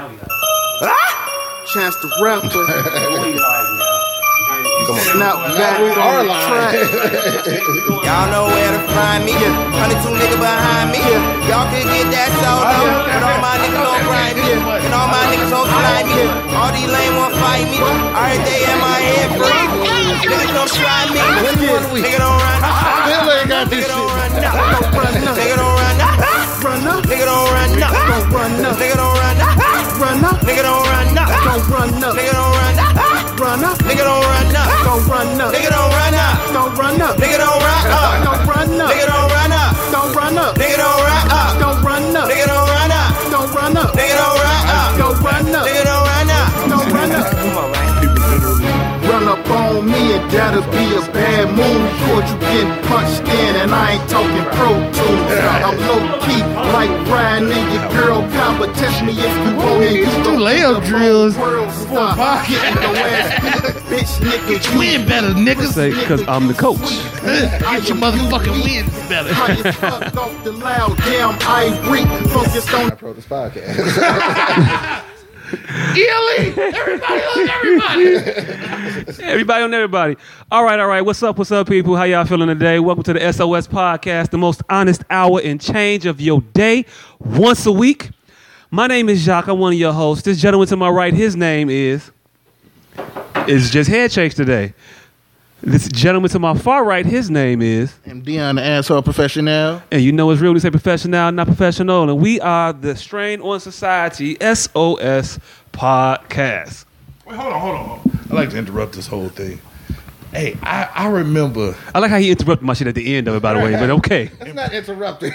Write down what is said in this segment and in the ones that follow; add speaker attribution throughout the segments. Speaker 1: Bowie live.
Speaker 2: Chance the Rapper.
Speaker 1: Bowie live now. Come
Speaker 2: Snap back on the track.
Speaker 3: Y'all know where to find me. 102 nigga behind me. Y'all can get that sold out. And all my niggas gon' grind me. And all my niggas gon' fly me. All these lame won't fight me. I heard they in my head free. Niggas don't try me. Nigga don't run.
Speaker 4: Still ain't got this
Speaker 3: Nigga don't
Speaker 4: shit.
Speaker 3: run. nah. Nigga don't run. nah.
Speaker 2: Run up,
Speaker 3: Nigga don't run. nah.
Speaker 2: don't run up,
Speaker 3: Nigga don't run. nah.
Speaker 2: run up,
Speaker 3: Nigga don't run. nah.
Speaker 2: don't run up,
Speaker 3: Nigga don't run. nah.
Speaker 2: run up,
Speaker 3: Nigga don't run. nah.
Speaker 2: don't run up,
Speaker 3: Nigga don't run. nah.
Speaker 2: don't run up,
Speaker 3: Nigga don't run. up.
Speaker 2: don't run
Speaker 3: Nigga
Speaker 2: up,
Speaker 3: don't run
Speaker 2: don't
Speaker 3: up.
Speaker 2: run up,
Speaker 3: Nigga don't run up.
Speaker 2: don't run up,
Speaker 3: Nigga don't run up.
Speaker 2: don't run up,
Speaker 3: Nigga don't run up.
Speaker 2: don't run up,
Speaker 3: Nigga don't run up.
Speaker 2: don't run up.
Speaker 3: Come on, man.
Speaker 2: Run up on me and that'll be a bad move. Sure you get punched in and I ain't talking pro tools. I'm low key like Brian and your girl competition. Me if you want it, you
Speaker 4: Two
Speaker 2: don't
Speaker 4: layup drills.
Speaker 2: world stop. Getting your ass beat, bitch nigga. You
Speaker 4: Win better, niggas.
Speaker 5: Say, because I'm the coach.
Speaker 4: Get your motherfucking wins better.
Speaker 2: High as fuck off the loud damn ivory. Focused on
Speaker 6: I pro this podcast.
Speaker 4: Illy! Everybody, look, everybody!
Speaker 5: Everybody on everybody. All right, all right. What's up? What's up, people? How y'all feeling today? Welcome to the SOS Podcast, the most honest hour and change of your day once a week. My name is Jacques. I'm one of your hosts. This gentleman to my right, his name is. It's just head shakes today. This gentleman to my far right, his name is.
Speaker 4: I'm Dion, the asshole professional.
Speaker 5: And you know it's real when you say professional, not professional. And we are the Strain on Society SOS Podcast.
Speaker 7: Wait, hold on, hold on, hold on. I like to interrupt this whole thing. Hey, I, I remember.
Speaker 5: I like how he interrupted my shit at the end of it, by the way, but okay.
Speaker 6: It's not interrupting.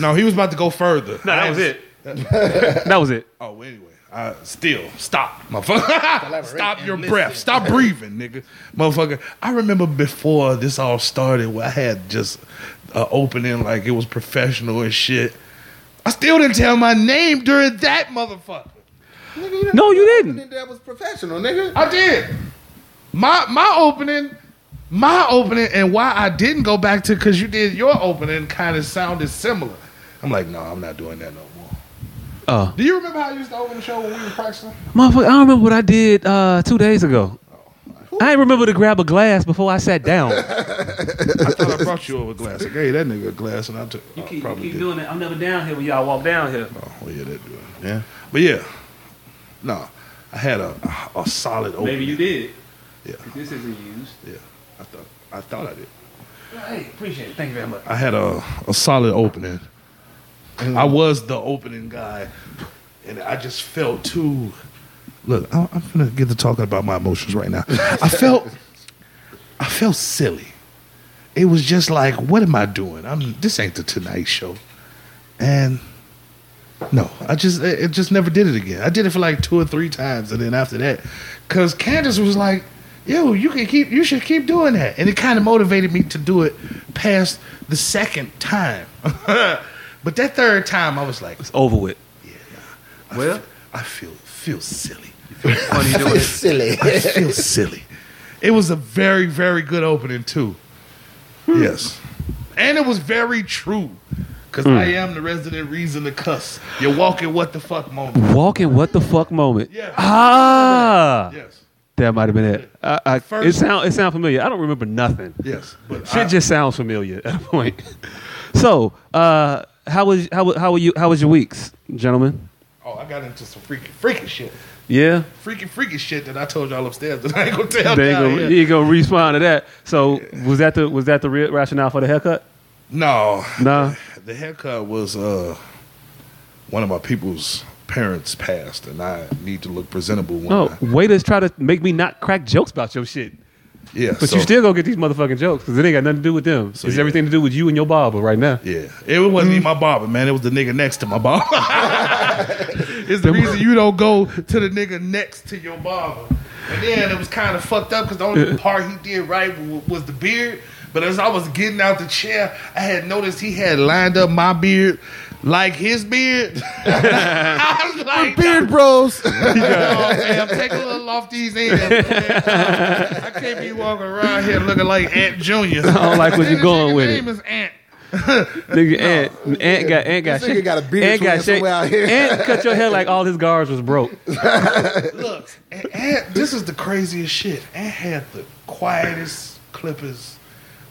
Speaker 7: No, he was about to go further. No,
Speaker 5: that was it. that was it.
Speaker 7: Oh, anyway. I still stop, motherfucker. stop your breath. Stop breathing, nigga, motherfucker. I remember before this all started, where I had just an opening like it was professional and shit. I still didn't tell my name during that motherfucker.
Speaker 5: No, you didn't.
Speaker 6: That was professional, nigga.
Speaker 7: I did. My my opening, my opening, and why I didn't go back to because you did your opening kind of sounded similar. I'm like, no, I'm not doing that no more.
Speaker 5: Oh,
Speaker 7: Do you remember how I used to open the show when we were practicing?
Speaker 5: motherfucker! I don't remember what I did uh, two days ago. I ain't remember to grab a glass before I sat down.
Speaker 7: I thought I brought you over a glass. I gave that nigga a glass, and I took. You
Speaker 5: that. I'm never down here when y'all walk down here.
Speaker 7: Oh, well, yeah, that dude. Yeah, but yeah, no, I had a a, a solid opening.
Speaker 5: did.
Speaker 7: Yeah.
Speaker 5: This isn't used.
Speaker 7: Yeah, I thought I thought I did.
Speaker 5: Hey, appreciate it. Thank you very much.
Speaker 7: I had a, a solid opening. I was the opening guy, and I just felt too. Look, I, I'm gonna get to talking about my emotions right now. I felt, I felt silly. It was just like, what am I doing? I'm this ain't the Tonight Show, and no, I just it it just never did it again. I did it for like two or three times, and then after that, because Candace was like, "Yo, you can keep, you should keep doing that," and it kind of motivated me to do it past the second time. but that third time, I was like,
Speaker 5: It's over with.
Speaker 7: "Well, I feel feel silly.
Speaker 6: It's silly.
Speaker 7: I feel silly." It was a very very good opening too. Yes, and it was very true. Cause I
Speaker 5: Hmm.
Speaker 7: am the resident reason to cuss. You're walking what the fuck moment.
Speaker 5: Walking what the fuck moment.
Speaker 7: Yeah.
Speaker 5: Ah.
Speaker 7: Yes.
Speaker 5: That might have been it. I, I, it
Speaker 7: First-
Speaker 5: sound it sound familiar. I don't remember nothing.
Speaker 7: Yes. But
Speaker 5: Shit
Speaker 7: I-
Speaker 5: just sounds familiar at a point. so, uh, how was how wa- how were you? How was your weeks, gentlemen?
Speaker 7: oh, I got into some freaky, freaky shit.
Speaker 5: Yeah,
Speaker 7: Freaky, freaky shit that I told y'all upstairs that I ain't gonna tell
Speaker 5: they ain't
Speaker 7: down
Speaker 5: gonna,
Speaker 7: here.
Speaker 5: you ain't gonna respond to that. So, was that the was that the real rationale for the haircut?
Speaker 7: No,
Speaker 5: Nah.
Speaker 7: the haircut was uh, one of my people's parents passed, and I need to look presentable. When
Speaker 5: No,
Speaker 7: I,
Speaker 5: way to try to make me not crack jokes about your shit.
Speaker 7: yeah,
Speaker 5: But
Speaker 7: so-
Speaker 5: you still gonna get these motherfucking jokes because it ain't got nothing to do with them. it's
Speaker 7: yeah.
Speaker 5: everything to do with you and your barber right now.
Speaker 7: Yeah, it wasn't even my barber, man. It was the nigga next to my barber. it's the reason you don't go to the nigga next to your barber. And then it was kind of fucked up because the only part he did right w- was the beard. But as I was getting out the chair, I had noticed he had lined up my beard like his beard. I was like,
Speaker 6: Beard bros.
Speaker 7: "Oh, man, take a little off these ends. man. I can't be walking around here looking like Aunt Junior.
Speaker 5: I don't like where you
Speaker 7: This
Speaker 5: going
Speaker 7: nigga
Speaker 5: with
Speaker 7: name
Speaker 5: it.
Speaker 7: is Ant.
Speaker 5: Nigga, Ant, Ant got Ant got
Speaker 6: This nigga got a beard
Speaker 5: Ant
Speaker 6: swinging somewhere out here.
Speaker 5: Ant cut your hair like all his guards was broke.
Speaker 7: Look, and, and this is the craziest shit. Ant had the quietest clippers.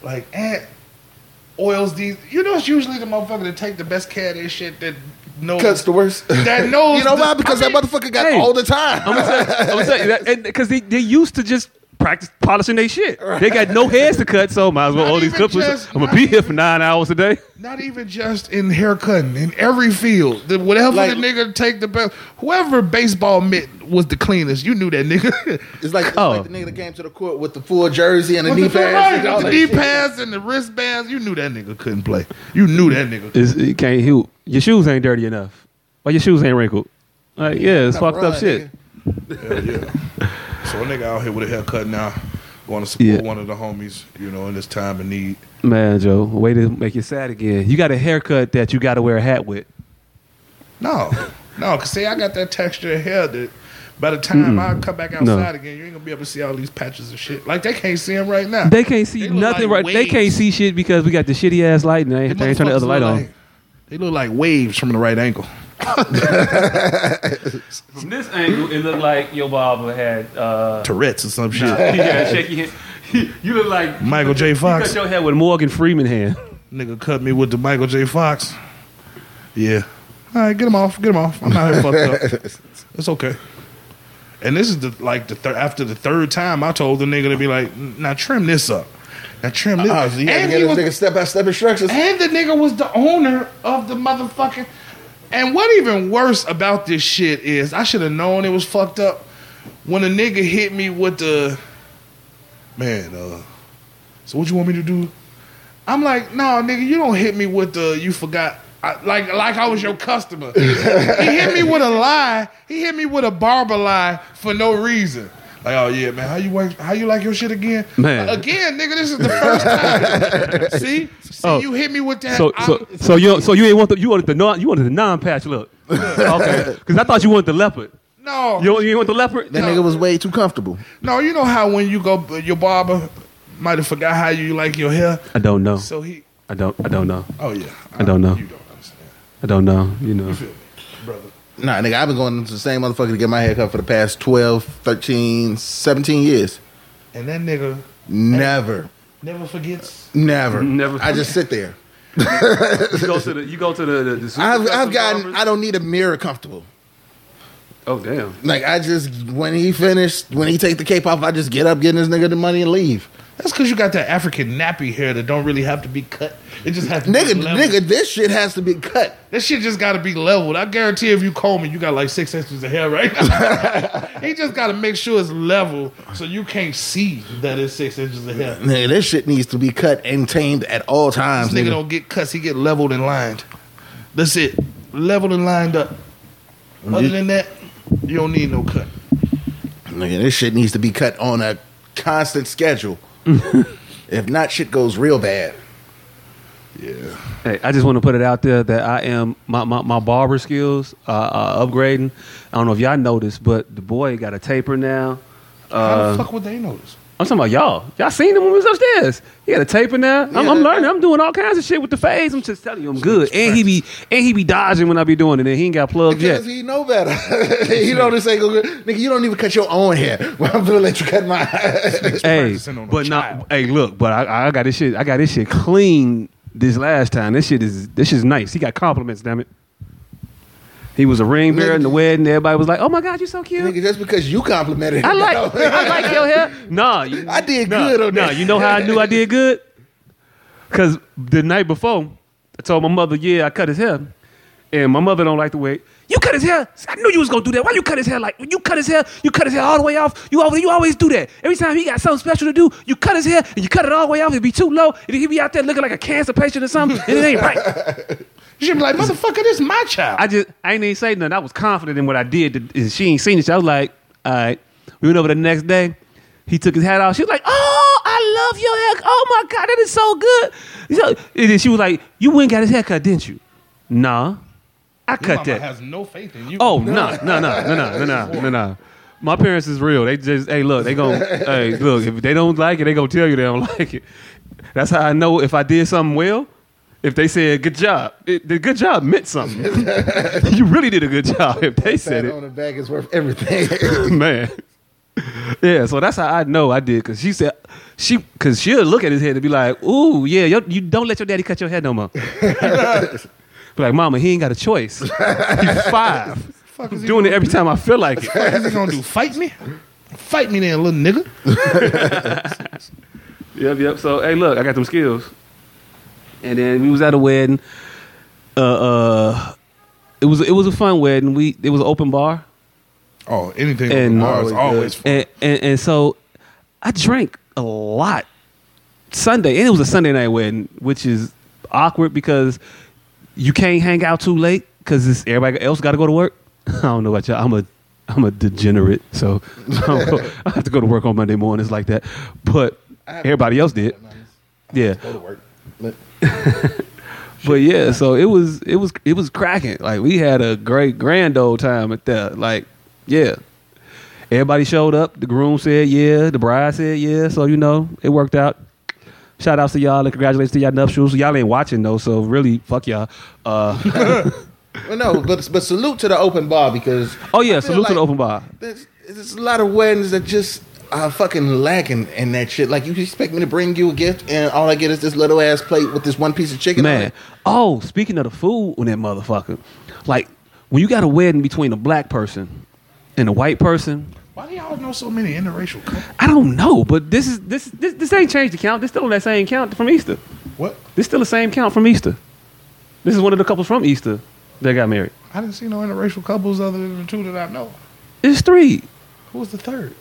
Speaker 7: Like Ant oils these. You know, it's usually the motherfucker that take the best care of their shit that knows
Speaker 6: Cuts the worst. You
Speaker 7: that knows.
Speaker 6: know
Speaker 7: the-
Speaker 6: why? Because
Speaker 7: I mean,
Speaker 6: that motherfucker got
Speaker 5: hey.
Speaker 6: all the time.
Speaker 5: I'm gonna tell you, I'm gonna tell you that because they, they used to just practice polishing their shit. They got no hairs to cut, so might as well
Speaker 7: Not
Speaker 5: all these
Speaker 7: even
Speaker 5: clippers.
Speaker 7: just-
Speaker 5: I'm gonna
Speaker 7: not
Speaker 5: be here
Speaker 7: even-
Speaker 5: for nine hours a day.
Speaker 7: Not even just in haircutting, in every field. The, whatever
Speaker 6: Like-
Speaker 7: the nigga take the best. Whoever baseball mitt was the cleanest, you knew that nigga.
Speaker 6: It's like, it's
Speaker 5: Oh.
Speaker 6: like the nigga that came to the court with the full jersey and the
Speaker 7: With
Speaker 6: knee
Speaker 7: the,
Speaker 6: pads.
Speaker 7: right,
Speaker 6: and all
Speaker 7: with the
Speaker 6: that
Speaker 7: knee
Speaker 6: shit.
Speaker 7: pads and the wristbands, you knew that nigga couldn't play. You knew that nigga.
Speaker 5: It's, you can't hoop. Your shoes ain't dirty enough. Why your shoes ain't wrinkled? Like yeah, it's fucked up
Speaker 6: Run,
Speaker 5: shit.
Speaker 6: nigga.
Speaker 7: So a nigga out here with a haircut now, going to support
Speaker 5: Yeah.
Speaker 7: one of the homies, you know, in this time of need.
Speaker 5: Man, Joe, way to make you sad again. You got a haircut that you got to wear a hat with.
Speaker 7: No, no, cause see, I got that texture of hair that by the time I come back outside again, you ain't gonna be able to see all these patches of shit. Like they can't see them right now.
Speaker 5: They can't see
Speaker 7: They look
Speaker 5: nothing
Speaker 7: like
Speaker 5: right. They
Speaker 7: waves.
Speaker 5: can't see shit because we got the shitty ass lighting. They, ain't-
Speaker 7: Them
Speaker 5: they ain't turn the
Speaker 7: motherfuckers
Speaker 5: other light
Speaker 7: look
Speaker 5: on.
Speaker 7: like- They look like waves from the right angle.
Speaker 5: From this angle, it looked like your barber had uh,
Speaker 7: Tourette's or some shit.
Speaker 5: he had shaky hand. You look like
Speaker 7: Michael J. Fox.
Speaker 5: cut your hair with Morgan Freeman hand.
Speaker 7: Nigga cut me with the Michael J. Fox. Yeah. All right, get him off. Get him off. I'm not here fucked up. It's okay. And this is the like the thir- after the third time I told the nigga to be like, now trim this up. Now trim this.
Speaker 6: Oh, so you had
Speaker 7: and,
Speaker 6: to get
Speaker 7: he
Speaker 6: this
Speaker 7: was,
Speaker 6: nigga step by step instructions.
Speaker 7: and the nigga was the owner of the motherfucking. And what even worse about this shit is I should have known it was fucked up when a nigga hit me with the man. uh So what you want me to do? I'm like, no, nigga, you don't hit me with the you forgot. I, like, like I was your customer. he hit me with a lie. He hit me with a barber lie for no reason. Like, oh yeah, man, how you like, how you like your shit again? Uh,
Speaker 5: Man.
Speaker 7: again, nigga, this is the first time. See, see,
Speaker 5: Oh.
Speaker 7: you hit me with that.
Speaker 5: So,
Speaker 7: I-
Speaker 5: so, so you, so you ain't want the, you wanted the non, you wanted the non patch look. okay, because I thought you wanted the leopard.
Speaker 7: no,
Speaker 5: You, you ain't want the leopard.
Speaker 6: That nigga was way too comfortable.
Speaker 7: no, you know how when you go, your barber might have forgot how you like your hair.
Speaker 5: I don't know.
Speaker 7: So he,
Speaker 5: I don't. I don't know.
Speaker 7: oh yeah,
Speaker 5: I don't know.
Speaker 7: You don't understand,
Speaker 5: I don't know. You know.
Speaker 7: brother.
Speaker 6: Nah, nigga, I've been going to the same motherfucker to get my hair cut for the past 12, 13, 17 years.
Speaker 7: And that nigga
Speaker 6: Never.
Speaker 7: never forgets.
Speaker 6: Never.
Speaker 5: Never.
Speaker 6: I just sit there.
Speaker 5: You go to the. You go to the. the, the
Speaker 6: I've, I've gotten, I don't need a mirror comfortable.
Speaker 5: oh damn.
Speaker 6: Like, I just, when he finished, when he take the cape off, I just get up, get this nigga the money and leave.
Speaker 7: That's because you got that African nappy hair that don't really have to be cut. It just has to
Speaker 6: Nigga,
Speaker 7: be leveled.
Speaker 6: nigga, this shit has to be cut.
Speaker 7: This shit just got to be leveled. I guarantee if you comb it, you got like six inches of hair right now. he just got to make sure it's level so you can't see that it's six inches of hair.
Speaker 6: Nigga, this shit needs to be cut and tamed at all times,
Speaker 7: This nigga
Speaker 6: nigga.
Speaker 7: don't get cuts. He get leveled and lined. That's it. Leveled and lined up. Other than that, you don't need no cut.
Speaker 6: Nigga, this shit needs to be cut on a constant schedule. if not, shit goes real bad.
Speaker 5: Hey, I just want to put it out there that I am my my, my barber skills uh, uh, upgrading. I don't know if y'all noticed, but the boy got a taper now.
Speaker 7: How
Speaker 5: Uh,
Speaker 7: the fuck would they notice?
Speaker 5: I'm talking about y'all. Y'all seen him when we was upstairs. He got a taper now. I'm, I'm learning. I'm doing all kinds of shit with the fades. I'm just telling you, I'm good. And he be and he be dodging when I be doing it. And he ain't got plugged yet.
Speaker 6: Because he know better. he know this ain't gonna. Nigga, you don't even cut your own hair. Well, I'm gonna let you cut mine.
Speaker 5: Hey,
Speaker 7: practicing on a
Speaker 5: but
Speaker 7: child.
Speaker 5: not. Hey, look, but I, I got this shit. I got this shit clean this last time. This shit is this shit's nice. He got compliments. Damn it. He was a ring bearer in the wedding. Everybody was like, "Oh my god, you're so cute."
Speaker 6: nigga, just because you complimented him.
Speaker 5: I
Speaker 6: no.
Speaker 5: like I like your hair. Nah, you,
Speaker 6: I did
Speaker 5: nah,
Speaker 6: good on
Speaker 5: nah,
Speaker 6: that.
Speaker 5: you know how I knew I did good? Cause the night before, I told my mother, "Yeah, I cut his hair," and my mother don't like the way you cut his hair. I knew you was gonna do that. Why you cut his hair like you cut his hair? You cut his hair all the way off. You always you always do that. Every time he got something special to do, you cut his hair and you cut it all the way off. It'd be too low, and he be out there looking like a cancer patient or something, and it ain't right.
Speaker 7: You should be like, motherfucker, this my child.
Speaker 5: I just I ain't even say nothing. I was confident in what I did. to- and she ain't seen it. So I was like, all right. We went over the next day. He took his hat off. She was like, oh, I love your hair. Oh my god, that is so good. So and then she was like, you went and got his hair cut, didn't you? Nah,
Speaker 7: Mama
Speaker 5: I cut that.
Speaker 7: has no faith in you.
Speaker 5: Oh no no no no no no no no no. My parents is real. They just hey look they gonna hey look if they don't like it they gonna tell you they don't like it. That's how I know if I did something well. if they said good job, it, the good job meant something. you really did a good job if they said
Speaker 6: Pat
Speaker 5: it.
Speaker 6: on the back is worth everything.
Speaker 5: man. Yeah, so that's how I know I did because she said she because she'll look at his head and be like, "Ooh, yeah, yo- you don't let your daddy cut your hair no more." be like, "Mama, he ain't got a choice. He's five. I'm doing it every time I feel like it."
Speaker 7: What is he gonna do? Fight me? Fight me then, little nigga.
Speaker 5: yep, yep. So hey, look, I got them skills. And then we was at a wedding. Uh, uh, it was it was a fun wedding. We it was an open bar.
Speaker 7: Oh, anything
Speaker 5: And-
Speaker 7: and ours always. fun.
Speaker 5: and, and and so I drank a lot Sunday, and it was a Sunday night wedding, which is awkward because you can't hang out too late because everybody else got to go to work. I don't know about y'all. I'm a I'm a degenerate, so I, don't go- I have to go to work on Monday mornings like that. But everybody else did, yeah. But yeah, so it was it was it was cracking. Like we had a great grand old time at that. Like yeah, Everybody showed up. The groom said yeah. The bride said yeah. So you know it worked out. Shout outs to y'all and congratulations to y'all nuptials. Y'all ain't watching though, so really fuck y'all. Uh,
Speaker 6: Well, no, but but salute to the open bar because
Speaker 5: oh yeah,
Speaker 6: I feel
Speaker 5: salute to
Speaker 6: like
Speaker 5: the open bar.
Speaker 6: There's, there's a lot of weddings that just are fucking lacking in that shit. Like you expect me to bring you a gift and all I get is this little ass plate with this one piece of chicken. on
Speaker 5: Man.
Speaker 6: it?
Speaker 5: Oh, speaking of the food on that motherfucker, like when you got a wedding between a black person and a white person,
Speaker 7: Why do y'all know so many interracial couples?
Speaker 5: I don't know, but this is this this this ain't changed the count. This still on that same count from Easter.
Speaker 7: What?
Speaker 5: This still the same count from Easter. This is one of the couples from Easter that got married.
Speaker 7: I didn't see no interracial couples other than the two that I know.
Speaker 5: It's three.
Speaker 7: Who was the third?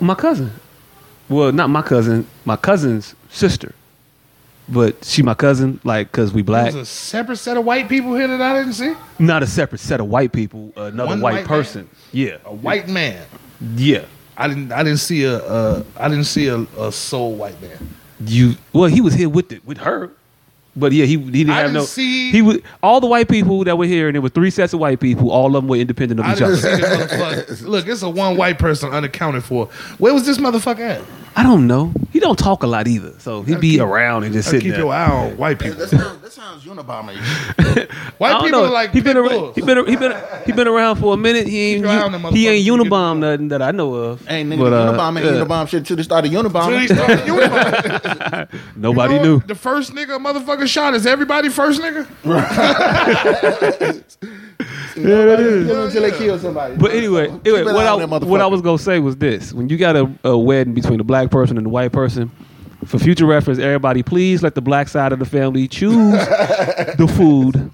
Speaker 5: My cousin. Well, not my cousin. My cousin's sister. But she my cousin, like, cause we black.
Speaker 7: There was a separate set of white people here that I didn't see.
Speaker 5: not a separate set of white people. uh, Another
Speaker 7: One
Speaker 5: white,
Speaker 7: white man.
Speaker 5: person. Yeah.
Speaker 7: A white man.
Speaker 5: Yeah.
Speaker 7: I didn't. I didn't see a. a I didn't see a, a soul white man.
Speaker 5: You. Well, he was here with it with her. But yeah, he he didn't
Speaker 7: I
Speaker 5: have
Speaker 7: didn't
Speaker 5: no.
Speaker 7: see-
Speaker 5: He was all the white people that were here, and there were three sets of white people. All of them were independent of
Speaker 7: I
Speaker 5: each
Speaker 7: didn't see
Speaker 5: other.
Speaker 7: the motherfucker. Look, it's a one white person unaccounted for. Where was this motherfucker at?
Speaker 5: I don't know. He don't talk a lot either, so he'd be
Speaker 7: keep-
Speaker 5: around and just
Speaker 7: Keep
Speaker 5: sitting there.
Speaker 7: your eye on white people.
Speaker 6: That sounds, that sounds Unabomber.
Speaker 5: I
Speaker 7: White
Speaker 5: don't
Speaker 7: people
Speaker 5: know.
Speaker 7: are like
Speaker 5: he been
Speaker 7: pit
Speaker 5: around.
Speaker 7: bulls.
Speaker 5: He been he been he been around for a minute. He ain't
Speaker 7: Keep your eye on them
Speaker 5: he ain't
Speaker 7: motherfuckers.
Speaker 5: unibomb nothing that I know of.
Speaker 6: Ain't nigga
Speaker 5: But, uh,
Speaker 6: Unabomber,
Speaker 5: yeah.
Speaker 6: ain't Unabomber shit till they started
Speaker 7: Till they
Speaker 6: Unabomber.
Speaker 7: started unibomber.
Speaker 5: Nobody
Speaker 7: You know,
Speaker 5: knew.
Speaker 7: The first nigga a motherfucker shot is everybody first nigga?
Speaker 6: Until they kill somebody.
Speaker 5: But anyway, anyway,
Speaker 6: Keep an
Speaker 5: what
Speaker 6: eye
Speaker 5: I
Speaker 6: on that
Speaker 5: what I
Speaker 6: motherfucker.
Speaker 5: was gonna say was this: when you got a, a wedding between a black person and a white person, for future reference, everybody, please let the black side of the family choose the food,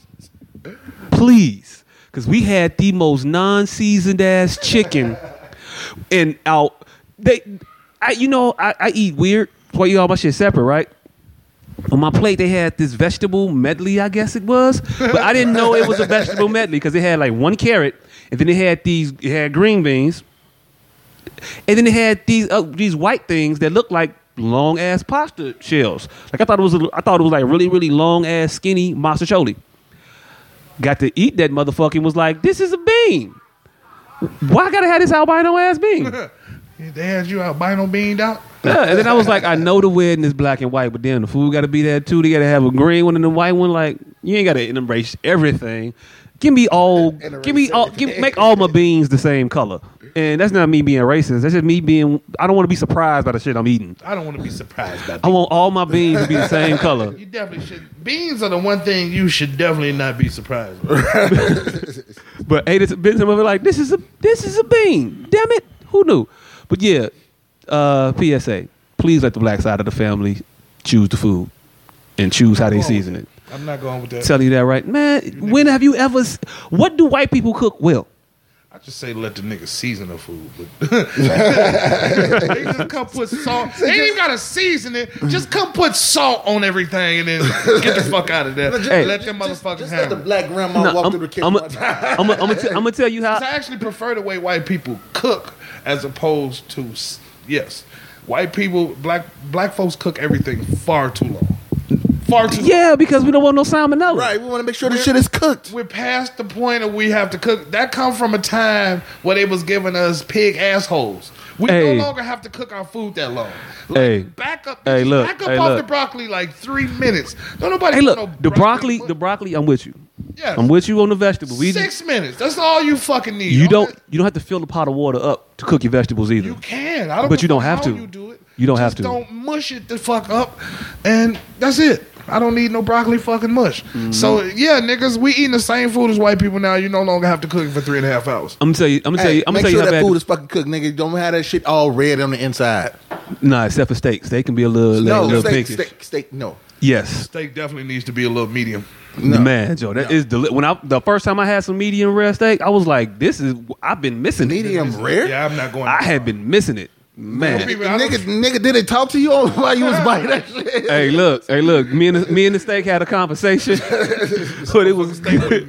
Speaker 5: please, because we had the most non-seasoned ass chicken, and out they, I you know I, I eat weird. That's why you all my shit separate, right? On my plate, they had this vegetable medley, I guess it was, but I didn't know it was a vegetable medley because it had like one carrot, and then it had these, it had green beans, and then it had these uh, these white things that looked like long ass pasta shells. Like I thought it was, a- I thought it was like really really long ass skinny masticholi. Got to eat that motherfucker and was like, this is a bean. Why I gotta have this albino ass bean?
Speaker 7: They had you albino beaned out.
Speaker 5: Yeah, and then I was like, I know the wedding is black and white, but damn, the food got to be there too. They got to have a green one and a white one. Like, you ain't got to embrace everything. Give me all. Give me all. Give, make all my beans the same color. And that's not me being racist. That's just me being. I don't want to be surprised by the shit I'm eating.
Speaker 7: I don't want to be surprised by that.
Speaker 5: I want all my beans to be the same color.
Speaker 7: You definitely should. Beans are the one thing you should definitely not be surprised. By.
Speaker 5: But ate it, bit some of it. Like this is a this is a bean. Damn it! Who knew? But yeah, uh, PSA. Please let the black side of the family choose the food and choose how they season it.
Speaker 7: I'm not going with that.
Speaker 5: telling you that right man when have you ever s- what do white people cook well
Speaker 7: I just say let the niggas season the food. But they just come put salt. They ain't even gotta season it. Just come put salt on everything and then get the fuck out of there.
Speaker 5: Hey.
Speaker 7: let them motherfuckers
Speaker 6: Just let
Speaker 7: have
Speaker 6: the
Speaker 7: it.
Speaker 6: black grandma walk through the kitchen.
Speaker 5: I'm gonna tell you
Speaker 7: So
Speaker 5: how
Speaker 7: I actually prefer the way white people cook as opposed to s- yes, white people black black folks cook everything far too long. far too.
Speaker 5: Yeah, because we don't want no salmonella.
Speaker 6: Right. We want to make sure this shit is cooked.
Speaker 7: We're past the point of we have to cook. That come from a time where they was giving us pig assholes. We
Speaker 5: Hey.
Speaker 7: no longer have to cook our food that long. Like,
Speaker 5: Hey.
Speaker 7: back up.
Speaker 5: Hey, look.
Speaker 7: back up
Speaker 5: Hey,
Speaker 7: off
Speaker 5: look.
Speaker 7: the broccoli like three minutes. Don't nobody.
Speaker 5: Hey,
Speaker 7: want
Speaker 5: look,
Speaker 7: no
Speaker 5: the broccoli, the broccoli. I'm with you.
Speaker 7: Yes.
Speaker 5: I'm with you on the vegetable. We,
Speaker 7: six minutes. That's all you fucking need.
Speaker 5: you
Speaker 7: All
Speaker 5: don't,
Speaker 7: that-
Speaker 5: you don't have to fill the pot of water up to cook your vegetables either.
Speaker 7: You can. I don't.
Speaker 5: But you don't
Speaker 7: know
Speaker 5: have
Speaker 7: how
Speaker 5: to.
Speaker 7: You do it.
Speaker 5: You don't
Speaker 7: Just
Speaker 5: have to.
Speaker 7: Don't mush it the fuck up, and that's it. I don't need no broccoli fucking mush. So
Speaker 5: Mm-hmm.
Speaker 7: yeah, niggas, we eating the same food as white people now. You no longer have to cook it for three and a half hours.
Speaker 5: I'm gonna tell you. I'm gonna tell you.
Speaker 6: Hey,
Speaker 5: I'm
Speaker 6: make
Speaker 5: gonna
Speaker 6: sure
Speaker 5: tell you
Speaker 6: that
Speaker 5: how
Speaker 6: food
Speaker 5: bad.
Speaker 6: is fucking cooked, nigga. Don't have that shit all red on the inside.
Speaker 5: Nah, except for steaks, they can be a little,
Speaker 6: No,
Speaker 5: little
Speaker 6: steak,
Speaker 5: pinkish.
Speaker 6: steak, steak, no.
Speaker 5: Yes,
Speaker 7: Steak definitely needs to be a little medium.
Speaker 5: man, Joe, that is deli- when I the first time I had some medium rare steak, I was like, this is I've been missing it.
Speaker 6: Medium rare?
Speaker 7: Yeah, I'm not going.
Speaker 5: I had been missing it,
Speaker 7: Some
Speaker 5: man.
Speaker 7: people- I don't-
Speaker 6: Nigga, nigga, did it talk to you while you was biting that shit?
Speaker 5: Hey, look, hey, look. Me and the, me and the steak had a conversation, but it was good.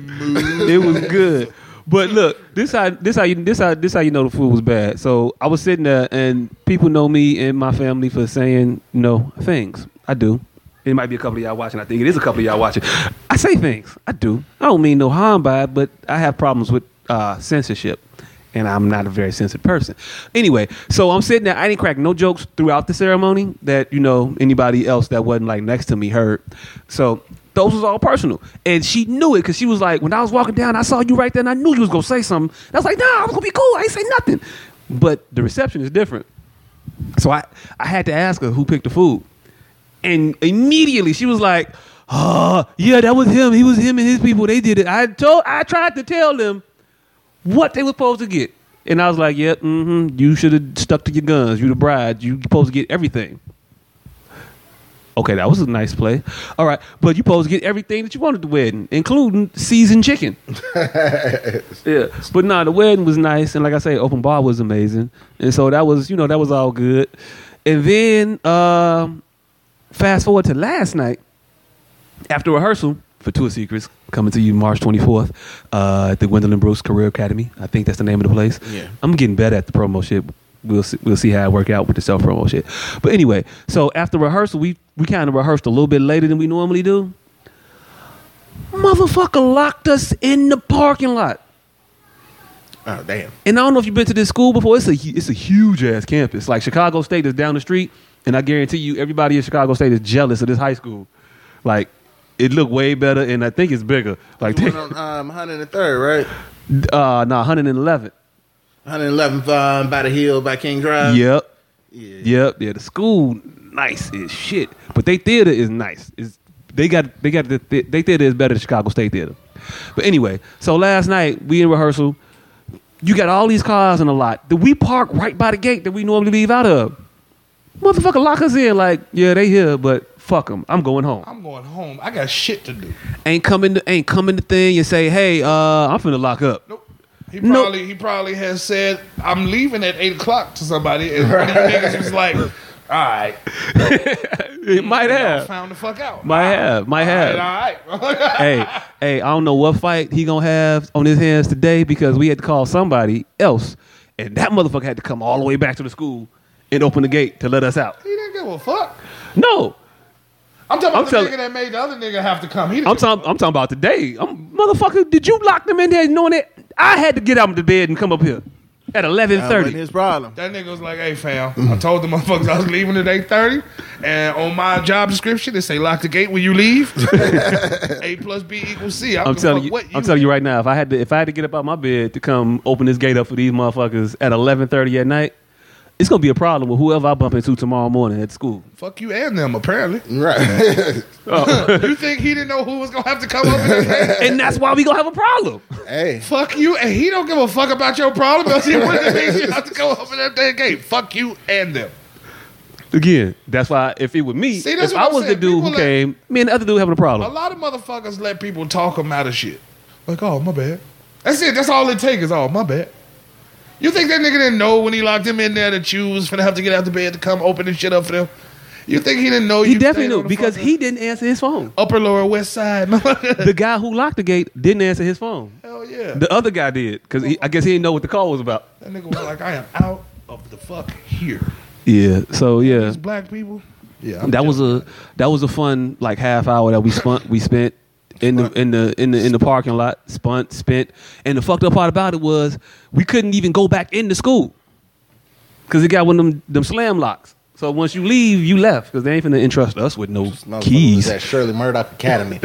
Speaker 5: it was good. But look, this how this how you this how this how you know the food was bad. So I was sitting there, and people know me and my family for saying no things. I do. It might be a couple of y'all watching. I think it is a couple of y'all watching. I say things. I do. I don't mean no harm by it, but I have problems with uh, censorship, and I'm not a very sensitive person. Anyway, so I'm sitting there. I didn't crack no jokes throughout the ceremony that you know anybody else that wasn't like next to me heard. So those was all personal, and she knew it because she was like, when I was walking down, I saw you right there, and I knew you was gonna say something. And I was like, nah, I was gonna be cool. I ain't say nothing. But the reception is different. So I, I had to ask her who picked the food. And immediately she was like, Oh, yeah, that was him. He was him and his people. They did it. I told I tried to tell them what they were supposed to get. And I was like, Yep, mm-hmm. You should have stuck to your guns. You the bride. You supposed to get everything. Okay, that was a nice play. All right. But you supposed to get everything that you wanted at the wedding, including seasoned chicken. Yeah, but nah, the wedding was nice, and like I say, open bar was amazing, and so that was you know that was all good. And then um, fast forward to last night after rehearsal for Tour Secrets coming to you March 24th uh, at the Gwendolyn Brooks Career Academy. I think that's the name of the place.
Speaker 6: Yeah.
Speaker 5: I'm getting better at the promo shit. We'll see, we'll see how I work out with the self promo shit. But anyway, so after rehearsal, we we kind of rehearsed a little bit later than we normally do. Motherfucker locked us in the parking lot.
Speaker 6: Oh, damn.
Speaker 5: And I don't know if you've been to this school before. It's a hu- it's a huge ass campus. Like Chicago State is down the street, and I guarantee you, everybody in Chicago State is jealous of this high school. Like it looked way better, and I think it's bigger. Like
Speaker 6: You went on um, 103rd, right?
Speaker 5: uh, nah, 111.
Speaker 6: 111th um, by the hill by King Drive.
Speaker 5: yep. Yep. Um, Yeah. The school nice as shit, but they theater is nice. Is they got they got the, the they theater is better than Chicago State theater. But anyway, so last night we in rehearsal. You got all these cars in the lot that we park right by the gate that we normally leave out of. Motherfucker, lock us in. Like, yeah, they here, but fuck them. I'm going home
Speaker 7: I'm going home. I got shit to do.
Speaker 5: ain't coming to, ain't coming to thing and say, hey, uh, I'm finna lock up.
Speaker 7: Nope. He
Speaker 5: Nope.
Speaker 7: probably he probably has said I'm leaving at eight o'clock to somebody, and one of you niggas was like, "All right,
Speaker 5: It might have.
Speaker 7: found the fuck out."
Speaker 5: Might have. Might
Speaker 7: all
Speaker 5: have.
Speaker 7: right, all right.
Speaker 5: Hey, hey, I don't know what fight he gonna have on his hands today because we had to call somebody else. And that motherfucker had to come all the way back to the school and open the gate to let us out.
Speaker 7: he didn't give a fuck.
Speaker 5: No.
Speaker 7: I'm talking about
Speaker 5: I'm
Speaker 7: the
Speaker 5: telling-
Speaker 7: nigga that made the other nigga have to come. He didn't
Speaker 5: I'm
Speaker 7: give a
Speaker 5: talking I'm talking about today. I'm motherfucker, did you lock them in there knowing that I had to get out of the bed and come up here at eleven
Speaker 6: That wasn't
Speaker 5: thirty?
Speaker 6: his problem.
Speaker 7: That nigga was like, "Hey fam, I told the motherfuckers I was leaving at 8.30, and on my job description it say lock the gate when you leave. A plus B equals C. I don't
Speaker 5: I'm
Speaker 7: give a
Speaker 5: telling
Speaker 7: fuck
Speaker 5: you,
Speaker 7: what
Speaker 5: I'm telling you right now. If I had to, if I had to get up out my bed to come open this gate up for these motherfuckers at 11:30 at night, it's gonna be a problem with whoever I bump into tomorrow morning at school.
Speaker 7: Fuck you and them apparently.
Speaker 6: Right.
Speaker 7: you think he didn't know who was gonna have to come over there?
Speaker 5: And that's why we gonna have a problem.
Speaker 6: hey.
Speaker 7: Fuck you, and he don't give a fuck about your problem. Else he wouldn't have made you have to go over that damn gate. Fuck you and them.
Speaker 5: Again, that's why if it was me,
Speaker 7: See, that's
Speaker 5: if
Speaker 7: what
Speaker 5: I
Speaker 7: I'm
Speaker 5: was the
Speaker 7: saying.
Speaker 5: dude
Speaker 7: People
Speaker 5: who
Speaker 7: let-
Speaker 5: came, me and the other dude having a problem.
Speaker 7: A lot of motherfuckers let people talk them out of shit. Like, oh my bad. That's it. That's all it takes. Is oh my bad. You think that nigga didn't know when he locked him in there that you was finna have to get out the bed to come open this shit up for them? You think he didn't know?
Speaker 5: he
Speaker 7: you
Speaker 5: definitely
Speaker 7: stayed on
Speaker 5: knew
Speaker 7: the
Speaker 5: because
Speaker 7: fucking
Speaker 5: he didn't answer his phone.
Speaker 7: Upper Lower West Side.
Speaker 5: The guy who locked the gate didn't answer his phone.
Speaker 7: Hell yeah.
Speaker 5: The other guy did because I guess he didn't know what the call was about.
Speaker 7: that nigga was like, I am out of the fuck here.
Speaker 5: Yeah. So yeah.
Speaker 7: These black people. Yeah, I'm
Speaker 5: that was a that was a fun like half hour that we spent we spent in the in the in the in the parking lot spent spent and the fucked up part about it was we couldn't even go back into school because it got one of them them slam locks. So once you leave, you left because they ain't finna entrust us with no
Speaker 6: Motherfucker was
Speaker 5: keys.
Speaker 6: at Shirley Murdoch Academy.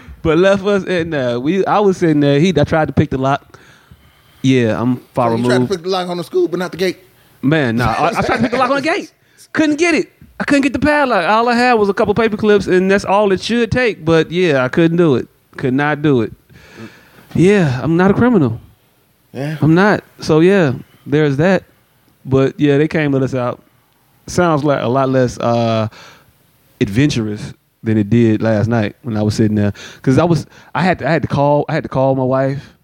Speaker 5: But left us in there. We I was sitting there. He I tried to pick the lock. Yeah, I'm far
Speaker 6: you tried to
Speaker 5: removed.
Speaker 6: put the lock on the school, but not the gate.
Speaker 5: Man, nah. I, I tried to pick the lock on the gate. Couldn't get it. I couldn't get the padlock. All I had was a couple paper clips, and that's all it should take. But yeah, I couldn't do it. Could not do it. Yeah, I'm not a criminal.
Speaker 6: Yeah.
Speaker 5: I'm not. So yeah, there's that. But yeah, they came let us out. Sounds like a lot less uh, adventurous than it did last night when I was sitting there. Cause I was, I had to, I had to call, I had to call my wife.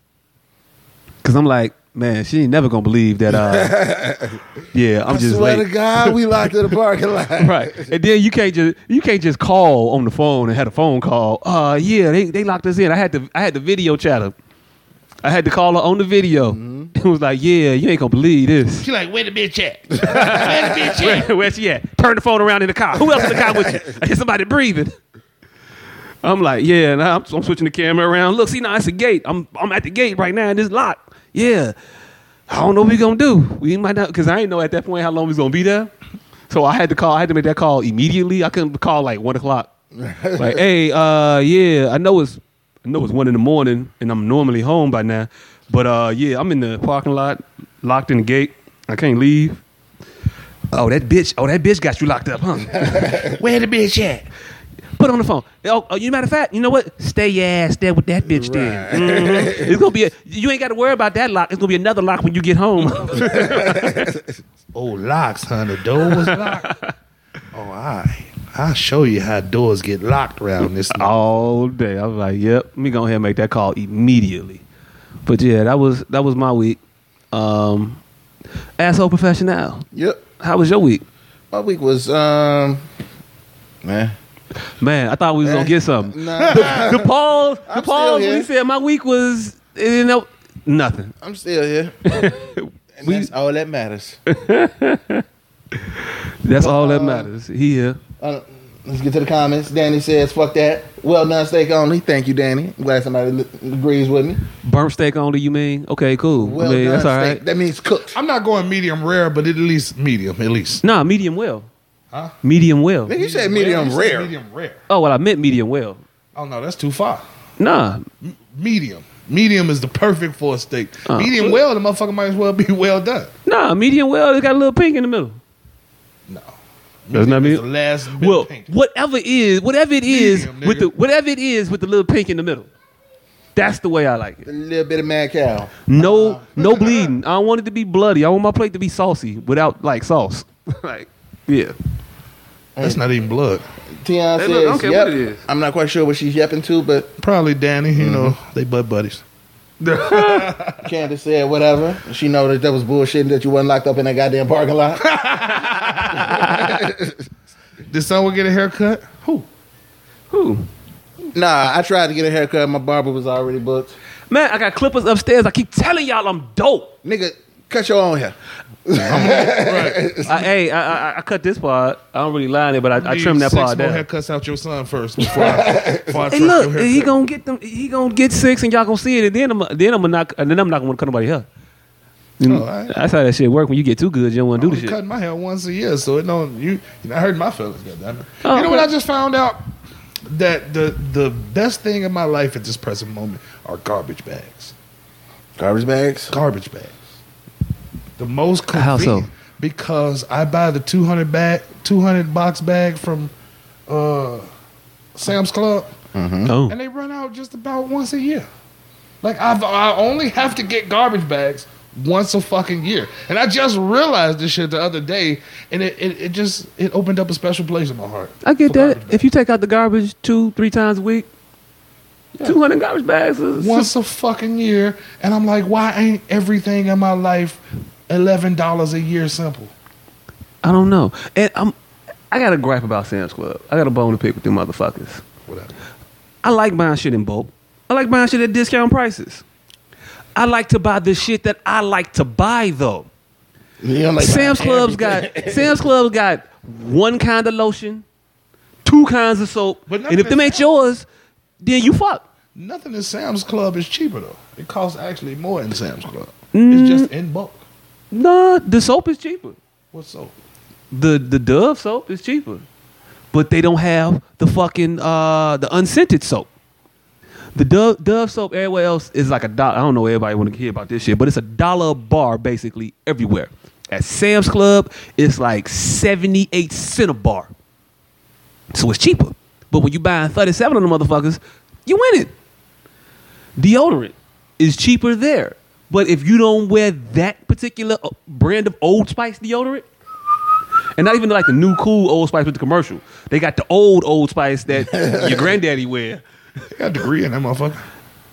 Speaker 5: Cause I'm like, man, she ain't never gonna believe that. Uh, yeah, I'm
Speaker 6: I
Speaker 5: just
Speaker 6: swear
Speaker 5: late.
Speaker 6: to God, we locked in the parking lot.
Speaker 5: Right, and then you can't just you can't just call on the phone and had a phone call. Uh, yeah, they, they locked us in. I had to I had to video chat her. I had to call her on the video. It was like, yeah, you ain't gonna believe this.
Speaker 8: She like, where the bitch at? Where the bitch at?
Speaker 5: Where, where she at? Turn the phone around in the car. Who else in the car with you? I hear somebody breathing. I'm like, yeah, and I'm, I'm switching the camera around. Look, see, now it's a gate. I'm I'm at the gate right now in this lot. Yeah, I don't know what we gonna do. We might not because I ain't know at that point how long we was gonna be there. So I had to call. I had to make that call immediately. I couldn't call like one o'clock. like, hey, uh, yeah, I know it's I know it's one in the morning, and I'm normally home by now. But uh, yeah, I'm in the parking lot, locked in the gate. I can't leave. Oh, that bitch. Oh, that bitch got you locked up, huh?
Speaker 8: Where the bitch at?
Speaker 5: Put on the phone. Oh, oh, you matter of fact, you know what? Stay your ass there with that bitch then. Mhm. It's gonna be a, you ain't gotta worry about that lock. It's gonna be another lock when you get home.
Speaker 7: Oh, locks, huh? The door was locked. oh, I, I'll show you how doors get locked around this.
Speaker 5: All day. I was like, yep, let me go ahead and make that call immediately. But yeah, that was that was my week. Um asshole professional.
Speaker 6: Yep.
Speaker 5: How was your week?
Speaker 6: My week was um man.
Speaker 5: Man, I thought we was gonna get something.
Speaker 6: Nah,
Speaker 5: The pause the
Speaker 6: I'm still
Speaker 5: pause
Speaker 6: here.
Speaker 5: we said my week was you know nothing.
Speaker 6: I'm still here. And that's all that matters.
Speaker 5: That's all that matters. He here.
Speaker 6: Uh, let's get to the comments. Danny says, "Fuck that." Well done, steak only. Thank you, Danny. I'm glad somebody li- agrees with me.
Speaker 5: Burnt steak only, you mean? Okay, cool. I
Speaker 6: Well
Speaker 5: mean,
Speaker 6: done,
Speaker 5: that's all
Speaker 6: steak.
Speaker 5: right.
Speaker 6: That means cooked.
Speaker 7: I'm not going medium rare, but it at least medium, at least.
Speaker 5: Nah, medium well.
Speaker 7: Huh?
Speaker 5: Medium well.
Speaker 6: Nigga, you said medium
Speaker 7: You said
Speaker 6: rare.
Speaker 7: Medium rare.
Speaker 5: Oh, well, I meant medium well.
Speaker 7: Oh no, that's too far.
Speaker 5: Nah,
Speaker 7: Medium. Medium is the perfect for a steak.
Speaker 5: Uh.
Speaker 7: medium well, the motherfucker might as well be well done.
Speaker 5: nah, medium well. It got a little pink in the middle.
Speaker 7: No, Medium
Speaker 5: That's
Speaker 7: is
Speaker 5: not me.
Speaker 7: The last bit
Speaker 5: Well,
Speaker 7: pink.
Speaker 5: whatever is, whatever it is
Speaker 7: Medium,
Speaker 5: with
Speaker 7: nigga.
Speaker 5: the whatever it is with the little pink in the middle. That's the way I like
Speaker 6: A
Speaker 5: it.
Speaker 6: little bit of mad cow.
Speaker 5: No,
Speaker 7: Uh,
Speaker 5: no bleeding. I don't want it to be bloody. I want my plate to be saucy without like sauce. like, yeah.
Speaker 7: That's not even blood.
Speaker 6: Tion
Speaker 5: Hey,
Speaker 6: says,
Speaker 5: look, I don't care
Speaker 6: "Yep."
Speaker 5: what it is.
Speaker 6: I'm not quite sure what she's yapping to, but
Speaker 7: Probably Danny.
Speaker 5: Mm-hmm.
Speaker 7: You know they butt buddies.
Speaker 6: Candace said whatever. She know that that was bullshit and that you wasn't locked up in that goddamn parking lot.
Speaker 7: Did someone get a haircut? Who?
Speaker 5: Who?
Speaker 6: nah, I tried to get a haircut. My barber was already booked.
Speaker 5: Man, I got clippers upstairs. I keep telling y'all I'm dope.
Speaker 6: Nigga, cut your own hair.
Speaker 5: I, hey, I, I, I cut this part. I don't really lie in it, but I, I
Speaker 7: Leave
Speaker 5: trimmed that
Speaker 7: six
Speaker 5: part
Speaker 7: more
Speaker 5: down.
Speaker 7: Haircuts out your son first before I, before I
Speaker 5: Hey,
Speaker 7: trust
Speaker 5: look,
Speaker 7: your
Speaker 5: he
Speaker 7: haircut.
Speaker 5: gonna get them. He gonna get six, and y'all gonna see it. And then I'm then I'm not and then I'm not gonna want to cut nobody hair.
Speaker 7: Oh, all right.
Speaker 5: That's how that shit work. When you get too good, you don't want to do
Speaker 7: I'm
Speaker 5: the shit.
Speaker 7: cutting my hair once a year, so it don't you. You're not hurting my feelings, goddammit.
Speaker 5: Oh,
Speaker 7: you know
Speaker 5: okay.
Speaker 7: what? I just found out that the the best thing in my life at this present moment are garbage bags.
Speaker 6: Garbage bags.
Speaker 7: Garbage bags. The most
Speaker 5: How so?
Speaker 7: convenient because I buy the 200 bag, 200 box bag from uh, Sam's Club,
Speaker 5: Oh,
Speaker 7: and they run out just about once a year. Like I've, I only have to get garbage bags once a fucking year, and I just realized this shit the other day, and it, it, it just it opened up a special place in my heart.
Speaker 5: I
Speaker 7: for
Speaker 5: get that.
Speaker 7: garbage
Speaker 5: If you take out the garbage two, three times a week, two hundred garbage bags is
Speaker 7: once a fucking year, and I'm like, why ain't everything in my life eleven dollars a year simple?
Speaker 5: I don't know. And I'm I got a gripe about Sam's Club. I got a bone to pick with them motherfuckers.
Speaker 7: Whatever.
Speaker 5: I like buying shit in bulk. I like buying shit at discount prices. I like to buy the shit that I like to buy though.
Speaker 6: You know, like,
Speaker 5: Sam's Club's got Sam's Club's got one kind of lotion, two kinds of soap,
Speaker 7: But
Speaker 5: and if them ain't yours, then you fuck.
Speaker 7: Nothing in Sam's Club is cheaper though. It costs actually more in Sam's Club. It's
Speaker 5: Mm.
Speaker 7: just in bulk.
Speaker 5: Nah, the soap is cheaper.
Speaker 7: What's so?
Speaker 5: The the Dove soap is cheaper, but they don't have the fucking uh the unscented soap. The Dove, Dove soap everywhere else is like a dollar. I don't know everybody want to hear about this shit, but it's a dollar a bar basically everywhere. At Sam's Club, it's like seventy eight cent a bar, so it's cheaper. But when you buying thirty seven of them motherfuckers, you win it. Deodorant is cheaper there, but if you don't wear that particular uh, brand of Old Spice deodorant, and not even like the new cool Old Spice with the commercial, they got the old Old Spice that your granddaddy wear.
Speaker 7: They got a degree in that motherfucker.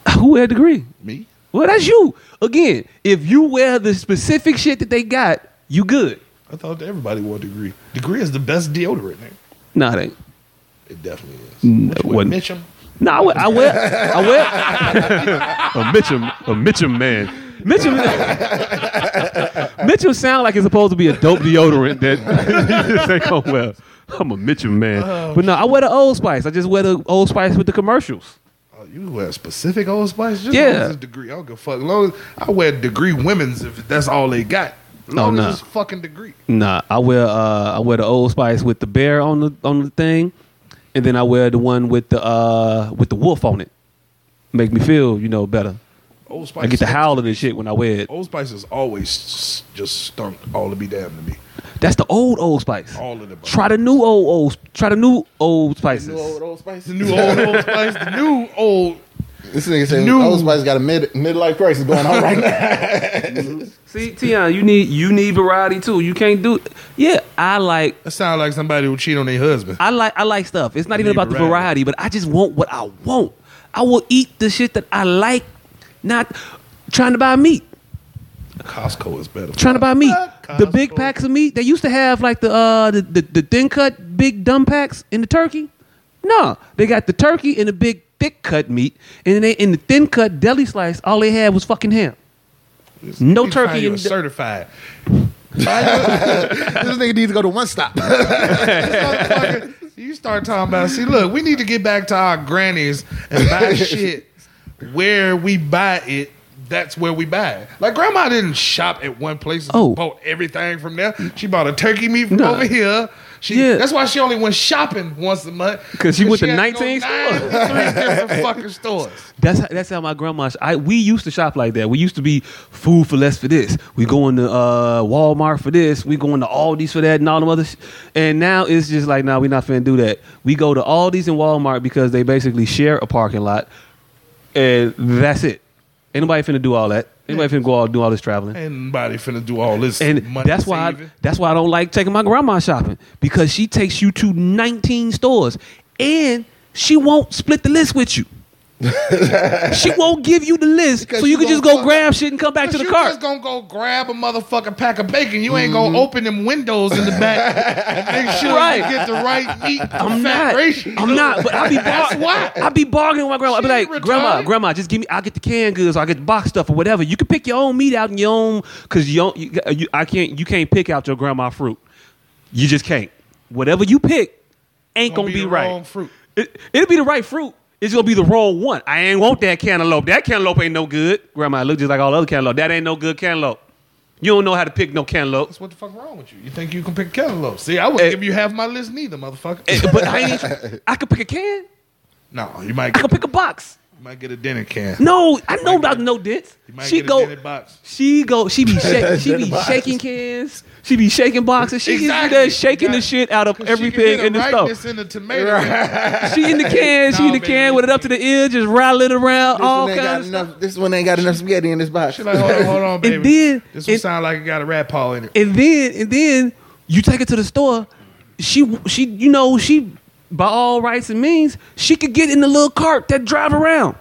Speaker 5: Uh, Who had degree?
Speaker 7: Me?
Speaker 5: Well, that's you. Again, if you wear the specific shit that they got, you good.
Speaker 7: I thought everybody wore a degree. Degree is the best deodorant. Nigga.
Speaker 5: Nah, it ain't.
Speaker 7: It definitely is. What you wear,
Speaker 5: wasn't.
Speaker 7: Mitchum.
Speaker 5: Nah, I wear, I wear, I wear
Speaker 9: A Mitchum, a Mitchum man.
Speaker 5: Mitchell. Mitchell sound like it's supposed to be a dope deodorant that they go well. Oh.
Speaker 9: I'm a Mitchum man.
Speaker 5: But no, I wear the Old Spice. I just wear the Old Spice with the commercials.
Speaker 7: Oh, you wear a specific Old Spice? Just
Speaker 5: Yeah.
Speaker 7: yeah. As a degree. I don't give a fuck. Long as I wear degree women's if that's all they got. Long
Speaker 5: no.
Speaker 7: as it's fucking degree.
Speaker 5: Nah, I wear uh, I wear the Old Spice with the bear on the on the thing, and then I wear the one with the uh, with the wolf on it. Make me feel you know better.
Speaker 7: Old Spice.
Speaker 5: I get the howl of this shit when I wear it.
Speaker 7: Old Spice is always s- just stunk all to be damned to me.
Speaker 5: That's the old Old Spice.
Speaker 7: All of the above.
Speaker 5: Try the new old old. Try the new old spices.
Speaker 6: Old Spice.
Speaker 7: The new old Old Spice, the new old.
Speaker 6: This nigga said
Speaker 7: New.
Speaker 6: Old Spice got a mid midlife crisis going on right now.
Speaker 5: See, Tion, you need you need variety too. You can't do. Yeah, I like
Speaker 7: That sound like somebody who cheat on their husband.
Speaker 5: I like I like stuff. It's not even
Speaker 7: need
Speaker 5: about the
Speaker 7: variety.
Speaker 5: variety, but I just want what I want. I will eat the shit that I like, not trying to buy meat.
Speaker 7: Costco is better.
Speaker 5: Trying to buy meat.
Speaker 7: Costco.
Speaker 5: The big packs of meat. They used to have like the uh the, the, the thin cut big dumb packs in the turkey. No. They got the turkey and the big thick cut meat. And then they in the thin cut deli slice, all they had was fucking ham. No
Speaker 7: He
Speaker 5: turkey
Speaker 7: find you
Speaker 5: in
Speaker 7: a
Speaker 5: the-
Speaker 7: certified.
Speaker 6: this nigga needs to go to one stop.
Speaker 7: Motherfucker, you start talking about. See, look, we need to get back to our grannies and buy shit where we buy it. That's where we buy it. Like grandma didn't shop at one place.
Speaker 5: Oh.
Speaker 7: bought everything from there. She bought a turkey meat from
Speaker 5: No.
Speaker 7: over here. She,
Speaker 5: Yeah,
Speaker 7: That's why she only went shopping once a month.
Speaker 5: 'Cause she went to
Speaker 7: had go nine
Speaker 5: 19 stores.
Speaker 7: different- Three different fucking stores.
Speaker 5: That's how, that's how my grandma. I we used to shop like that. We used to be food for less for this. We going to uh, Walmart for this. We going to Aldi's for that and all the other. Sh- and now it's just like, nah, we not finna do that. We go to Aldi's and Walmart because they basically share a parking lot, and that's it. Ain't nobody finna do all that. Anybody finna go all do all this traveling
Speaker 7: Ain't nobody finna do all this.
Speaker 5: and
Speaker 7: money
Speaker 5: that's why I,
Speaker 7: saving.
Speaker 5: that's why I don't like taking my grandma shopping because she takes you to 19 stores and she won't split the list with you. she won't give you the list so
Speaker 7: she
Speaker 5: you can
Speaker 7: gonna
Speaker 5: just go
Speaker 7: fuck-
Speaker 5: grab shit and come back to the
Speaker 7: you
Speaker 5: car.
Speaker 7: just gonna go grab a motherfucking pack of bacon. You ain't gonna open them windows in the back and make sure
Speaker 5: Mm-hmm. Right.
Speaker 7: you get the right meat.
Speaker 5: I'm not.
Speaker 7: ratio.
Speaker 5: I'm not. But I'll be
Speaker 7: That's
Speaker 5: bar-
Speaker 7: why.
Speaker 5: I'll be bargaining with my grandma. I'll be
Speaker 7: She
Speaker 5: like,
Speaker 7: retarded.
Speaker 5: grandma, grandma, just give me. I'll get the canned goods. Or I'll get the box stuff or whatever. You can pick your own meat out and your own because you don't. You, uh, you, I can't. You can't pick out your grandma fruit. You just can't. Whatever you pick ain't gonna,
Speaker 7: Gonna
Speaker 5: be,
Speaker 7: be the
Speaker 5: right.
Speaker 7: wrong fruit.
Speaker 5: It, it'll be the right fruit. It's gonna be the wrong one. I ain't want that cantaloupe. That cantaloupe ain't no good. Grandma look just like all other cantaloupe. That ain't no good cantaloupe. You don't know how to pick no cantaloupe.
Speaker 7: What the fuck wrong with you? You think you can pick cantaloupe? See, I would
Speaker 5: Eh.
Speaker 7: give you half my list neither, motherfucker.
Speaker 5: But I ain't. I could pick a can.
Speaker 7: no, you might
Speaker 5: I
Speaker 7: get,
Speaker 5: could pick a box.
Speaker 7: you might get a dinner can.
Speaker 5: No, I know about no dents.
Speaker 7: You might
Speaker 5: She
Speaker 7: get a
Speaker 5: go,
Speaker 7: dented box.
Speaker 5: she go, she be shaking, she be shaking cans, she be shaking boxes, she is
Speaker 7: Exactly.
Speaker 5: there shaking the
Speaker 7: Got-
Speaker 5: shit out of
Speaker 7: 'Cause she can
Speaker 5: everything
Speaker 7: get a
Speaker 5: in the
Speaker 7: ripeness
Speaker 5: stove.
Speaker 7: in the tomato.
Speaker 5: She in the can, she in the
Speaker 7: Nah,
Speaker 5: can
Speaker 7: baby.
Speaker 5: with it up to the ear, just rattling around
Speaker 6: This
Speaker 5: all
Speaker 6: one ain't got
Speaker 5: kinds of stuff.
Speaker 6: enough. This one ain't got enough spaghetti in this box.
Speaker 7: She like, hold on, hold on, baby.
Speaker 5: And then-
Speaker 7: this one
Speaker 5: and-
Speaker 7: sound like it got a rat paw in it.
Speaker 5: And then, and then you take her to the store. She, she, you know, she by all rights and means, she could get in the little cart that drive around.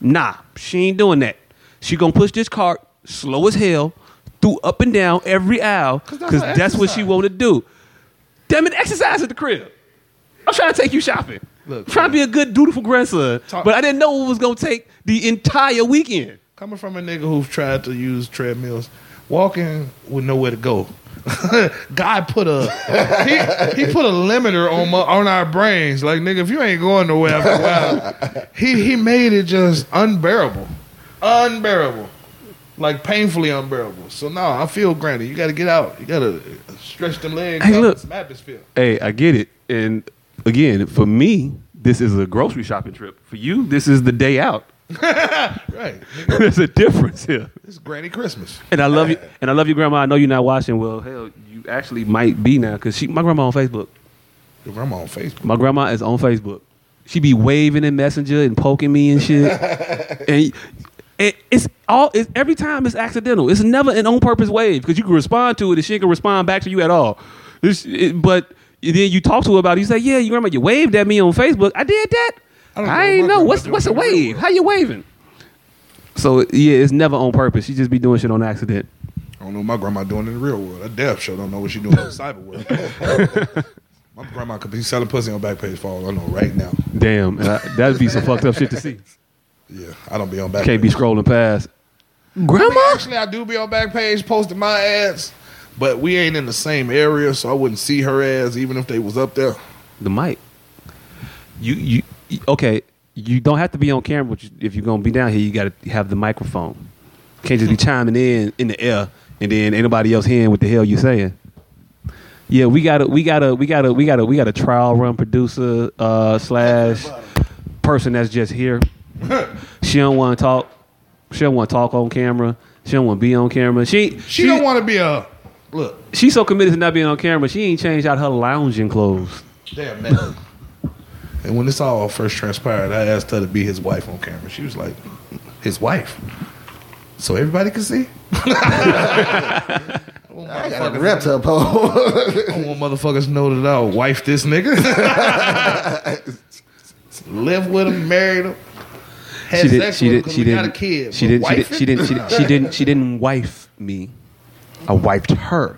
Speaker 5: Nah, she ain't doing that. She gonna push this cart slow as hell through up and down every aisle
Speaker 7: that's
Speaker 5: because
Speaker 7: her
Speaker 5: that's, what she
Speaker 7: exercise.
Speaker 5: want to do. Damn it, exercise at the crib. I'm trying to take you shopping.
Speaker 7: Look,
Speaker 5: trying to be a good, dutiful grandson,
Speaker 7: Talk-
Speaker 5: but I didn't know it was gonna take the entire weekend.
Speaker 7: Coming from a nigga who's tried to use treadmills, walking with nowhere to go. God put a he, he put a limiter on my, on our brains. Like nigga, if you ain't going nowhere after a while, he he made it just unbearable, unbearable, like painfully unbearable. So no, I feel granted. You got to get out. You got to stretch them legs.
Speaker 9: Hey,
Speaker 7: out.
Speaker 9: look.
Speaker 7: Smack his feel.
Speaker 9: Hey, I get it. And again, for me, this is a grocery shopping trip. For you, this is the day out.
Speaker 7: Right.
Speaker 9: There's a difference here.
Speaker 7: It's Granny Christmas.
Speaker 5: And I love you. And I love you, grandma. I know you're not watching. Well, hell, you actually might be now because she, my grandma, on Facebook.
Speaker 7: Your grandma on Facebook.
Speaker 5: My grandma is on Facebook. She be waving in Messenger and poking me and shit. and it, it's all. It's every time it's accidental. It's never an on purpose wave because you can respond to it and she ain't can respond back to you at all. This, it, but then you talk to her about it. You say, "Yeah, you grandma, you waved at me on Facebook. I did that.
Speaker 7: don't
Speaker 5: I,
Speaker 7: know
Speaker 5: ain't
Speaker 7: what
Speaker 5: know
Speaker 7: my
Speaker 5: what's
Speaker 7: grandma
Speaker 5: what's a
Speaker 7: do in the real
Speaker 5: wave. How you waving?" So yeah, it's never on purpose. She just be doing shit on accident.
Speaker 7: I don't know what my grandma doing in the real world. I damn sure don't know what she doing in the cyber world. my grandma could be selling pussy on Backpage for all I know right now.
Speaker 9: Damn, and I- that'd be some fucked up shit to see.
Speaker 7: Yeah, I don't be on Backpage.
Speaker 9: Can't be scrolling past.
Speaker 5: Grandma,
Speaker 7: Actually, I do be on Backpage posting my ads, but we ain't in the same area, so I wouldn't see her ads even if they was up there.
Speaker 5: the mic. You you you- okay? You don't have to be on camera but you- if you're gonna be down here. You got to have the microphone. Can't just be
Speaker 7: Hmm.
Speaker 5: chiming in in the air and then ain't nobody else hearing what the hell you saying. Yeah, we got to we got to we got to we got to we got a trial run producer uh, slash person that's just here. she don't want to talk. She don't want to talk on camera. She don't want to be on camera. She
Speaker 7: She don't want to be a look.
Speaker 5: she's so committed to not being on camera. She ain't changed out her lounging clothes.
Speaker 7: Damn man. and when this all first transpired, I asked her to be his wife on camera. She was like, "His wife." So everybody could see.
Speaker 6: I got a rep to uphold.
Speaker 7: I don't want motherfuckers to know that I'll wife this nigga. Live with him, married him. Had
Speaker 5: she
Speaker 7: sex
Speaker 5: she
Speaker 7: with him
Speaker 5: did,
Speaker 7: 'cause
Speaker 5: she
Speaker 7: we
Speaker 5: didn't,
Speaker 7: got a kid.
Speaker 5: She
Speaker 7: but
Speaker 5: didn't,
Speaker 7: wife
Speaker 5: she, did, she
Speaker 7: him?
Speaker 5: didn't. She didn't. She didn't. She didn't wife me. I wiped her.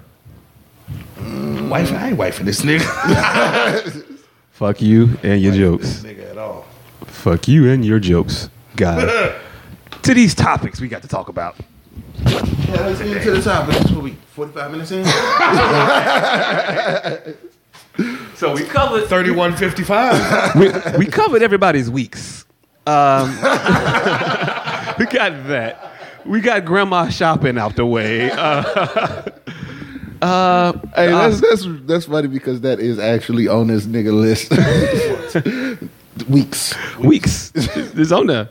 Speaker 7: Wife, I ain't wifing this nigga.
Speaker 9: Fuck you and your jokes.
Speaker 7: nigga at all.
Speaker 9: Fuck you and your jokes. God.
Speaker 5: To these topics we got to talk about.
Speaker 6: Yeah, let's get into the topic. This will be 45 minutes in.
Speaker 5: So we covered.
Speaker 7: 3155.
Speaker 5: We, we covered everybody's weeks. Um, we got that. We got grandma shopping out the way. Uh,
Speaker 6: Hey, that's, that's that's funny because that is actually on this nigga list. Weeks.
Speaker 5: weeks. It's on there.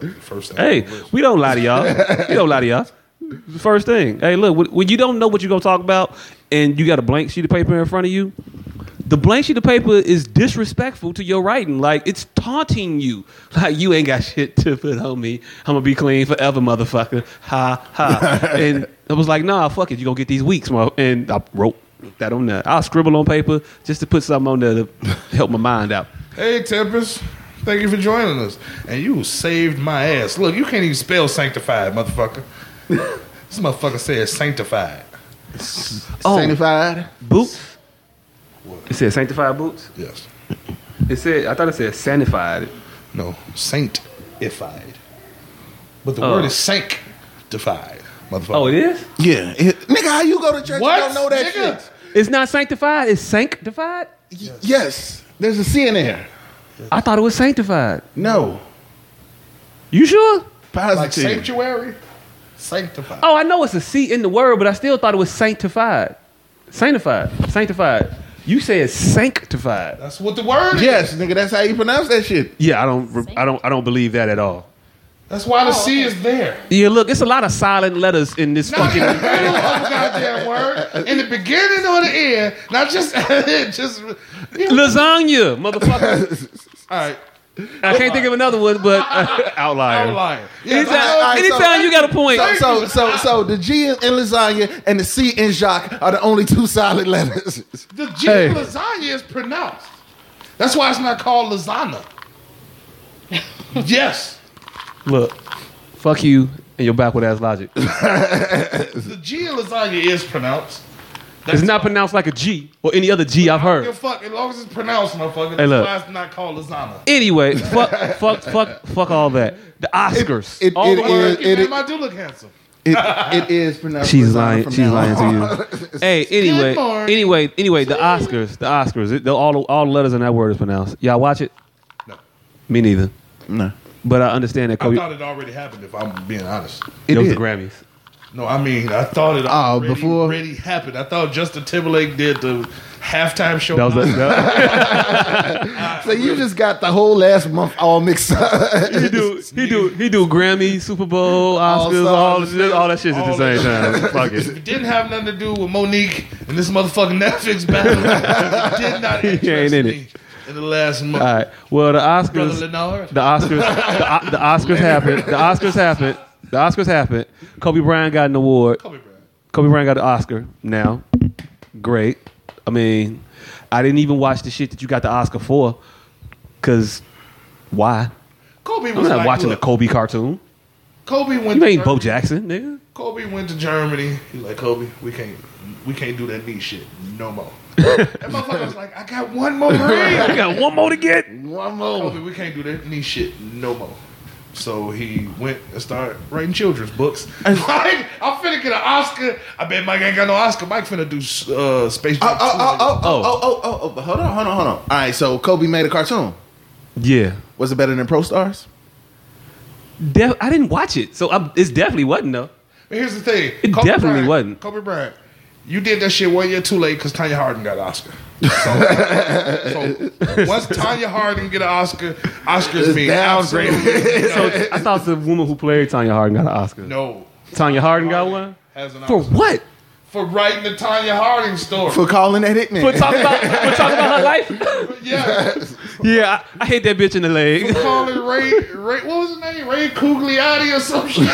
Speaker 7: Oh, First thing.
Speaker 5: Hey, we don't lie to y'all. We don't lie to y'all. The First thing, hey, look, when- when you don't know what you're gonna talk about, and you got a blank sheet of paper in front of you, the blank sheet of paper is disrespectful to your writing. Like it's taunting you. Like you ain't got shit to put on me. I'm gonna be clean forever, motherfucker. Ha ha. and I was like, nah, fuck it. You gonna get these weeks, mo. And I wrote that on there. I'll scribble on paper just to put something on there to help my mind out.
Speaker 7: Hey, Tempest. Thank you for joining us. And you saved my ass. Look, you can't even spell sanctified, motherfucker. this motherfucker said sanctified.
Speaker 5: Oh,
Speaker 6: Sanctified.
Speaker 5: Boots. It said sanctified boots.
Speaker 7: Yes.
Speaker 5: It said I thought it said sanified.
Speaker 7: No, saintified. But the
Speaker 5: Oh.
Speaker 7: word is sanctified, motherfucker.
Speaker 5: Oh, it is.
Speaker 6: Yeah. It- nigga, how you go to church
Speaker 7: What?
Speaker 6: and don't know that
Speaker 7: Nigga.
Speaker 6: shit?
Speaker 5: It's not sanctified. It's sanctified.
Speaker 6: Yes. There's a C in there.
Speaker 5: I thought it was sanctified.
Speaker 6: No.
Speaker 5: You sure?
Speaker 7: Like
Speaker 6: Positive.
Speaker 7: sanctuary, sanctified.
Speaker 5: Oh, I know it's a C in the word, but I still thought it was sanctified. Sanctified. Sanctified. You said sanctified.
Speaker 7: That's what the word is.
Speaker 6: yes, nigga, that's how you pronounce that shit.
Speaker 5: Yeah, I don't. I don't. I don't believe that at all.
Speaker 7: That's why the
Speaker 6: Oh,
Speaker 7: C is there.
Speaker 5: Yeah, look, it's a lot of silent letters in this
Speaker 7: Not in the middle of
Speaker 5: fucking.
Speaker 7: the goddamn word. In the beginning or the end. Not just just all
Speaker 5: Lasagna, motherfucker.
Speaker 7: right.
Speaker 5: I can't think of another one, but outlier.
Speaker 7: I'm lying. Yeah,
Speaker 5: Anytime,
Speaker 7: all right,
Speaker 5: anytime
Speaker 6: so-
Speaker 5: you got a point,
Speaker 6: So, so, so, so the G in, in lasagna and the C in Jacques are the only two solid letters.
Speaker 7: the G
Speaker 9: Hey.
Speaker 7: lasagna is pronounced. That's why it's not called lasagna. yes.
Speaker 5: look, fuck you and your backward ass logic.
Speaker 7: The G in lasagna is pronounced.
Speaker 5: It's not pronounced like a G or any other G I've heard.
Speaker 7: Give a fuck, as long as it's pronounced, motherfucker. That's
Speaker 5: look.
Speaker 7: why it's not called lasagna.
Speaker 5: Anyway, fuck, fuck, fuck, fuck all that. The Oscars.
Speaker 6: it-
Speaker 5: all
Speaker 6: it
Speaker 5: the
Speaker 6: is-
Speaker 5: words.
Speaker 7: It,
Speaker 6: it-
Speaker 7: I do look handsome.
Speaker 6: It, it is pronounced.
Speaker 5: She's
Speaker 6: Madonna
Speaker 5: lying.
Speaker 6: from
Speaker 5: She's
Speaker 6: now
Speaker 5: lying
Speaker 6: on.
Speaker 5: to you. hey, anyway,
Speaker 6: morning.
Speaker 5: anyway, anyway, the Oscars, the Oscars. It, the, all the- all the letters in that word is pronounced. Y'all watch it? No. Me neither.
Speaker 4: No.
Speaker 5: But I understand that
Speaker 7: I
Speaker 5: Kobe.
Speaker 7: thought it already happened. If I'm being honest,
Speaker 5: It was the Grammys.
Speaker 7: No, I mean I thought it
Speaker 5: Ah,
Speaker 7: already,
Speaker 6: before-
Speaker 7: already happened. I thought Justin Timberlake did the halftime show.
Speaker 5: That was a, that,
Speaker 6: So you just got the whole last month all mixed up.
Speaker 5: he do he do he do Grammy, Super Bowl, Oscars,
Speaker 6: All-Stars,
Speaker 5: all this shit- all that shit at the
Speaker 7: all
Speaker 5: same
Speaker 7: that
Speaker 5: time. Fuck it.
Speaker 7: It didn't have nothing to do with Monique and this motherfucking Netflix battle. It did not
Speaker 5: He ain't
Speaker 7: interest
Speaker 5: in Uh,
Speaker 7: me in the last month.
Speaker 5: All right. Well, the
Speaker 7: Brother
Speaker 5: Oscars,
Speaker 7: Lenard.
Speaker 5: the Oscars, the, O- the Oscars happened. The Oscars happened. The Oscars happened. Kobe Bryant got an award.
Speaker 7: Kobe Bryant.
Speaker 5: Kobe Bryant got an Oscar. Now, great. I mean, I didn't even watch the shit that you got the Oscar for, cause why?
Speaker 7: Kobe was
Speaker 5: I'm not
Speaker 7: like,
Speaker 5: watching
Speaker 7: look,
Speaker 5: the Kobe cartoon.
Speaker 7: Kobe went.
Speaker 5: You
Speaker 7: to
Speaker 5: ain't
Speaker 7: Germany.
Speaker 5: Bo Jackson, nigga.
Speaker 7: Kobe went to Germany. He's like, Kobe, we can't, we can't do that knee shit no more. that motherfucker was like, I got one more ring.
Speaker 5: I got one more to get.
Speaker 6: One more.
Speaker 5: Oh.
Speaker 7: Kobe, we can't do that knee shit no more. So he went and started writing children's books. like, I'm finna get an Oscar. I bet Mike ain't got no Oscar. Mike finna do uh, Space Jam.
Speaker 6: Oh, oh,
Speaker 7: 2.
Speaker 6: oh, oh, oh, oh, oh, oh, oh, but hold on, hold on, hold on. All right, so Kobe made a cartoon.
Speaker 5: Yeah,
Speaker 6: Was it better than Pro Stars?
Speaker 5: Def- I didn't watch it, so I'm, it's definitely wasn't though.
Speaker 7: But here's the thing.
Speaker 5: It definitely
Speaker 7: Bryant,
Speaker 5: wasn't.
Speaker 7: Kobe Bryant, you did that shit one year too late because Tanya Harding got an Oscar. So, so once Tanya Harding get an Oscar, Oscars mean absolutely
Speaker 5: So I thought the woman who played Tanya Harding got an Oscar.
Speaker 7: no.
Speaker 5: Tanya Harding got one.
Speaker 7: Has an
Speaker 5: For
Speaker 7: Oscar.
Speaker 5: what?
Speaker 7: For writing the Tanya Harding story.
Speaker 6: For calling that hitman.
Speaker 5: We're talking about we're talking about her life.
Speaker 7: yeah.
Speaker 5: yeah, I, I hit that bitch in the leg.
Speaker 7: calling Ray, Ray, what was his name? Ray Cugliotti or some shit.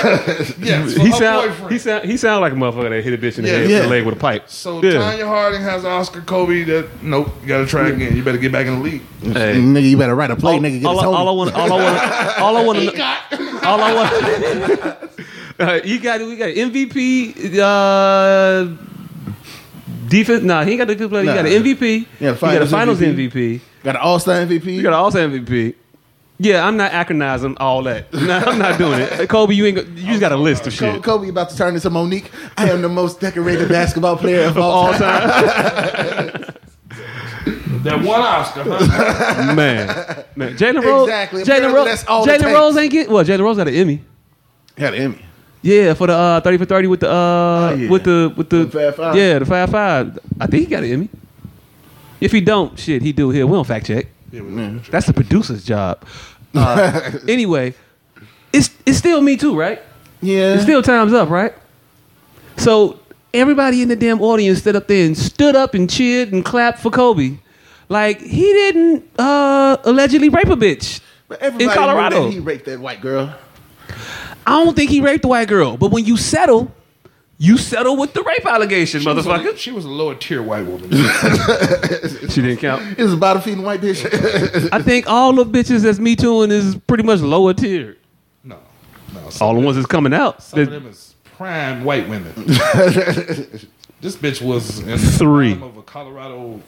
Speaker 7: Yes, for
Speaker 5: He
Speaker 7: her
Speaker 5: sound,
Speaker 7: boyfriend.
Speaker 5: he sound he sound like a motherfucker that hit a bitch in the,
Speaker 7: Yeah.
Speaker 5: head, in
Speaker 6: Yeah.
Speaker 5: the leg with a pipe.
Speaker 7: so
Speaker 5: Yeah.
Speaker 7: Tanya Harding has an Oscar. Kobe, that nope, you gotta try again. You better get back in the league.
Speaker 5: Hey.
Speaker 6: nigga, you better write a play, nigga. Get
Speaker 5: all,
Speaker 6: his
Speaker 5: I- all I
Speaker 6: Tony.
Speaker 5: want, all I want, all I want, all I want. Uh, you got, we got MVP, uh, defense. Nah, he ain't got the good player.
Speaker 6: Nah.
Speaker 5: You got an MVP.
Speaker 6: Yeah,
Speaker 5: you got a
Speaker 6: finals
Speaker 5: finals MVP.
Speaker 6: Got an All Star MVP.
Speaker 5: You got an also MVP. Yeah, I'm not acronizing all that. No, I'm not doing it. Kobe, you ain't. go- You just got a list of
Speaker 6: Kobe,
Speaker 5: shit.
Speaker 6: Kobe about to turn into Monique. I am the most decorated basketball player of all,
Speaker 5: All
Speaker 6: time.
Speaker 5: time,
Speaker 7: That one Oscar, huh?
Speaker 5: man. Man, Jalen Rose.
Speaker 6: Exactly.
Speaker 5: Jalen
Speaker 6: Apparently
Speaker 5: Rose.
Speaker 6: that's all it
Speaker 5: Jalen
Speaker 6: takes.
Speaker 5: Rose ain't get. Well, Jalen Rose got an Emmy.
Speaker 6: Got an Emmy.
Speaker 5: Yeah, for the uh, thirty for thirty with the uh,
Speaker 6: Oh, yeah.
Speaker 5: with the with the
Speaker 6: The Fab Five.
Speaker 5: yeah the five five. I think he got an Emmy. If he don't, shit, he do here. We don't fact check. That's the producer's job. Uh, anyway, it's it's still me too, right?
Speaker 6: Yeah.
Speaker 5: It's still time's up, right? So everybody in the damn audience stood up there and stood up and cheered and clapped for Kobe. Like he didn't uh, allegedly rape a bitch.
Speaker 6: but everybody
Speaker 5: in
Speaker 6: knew
Speaker 5: Colorado.
Speaker 6: that he raped that white girl.
Speaker 5: I don't think he raped the white girl, but when you settle, you settle with the rape allegation, motherfucker.
Speaker 7: She was a lower tier white woman.
Speaker 5: She didn't count.
Speaker 6: It was about a feeding white bitch.
Speaker 5: I think all the bitches that's me tooing is pretty much lower tier.
Speaker 7: No, no. Some,
Speaker 5: All the ones that's coming out.
Speaker 7: some of
Speaker 5: that-
Speaker 7: them is prime white women. this bitch was in the
Speaker 5: Three.
Speaker 7: bottom of a Colorado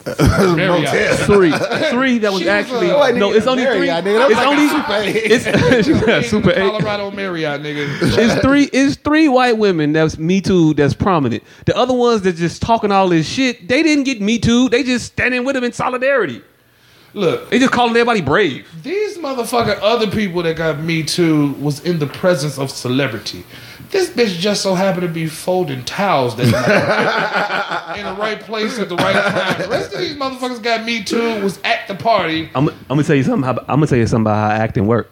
Speaker 7: Marriott.
Speaker 5: Three, three. That was
Speaker 7: She was,
Speaker 5: actually
Speaker 7: uh, white
Speaker 5: no. It's only three.
Speaker 6: Marriott, nigga. That was
Speaker 5: It's
Speaker 6: like
Speaker 5: only it's yeah,
Speaker 7: Ain't
Speaker 5: super
Speaker 7: in the
Speaker 5: eight.
Speaker 7: Colorado Marriott, nigga.
Speaker 5: It's three. It's three white women. That's me too. That's prominent. The other ones that just talking all this shit. They didn't get me too. They just standing with them in solidarity.
Speaker 7: Look,
Speaker 5: They just calling everybody brave.
Speaker 7: These motherfucking other people that got Me Too was in the presence of celebrity. This bitch just so happened to be folding towels that night. in the right place at the right time. The rest of these motherfuckers got Me Too was at the party.
Speaker 5: I'm, I'm gonna tell you something. How, I'm gonna tell you something about how acting work.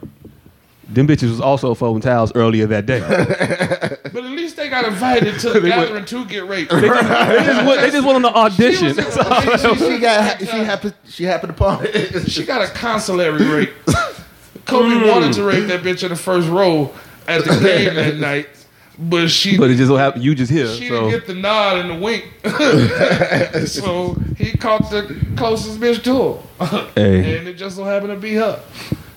Speaker 5: Them bitches was also folding towels earlier that day. they,
Speaker 7: But at least they got invited to the gathering to get raped.
Speaker 5: just went, they just went on the
Speaker 7: She,
Speaker 5: audition.
Speaker 7: was in a- she- she-
Speaker 6: she got. She happened. She happened upon.
Speaker 7: she got a consulary rape. Kobe wanted to rape that bitch in the first row at the game
Speaker 6: Mm.
Speaker 7: that night, but she
Speaker 5: but it just so happened you just here.
Speaker 7: She
Speaker 5: so
Speaker 7: didn't get the nod and the wink. so he caught the closest bitch to her.
Speaker 5: Hey.
Speaker 7: And it just so happened to be her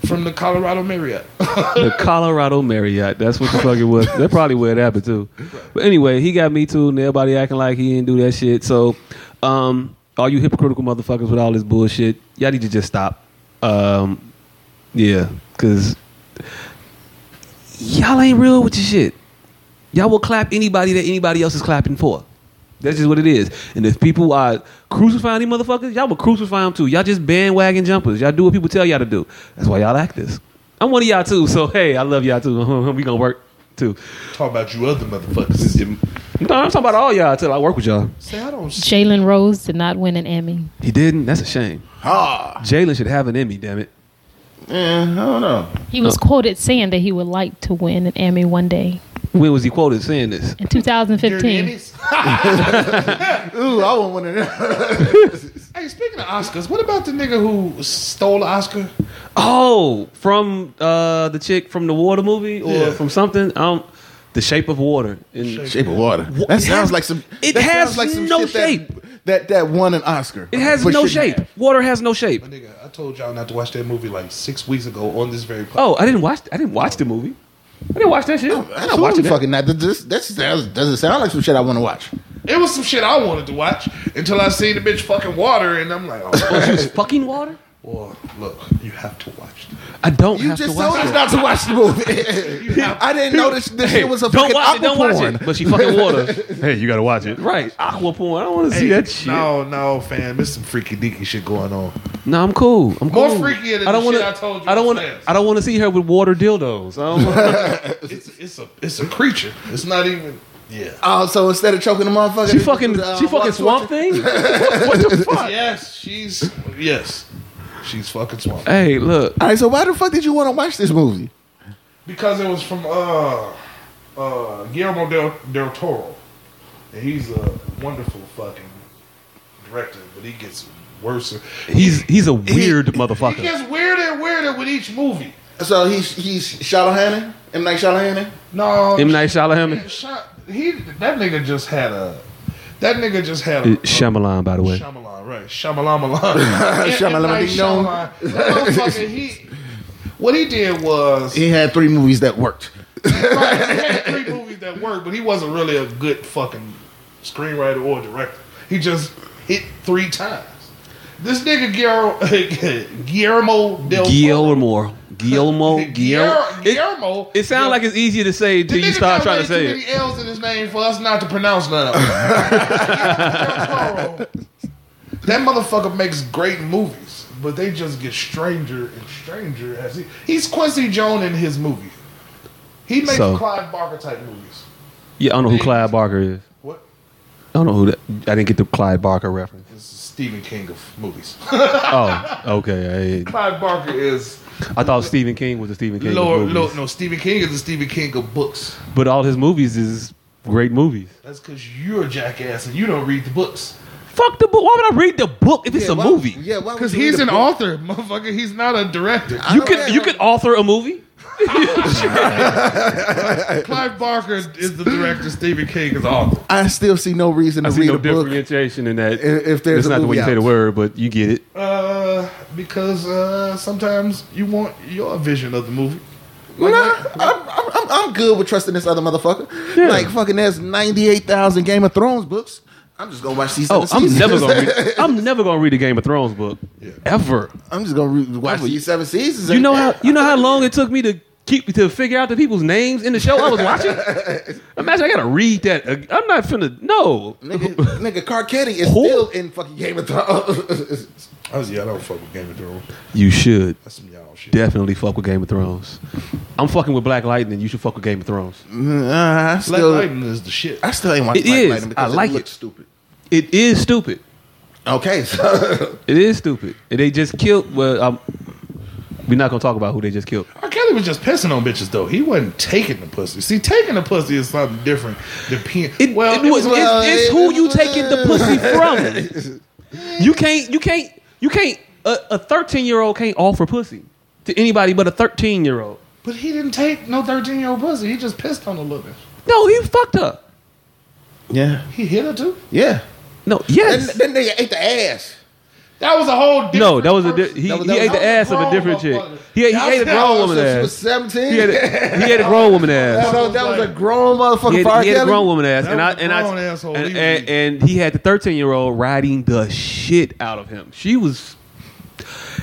Speaker 7: from the Colorado Marriott.
Speaker 5: the Colorado Marriott. That's what the fuck it was. That's probably where it happened too. But anyway, he got me too, and everybody acting like he didn't do that shit. So, um, all you hypocritical motherfuckers with all this bullshit, y'all need to just stop. Um, yeah, cause y'all ain't real with your shit. Y'all will clap anybody that anybody else is clapping for. That's just what it is. And if people are crucifying these motherfuckers, y'all will crucify them too. Y'all just bandwagon jumpers. Y'all do what people tell y'all to do. That's why y'all act this. I'm one of y'all too, so hey, I love y'all too. we gonna work too.
Speaker 7: Talk about you other motherfuckers.
Speaker 5: No, I'm talking about all y'all till I work with y'all.
Speaker 7: Say I don't.
Speaker 10: Jalen Rose did not win an Emmy.
Speaker 5: He didn't. That's a shame.
Speaker 6: Ha!
Speaker 5: Jalen should have an Emmy. Damn it.
Speaker 6: Yeah, I don't know.
Speaker 10: He was
Speaker 5: Oh.
Speaker 10: quoted saying that he would like to win an Emmy one day
Speaker 5: When was he quoted saying this?
Speaker 10: in 2015.
Speaker 6: Ooh, I want one of them.
Speaker 7: Hey, speaking of Oscars, what about the nigga who stole an Oscar?
Speaker 5: Oh, from uh, the chick from the water movie or
Speaker 7: Yeah.
Speaker 5: from something. Um, the Shape of Water. And
Speaker 6: Shape of Water.
Speaker 5: Wha-
Speaker 6: That
Speaker 5: it
Speaker 6: sounds
Speaker 5: has-
Speaker 6: like some.
Speaker 5: it
Speaker 6: that
Speaker 5: has
Speaker 6: sounds like some
Speaker 5: no
Speaker 6: shit that-
Speaker 5: shape.
Speaker 6: That, that won an Oscar.
Speaker 5: It has
Speaker 6: But
Speaker 5: no
Speaker 6: shouldn't
Speaker 5: shape.
Speaker 6: have.
Speaker 5: Water has no shape.
Speaker 7: Nigga, I told y'all not to watch that movie like six weeks ago on this very podcast.
Speaker 5: Oh, I didn't watch. I didn't watch the movie. I didn't watch that shit.
Speaker 6: I'm not watching fucking that. That just- that sounds- doesn't sound like some shit I want to watch.
Speaker 7: It was some shit I wanted to watch until I seen the bitch fucking water, and I'm like, oh,
Speaker 5: But you was fucking water.
Speaker 7: well, look, you have to watch.
Speaker 5: I don't
Speaker 6: You
Speaker 5: have to
Speaker 6: just
Speaker 5: watch
Speaker 6: told us
Speaker 5: it.
Speaker 6: not to watch the movie. I didn't know this, this shit was a
Speaker 5: Don't
Speaker 6: fucking
Speaker 5: watch it.
Speaker 6: aqua
Speaker 5: Don't watch
Speaker 6: porn.
Speaker 5: it. But she fucking water.
Speaker 9: Hey, you got to watch it.
Speaker 5: right. Aqua porn. I don't want to see
Speaker 7: Hey,
Speaker 5: that shit. No.
Speaker 7: No, no, fam, there's some freaky deaky shit going on.
Speaker 5: I'm cool. I'm
Speaker 7: More
Speaker 5: cool.
Speaker 7: freakier than
Speaker 5: I don't
Speaker 7: the shit
Speaker 5: wanna-
Speaker 7: I told you
Speaker 5: I don't want to.
Speaker 7: upstairs.
Speaker 5: I don't want to see her with water dildos. I don't wanna-
Speaker 7: It's it's a it's a creature. It's not even. Yeah.
Speaker 6: Oh, so instead of choking the motherfucker,
Speaker 5: she
Speaker 6: they-
Speaker 5: fucking.
Speaker 6: uh,
Speaker 5: She fucking
Speaker 6: watch
Speaker 5: swamp
Speaker 6: torture?
Speaker 5: thing. What the fuck?
Speaker 7: Yes, she's yes, she's fucking swamp.
Speaker 5: Hey, look.
Speaker 6: All right, so why the fuck did you want to watch this movie?
Speaker 7: Because it was from uh uh Guillermo del, del Toro. And he's a wonderful fucking director, but he gets worse.
Speaker 5: He's he's a weird motherfucker.
Speaker 7: He gets weirder and weirder with each movie.
Speaker 6: So he's he's Shalahanan, M Night Shalahanan.
Speaker 7: No,
Speaker 5: M Night Shyamalan.
Speaker 7: shot, he that nigga just had a that nigga just had a,
Speaker 5: Uh, Shyamalan, by the way.
Speaker 7: Shyamalan, right? Shyamalan, Malan.
Speaker 6: Shyamalan, ding dong.
Speaker 7: That motherfucker, he. What he did was
Speaker 6: He had three movies that worked.
Speaker 7: Right, he had three movies that worked, but he wasn't really a good fucking screenwriter or director. He just hit three times. This nigga Guillermo, Guillermo del Toro-
Speaker 5: Guillermo. Guillermo. Guillermo.
Speaker 7: Guillermo.
Speaker 5: It,
Speaker 7: Guillermo
Speaker 5: it sounds like it's easier to say
Speaker 7: The
Speaker 5: till you
Speaker 7: nigga got
Speaker 5: start trying to
Speaker 7: way
Speaker 5: say
Speaker 7: too
Speaker 5: it.
Speaker 7: many L's in his name for us not to pronounce none of them. Guillermo del Toro. that motherfucker makes great movies, but they just get stranger and stranger as he he's Quincy Jones in his movie. He makes
Speaker 5: So-
Speaker 7: Clive Barker type movies.
Speaker 5: Yeah, I don't know who Clyde Barker is.
Speaker 7: What?
Speaker 5: I don't know who that. I didn't get the Clyde Barker reference.
Speaker 7: This is Stephen King of movies.
Speaker 5: Oh, okay. I,
Speaker 7: Clive Barker is
Speaker 5: I thought Stephen King was a Stephen King. of
Speaker 7: Lord,
Speaker 5: movies.
Speaker 7: Lord, no Stephen King is the Stephen King of books.
Speaker 5: But all his movies is great movies.
Speaker 7: That's because you're a jackass and you don't read the books.
Speaker 5: Fuck the book. Why would I read the book if it's a
Speaker 6: why-
Speaker 5: movie?
Speaker 6: Yeah, why would
Speaker 7: Because
Speaker 6: you read
Speaker 7: he's
Speaker 6: a
Speaker 7: an
Speaker 6: book?
Speaker 7: author, motherfucker. He's not a director.
Speaker 5: You
Speaker 6: know that.
Speaker 5: could you could author a movie.
Speaker 7: Clive Barker is the director. Stephen King is the author.
Speaker 6: I still see no reason to
Speaker 5: I see
Speaker 6: read
Speaker 5: no
Speaker 6: a book.
Speaker 5: differentiation in that.
Speaker 6: If- if there's
Speaker 5: that's
Speaker 6: a
Speaker 5: not the way
Speaker 6: movie
Speaker 5: you say
Speaker 6: out.
Speaker 5: the word, but you get it.
Speaker 7: Uh, because uh, sometimes you want your vision of the movie.
Speaker 6: Well, I, I'm, I'm, I'm good with trusting this other motherfucker. Like fucking, there's ninety eight thousand Game of Thrones books. I'm just gonna watch these.
Speaker 5: Oh,
Speaker 6: other
Speaker 5: I'm
Speaker 6: seasons.
Speaker 5: never gonna read, I'm never gonna read a Game of Thrones book ever.
Speaker 6: I'm just gonna re- watch these seven seasons.
Speaker 5: You
Speaker 6: and-
Speaker 5: know how you know how long it took me to keep to figure out the people's names in the show I was watching. Imagine I gotta read that. ag- I'm not finna. No,
Speaker 6: Nigga, nigga Carcetti is
Speaker 5: Who?
Speaker 6: still in fucking Game of Thrones.
Speaker 7: I was, yeah, I don't fuck with Game of Thrones.
Speaker 5: you should
Speaker 7: That's some y'all shit.
Speaker 5: definitely fuck with Game of Thrones. I'm fucking with Black Lightning. You should fuck with Game of Thrones.
Speaker 6: Nah, I
Speaker 7: Black
Speaker 6: still,
Speaker 7: Lightning is the shit.
Speaker 6: I still ain't watching
Speaker 5: It
Speaker 6: Black
Speaker 5: is.
Speaker 6: Lightning because
Speaker 5: I like
Speaker 6: it looks
Speaker 5: it.
Speaker 6: stupid.
Speaker 5: It is stupid.
Speaker 6: Okay, so
Speaker 5: It is stupid. And they just killed. Well, um, we're not gonna talk about who they just killed.
Speaker 7: R. Kelly was just pissing on bitches though. He wasn't taking the pussy. See, taking the pussy is something different than peeing.
Speaker 5: It,
Speaker 7: well, uh,
Speaker 5: it was,
Speaker 6: well,
Speaker 5: it's, it's
Speaker 6: it-
Speaker 5: who you taking the pussy from. You can't. You can't. You can't. A thirteen year old can't offer pussy to anybody but a thirteen year old.
Speaker 7: but he didn't take no thirteen year old pussy. He just pissed on a little bit.
Speaker 5: No, he fucked up.
Speaker 6: yeah,
Speaker 7: He hit her too.
Speaker 6: yeah.
Speaker 5: No,
Speaker 6: That,
Speaker 5: yes.
Speaker 6: that nigga ate the ass.
Speaker 7: That was a whole. Different
Speaker 5: no, that was a di-
Speaker 7: person.
Speaker 5: he,
Speaker 6: That was-
Speaker 5: he
Speaker 6: that
Speaker 5: ate
Speaker 6: was-
Speaker 5: the ass of a different chick.
Speaker 7: Grown
Speaker 5: He, ate- he ate a grown woman
Speaker 6: So she was
Speaker 5: ass.
Speaker 6: seventeen.
Speaker 5: He ate a, he ate a grown woman ass.
Speaker 6: so that was a grown motherfucking
Speaker 5: He
Speaker 6: R.
Speaker 5: had, he had a
Speaker 6: Kelly?
Speaker 5: grown woman ass,
Speaker 7: That
Speaker 5: and I
Speaker 7: was a
Speaker 5: and I
Speaker 7: grown asshole.
Speaker 5: and,
Speaker 7: He
Speaker 5: and,
Speaker 7: was-
Speaker 5: and he had the thirteen year old riding the shit out of him. She was,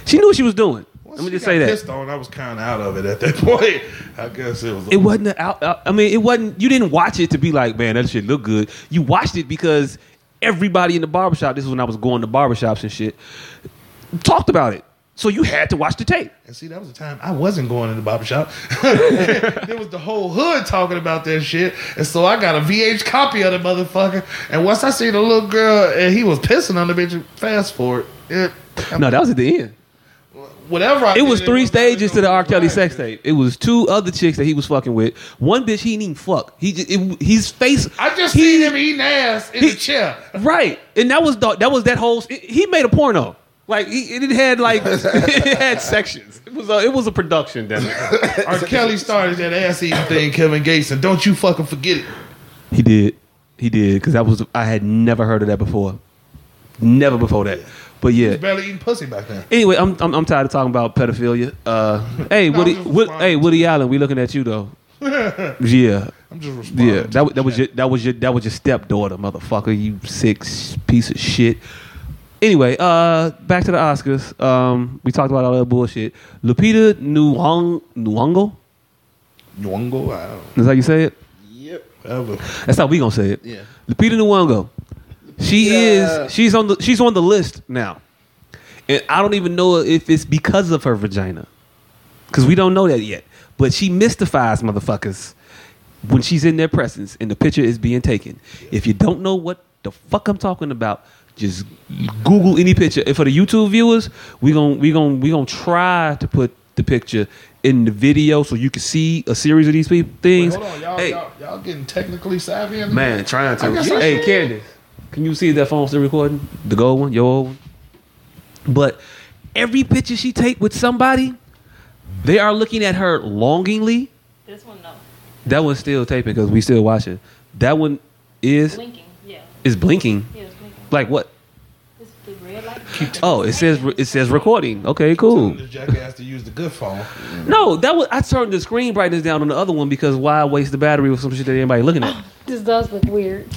Speaker 5: she knew what she was doing. Let me just say that.
Speaker 7: Pissed on, I was kind of out of it at that point. I guess it was.
Speaker 5: It wasn't. a out- out- I mean, it wasn't. You didn't watch it to be like, man, that shit look good. You watched it because everybody in the barbershop. This is when I was going to barbershops and shit. Talked about it, so you had to watch the tape.
Speaker 7: And see, that was the time I wasn't going to the barbershop. there was the whole hood talking about that shit. And so I got a VH copy of the motherfucker. And once I seen the little girl and he was pissing on the bitch, fast forward. It,
Speaker 5: No, that was at the end.
Speaker 7: whatever I
Speaker 5: it was
Speaker 7: did,
Speaker 5: three stages to the R. Kelly sex tape. It was two other chicks that he was fucking with. One bitch he didn't even fuck. He just, it, his face.
Speaker 7: I just seen him eating ass in the chair.
Speaker 5: Right, and that was the, that was that whole. It, he made a porno. Like he, it had like it had sections. It was a, it was a production. Damn it.
Speaker 7: R. Kelly started that ass eating thing, Kevin Gates, and don't you fucking forget it.
Speaker 5: He did. He did because that was I had never heard of that before, never before that. But
Speaker 7: He
Speaker 5: yeah.
Speaker 7: was barely eating pussy back then.
Speaker 5: Anyway, I'm, I'm I'm tired of talking about pedophilia. Uh, hey Woody, Wood, hey Woody Allen, we looking at you though. Yeah.
Speaker 7: I'm just responding.
Speaker 5: Yeah, that, wa- that was your that was your that was your stepdaughter, motherfucker. You sick s- piece of shit. Anyway, uh, back to the Oscars. Um, we talked about all that bullshit. Lupita Nyong Nyong'o,
Speaker 7: Nyong'o, I don't
Speaker 5: is that how you say it?
Speaker 6: Yep.
Speaker 5: That's how we gonna say it.
Speaker 6: Yeah.
Speaker 5: Lupita Nyong'o. She
Speaker 6: Lupita.
Speaker 5: is. She's on the. She's on the list now, and I don't even know if it's because of her vagina, because we don't know that yet. But she mystifies motherfuckers when she's in their presence and the picture is being taken. If you don't know what the fuck I'm talking about, just Google any picture. And for the YouTube viewers, we gon' we gon' we gonna try to put the picture in the video so you can see a series of these people things.
Speaker 7: Hold on, y'all, y'all, y'all getting technically savvy? in
Speaker 5: Man,
Speaker 7: this?
Speaker 5: trying
Speaker 7: I
Speaker 5: to.
Speaker 7: guess I
Speaker 5: hey,
Speaker 7: should.
Speaker 5: Candace, can you see if that phone still recording? The gold one, your old one. But every picture she take with somebody, they are looking at her longingly.
Speaker 10: This one, no.
Speaker 5: That one's still taping because we still watching. That one is
Speaker 10: Blinking, yeah.
Speaker 5: is blinking.
Speaker 10: Yeah, it's blinking.
Speaker 5: Like what?
Speaker 10: It's the red light.
Speaker 5: Oh, it says it says recording. Okay, cool.
Speaker 7: This jackass to use the good phone.
Speaker 5: No, that was I turned the screen brightness down on the other one because why waste the battery with some shit that anybody looking at?
Speaker 10: This does look weird.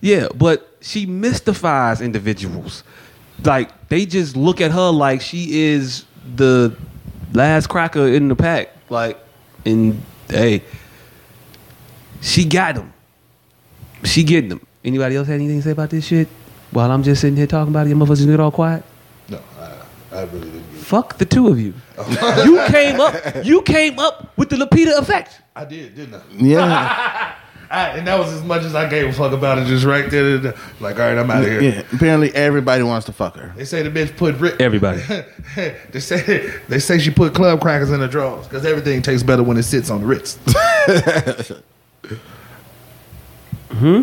Speaker 5: yeah, but she mystifies individuals. Like they just look at her like she is the last cracker in the pack. Like, and hey, she got them. She getting them. Anybody else had anything to say about this shit? While I'm just sitting here talking about it, your motherfuckers get all quiet.
Speaker 7: No, I, I really didn't.
Speaker 5: Fuck the two of you. you came up. You came up with the Lapita effect.
Speaker 7: I did, didn't I?
Speaker 6: Yeah.
Speaker 7: I, and that was as much as I gave a fuck about it. Just right there, there, there. like, all right, I'm out of here.
Speaker 6: Yeah. Apparently everybody wants to fuck her.
Speaker 7: They say the bitch put Rick.
Speaker 5: Everybody.
Speaker 7: they say they say she put club crackers in her drawers because everything tastes better when it sits on the Ritz.
Speaker 5: Hmm.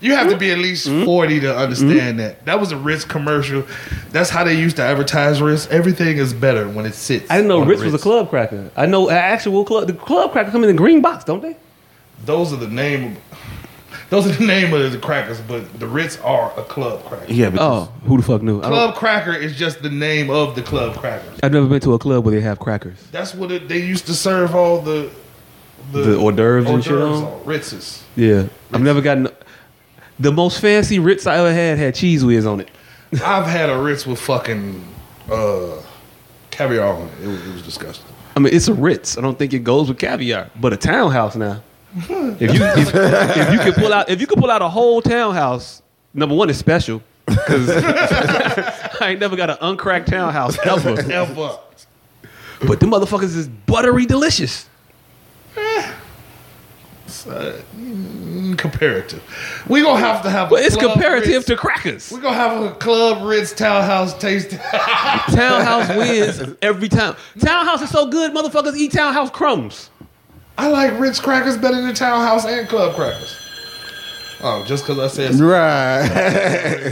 Speaker 7: You have to be at least
Speaker 5: Hmm?
Speaker 7: forty to understand that. That was a Ritz commercial. That's how they used to advertise Ritz. Everything is better when it sits.
Speaker 5: I didn't know
Speaker 7: on the
Speaker 5: Ritz was a club cracker. I know an actual club. The club cracker come in a green box, don't they?
Speaker 7: Those are the name. Of, those are the name of the crackers, but the Ritz are a club cracker.
Speaker 5: Yeah. oh, who the fuck knew? I don't-
Speaker 7: Club cracker is just the name of the club cracker.
Speaker 5: I've never been to a club where they have crackers.
Speaker 7: That's what it, they used to serve all the
Speaker 5: The hors d'oeuvres and shit on?
Speaker 7: Ritzes.
Speaker 5: Yeah, I've never gotten the most fancy Ritz I ever had had cheese whiz on it.
Speaker 7: I've had a Ritz with fucking uh, caviar on it. It was, it was disgusting.
Speaker 5: I mean, it's a Ritz. I don't think it goes with caviar, but a townhouse now. If you if, if you could pull out if you could pull out a whole townhouse, number one is special because I ain't never got an uncracked townhouse ever.
Speaker 7: Ever.
Speaker 5: But the motherfuckers is buttery delicious.
Speaker 7: It's, uh, mm, comparative. We gonna have to have.
Speaker 5: Well, it's comparative to crackers.
Speaker 7: We gonna have a club Ritz townhouse taste.
Speaker 5: Townhouse wins every time. Townhouse is so good, motherfuckers eat townhouse crumbs.
Speaker 7: I like Ritz crackers better than townhouse and club crackers. Oh, just because I said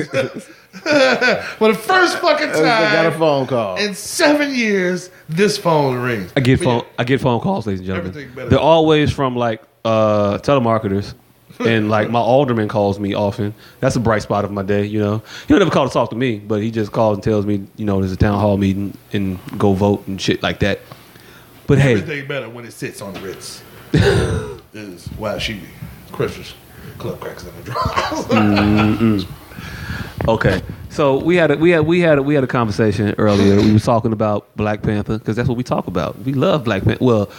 Speaker 6: Right.
Speaker 7: for the first fucking time.
Speaker 6: I got a phone call.
Speaker 7: In seven years, this phone rings.
Speaker 5: I get phone I get phone calls, ladies and
Speaker 7: Everything
Speaker 5: gentlemen.
Speaker 7: better.
Speaker 5: They're always from like uh, telemarketers. and like my alderman calls me often. That's a bright spot of my day, you know. He don't ever call to talk to me, but he just calls and tells me, you know, there's a town hall meeting and go vote and shit like that. But hey,
Speaker 7: Everything better when it sits on the Ritz. is why she Christmas club cracks in the drawers.
Speaker 5: Mm-mm. Okay. So we had a, we had we had a, we had a conversation earlier. we were talking about Black Panther because that's what we talk about. We love Black Panther. Well,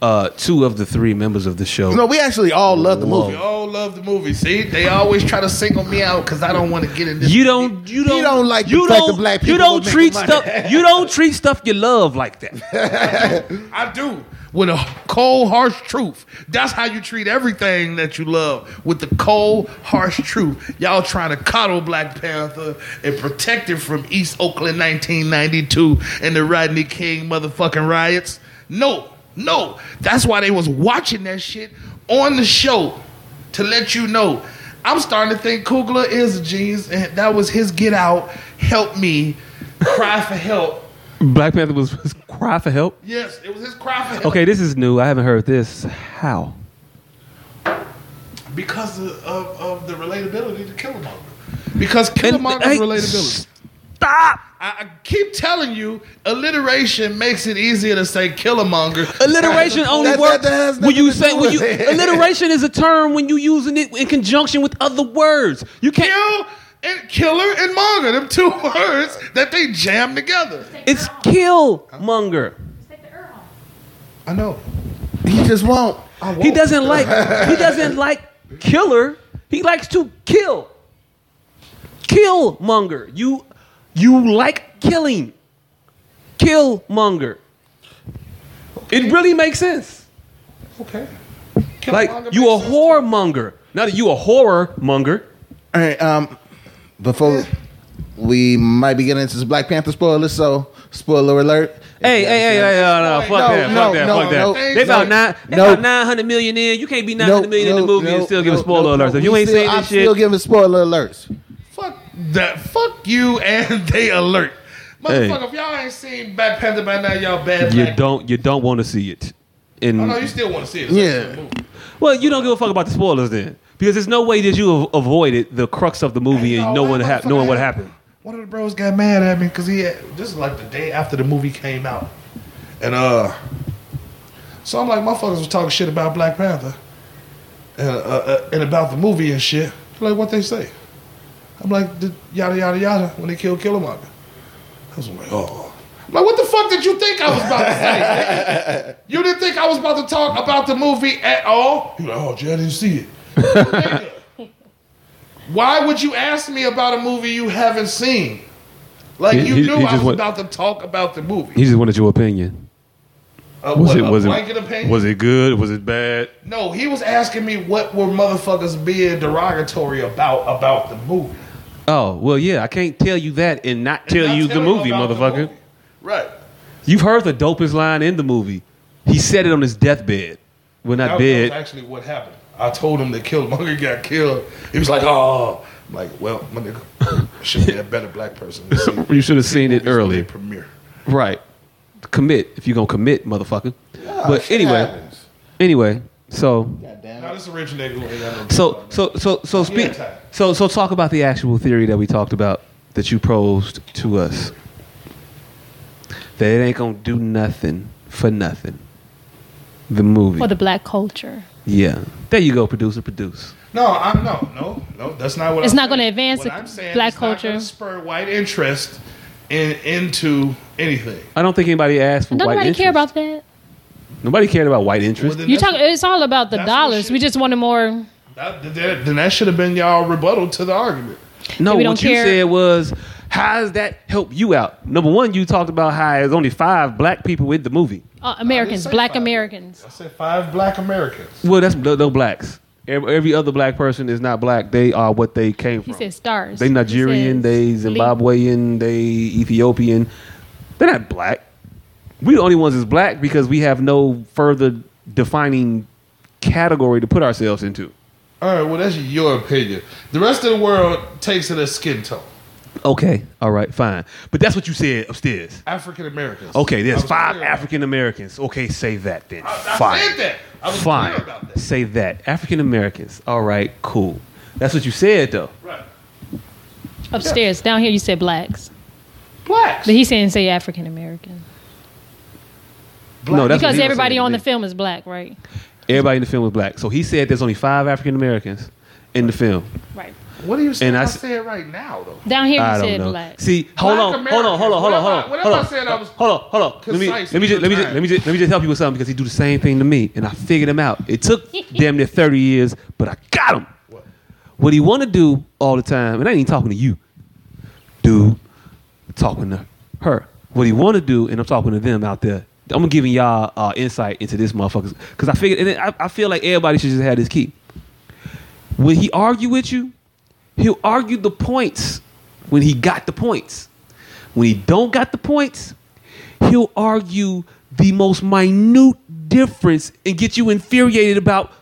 Speaker 5: uh, two of the three members of the show.
Speaker 6: No, we actually all love the
Speaker 5: Whoa.
Speaker 6: movie.
Speaker 7: We all love the movie. See, they always try to single me out because I don't want to get in this.
Speaker 5: You don't. You don't.
Speaker 7: like the
Speaker 5: You
Speaker 7: fact
Speaker 5: don't.
Speaker 7: that black
Speaker 5: you
Speaker 7: people don't
Speaker 5: don't
Speaker 7: make
Speaker 5: treat
Speaker 7: money.
Speaker 5: stuff. You don't treat stuff you love like that.
Speaker 7: I do. With a cold, harsh truth. That's how you treat everything that you love. With the cold, harsh truth. Y'all trying to coddle Black Panther and protect it from East Oakland 1992 and the Rodney King motherfucking riots. No, no. That's why they was watching that shit on the show to let you know. I'm starting to think Kugler is a genius, and that was his get out. Help me, cry for help.
Speaker 5: Black Panther was, was cry for help.
Speaker 7: Yes, it was his cry for help.
Speaker 5: Okay, this is new. I haven't heard this. How?
Speaker 7: because of, of, of the relatability to Killmonger. Because Killmonger's relatability.
Speaker 5: Stop!
Speaker 7: I, I keep telling you, alliteration makes it easier to say Killmonger.
Speaker 5: Alliteration only
Speaker 7: That-
Speaker 5: works
Speaker 7: that- that has
Speaker 5: when you
Speaker 7: nothing to
Speaker 5: say
Speaker 7: do
Speaker 5: when you
Speaker 7: with it.
Speaker 5: alliteration is a term when you using it in conjunction with other words. You can't.
Speaker 7: Kill and killer and monger, them two words that they jam together.
Speaker 5: It's Killmonger.
Speaker 7: I know.
Speaker 6: He just won't.
Speaker 5: He doesn't like. He doesn't like killer. He likes to kill. Killmonger. You, you like killing. Killmonger. It really makes sense.
Speaker 7: Okay.
Speaker 5: Like you a whoremonger. Now that you a horror monger.
Speaker 6: All right, um, before we might be getting into some Black Panther spoilers, so spoiler alert.
Speaker 5: Hey, hey, hey, hey, no, no, fuck that, fuck that, fuck that. they about nine, they about nine hundred million in. You can't be nine hundred million in the movie and still give a spoiler alert. if you ain't seen
Speaker 6: saying
Speaker 5: this
Speaker 6: I'm
Speaker 5: shit,
Speaker 6: still giving spoiler alerts.
Speaker 7: That fuck you and they alert.
Speaker 5: Hey.
Speaker 7: Motherfucker, if y'all ain't seen Black Panther by now, y'all bad
Speaker 5: you
Speaker 7: black.
Speaker 5: don't, you don't want to see it. And
Speaker 7: Oh no, you still want to see it. It's
Speaker 5: Yeah. well, you don't give a fuck about the spoilers then, because there's no way that you av- avoided the crux of the movie and knowing what hap- knowing what happened.
Speaker 7: One of the bros got mad at me because he had, this is like the day after the movie came out. And uh so I'm like, motherfuckers was talking shit about Black Panther and, uh, uh, and about the movie and shit. Like what they say. I'm like, "Did- yada yada yada when they killed Killmonger. I was like, oh. I'm like, what the fuck did you think I was about to say? nigga? you didn't think I was about to talk about the movie at all? You're like, oh, Jay, I didn't see it. Nigga, Why would you ask me about a movie you haven't seen? Like
Speaker 5: He-
Speaker 7: you
Speaker 5: he-
Speaker 7: knew
Speaker 5: he
Speaker 7: I
Speaker 5: just
Speaker 7: was
Speaker 5: went-
Speaker 7: about to talk about the movie.
Speaker 5: He just wanted your opinion.
Speaker 7: Uh,
Speaker 5: was
Speaker 7: what,
Speaker 5: it
Speaker 7: a
Speaker 5: was
Speaker 7: blanket
Speaker 5: it
Speaker 7: opinion?
Speaker 5: was it good? Was it bad?
Speaker 7: No, he was asking me what were motherfuckers being derogatory about about the movie.
Speaker 5: Oh well, yeah. I can't tell you that and not tell
Speaker 7: not
Speaker 5: you the
Speaker 7: tell you
Speaker 5: movie,
Speaker 7: about the
Speaker 5: motherfucker.
Speaker 7: Right.
Speaker 5: You've heard the dopest line in the movie. He said it on his deathbed. Well,
Speaker 7: That-
Speaker 5: not
Speaker 7: that was
Speaker 5: dead.
Speaker 7: actually what happened. I told him that Killmonger got killed. He was like, oh. I'm like, well, my nigga, should be a better black person. to see it.
Speaker 5: you should have seen
Speaker 7: Movies when
Speaker 5: it
Speaker 7: they
Speaker 5: earlier.
Speaker 7: Premiere.
Speaker 5: Right. Commit if you're gonna commit, motherfucker. but
Speaker 7: shit
Speaker 5: anyway,
Speaker 7: happens.
Speaker 5: anyway. So
Speaker 7: Now this rich nigga who ain't got no
Speaker 5: so so so so speak. So so talk about the actual theory that we talked about that you posed to us. That it ain't gonna do nothing for nothing. The movie.
Speaker 10: For the black culture.
Speaker 5: yeah. There you go, producer. Produce.
Speaker 7: No, I'm no, no, no. That's not what.
Speaker 10: It's
Speaker 7: I'm
Speaker 10: not
Speaker 7: saying.
Speaker 10: gonna advance
Speaker 7: What
Speaker 10: the
Speaker 7: I'm saying
Speaker 10: black
Speaker 7: it's not
Speaker 10: culture.
Speaker 7: gonna spur white interest in into anything.
Speaker 5: I don't think anybody asked for
Speaker 10: Don't
Speaker 5: white
Speaker 10: nobody
Speaker 5: interest.
Speaker 10: care about that.
Speaker 5: nobody cared about white interest.
Speaker 10: You talk. It's all about the dollars. We just wanted more. uh,
Speaker 7: That, that- then that should have been y'all rebuttal to the argument.
Speaker 5: No,
Speaker 10: Maybe
Speaker 5: what
Speaker 10: don't
Speaker 5: you
Speaker 10: care.
Speaker 5: said was, how does that help you out? Number one, you talked about how there's only five black people in the movie.
Speaker 10: Uh, Americans, black Americans.
Speaker 7: I said five black Americans.
Speaker 5: Well, that's no, no blacks. Every, every other black person is not black. They are what they came
Speaker 10: He
Speaker 5: from.
Speaker 10: said stars.
Speaker 5: They Nigerian, they Zimbabwean, they Ethiopian. They're not black. We the only ones that's black because we have no further defining category to put ourselves into.
Speaker 7: All right, well that's your opinion. The rest of the world takes it as skin tone.
Speaker 5: Okay, all right, fine. But that's what you said upstairs.
Speaker 7: African Americans.
Speaker 5: Okay,
Speaker 7: I
Speaker 5: there's
Speaker 7: was
Speaker 5: five
Speaker 7: clear about
Speaker 5: African Americans. Okay, say that then.
Speaker 7: I
Speaker 5: Fine.
Speaker 7: said that. I was
Speaker 5: Fine.
Speaker 7: clear about
Speaker 5: Say that. African Americans. All right, cool. That's what you said though.
Speaker 10: Upstairs, down here, you said blacks.
Speaker 7: Blacks.
Speaker 10: But he's saying say African American.
Speaker 5: No, that's what
Speaker 10: because
Speaker 5: he was
Speaker 10: everybody
Speaker 5: saying to
Speaker 10: on the
Speaker 5: me.
Speaker 10: film is black, right?
Speaker 5: Everybody in the film was black. So he said there's only five African Americans in the film.
Speaker 10: Right.
Speaker 7: What do you say?
Speaker 5: And I
Speaker 7: I,
Speaker 5: s-
Speaker 7: say it right now though.
Speaker 10: Down here,
Speaker 5: I
Speaker 10: you
Speaker 5: don't
Speaker 10: said
Speaker 5: know.
Speaker 10: black.
Speaker 5: See, hold
Speaker 7: Black
Speaker 5: on, hold on, hold on, hold on, hold on,
Speaker 7: American.
Speaker 5: hold on.
Speaker 7: Whatever I said, I was
Speaker 5: hold on, hold on. Let me
Speaker 7: concise
Speaker 5: let me just let me just let me just let me just help you with something because he do the same thing to me, and I figured him out. It took damn near thirty years, but I got him. What, he want to do all the time, and I ain't even talking to you, dude. I'm talking to her. What he want to do, and I'm talking to them out there. I'm giving y'all uh, insight into this motherfuckers because I figured, and I, I feel like everybody should just have this key. When he argue with you, he'll argue the points when he got the points. When he don't got the points, he'll argue the most minute difference and get you infuriated about.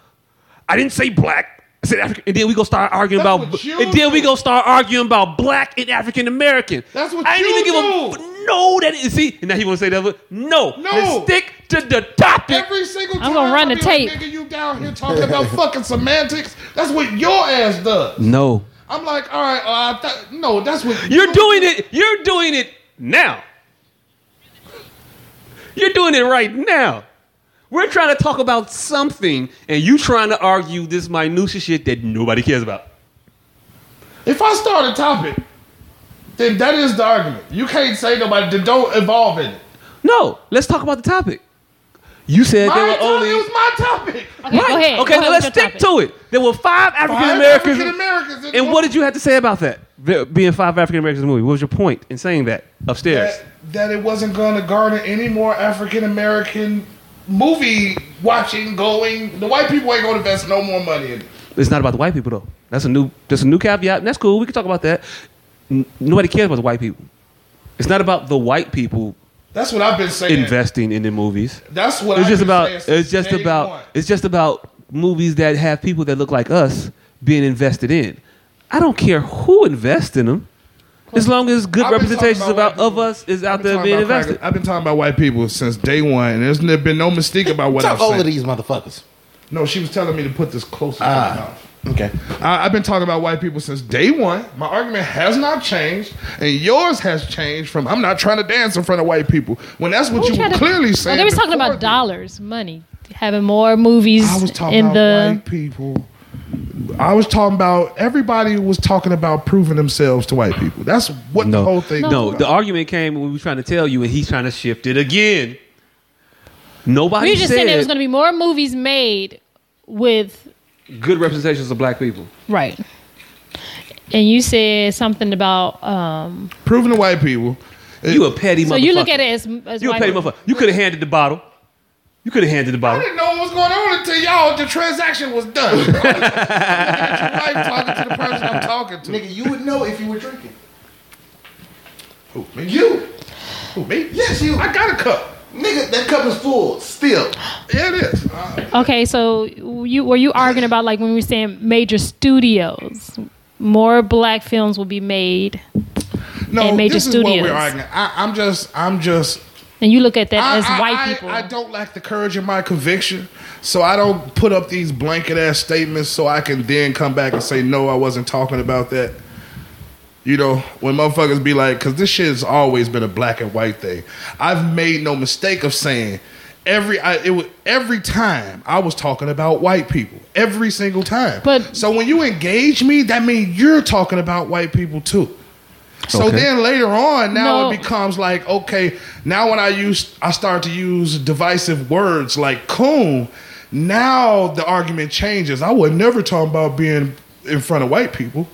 Speaker 5: I didn't say black. I said African. And then we gonna start arguing
Speaker 7: That's
Speaker 5: about.
Speaker 7: what you
Speaker 5: And then we gonna start arguing about black and African American.
Speaker 7: That's what
Speaker 5: I
Speaker 7: you
Speaker 5: didn't even
Speaker 7: do.
Speaker 5: give a. No, that is. See, and now he wanna say that. but No,
Speaker 7: No.
Speaker 5: Let's stick to the topic.
Speaker 7: Every single time
Speaker 10: I'm gonna run
Speaker 7: I
Speaker 10: the
Speaker 7: be like,
Speaker 10: tape.
Speaker 7: Nigga, you down here talking about fucking semantics? That's what your ass does.
Speaker 5: No,
Speaker 7: I'm like, all right, uh, I thought no, that's what
Speaker 5: You're doing it. You're doing it now. You're doing it right now. We're trying to talk about something, and you trying to argue this minutia shit that nobody cares about.
Speaker 7: If I start a topic, then that is the argument. You can't say nobody. Then don't involve in it.
Speaker 5: No, let's talk about the topic. You said
Speaker 7: My
Speaker 5: there were
Speaker 7: topic-
Speaker 5: only
Speaker 7: it was my topic.
Speaker 10: Okay,
Speaker 5: Right.
Speaker 10: go ahead.
Speaker 5: Okay,
Speaker 10: Go
Speaker 5: now
Speaker 10: ahead
Speaker 5: let's
Speaker 10: with your
Speaker 5: stick
Speaker 10: topic.
Speaker 5: to it. There were five African Americans.
Speaker 7: African Americans.
Speaker 5: And what did you have to say about that? There Being five African Americans in the movie. What was your point in saying that upstairs?
Speaker 7: That, that it wasn't going to garner any more African American movie watching going. The white people ain't going to invest no more money in it.
Speaker 5: It's not about the white people though. That's a new that's a new caveat. And that's cool. We can talk about that. N- nobody cares about the white people. It's not about the white people
Speaker 7: That's what I've been saying.
Speaker 5: investing in the movies.
Speaker 7: That's what
Speaker 5: it's
Speaker 7: I've
Speaker 5: just
Speaker 7: been
Speaker 5: about
Speaker 7: saying since
Speaker 5: it's just
Speaker 7: day
Speaker 5: about
Speaker 7: one.
Speaker 5: it's just about movies that have people that look like us being invested in. I don't care who invests in them. As long as good
Speaker 7: I've been talking
Speaker 5: representations
Speaker 7: about
Speaker 5: about,
Speaker 7: white
Speaker 5: of us is out there
Speaker 7: Talking
Speaker 5: being
Speaker 7: about crack-
Speaker 5: invested.
Speaker 7: I've been talking about white people since day one, and there's n- been no mistake about what I've
Speaker 11: Talk over
Speaker 7: said.
Speaker 11: these motherfuckers.
Speaker 7: No, she was telling me to put this closer to
Speaker 5: Ah.
Speaker 7: my mouth.
Speaker 11: Okay.
Speaker 7: I, I've been talking about white people since day one. My argument has not changed, and yours has changed from I'm not trying to dance in front of white people when that's what
Speaker 10: Who
Speaker 7: you
Speaker 10: tried
Speaker 7: were
Speaker 10: to-
Speaker 7: clearly
Speaker 10: Oh,
Speaker 7: saying.
Speaker 10: they was talking
Speaker 7: before
Speaker 10: about
Speaker 7: this.
Speaker 10: dollars, money, having more movies
Speaker 7: I was talking
Speaker 10: in
Speaker 7: about
Speaker 10: the.
Speaker 7: white people. I was talking about everybody was talking about proving themselves to white people. That's what the whole thing.
Speaker 5: No,
Speaker 7: was
Speaker 5: the
Speaker 7: about.
Speaker 5: argument came when we were trying to tell you, and he's trying to shift it again. Nobody
Speaker 10: We were just
Speaker 5: said
Speaker 10: saying there was going to be more movies made with
Speaker 5: good representations of black people.
Speaker 10: right. And you said something about um,
Speaker 7: proving to white people.
Speaker 5: You a petty motherfucker.
Speaker 10: so you look at it as, as
Speaker 5: You a
Speaker 10: white
Speaker 5: petty
Speaker 10: people.
Speaker 5: motherfucker. You could have handed the bottle. You could have handed the
Speaker 7: I
Speaker 5: bottle.
Speaker 7: didn't know what was going on until y'all the transaction was done. I'm looking at your wife talking to the person I'm talking to.
Speaker 11: Nigga, you would know if you were drinking.
Speaker 7: Who, me? You? Who, me? Yes, you. I got a cup.
Speaker 11: Nigga, that cup is full still.
Speaker 7: Yeah, it is.
Speaker 10: Okay, so you were you arguing about like when we were saying major studios, more black films will be made,
Speaker 7: no,
Speaker 10: and major
Speaker 7: this is what
Speaker 10: studios.
Speaker 7: we're arguing. I, I'm just, I'm just.
Speaker 10: and you look at that
Speaker 7: I,
Speaker 10: as
Speaker 7: I-
Speaker 10: white
Speaker 7: I-
Speaker 10: people.
Speaker 7: I don't lack the courage in my conviction, so I don't put up these blanket ass statements so I can then come back and say no, I wasn't talking about that. You know, when motherfuckers be like, because this shit has always been a black and white thing. I've made no mistake of saying every I, it was, every time I was talking about white people every single time.
Speaker 10: But-
Speaker 7: so when you engage me, that means you're talking about white people too. So
Speaker 5: Okay.
Speaker 7: then later on, now
Speaker 10: No.
Speaker 7: it becomes like okay. Now when I use, I start to use divisive words like coon. Now the argument changes. I would never talk about being in front of white people.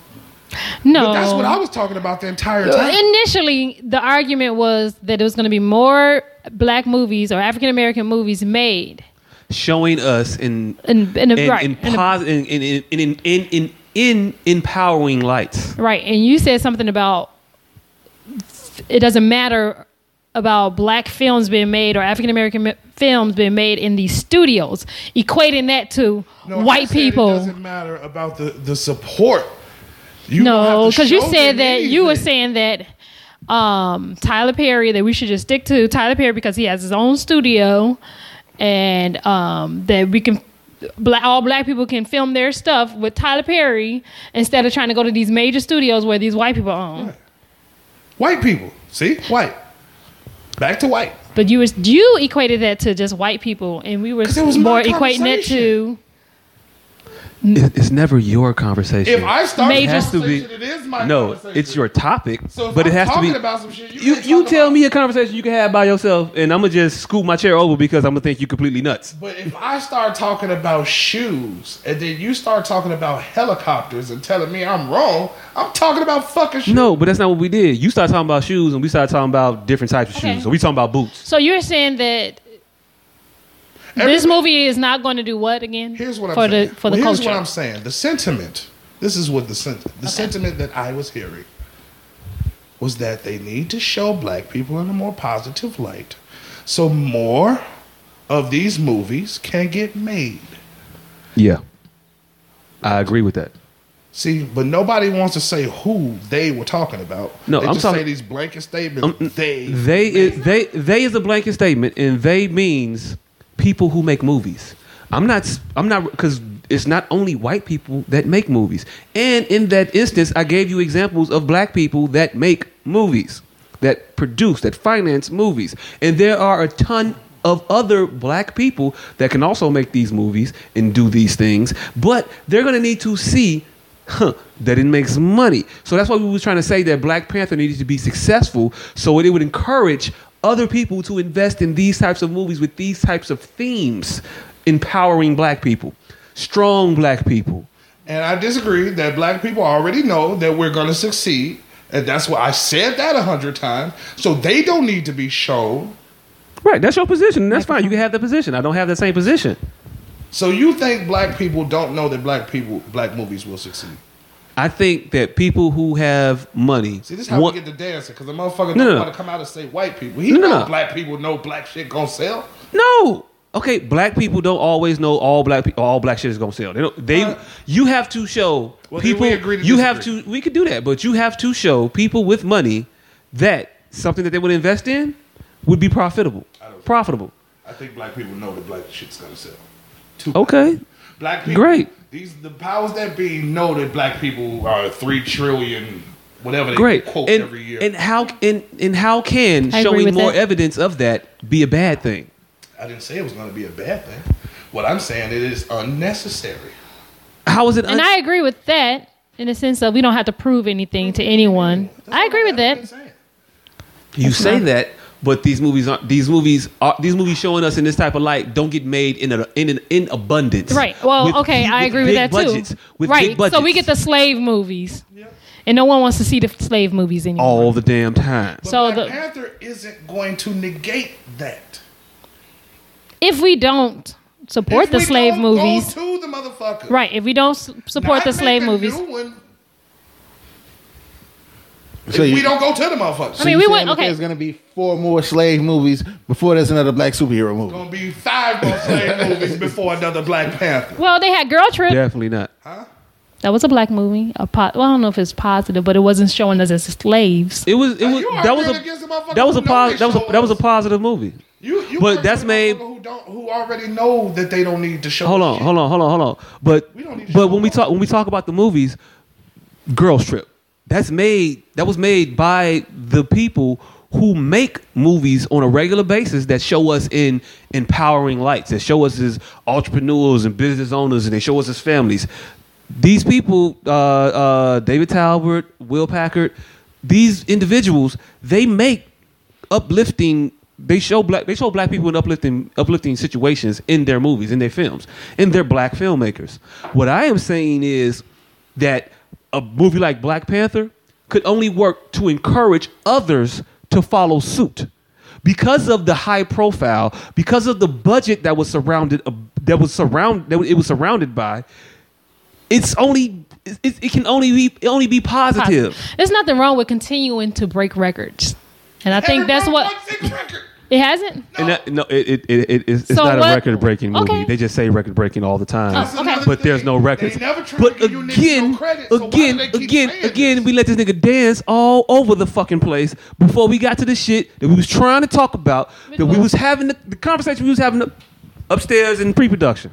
Speaker 10: no,
Speaker 7: But that's what I was talking about the entire time.
Speaker 10: Initially, the argument was that it was going to be more black movies or African American movies made,
Speaker 5: Showing us in
Speaker 10: and, and,
Speaker 5: in,
Speaker 10: right,
Speaker 5: in,
Speaker 10: and-
Speaker 5: posi- in, in, in, in, in, in, in empowering lights.
Speaker 10: right. And you said something about it doesn't matter about black films being made or African American mi- films being made in these studios, equating that to
Speaker 7: No, I
Speaker 10: white
Speaker 7: said It
Speaker 10: people.
Speaker 7: doesn't matter about the the support. You
Speaker 10: no, because you said that you were
Speaker 7: were
Speaker 10: saying that um, Tyler Perry that we should just stick to Tyler Perry because he has his own studio, and um, that we can black, all black people can film their stuff with Tyler Perry instead of trying to go to these major studios where these white people own.
Speaker 7: white people. See, white. Back to white.
Speaker 10: But you was you equated that to just white people, and we were
Speaker 7: 'Cause it was my
Speaker 10: more equating it to
Speaker 5: It- It's never your conversation.
Speaker 7: If I start
Speaker 5: It
Speaker 7: Major.
Speaker 5: has to be.
Speaker 7: conversation, it is my
Speaker 5: No,
Speaker 7: conversation.
Speaker 5: it's your topic,
Speaker 7: So if
Speaker 5: but
Speaker 7: I'm
Speaker 5: it has to
Speaker 7: talking
Speaker 5: be.
Speaker 7: about some shit, you,
Speaker 5: you you tell me a conversation you can have by yourself, and I'm gonna just scoop my chair over because I'm gonna think you completely nuts.
Speaker 7: But if I start talking about shoes and then you start talking about helicopters and telling me I'm wrong, I'm talking about fucking shoes.
Speaker 5: No, but that's not what we did. You started talking about shoes, and we started talking about different types of
Speaker 10: Okay.
Speaker 5: shoes. So we talking about boots.
Speaker 10: So you're saying that this movie is not going to do what again?
Speaker 7: Here's what I'm
Speaker 10: for
Speaker 7: saying.
Speaker 10: the for the
Speaker 7: Well, here's
Speaker 10: culture.
Speaker 7: what I'm saying. The sentiment. This is what the sentiment. The sentiment that I was hearing was that they need to show black people in a more positive light, so more of these movies can get made.
Speaker 5: Yeah, I agree with that.
Speaker 7: See, but nobody wants to say who they were talking about.
Speaker 5: No,
Speaker 7: they
Speaker 5: I'm
Speaker 7: just say
Speaker 5: talking-
Speaker 7: these blanket
Speaker 5: Um,
Speaker 7: statements. they,
Speaker 5: they is, they they is a blanket statement, and they means people who make movies. I'm not s- I'm not because it's not only white people that make movies, and in that instance, I gave you examples of black people that make movies, that produce, that finance movies, and there are a ton of other black people that can also make these movies and do these things, but they're gonna need to see huh, that it makes money. So that's why we were trying to say that Black Panther needed to be successful so it would encourage other people to invest in these types of movies with these types of themes, empowering black people, strong black people.
Speaker 7: and I disagree that black people already know that we're going to succeed, and that's why I said that a hundred times. So they don't need to be shown.
Speaker 5: Right, that's your position. and That's fine. You can have that position. I don't have that same position.
Speaker 7: So you think black people don't know that black people, black movies will succeed?
Speaker 5: I think that people who have money
Speaker 7: See, this is how
Speaker 5: want-
Speaker 7: we get the dancing because the motherfucker
Speaker 5: No,
Speaker 7: don't
Speaker 5: no.
Speaker 7: want to come out and say white people. He
Speaker 5: No, no,
Speaker 7: know
Speaker 5: no.
Speaker 7: black people know black shit gonna sell.
Speaker 5: No. Okay, black people don't always know all black people, all black shit is gonna sell. They don't. They you have to show
Speaker 7: Uh, Well, then
Speaker 5: people.
Speaker 7: we agree to
Speaker 5: you have to. We could do that, but you have to show people with money that something that they would invest in would be profitable. Profitable.
Speaker 7: I think black people know that black shit's gonna sell.
Speaker 5: Okay.
Speaker 7: Black people,
Speaker 5: Great.
Speaker 7: These the powers that be know that black people are three trillion, whatever they
Speaker 5: Great.
Speaker 7: quote
Speaker 5: and,
Speaker 7: every year.
Speaker 5: and how and and how can
Speaker 7: I agree
Speaker 5: showing
Speaker 7: with
Speaker 5: more
Speaker 7: that.
Speaker 5: evidence of that be a bad thing?
Speaker 7: I didn't say it was going to be a bad thing. What I'm saying it is unnecessary.
Speaker 5: How is it?
Speaker 10: and I agree with that in the sense of we don't have to prove anything to anyone. I agree with that.
Speaker 5: You say that, but these movies aren't. These movies are. These movies showing us in this type of light don't get made in a, in an, in abundance.
Speaker 10: Right. Well,
Speaker 5: With
Speaker 10: okay,
Speaker 5: hu-
Speaker 10: I agree with
Speaker 5: big
Speaker 10: that
Speaker 5: budgets,
Speaker 10: too.
Speaker 5: With
Speaker 10: right.
Speaker 5: big budgets,
Speaker 10: So we get the slave movies, and no one wants to see the slave movies anymore.
Speaker 5: all the damn time.
Speaker 10: so
Speaker 7: Black
Speaker 10: the,
Speaker 7: Panther isn't going to negate that.
Speaker 10: if we don't support
Speaker 7: If
Speaker 10: the
Speaker 7: we
Speaker 10: slave
Speaker 7: don't
Speaker 10: movies,
Speaker 7: Go to the motherfucker.
Speaker 10: right? If we don't s- support
Speaker 7: Not
Speaker 10: the slave
Speaker 7: make a
Speaker 10: movies,
Speaker 7: new one
Speaker 6: So
Speaker 7: if
Speaker 6: you-
Speaker 7: we don't go to the motherfucker.
Speaker 6: So you saying that There's gonna be four more slave movies before there's another black superhero movie.
Speaker 7: Gonna be five more slave movies before another Black Panther.
Speaker 10: well, they had Girl Trip.
Speaker 5: Definitely not.
Speaker 10: That was a black movie. A po- well, I don't know if it's positive, but it wasn't showing us as slaves.
Speaker 5: It was. It was. That was
Speaker 7: arguing against the
Speaker 5: a.
Speaker 7: motherfucker
Speaker 5: That was
Speaker 7: who
Speaker 5: a.
Speaker 7: know
Speaker 5: pos-
Speaker 7: they
Speaker 5: that was
Speaker 7: show
Speaker 5: a. That was a positive movie.
Speaker 7: You, you
Speaker 5: but
Speaker 7: cursing
Speaker 5: that's made.
Speaker 7: Who don't? Who already know that they don't need to show?
Speaker 5: Hold on. Hold on. Hold on. Hold on. But but when we talk when we talk about the movies, Girls Trip. That's made. That was made by the people who make movies on a regular basis that show us in empowering lights. That show us as entrepreneurs and business owners, and they show us as families. These people, uh, uh, David Talbert, Will Packard, these individuals, they make uplifting. They show black. They show black people in uplifting, uplifting situations in their movies, in their films, and they're black filmmakers. What I am saying is that a movie like Black Panther could only work to encourage others to follow suit because of the high profile, because of the budget that was surrounded, uh, that was surround, that it was surrounded by. It's only. It, it can only be it only be positive.
Speaker 10: There's nothing wrong with continuing to break records, and I think that's what it hasn't.
Speaker 5: And that, no, it, it, it, it, it's it's
Speaker 10: So
Speaker 5: not
Speaker 10: what-
Speaker 5: a record breaking movie.
Speaker 10: okay.
Speaker 5: They just say record breaking all the time.
Speaker 10: Oh, okay.
Speaker 5: But there's no records. but again, again, again, again, we let this nigga dance all over the fucking place before we got to the shit that we was trying to talk about, that we was having, the, the conversation we was having up- upstairs in pre production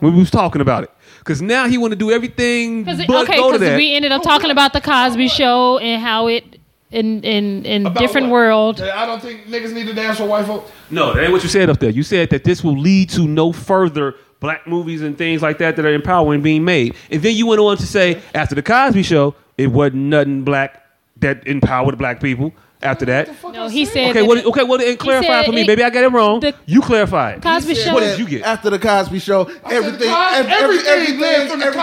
Speaker 5: when we was talking about it. Because now he want to do everything
Speaker 10: Cause it-
Speaker 5: but
Speaker 10: okay,
Speaker 5: go to
Speaker 10: because
Speaker 5: that.
Speaker 10: we ended up talking about the Cosby Show and how it in in in different world.
Speaker 7: I don't think niggas need to dance for white folks.
Speaker 5: No, that ain't what you said up there. You said that this will lead to no further black movies and things like that that are empowering being made. And then you went on to say after the Cosby Show, it wasn't nothing black that empowered black people. After that,
Speaker 10: No, he said.
Speaker 5: okay,
Speaker 10: that
Speaker 5: what,
Speaker 10: it-
Speaker 5: okay, well, and clarify
Speaker 10: said
Speaker 5: for me,
Speaker 10: it-
Speaker 5: baby. I got it wrong.
Speaker 10: the-
Speaker 5: you clarify it.
Speaker 10: Cosby Show-
Speaker 5: What did you get?
Speaker 6: After the Cosby Show, everything,
Speaker 7: Cos-
Speaker 6: ev- every,
Speaker 7: everything
Speaker 6: everything,
Speaker 7: led from
Speaker 6: everything,
Speaker 7: the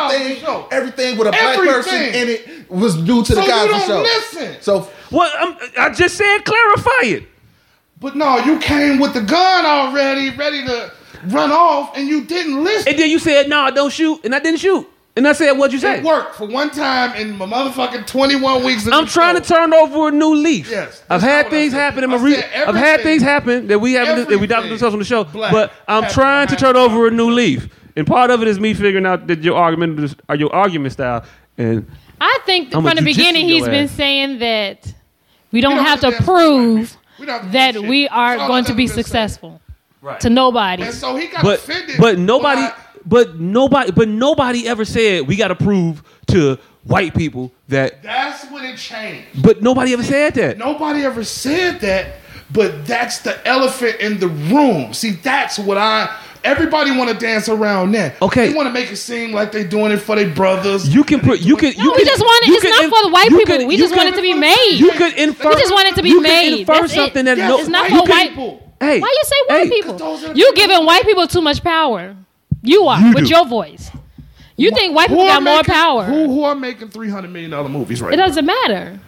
Speaker 7: Cosby
Speaker 6: everything,
Speaker 7: Show.
Speaker 6: with a black person
Speaker 7: Everything.
Speaker 6: in it was due to the
Speaker 7: So you
Speaker 6: Cosby
Speaker 7: don't
Speaker 6: Show.
Speaker 7: listen.
Speaker 6: So
Speaker 5: Well, I'm, I just said clarify it.
Speaker 7: But no, you came with the gun already, ready to run off, and you didn't listen.
Speaker 5: And then you said, "No, nah, don't shoot," and I didn't shoot. And I said, "What'd you say?"
Speaker 7: It worked for one time in my motherfucking 21 weeks of
Speaker 5: I'm
Speaker 7: this
Speaker 5: trying
Speaker 7: show.
Speaker 5: to turn over a new leaf.
Speaker 7: Yes,
Speaker 5: I've
Speaker 7: that's not
Speaker 5: had
Speaker 7: what I
Speaker 5: things
Speaker 7: said.
Speaker 5: happen in
Speaker 7: I
Speaker 5: my re-
Speaker 7: said
Speaker 5: I've had
Speaker 7: everything-
Speaker 5: things happen that we haven't that we doctored
Speaker 7: everything
Speaker 5: ourselves on the show.
Speaker 7: black
Speaker 5: But I'm
Speaker 7: happened
Speaker 5: trying to
Speaker 7: behind
Speaker 5: turn over a new leaf, and part of it is me figuring out that your argument is- or your argument style. And
Speaker 10: I think
Speaker 5: I'ma
Speaker 10: from the
Speaker 5: jujitsu
Speaker 10: beginning
Speaker 5: your
Speaker 10: he's been
Speaker 5: ass.
Speaker 10: saying that we don't,
Speaker 7: don't
Speaker 10: have,
Speaker 7: have
Speaker 10: to
Speaker 7: to
Speaker 10: prove
Speaker 7: We don't have to
Speaker 10: that
Speaker 7: do shit.
Speaker 10: we are
Speaker 7: That's all
Speaker 10: going
Speaker 7: I've
Speaker 10: to
Speaker 7: ever
Speaker 10: be
Speaker 7: been saying.
Speaker 10: successful to nobody.
Speaker 7: And so he got
Speaker 5: but
Speaker 7: offended.
Speaker 5: but nobody
Speaker 7: by-
Speaker 5: but nobody but nobody ever said we got to prove to white people that.
Speaker 7: that's when it changed.
Speaker 5: But nobody ever said that.
Speaker 7: Nobody ever said that, but that's the elephant in the room. See, that's what I. Everybody want to dance around that.
Speaker 5: Okay.
Speaker 7: They want to make it seem like they doing it for their brothers.
Speaker 5: You can put. You can.
Speaker 10: No,
Speaker 5: you
Speaker 10: we
Speaker 5: can,
Speaker 10: just want it-
Speaker 5: you
Speaker 10: it's
Speaker 5: can
Speaker 10: not for the white
Speaker 5: you
Speaker 10: people. We
Speaker 5: you
Speaker 10: just want it to be made.
Speaker 5: You could infer.
Speaker 10: we just want it to be
Speaker 5: you
Speaker 10: made.
Speaker 5: Can infer
Speaker 10: That's it.
Speaker 5: something that
Speaker 7: Yes,
Speaker 5: no.
Speaker 10: it's not
Speaker 5: you
Speaker 10: for
Speaker 5: can-
Speaker 10: white
Speaker 7: people.
Speaker 5: Hey,
Speaker 10: Why you say white
Speaker 5: hey,
Speaker 7: those are
Speaker 10: people?
Speaker 7: the
Speaker 10: You
Speaker 7: people-
Speaker 10: giving white people too much power. You are
Speaker 5: You
Speaker 10: with
Speaker 5: do.
Speaker 10: your voice. You think white
Speaker 7: Who
Speaker 10: people
Speaker 7: are
Speaker 10: got more
Speaker 7: making-
Speaker 10: power?
Speaker 7: Who, who are making three hundred million dollar movies right
Speaker 10: It
Speaker 7: now?
Speaker 10: doesn't matter.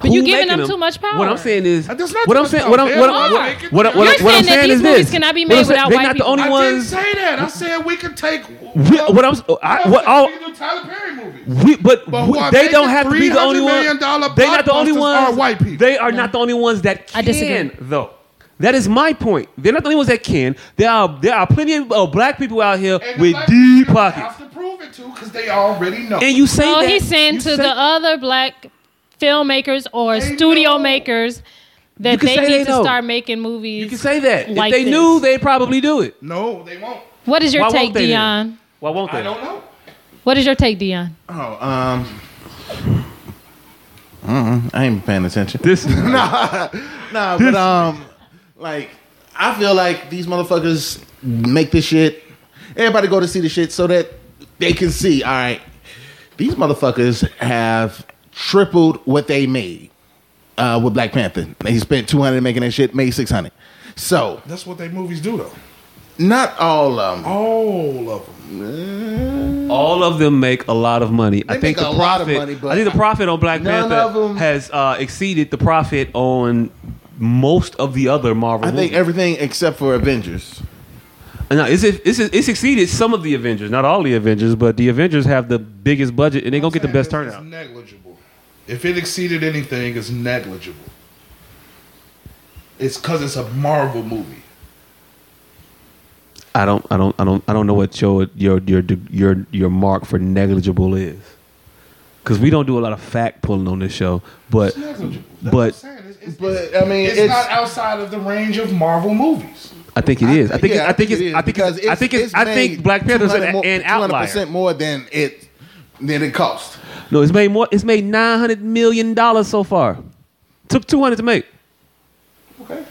Speaker 10: But
Speaker 5: who
Speaker 10: you giving
Speaker 5: making
Speaker 10: them too much power.
Speaker 5: What I'm saying is,
Speaker 7: Uh, that's not
Speaker 5: what
Speaker 7: too
Speaker 5: I'm
Speaker 7: much
Speaker 5: saying,
Speaker 7: power.
Speaker 5: what I'm, what
Speaker 10: They
Speaker 7: are.
Speaker 5: I'm, what, I- what,
Speaker 10: You're
Speaker 5: I- what I'm
Speaker 10: saying that
Speaker 5: saying
Speaker 10: these
Speaker 5: is
Speaker 10: movies
Speaker 5: this:
Speaker 10: cannot be
Speaker 5: What I'm
Speaker 10: made
Speaker 5: saying-
Speaker 10: without
Speaker 5: they're
Speaker 10: white
Speaker 5: not the
Speaker 10: people.
Speaker 5: only
Speaker 7: I didn't
Speaker 5: ones.
Speaker 7: say that. I said we could take.
Speaker 5: We- What I'm, I, what all,
Speaker 7: we can do Tyler Perry movies.
Speaker 5: we, but,
Speaker 7: But
Speaker 5: we-
Speaker 7: who are
Speaker 5: they don't
Speaker 7: making
Speaker 5: have to be the
Speaker 7: $300
Speaker 5: only
Speaker 7: million
Speaker 5: ones. They not the only
Speaker 7: blockbusters
Speaker 5: ones.
Speaker 7: are white people.
Speaker 5: They are not the only ones that can
Speaker 10: I disagree.
Speaker 5: though. That is my point. They're not the only ones that can. There are there are plenty of uh, black people out here
Speaker 7: And the
Speaker 5: with
Speaker 7: black
Speaker 5: deep
Speaker 7: people
Speaker 5: pockets.
Speaker 7: Have to prove it too, because they already know.
Speaker 5: And you say
Speaker 10: No,
Speaker 5: that
Speaker 10: Oh, he's saying
Speaker 5: you
Speaker 10: to
Speaker 5: say-
Speaker 10: the other black filmmakers or
Speaker 7: They
Speaker 10: studio
Speaker 7: know.
Speaker 10: makers
Speaker 5: You
Speaker 10: that
Speaker 5: can
Speaker 10: they
Speaker 5: say
Speaker 10: need
Speaker 5: they
Speaker 10: to
Speaker 5: know.
Speaker 10: start making movies.
Speaker 5: You can say that.
Speaker 10: like
Speaker 5: if they
Speaker 10: this.
Speaker 5: knew, they'd probably do it.
Speaker 7: no, they won't.
Speaker 10: What is your
Speaker 5: Why won't
Speaker 10: take,
Speaker 5: they then?
Speaker 10: Dion?
Speaker 5: Why won't
Speaker 7: I don't know.
Speaker 10: What is your take, Dion?
Speaker 6: Oh, um, mm-mm, I ain't paying attention.
Speaker 5: This
Speaker 6: Nah, but um, like I feel like these motherfuckers make this shit. Everybody go to see the shit so that they can see. All right, these motherfuckers have tripled what they made uh, with Black Panther. They spent two hundred making that shit, made six hundred. So
Speaker 7: That's what they movies do though.
Speaker 6: not all of them.
Speaker 7: All of them.
Speaker 5: all of them make a lot of money. I
Speaker 6: They
Speaker 5: think
Speaker 6: make
Speaker 5: the
Speaker 6: a lot of
Speaker 5: profit.
Speaker 6: money, but
Speaker 5: I think the profit on Black
Speaker 6: none of
Speaker 5: Panther
Speaker 6: 'em-
Speaker 5: has uh, exceeded the profit on most of the other Marvel.
Speaker 6: I think
Speaker 5: movies.
Speaker 6: everything except for Avengers.
Speaker 5: No, it's, it's, it's exceeded some of the Avengers, not all the Avengers, but the Avengers have the biggest budget and they gonna get the best
Speaker 7: It's
Speaker 5: turnout.
Speaker 7: negligible. If it exceeded anything, it's negligible. It's because it's a Marvel movie.
Speaker 5: I don't, I don't, I don't, I don't know what your your your your your mark for negligible is, because we don't do a lot of fact pulling on this show, but.
Speaker 7: It's negligible. That's what I'm
Speaker 5: But
Speaker 7: saying. It's, it's,
Speaker 6: But I mean,
Speaker 7: it's,
Speaker 6: it's,
Speaker 7: not outside of the range of Marvel movies.
Speaker 5: I think it is. I think.
Speaker 6: yeah,
Speaker 5: I think it's.
Speaker 6: it
Speaker 5: I think.
Speaker 6: because
Speaker 5: It's, I think. It's, I think
Speaker 6: made
Speaker 5: Black Panther's an,
Speaker 6: 200 more-
Speaker 5: an outlier.
Speaker 6: 200% more than it than it cost.
Speaker 5: No, it's made more. It's made nine hundred million dollars so far. Took two hundred to make.
Speaker 7: Okay.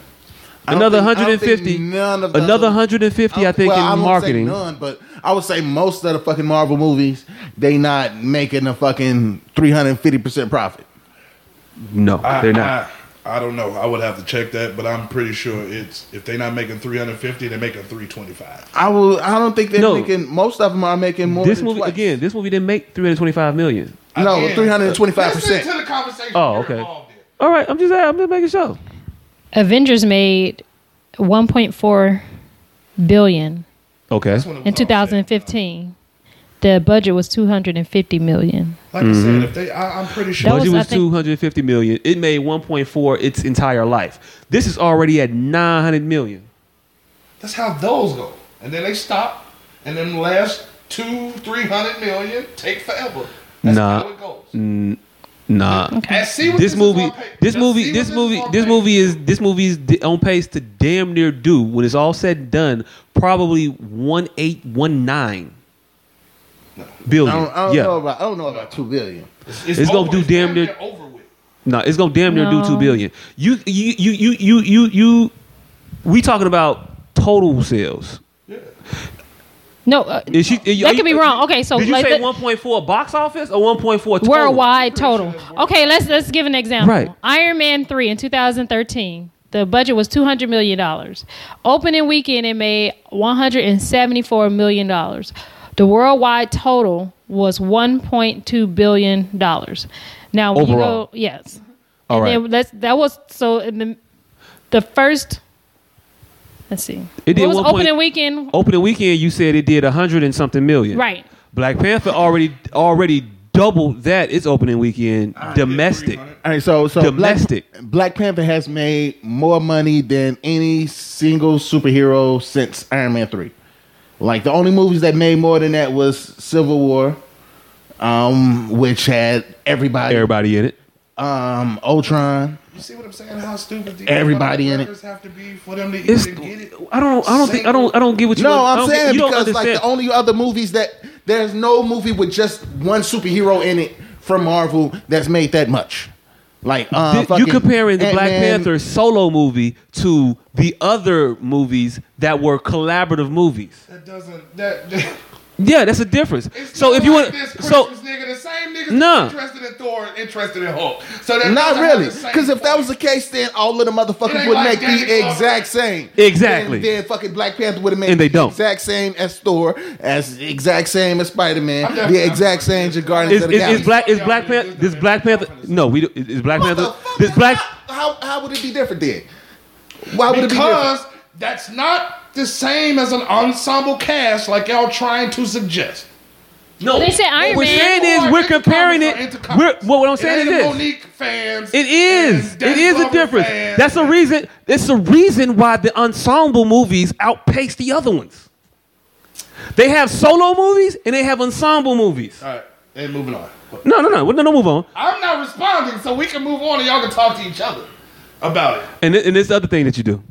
Speaker 6: I don't
Speaker 5: Another
Speaker 6: think- I don't
Speaker 5: hundred and fifty.
Speaker 6: think none of the
Speaker 5: Another
Speaker 6: other-
Speaker 5: hundred and fifty. I think
Speaker 6: well, I
Speaker 5: in
Speaker 6: won't
Speaker 5: marketing.
Speaker 6: Say none, but I would say most of the fucking Marvel movies, they not making a fucking three hundred and fifty percent profit.
Speaker 5: No,
Speaker 7: I,
Speaker 5: they're not.
Speaker 7: I, I don't know. I would have to check that, but I'm pretty sure it's if they're not making 350, they're making 325.
Speaker 6: I will. I don't think they're
Speaker 5: No.
Speaker 6: making. Most of them are making more.
Speaker 5: this
Speaker 6: than
Speaker 5: movie
Speaker 6: twice.
Speaker 5: again. This movie didn't make three hundred twenty-five million.
Speaker 6: No,
Speaker 7: Again,
Speaker 6: three hundred and twenty-five
Speaker 7: Listen to
Speaker 6: percent.
Speaker 7: the conversation.
Speaker 5: Oh,
Speaker 7: you're
Speaker 5: okay.
Speaker 7: involved in.
Speaker 5: All right, I'm just. I'm just making sure.
Speaker 10: Avengers made 1.4 billion
Speaker 5: Okay.
Speaker 7: That's when it was
Speaker 10: in
Speaker 7: all set.
Speaker 10: 2015. The budget was 250 million.
Speaker 7: Like I
Speaker 5: Mm-hmm.
Speaker 7: said, if they, I, I'm pretty sure.
Speaker 10: That
Speaker 5: Budget
Speaker 10: was, I
Speaker 5: was
Speaker 10: think-
Speaker 5: two hundred fifty million. It made one point four its entire life. This is already at nine hundred million.
Speaker 7: That's how those go. And then they stop, and then the last two, three hundred million take forever. That's
Speaker 5: Nah.
Speaker 7: how it goes.
Speaker 5: Nah.
Speaker 7: And see what
Speaker 5: this
Speaker 7: is
Speaker 5: movie,
Speaker 7: on pa-
Speaker 5: this
Speaker 7: and
Speaker 5: movie,
Speaker 7: see what
Speaker 5: this
Speaker 7: is
Speaker 5: movie,
Speaker 7: on
Speaker 5: this
Speaker 7: pa-
Speaker 5: movie is this movie's d- on pace to damn near do when it's all said and done, probably one eight one nine
Speaker 6: I
Speaker 5: billion.
Speaker 6: don't, I don't
Speaker 5: yeah,
Speaker 6: know about. I don't know about two billion.
Speaker 5: it's gonna
Speaker 7: over.
Speaker 5: do
Speaker 7: It's
Speaker 5: damn near-
Speaker 7: over with.
Speaker 5: no, it's gonna damn near do
Speaker 10: No.
Speaker 5: two billion. You, you, you, you, you, you, you. We talking about total sales.
Speaker 7: Yeah.
Speaker 10: No, uh,
Speaker 5: Is she, are you-
Speaker 10: that
Speaker 5: are
Speaker 10: could be
Speaker 5: you-
Speaker 10: wrong. Okay, so
Speaker 5: did you
Speaker 10: like
Speaker 5: say
Speaker 10: the-
Speaker 5: 1.4 box office or 1.4 total?
Speaker 10: worldwide total. Okay, let's let's give an example.
Speaker 5: Right.
Speaker 10: Iron Man three in 2013. The budget was 200 million dollars. Opening weekend, it made 174 million dollars. The worldwide total was 1.2 billion dollars. Now, when
Speaker 5: Overall.
Speaker 10: you go, yes.
Speaker 5: All right.
Speaker 10: And then let's, that was so. in The, the first. Let's see.
Speaker 5: It did Oh,
Speaker 10: what was
Speaker 5: 1.
Speaker 10: opening weekend?
Speaker 5: Opening weekend, you said it did 100 and something million.
Speaker 10: Right.
Speaker 5: Black Panther already already doubled that its opening weekend domestic.
Speaker 6: All right, so so
Speaker 5: Domestic.
Speaker 6: Black, Black Panther has made more money than any single superhero since Iron Man three. Like the only movies that made more than that was Civil War, um, which had everybody,
Speaker 5: Everybody in it.
Speaker 6: um, Ultron.
Speaker 7: You see what I'm saying? How stupid these
Speaker 6: Everybody in it.
Speaker 7: motherfuckers have to be for them to
Speaker 5: It's-
Speaker 7: even get it.
Speaker 5: I don't. I don't think. I don't. I don't get what you.
Speaker 6: No,
Speaker 5: I
Speaker 6: I'm
Speaker 5: don't get-
Speaker 6: saying
Speaker 5: you don't
Speaker 6: because like
Speaker 5: understand.
Speaker 6: the only other movies that there's no movie with just one superhero in it from Marvel that's made that much. Like uh,
Speaker 5: Th- you
Speaker 6: fucking
Speaker 5: comparing the Black
Speaker 6: Ant-Man.
Speaker 5: Panther solo movie to the other movies that were collaborative movies.
Speaker 7: That doesn't. That, that
Speaker 5: Yeah, that's a difference.
Speaker 7: it's
Speaker 5: so
Speaker 7: not
Speaker 5: if you
Speaker 7: like
Speaker 5: want,
Speaker 7: this Christmas,
Speaker 5: so
Speaker 7: nigga, the same niggas
Speaker 5: Nah.
Speaker 7: interested in Thor, and interested in Hulk. So that
Speaker 6: Not
Speaker 7: doesn't have
Speaker 6: really,
Speaker 7: the same
Speaker 6: because if that
Speaker 7: point.
Speaker 6: was the case, then all of the
Speaker 7: It
Speaker 6: motherfuckers
Speaker 7: ain't
Speaker 6: would
Speaker 7: like
Speaker 6: make
Speaker 7: Danny
Speaker 6: the exact same.
Speaker 5: Exactly.
Speaker 6: Then, then fucking Black Panther would have made
Speaker 5: And they
Speaker 6: the
Speaker 5: don't.
Speaker 6: exact same as Thor, as the exact same as Spider Man,
Speaker 7: I'm definitely-
Speaker 6: the exact same as Guardians
Speaker 5: is,
Speaker 6: of the
Speaker 5: is,
Speaker 6: Galaxy.
Speaker 5: is Black is Black Panther this Black Panther? No, we do- is is Black
Speaker 6: What the
Speaker 5: Panther
Speaker 6: fuck?
Speaker 5: this Black.
Speaker 6: How, how how would it be different then? Why would it be different?
Speaker 7: because that's not the same as an ensemble cast like y'all trying to suggest.
Speaker 5: No,
Speaker 10: They said Iron
Speaker 5: what we're
Speaker 10: Man.
Speaker 5: saying is
Speaker 7: Or
Speaker 5: we're
Speaker 7: into
Speaker 5: comparing
Speaker 7: comics or
Speaker 5: it.
Speaker 7: into
Speaker 5: We're,
Speaker 7: comics.
Speaker 5: what, what I'm
Speaker 7: It
Speaker 5: saying
Speaker 7: ain't
Speaker 5: is
Speaker 7: the
Speaker 5: this.
Speaker 7: Monique fans.
Speaker 5: It is.
Speaker 7: and
Speaker 5: It
Speaker 7: Danny
Speaker 5: is a
Speaker 7: Glover
Speaker 5: difference.
Speaker 7: fans.
Speaker 5: That's a reason. It's a reason why the ensemble movies outpace the other ones. They have solo movies and they have ensemble movies.
Speaker 7: All right, and moving on.
Speaker 5: No, no, no. No, no, move on.
Speaker 7: I'm not responding, so we can move on and y'all can talk to each other about it.
Speaker 5: And, thi- and this other thing that you do.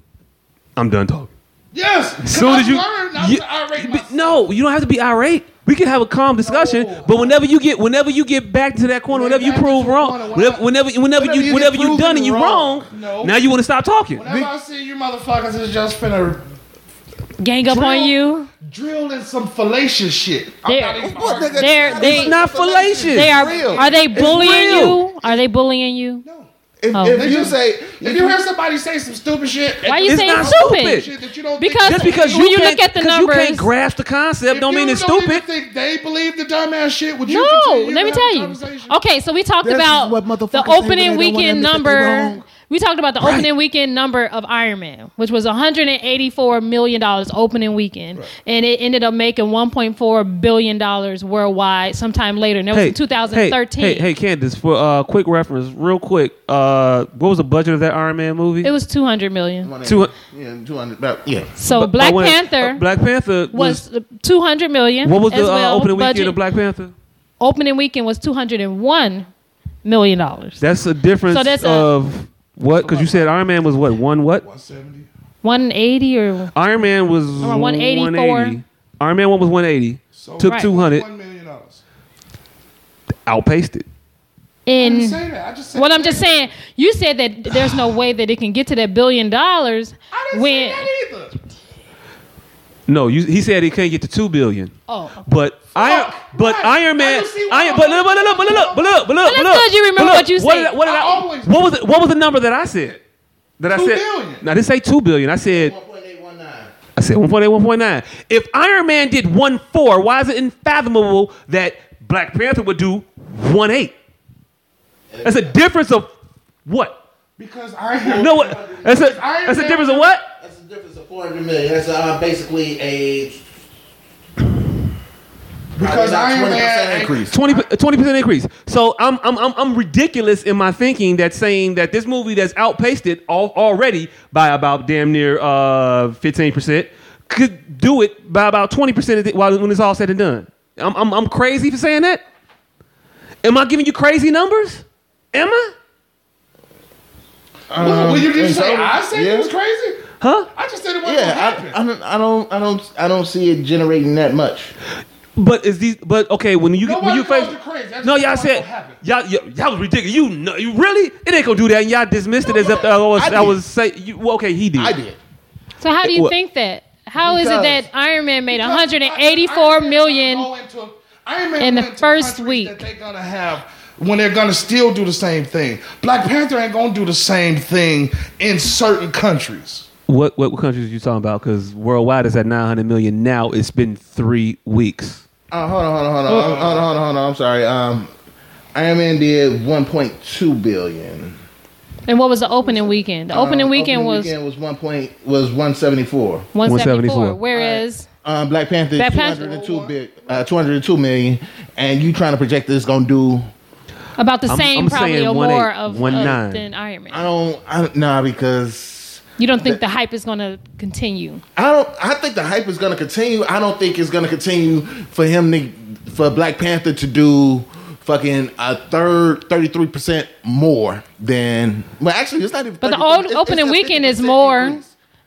Speaker 5: I'm done talking.
Speaker 7: Yes. 'cause
Speaker 5: Soon
Speaker 7: I
Speaker 5: as you,
Speaker 7: learned not
Speaker 5: you-
Speaker 7: to irate
Speaker 5: but
Speaker 7: myself.
Speaker 5: no, you don't have to be irate. We can have a calm discussion, but whenever you get, whenever you get back to that corner, whenever you
Speaker 7: back to
Speaker 5: prove
Speaker 7: your
Speaker 5: wrong,
Speaker 7: corner, why
Speaker 5: whenever,
Speaker 7: not?
Speaker 5: whenever, whenever,
Speaker 6: Whenever
Speaker 5: you,
Speaker 6: you get
Speaker 5: whenever you
Speaker 6: proven
Speaker 5: done and you
Speaker 6: wrong.
Speaker 5: wrong,
Speaker 7: No.
Speaker 5: now you want to stop talking.
Speaker 7: Whenever I see you motherfuckers is just finna
Speaker 10: Gang up on
Speaker 7: Drill.
Speaker 10: you.
Speaker 7: drill in some fallacious shit. I'm
Speaker 10: They're-
Speaker 7: not even
Speaker 6: What, nigga?
Speaker 10: They're, they,
Speaker 5: It's not fallacious.
Speaker 10: They are.
Speaker 6: real.
Speaker 10: Are they bullying
Speaker 5: real.
Speaker 10: you? Are they bullying you?
Speaker 6: If,
Speaker 10: Oh.
Speaker 6: if you say
Speaker 7: If you hear somebody say some stupid shit,
Speaker 10: Why you
Speaker 5: It's
Speaker 10: saying
Speaker 5: not
Speaker 10: stupid?
Speaker 5: stupid.
Speaker 7: shit that you don't
Speaker 10: Because-
Speaker 7: think
Speaker 5: Just because
Speaker 10: When
Speaker 5: you,
Speaker 10: you
Speaker 5: can't-
Speaker 10: look at the
Speaker 5: 'cause you can't
Speaker 10: numbers-
Speaker 5: grasp the concept,
Speaker 7: If
Speaker 5: don't
Speaker 7: you
Speaker 5: mean it's
Speaker 7: don't even
Speaker 5: stupid.
Speaker 7: think they believe the dumbass shit? Would you
Speaker 10: No,
Speaker 7: continue
Speaker 10: let
Speaker 7: to
Speaker 10: me
Speaker 7: have
Speaker 10: tell
Speaker 7: the
Speaker 10: you.
Speaker 7: conversation?
Speaker 10: Okay, so we talked
Speaker 6: This is
Speaker 10: about
Speaker 6: what motherfuckers say
Speaker 10: the
Speaker 6: when they don't
Speaker 10: opening
Speaker 6: want them
Speaker 10: weekend
Speaker 6: to think they
Speaker 10: number.
Speaker 6: wrong.
Speaker 10: We talked about the opening weekend number of Iron Man, which was 184 million dollars opening weekend, and it ended up making 1.4 billion dollars worldwide sometime later, and that was in 2013.
Speaker 5: Hey, hey, hey, Candace, for uh, quick reference, real quick, uh, what was the budget of that Iron Man movie?
Speaker 10: It was 200 million.
Speaker 5: Two-
Speaker 6: yeah, two hundred about yeah.
Speaker 10: So
Speaker 5: But- but
Speaker 10: Black
Speaker 5: when-
Speaker 10: Panther
Speaker 5: uh, Black Panther was.
Speaker 10: was 200 million.
Speaker 5: What was the
Speaker 10: as well,
Speaker 5: uh, opening
Speaker 10: budget.
Speaker 5: weekend of Black Panther?
Speaker 10: opening weekend was 201 million dollars.
Speaker 5: That's a difference
Speaker 10: So that's a-
Speaker 5: of what? Because you said Iron Man was what one what?
Speaker 7: 170.
Speaker 10: 180 or
Speaker 5: Iron Man was
Speaker 10: Or 184.
Speaker 5: 180. Iron Man one was one eighty.
Speaker 7: So
Speaker 5: Took
Speaker 10: Right.
Speaker 5: two hundred.
Speaker 7: $1 million. I
Speaker 5: Outpaced it.
Speaker 7: didn't
Speaker 10: in
Speaker 7: say that. I just said
Speaker 10: Well, I'm just saying, you said that there's no way that it can get to that billion dollars
Speaker 7: I didn't say
Speaker 10: when
Speaker 7: that either.
Speaker 5: No, you, he said he can't get to two billion.
Speaker 10: Oh, okay.
Speaker 5: But Iron, but
Speaker 7: Right.
Speaker 5: Iron Man,
Speaker 7: Now you see why
Speaker 5: Iron,
Speaker 7: I'm
Speaker 5: but look, but look, but look, but look, but look,
Speaker 10: But
Speaker 5: but
Speaker 10: that's
Speaker 5: look.
Speaker 10: good you remember
Speaker 5: but look.
Speaker 10: what you
Speaker 5: what
Speaker 10: said.
Speaker 5: Did, I- what, did I,
Speaker 7: I always
Speaker 5: what was it, what was the number that I said? That I
Speaker 7: Two
Speaker 5: said.
Speaker 7: billion.
Speaker 5: Now this say two billion. I said. I said 1.8, 1.9. If Iron Man did 1.4, why is it unfathomable that Black Panther would do 1.8? That's a difference of what?
Speaker 7: Because I
Speaker 5: No, what? That's a, that's a difference of what?
Speaker 6: That's the difference of four hundred million. That's uh, basically a
Speaker 7: Because Iron Man
Speaker 6: 20% increase.
Speaker 5: 20 uh, percent increase. So I'm, I'm I'm I'm ridiculous in my thinking that saying that this movie that's outpaced it al- already by about damn near uh 15 percent could do it by about 20 percent while when it's all said and done. I'm, I'm I'm crazy for saying that. Am I giving you crazy numbers? Am I?
Speaker 7: Well, you didn't
Speaker 6: um, it's
Speaker 7: say
Speaker 6: over.
Speaker 7: I said it
Speaker 6: Yeah.
Speaker 7: was crazy.
Speaker 5: Huh?
Speaker 7: I just said it wasn't gonna
Speaker 6: Yeah,
Speaker 7: happen.
Speaker 6: I, I don't, I don't, I don't, I don't see it generating that much.
Speaker 5: But is these? But okay, when you get when
Speaker 7: Nobody
Speaker 5: you
Speaker 7: calls
Speaker 5: face
Speaker 7: you crazy. That's
Speaker 5: no,
Speaker 7: just
Speaker 5: y'all
Speaker 7: what's
Speaker 5: said
Speaker 7: gonna happen.
Speaker 5: y'all, y'all y'all was ridiculous. You know, you really it ain't gonna do that. And y'all dismissed it as if I was I, was say you, well, okay he did.
Speaker 6: I did.
Speaker 10: so how do you
Speaker 5: What?
Speaker 10: think that? How is it that Iron Man made 184 million in the first week?
Speaker 11: gonna have when they're gonna still do the same thing. Black Panther ain't gonna do the same thing in certain countries.
Speaker 5: What what, what countries are you talking about? Because worldwide it's at 900 million now. It's been three weeks.
Speaker 6: Uh, hold on, hold on, hold on,
Speaker 5: Oh.
Speaker 6: hold on, hold on, hold on. I'm sorry. Um, Iron Man did 1.2 billion.
Speaker 10: And what was the opening weekend? The
Speaker 6: Um,
Speaker 10: opening weekend
Speaker 6: opening
Speaker 10: was
Speaker 6: weekend was one point was 174.
Speaker 10: 174. Whereas
Speaker 6: Um, Black Panther
Speaker 10: Black
Speaker 6: Black
Speaker 10: Panther-
Speaker 6: 202 big, uh, 202 million, and you trying to project this gonna do
Speaker 10: about the
Speaker 6: I'm-
Speaker 10: same,
Speaker 6: I'm
Speaker 10: probably
Speaker 6: saying
Speaker 10: or
Speaker 6: one eight,
Speaker 10: more of,
Speaker 6: one
Speaker 10: of
Speaker 6: nine.
Speaker 10: than Iron Man.
Speaker 6: I don't I don't nah because
Speaker 10: You don't think the hype is going to continue?
Speaker 6: I don't I think the hype is gonna continue. I don't think it's gonna continue for him to for Black Panther to do fucking a third 33% more than well actually it's not even
Speaker 10: But the
Speaker 6: 33
Speaker 10: old,
Speaker 6: it's- it's
Speaker 10: opening
Speaker 6: a
Speaker 10: weekend is more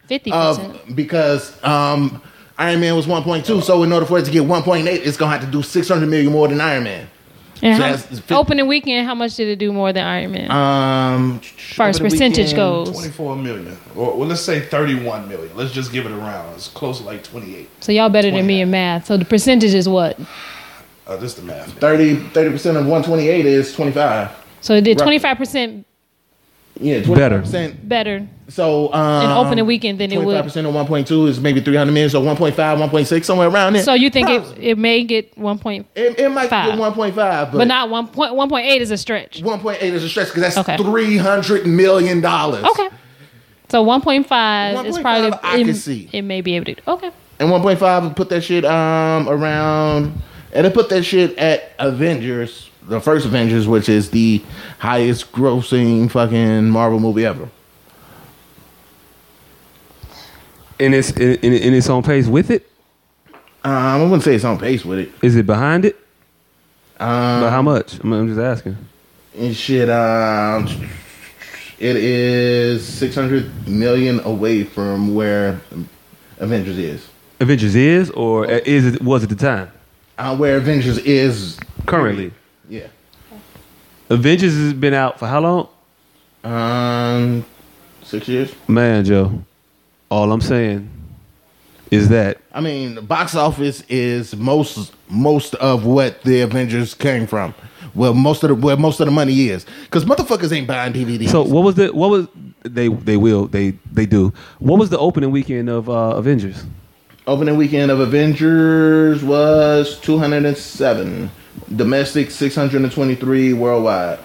Speaker 10: 50%.
Speaker 6: of because um, Iron Man was 1.2. So in order for it to get 1.8, it's gonna have to do 600 million more than Iron Man.
Speaker 10: and
Speaker 6: so
Speaker 10: how-
Speaker 6: that's fif-
Speaker 10: opening weekend, how much did it do more than Iron Man?
Speaker 6: Um,
Speaker 10: far as percentage goes.
Speaker 11: Twenty-four million, or well, let's say thirty-one million. Let's just give it a round. It's close to like twenty-eight.
Speaker 10: so y'all better than me in math. So the percentage is what?
Speaker 11: Uh, this the math.
Speaker 6: 30 30 percent of 128 is 25.
Speaker 10: So it did
Speaker 6: Roughly.
Speaker 10: 25%
Speaker 6: Yeah,
Speaker 5: Better.
Speaker 6: 25%.
Speaker 10: better
Speaker 6: So um,
Speaker 10: in opening weekend than it would.
Speaker 6: percent of 1.2 is maybe 300 million. So 1.5, 1.6, somewhere around there.
Speaker 10: So you think it, it may get 1.5?
Speaker 6: It, might get 1.5, but,
Speaker 10: But, not 1. point- 1.8 is a stretch.
Speaker 6: 1.8 is a stretch because that's 300 million dollars.
Speaker 10: Okay. So 1.5 is
Speaker 6: 1.5
Speaker 10: probably.
Speaker 6: I
Speaker 10: it,
Speaker 6: can see.
Speaker 10: it may be able to. Okay.
Speaker 6: And 1.5 would put that shit um around and it put that shit at Avengers, the first Avengers, which is the highest grossing fucking Marvel movie ever.
Speaker 5: And it's and, and and it's on pace with it.
Speaker 6: Um, I wouldn't say it's on pace with it.
Speaker 5: Is it behind it?
Speaker 6: Um,
Speaker 5: but how much? I'm, I'm just asking.
Speaker 6: And shit, um it is six hundred million away from where Avengers is.
Speaker 5: Avengers is or is it was at the time?
Speaker 6: Uh, where Avengers is
Speaker 5: currently.
Speaker 6: Yeah.
Speaker 5: Avengers has been out for how long?
Speaker 6: Um, six years.
Speaker 5: Man, Joe. All I'm saying is that
Speaker 6: I mean, the box office is most most of what the Avengers came from. Well, most of the where most of the money is because motherfuckers ain't buying DVDs.
Speaker 5: So what was the what was they they will they they do what was the opening weekend of uh, Avengers?
Speaker 6: Opening weekend of Avengers was two hundred and seven domestic, six hundred and twenty three worldwide.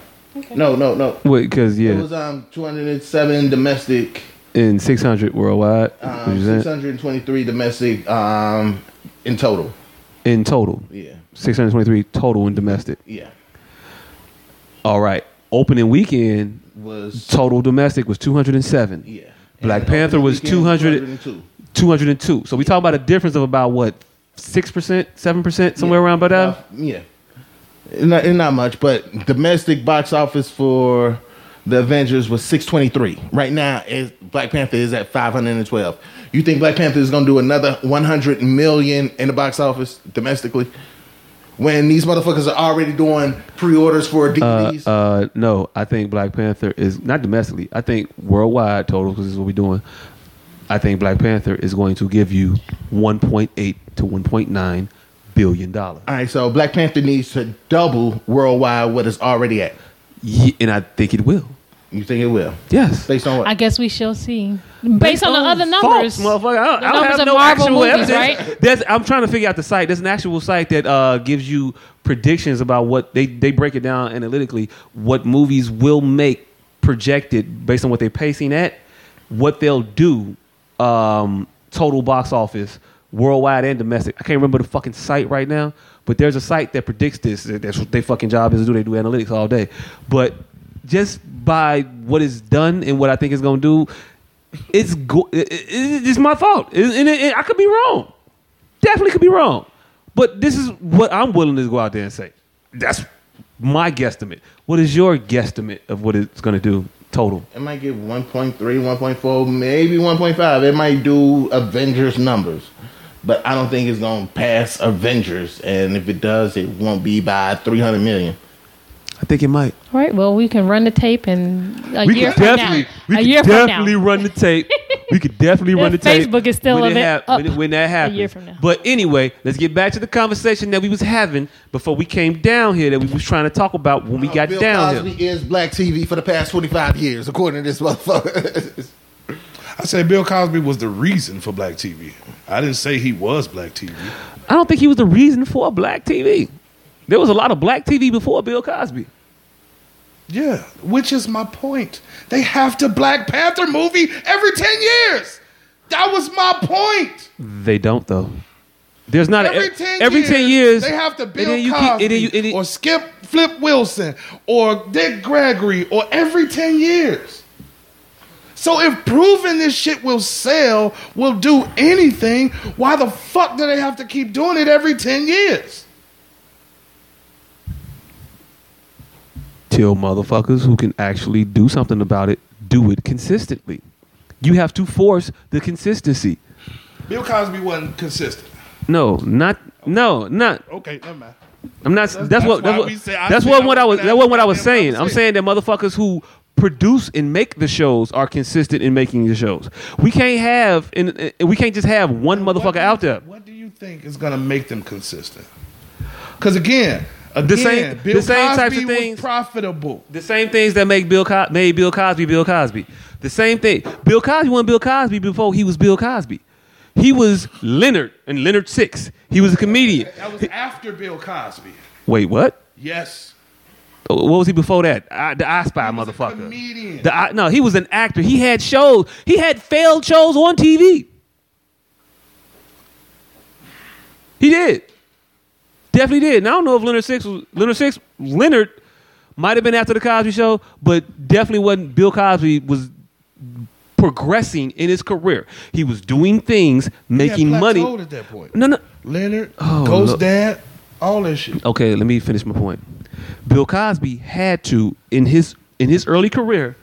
Speaker 6: No, no, no.
Speaker 5: Wait, because
Speaker 6: It
Speaker 5: yeah,
Speaker 6: was um two hundred and seven domestic,
Speaker 5: in six hundred worldwide
Speaker 6: um,
Speaker 5: is that?
Speaker 6: six hundred and twenty three domestic um in total.
Speaker 5: in total.
Speaker 6: Yeah.
Speaker 5: six hundred twenty three total in domestic.
Speaker 6: Yeah.
Speaker 5: All right, opening weekend
Speaker 6: Was-
Speaker 5: total domestic was two hundred and seven.
Speaker 6: Yeah,
Speaker 5: Black
Speaker 6: And uh,
Speaker 5: Panther
Speaker 6: opening
Speaker 5: was
Speaker 6: weekend,
Speaker 5: 200,
Speaker 6: 202.
Speaker 5: 202. So we talk about a difference of about what six percent, seven percent, somewhere around about that.
Speaker 6: Yeah. Not, not much, but domestic box office for the Avengers was 623. Right now, it, Black Panther is at 512. You think Black Panther is going to do another 100 million in the box office domestically? When these motherfuckers are already doing pre-orders for
Speaker 5: Uh,
Speaker 6: DVDs,
Speaker 5: uh, no, I think Black Panther is not domestically. I think worldwide total because this is what we're doing. I think Black Panther is going to give you 1.8 to 1.9 billion dollars,
Speaker 6: all right. So Black Panther needs to double worldwide what it's already at.
Speaker 5: and I think it will.
Speaker 6: You think it will?
Speaker 5: Yes.
Speaker 6: Based on what?
Speaker 10: I guess we shall see. Based, on, the other
Speaker 5: False,
Speaker 10: numbers.
Speaker 5: motherfucker. I don't,
Speaker 10: The
Speaker 5: I don't
Speaker 10: numbers
Speaker 5: have
Speaker 10: of
Speaker 5: no
Speaker 10: Marvel
Speaker 5: actual evidence.
Speaker 10: movies, right?
Speaker 5: There's- I'm trying to figure out the site. There's an actual site that uh, gives you predictions about what they they break it down analytically. What movies will make projected based on what they're pacing at, what they'll do, um, total box office worldwide and domestic. I can't remember the fucking site right now, but there's a site that predicts this. That's what their fucking job is to do. They do analytics all day, but just by what is done and what I think it's gonna do, it's go- it, it- it- it's my fault, It- and it- it- I could be wrong. Definitely could be wrong, but this is what I'm willing to go out there and say. That's my guesstimate. What is your guesstimate of what it's going to do total?
Speaker 6: It might get 1.3, 1.4, maybe 1.5. It might do Avengers numbers. But I don't think it's going to pass Avengers. And if it does, it won't be by 300 million.
Speaker 5: I think it might.
Speaker 10: All right. Well, we can run the tape and a
Speaker 5: we
Speaker 10: year
Speaker 5: could
Speaker 10: from
Speaker 5: definitely,
Speaker 10: now.
Speaker 5: we
Speaker 10: a
Speaker 5: could
Speaker 10: year from now.
Speaker 5: definitely run the tape we could definitely run the
Speaker 10: That
Speaker 5: tape.
Speaker 10: Facebook is still
Speaker 5: when
Speaker 10: of
Speaker 5: it
Speaker 10: it
Speaker 5: hap-
Speaker 10: up
Speaker 5: when, it- when that
Speaker 10: a
Speaker 5: happens.
Speaker 10: year from now.
Speaker 5: But anyway, let's get back to the conversation that we was having before we came down here that we was trying to talk about when we got
Speaker 6: Bill
Speaker 5: down
Speaker 6: Cosby
Speaker 5: here.
Speaker 6: is black TV for the past 25 years, according to this motherfucker.
Speaker 7: I say Bill Cosby was the reason for black TV. I didn't say he was black TV.
Speaker 5: I don't think he was the reason for black TV. There was a lot of black TV before Bill Cosby.
Speaker 7: Yeah, which is my point. They have to Black Panther movie every 10 years. That was my point.
Speaker 5: They don't though. There's not
Speaker 7: every
Speaker 5: a,
Speaker 7: 10
Speaker 5: e- every
Speaker 7: years,
Speaker 5: ten years
Speaker 7: they have to
Speaker 5: and
Speaker 7: Bill
Speaker 5: then you keep-
Speaker 7: Cosby
Speaker 5: and then you- and then-
Speaker 7: or Skip Flip Wilson or Dick Gregory or every 10 years. So if proving this shit will sell, will do anything, why the fuck do they have to keep doing it every 10 years?
Speaker 5: till motherfuckers who can actually do something about it do it consistently. You have to force the consistency.
Speaker 7: Bill Cosby wasn't consistent.
Speaker 5: No, not no, not.
Speaker 7: Okay, never mind.
Speaker 5: I'm not.
Speaker 7: That's-
Speaker 5: That's,
Speaker 7: that's
Speaker 5: what.
Speaker 7: why
Speaker 5: That's
Speaker 7: we
Speaker 5: what.
Speaker 7: said- I
Speaker 5: that's
Speaker 7: said
Speaker 5: what,
Speaker 7: I
Speaker 5: what I was.
Speaker 7: wanted
Speaker 5: That wasn't what I was
Speaker 7: goddamn
Speaker 5: saying. I'm saying that motherfuckers who produce and make the shows are consistent in making the shows. We can't have and and we can't just have one motherfucker out there.
Speaker 7: What do you think is gonna make them consistent? Because again, again,
Speaker 5: The same-
Speaker 7: Bill
Speaker 5: the same types
Speaker 7: Cosby
Speaker 5: of
Speaker 7: was
Speaker 5: things-
Speaker 7: profitable.
Speaker 5: The same things that make Bill Co- made Bill Cosby Bill Cosby. The same thing. Bill Cosby wasn't Bill Cosby before he was Bill Cosby. He was Leonard and Leonard Six. He was a comedian.
Speaker 7: That was after Bill Cosby.
Speaker 5: Wait, what?
Speaker 7: Yes,
Speaker 5: Oh, What was he before that? I, the I Spy motherfucker.
Speaker 7: comedian.
Speaker 5: The I, no, he was an actor. He had shows. He had failed shows on TV. He did. Definitely did. And I don't know if Leonard Six was Leonard Six Leonard might have been after the Cosby Show, but definitely wasn't. Bill Cosby was progressing in his career. He was doing things, making
Speaker 7: yeah,
Speaker 5: money.
Speaker 7: at that point.
Speaker 5: No, no.
Speaker 7: Leonard,
Speaker 5: Oh,
Speaker 7: Ghost
Speaker 5: look.
Speaker 7: Dad, all that shit.
Speaker 5: okay, let me finish my point. Bill Cosby had to in his in his early career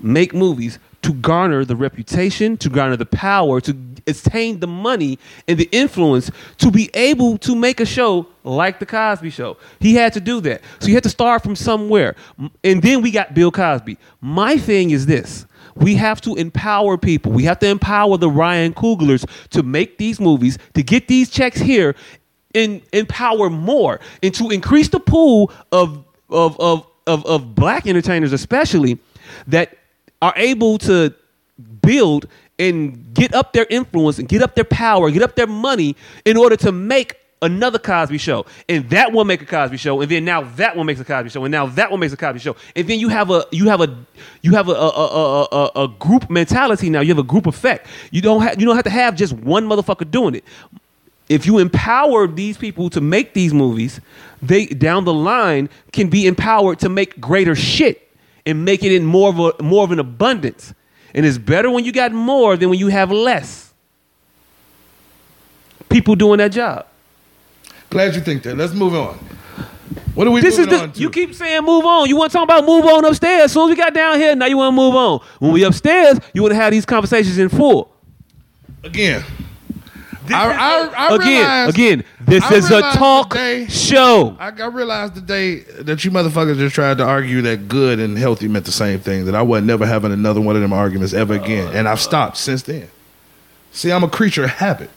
Speaker 5: make movies to garner the reputation, to garner the power, to attain the money and the influence to be able to make a show like the Cosby show. He had to do that. So you had to start from somewhere. M- And then we got Bill Cosby. My thing is this. We have to empower people. We have to empower the Ryan Cooglers to make these movies, to get these checks here, in, empower more and to increase the pool of of of of, of black entertainers especially that are able to build and get up their influence and get up their power, get up their money in order to make another Cosby show. And that one make a Cosby show and then now that one makes a Cosby show and now that one makes a Cosby show. And then you have a you have a you have a a, a, a, a- a group mentality now. You have a group effect. You don't have you don't have to have just one motherfucker doing it if you empower these people to make these movies, they down the line can be empowered to make greater shit and make it in more of a more of an abundance. And it's better when you got more than when you have less. People doing that job.
Speaker 7: Glad you think that. Let's move on. What are we
Speaker 5: This is
Speaker 7: moving
Speaker 5: the
Speaker 7: on to?
Speaker 5: you keep saying move on. You want to talk about move on upstairs. As soon as we got down here, now you want to move on. When we upstairs, you want to have these conversations in full.
Speaker 7: again. I, I, I
Speaker 5: Again,
Speaker 7: realized-
Speaker 5: again, this
Speaker 7: I
Speaker 5: is a
Speaker 7: realized
Speaker 5: talk
Speaker 7: today-
Speaker 5: show.
Speaker 7: I, I realized today that you motherfuckers just tried to argue that good and healthy meant the same thing. That I was never having another one of them arguments ever again, and I've stopped since then. See, I'm a creature of habit.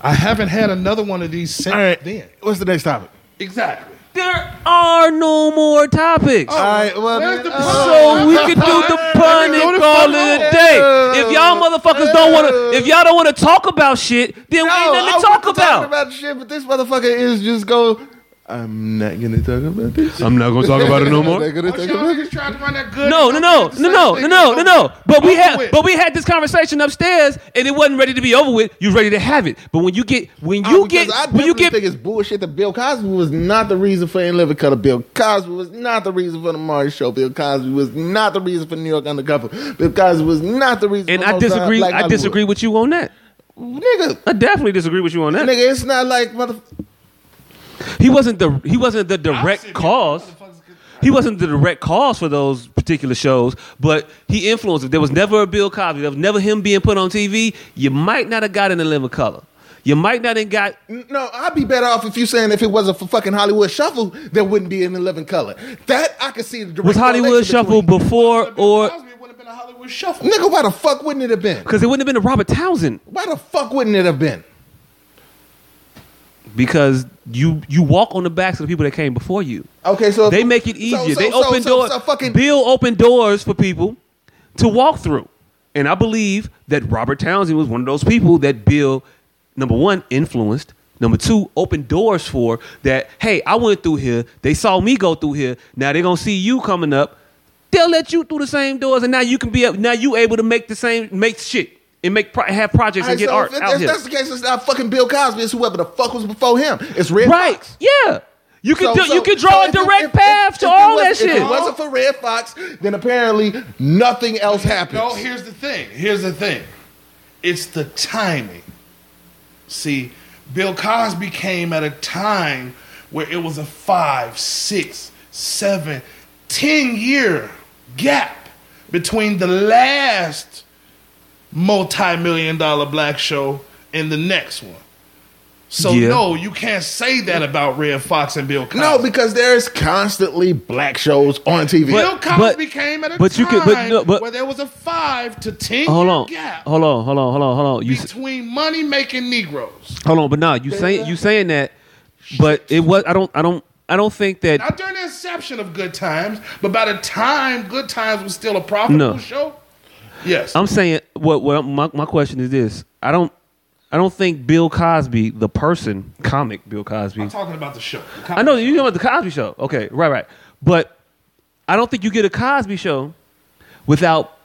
Speaker 7: I haven't had another one of these since then.
Speaker 6: What's the next topic?
Speaker 7: Exactly.
Speaker 5: There are no more topics.
Speaker 6: All right, well,
Speaker 7: Where's the
Speaker 6: then,
Speaker 5: So we can do the pun and call it a day. If y'all motherfuckers don't want to, if y'all don't want to talk about shit, then
Speaker 6: No,
Speaker 5: we ain't nothing
Speaker 6: I
Speaker 5: to talk
Speaker 6: wasn't
Speaker 5: about.
Speaker 6: talking about shit, but this motherfucker is just go. I'm not gonna talk about this.
Speaker 5: I'm not gonna talk about it no
Speaker 6: I'm not gonna
Speaker 7: But
Speaker 6: talk
Speaker 7: y'all
Speaker 6: about
Speaker 7: niggas
Speaker 6: this.
Speaker 7: tried to run that good.
Speaker 5: No, no,
Speaker 7: and
Speaker 5: no,
Speaker 7: healthy
Speaker 5: no,
Speaker 7: at the
Speaker 5: no, no,
Speaker 7: same
Speaker 5: no,
Speaker 7: thing.
Speaker 5: no, no. But we
Speaker 7: Over
Speaker 5: had,
Speaker 7: with.
Speaker 5: but we had this conversation upstairs, and it wasn't ready to be over with. You ready to have it, but when you get, when you
Speaker 6: Oh, because
Speaker 5: get,
Speaker 6: I
Speaker 5: when you
Speaker 6: definitely
Speaker 5: get,
Speaker 6: think it's bullshit that Bill Cosby was not the reason for Ain't Living Color. Bill Cosby was not the reason for the Mars Show. Bill Cosby was not the reason for New York Undercover. Bill Cosby was not the reason.
Speaker 5: and
Speaker 6: for
Speaker 5: I
Speaker 6: Most High
Speaker 5: disagree,
Speaker 6: Black
Speaker 5: I
Speaker 6: Hollywood.
Speaker 5: disagree with you on that.
Speaker 6: nigga.
Speaker 5: I definitely disagree with you on that.
Speaker 6: Nigga, it's not like mother.
Speaker 5: He wasn't the he wasn't the direct cause. He wasn't the direct cause for those particular shows, but he influenced. If there was never a Bill Cosby, there was never him being put on TV, you might not have gotten a living color. You might not have got
Speaker 6: No, I'd be better off if you saying if it wasn't for fucking Hollywood Shuffle, there wouldn't be an Eleven Color. That I could see the direct
Speaker 5: was Hollywood
Speaker 6: correlation
Speaker 5: Shuffle
Speaker 6: between-
Speaker 5: before or
Speaker 7: Cosby wouldn't have been a Hollywood was shuffled.
Speaker 6: Nigga, why the fuck wouldn't it have been?
Speaker 5: Because it wouldn't have been a Robert Townsend.
Speaker 6: Why the fuck wouldn't it have been?
Speaker 5: Because you you walk on the backs of the people that came before you.
Speaker 6: Okay, so if-
Speaker 5: They make it
Speaker 6: so-
Speaker 5: easier.
Speaker 6: so-
Speaker 5: they
Speaker 6: so-
Speaker 5: open
Speaker 6: so-
Speaker 5: doors.
Speaker 6: so fucking-
Speaker 5: Bill opened doors for people to walk through, and I believe that Robert Townsend was one of those people that Bill, number one, influenced. Number two, opened doors for that. Hey, I went through here. They saw me go through here. Now they're gonna see you coming up. They'll let you through the same doors, and now you can be up. Now you able to make the same make shit and make pro- have projects and
Speaker 6: Alright,
Speaker 5: get
Speaker 6: so
Speaker 5: art
Speaker 6: if,
Speaker 5: out
Speaker 6: if
Speaker 5: here.
Speaker 6: that's the case, it's not fucking Bill Cosby. It's whoever the fuck was before him. It's Red
Speaker 5: right?
Speaker 6: Fox.
Speaker 5: Yeah. You can
Speaker 6: So-
Speaker 5: do, you
Speaker 6: so-
Speaker 5: can draw
Speaker 6: so
Speaker 5: a
Speaker 6: if it-
Speaker 5: direct
Speaker 6: if-
Speaker 5: path
Speaker 6: if-
Speaker 5: to
Speaker 6: if it
Speaker 5: all that
Speaker 6: wasn't-
Speaker 5: shit.
Speaker 6: If it wasn't for Red Fox, then apparently nothing else happened.
Speaker 7: No, here's the thing. Here's the thing. It's the timing. See, Bill Cosby came at a time where it was a five, six, seven, ten year gap between the last multi-million dollar black show and the next one. So
Speaker 5: Yeah.
Speaker 7: no, you can't say that about Red Fox and Bill Cosby.
Speaker 6: No, because there's constantly black shows on TV.
Speaker 7: Bill
Speaker 5: But-
Speaker 7: Cosby
Speaker 5: but-
Speaker 7: came at a
Speaker 5: but
Speaker 7: time
Speaker 5: you could- but no, but-
Speaker 7: where there was a five to ten
Speaker 5: Oh, Hold
Speaker 7: year
Speaker 5: on,
Speaker 7: gap.
Speaker 5: hold on, hold on, hold on, hold on. You s-
Speaker 7: between money making Negroes.
Speaker 5: hold on, but nah, you saying you saying that, but it was. I don't, I don't, I don't think that.
Speaker 7: Not during the inception of Good Times, but by the time Good Times was still a profitable
Speaker 5: No. Um,
Speaker 7: show, yes.
Speaker 5: I'm saying what. What my my question is this. I don't, I don't think Bill Cosby, the person, comic Bill Cosby.
Speaker 7: I'm talking about the show.
Speaker 5: I know you know about the Cosby Show. Okay, right, right. But I don't think you get a Cosby Show without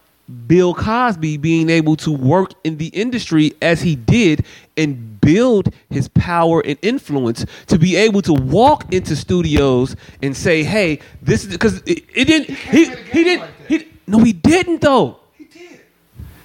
Speaker 5: Bill Cosby being able to work in the industry as he did and build his power and influence to be able to walk into studios and say, "Hey, this is because it, it didn't. He
Speaker 7: play the
Speaker 5: he
Speaker 7: game
Speaker 5: didn't.
Speaker 7: like that.
Speaker 5: he, no, he didn't though.
Speaker 7: He did.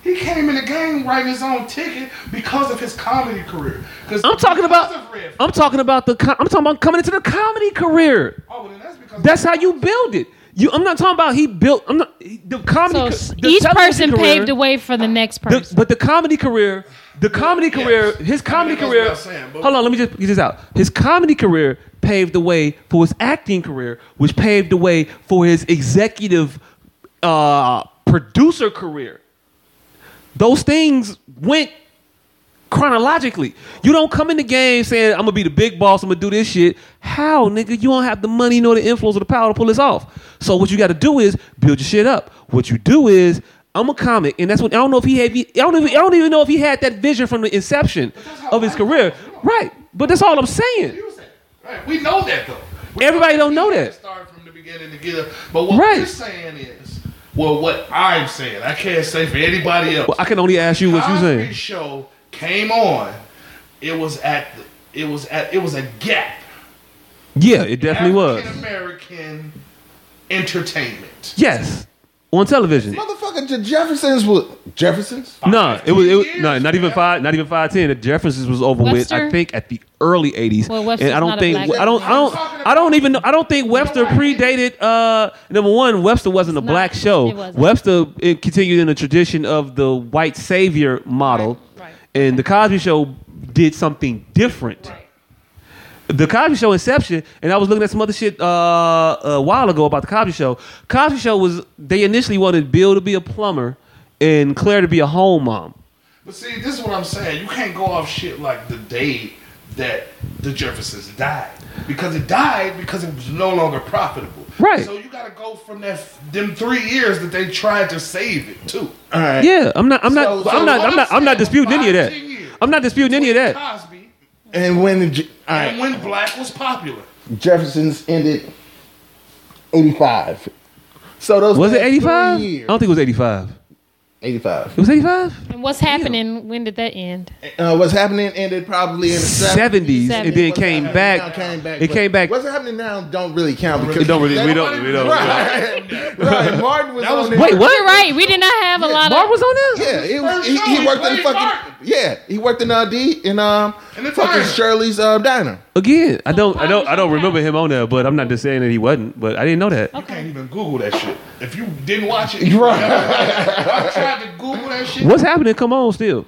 Speaker 7: He came in the game writing his own ticket because of his comedy career. 'Cause-
Speaker 5: I'm talking
Speaker 7: because
Speaker 5: about.
Speaker 7: of Red Fox.
Speaker 5: I'm talking about the. co- I'm talking about coming into the comedy career.
Speaker 7: Oh, well, then that's because
Speaker 5: That's how you build it. You, I'm not talking about he built. I'm not the comedy.
Speaker 10: So
Speaker 5: ca-
Speaker 10: s-
Speaker 5: the
Speaker 10: each
Speaker 5: television
Speaker 10: person
Speaker 5: career-
Speaker 10: paved the way for the next
Speaker 5: the-
Speaker 10: person.
Speaker 5: but the comedy career, the comedy career, his comedy
Speaker 7: I mean,
Speaker 5: career.
Speaker 7: that's what I'm saying, but-
Speaker 5: hold on, let me just get this out. His comedy career paved the way for his acting career, which paved the way for his executive uh, producer career. Those things went chronologically. You don't come in the game saying, I'm gonna be the big boss, I'm gonna do this shit. How, nigga? You don't have the money nor the influence or the power to pull this off. So what you gotta do is build your shit up. What you do is I'm a comic, and that's what I don't know if he had. I don't even, I don't even know if he had that vision from the inception of his career, right? But that's all I'm saying.
Speaker 7: you said. Right. We know that though. We
Speaker 5: Everybody
Speaker 7: know
Speaker 5: don't know
Speaker 7: he had
Speaker 5: that.
Speaker 7: to Start from the beginning to get up. But what
Speaker 5: Right.
Speaker 7: we're saying is, well, what I'm saying, I can't say for anybody else.
Speaker 5: Well, I can only ask you what you
Speaker 7: Cosby
Speaker 5: saying.
Speaker 7: Show came on. It was at. The, it was at. It was a gap.
Speaker 5: Yeah, it definitely was.
Speaker 7: African American entertainment.
Speaker 5: Yes, on television.
Speaker 6: Motherfucker, the Jeffersons was Jeffersons.
Speaker 5: No, it was, it was
Speaker 7: years,
Speaker 5: no, not even
Speaker 7: man.
Speaker 5: five, not even five ten. The Jeffersons was over with, I
Speaker 10: Webster?
Speaker 5: think, at the early eighties.
Speaker 10: Well, Webster's
Speaker 5: I don't
Speaker 10: not a
Speaker 5: think
Speaker 10: black
Speaker 5: I don't I
Speaker 7: man.
Speaker 5: don't I don't even know, I don't think Webster predated. Uh, number one, Webster wasn't a
Speaker 10: not.
Speaker 5: black show.
Speaker 10: It wasn't.
Speaker 5: Webster it continued in the tradition of the white savior model,
Speaker 10: Right, right.
Speaker 5: and the Cosby Show did something different. The Cosby Show Inception, and I was looking at some other shit uh, a while ago about the Cosby Show. Cosby Show was they initially wanted Bill to be a plumber and Claire to be a home mom.
Speaker 7: But see, this is what I'm saying. You can't go off shit like the day that the Jeffersons died because it died because it was no longer profitable.
Speaker 5: Right.
Speaker 7: So you got to go from that them three years that they tried to save it too.
Speaker 6: All right.
Speaker 5: Yeah, I'm not. I'm not.
Speaker 6: So-
Speaker 5: I'm not.
Speaker 7: so
Speaker 5: I'm not. I'm not disputing any of that. I'm not disputing any of that.
Speaker 7: Cosby
Speaker 6: And when the Je- all
Speaker 7: and
Speaker 6: right,
Speaker 7: when black was popular.
Speaker 6: Jeffersons ended eighty five. So those
Speaker 5: Was it
Speaker 6: past
Speaker 5: 85? I
Speaker 6: three
Speaker 5: don't
Speaker 6: years-
Speaker 5: think it was 85.
Speaker 6: Eighty five.
Speaker 5: It was 85.
Speaker 10: and what's happening? When did that end?
Speaker 6: Uh, what's happening ended probably in the
Speaker 5: 70s, and then
Speaker 6: What's
Speaker 5: came
Speaker 6: happening now
Speaker 5: back.
Speaker 6: Came back.
Speaker 5: It
Speaker 6: but
Speaker 5: came back.
Speaker 6: What's happening now don't really count because
Speaker 12: It don't really. We
Speaker 6: that-
Speaker 12: don't. We don't.
Speaker 6: Right, right. Martin was on there.
Speaker 5: Wait,
Speaker 10: You're
Speaker 5: what?
Speaker 10: right. We did not have a lot
Speaker 5: Mark
Speaker 10: of.
Speaker 5: was on there.
Speaker 6: Yeah, it was,
Speaker 7: First
Speaker 6: he,
Speaker 7: show,
Speaker 6: he
Speaker 7: he
Speaker 6: worked in the
Speaker 7: played
Speaker 6: fucking
Speaker 7: Martin.
Speaker 6: yeah. He worked in uh, D in um
Speaker 7: In the
Speaker 6: fucking
Speaker 7: diner.
Speaker 6: Shirley's uh, diner.
Speaker 5: Again, I don't. I don't. I don't remember him on there. But I'm not just saying that he wasn't. But I didn't know that.
Speaker 7: You can't even Google that shit. If you didn't watch it, you right. I tried have to Google that shit.
Speaker 5: What's happening? Come on, still.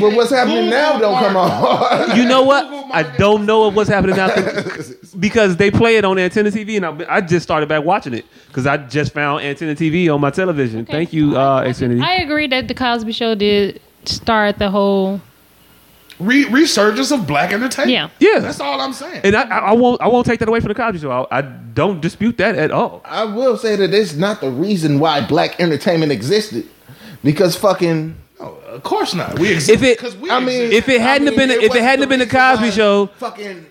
Speaker 11: But what's happening now don't come on.
Speaker 5: You know what? I don't know of what's happening now 'cause- because they play it on Antenna TV, and I, I just started back watching it because I just found Antenna TV on my television. Thank you, uh, Xfinity.
Speaker 10: I agree that the Cosby Show did start the whole.
Speaker 7: Re- resurgence of black entertainment.
Speaker 10: Yeah.
Speaker 5: Yeah.
Speaker 7: That's all I'm saying.
Speaker 5: and I, I, I won't. I won't take that away from the Cosby Show. I, I don't dispute that at all.
Speaker 11: I will say that it's not the reason why black entertainment existed. Because fucking
Speaker 7: No, of course not. We exist
Speaker 5: If it,
Speaker 7: because we
Speaker 11: I mean
Speaker 5: if it hadn't
Speaker 11: I mean,
Speaker 5: been, if it
Speaker 11: wasn't
Speaker 5: hadn't been the
Speaker 11: reason
Speaker 5: Cosby
Speaker 11: why
Speaker 5: Show,
Speaker 11: Fucking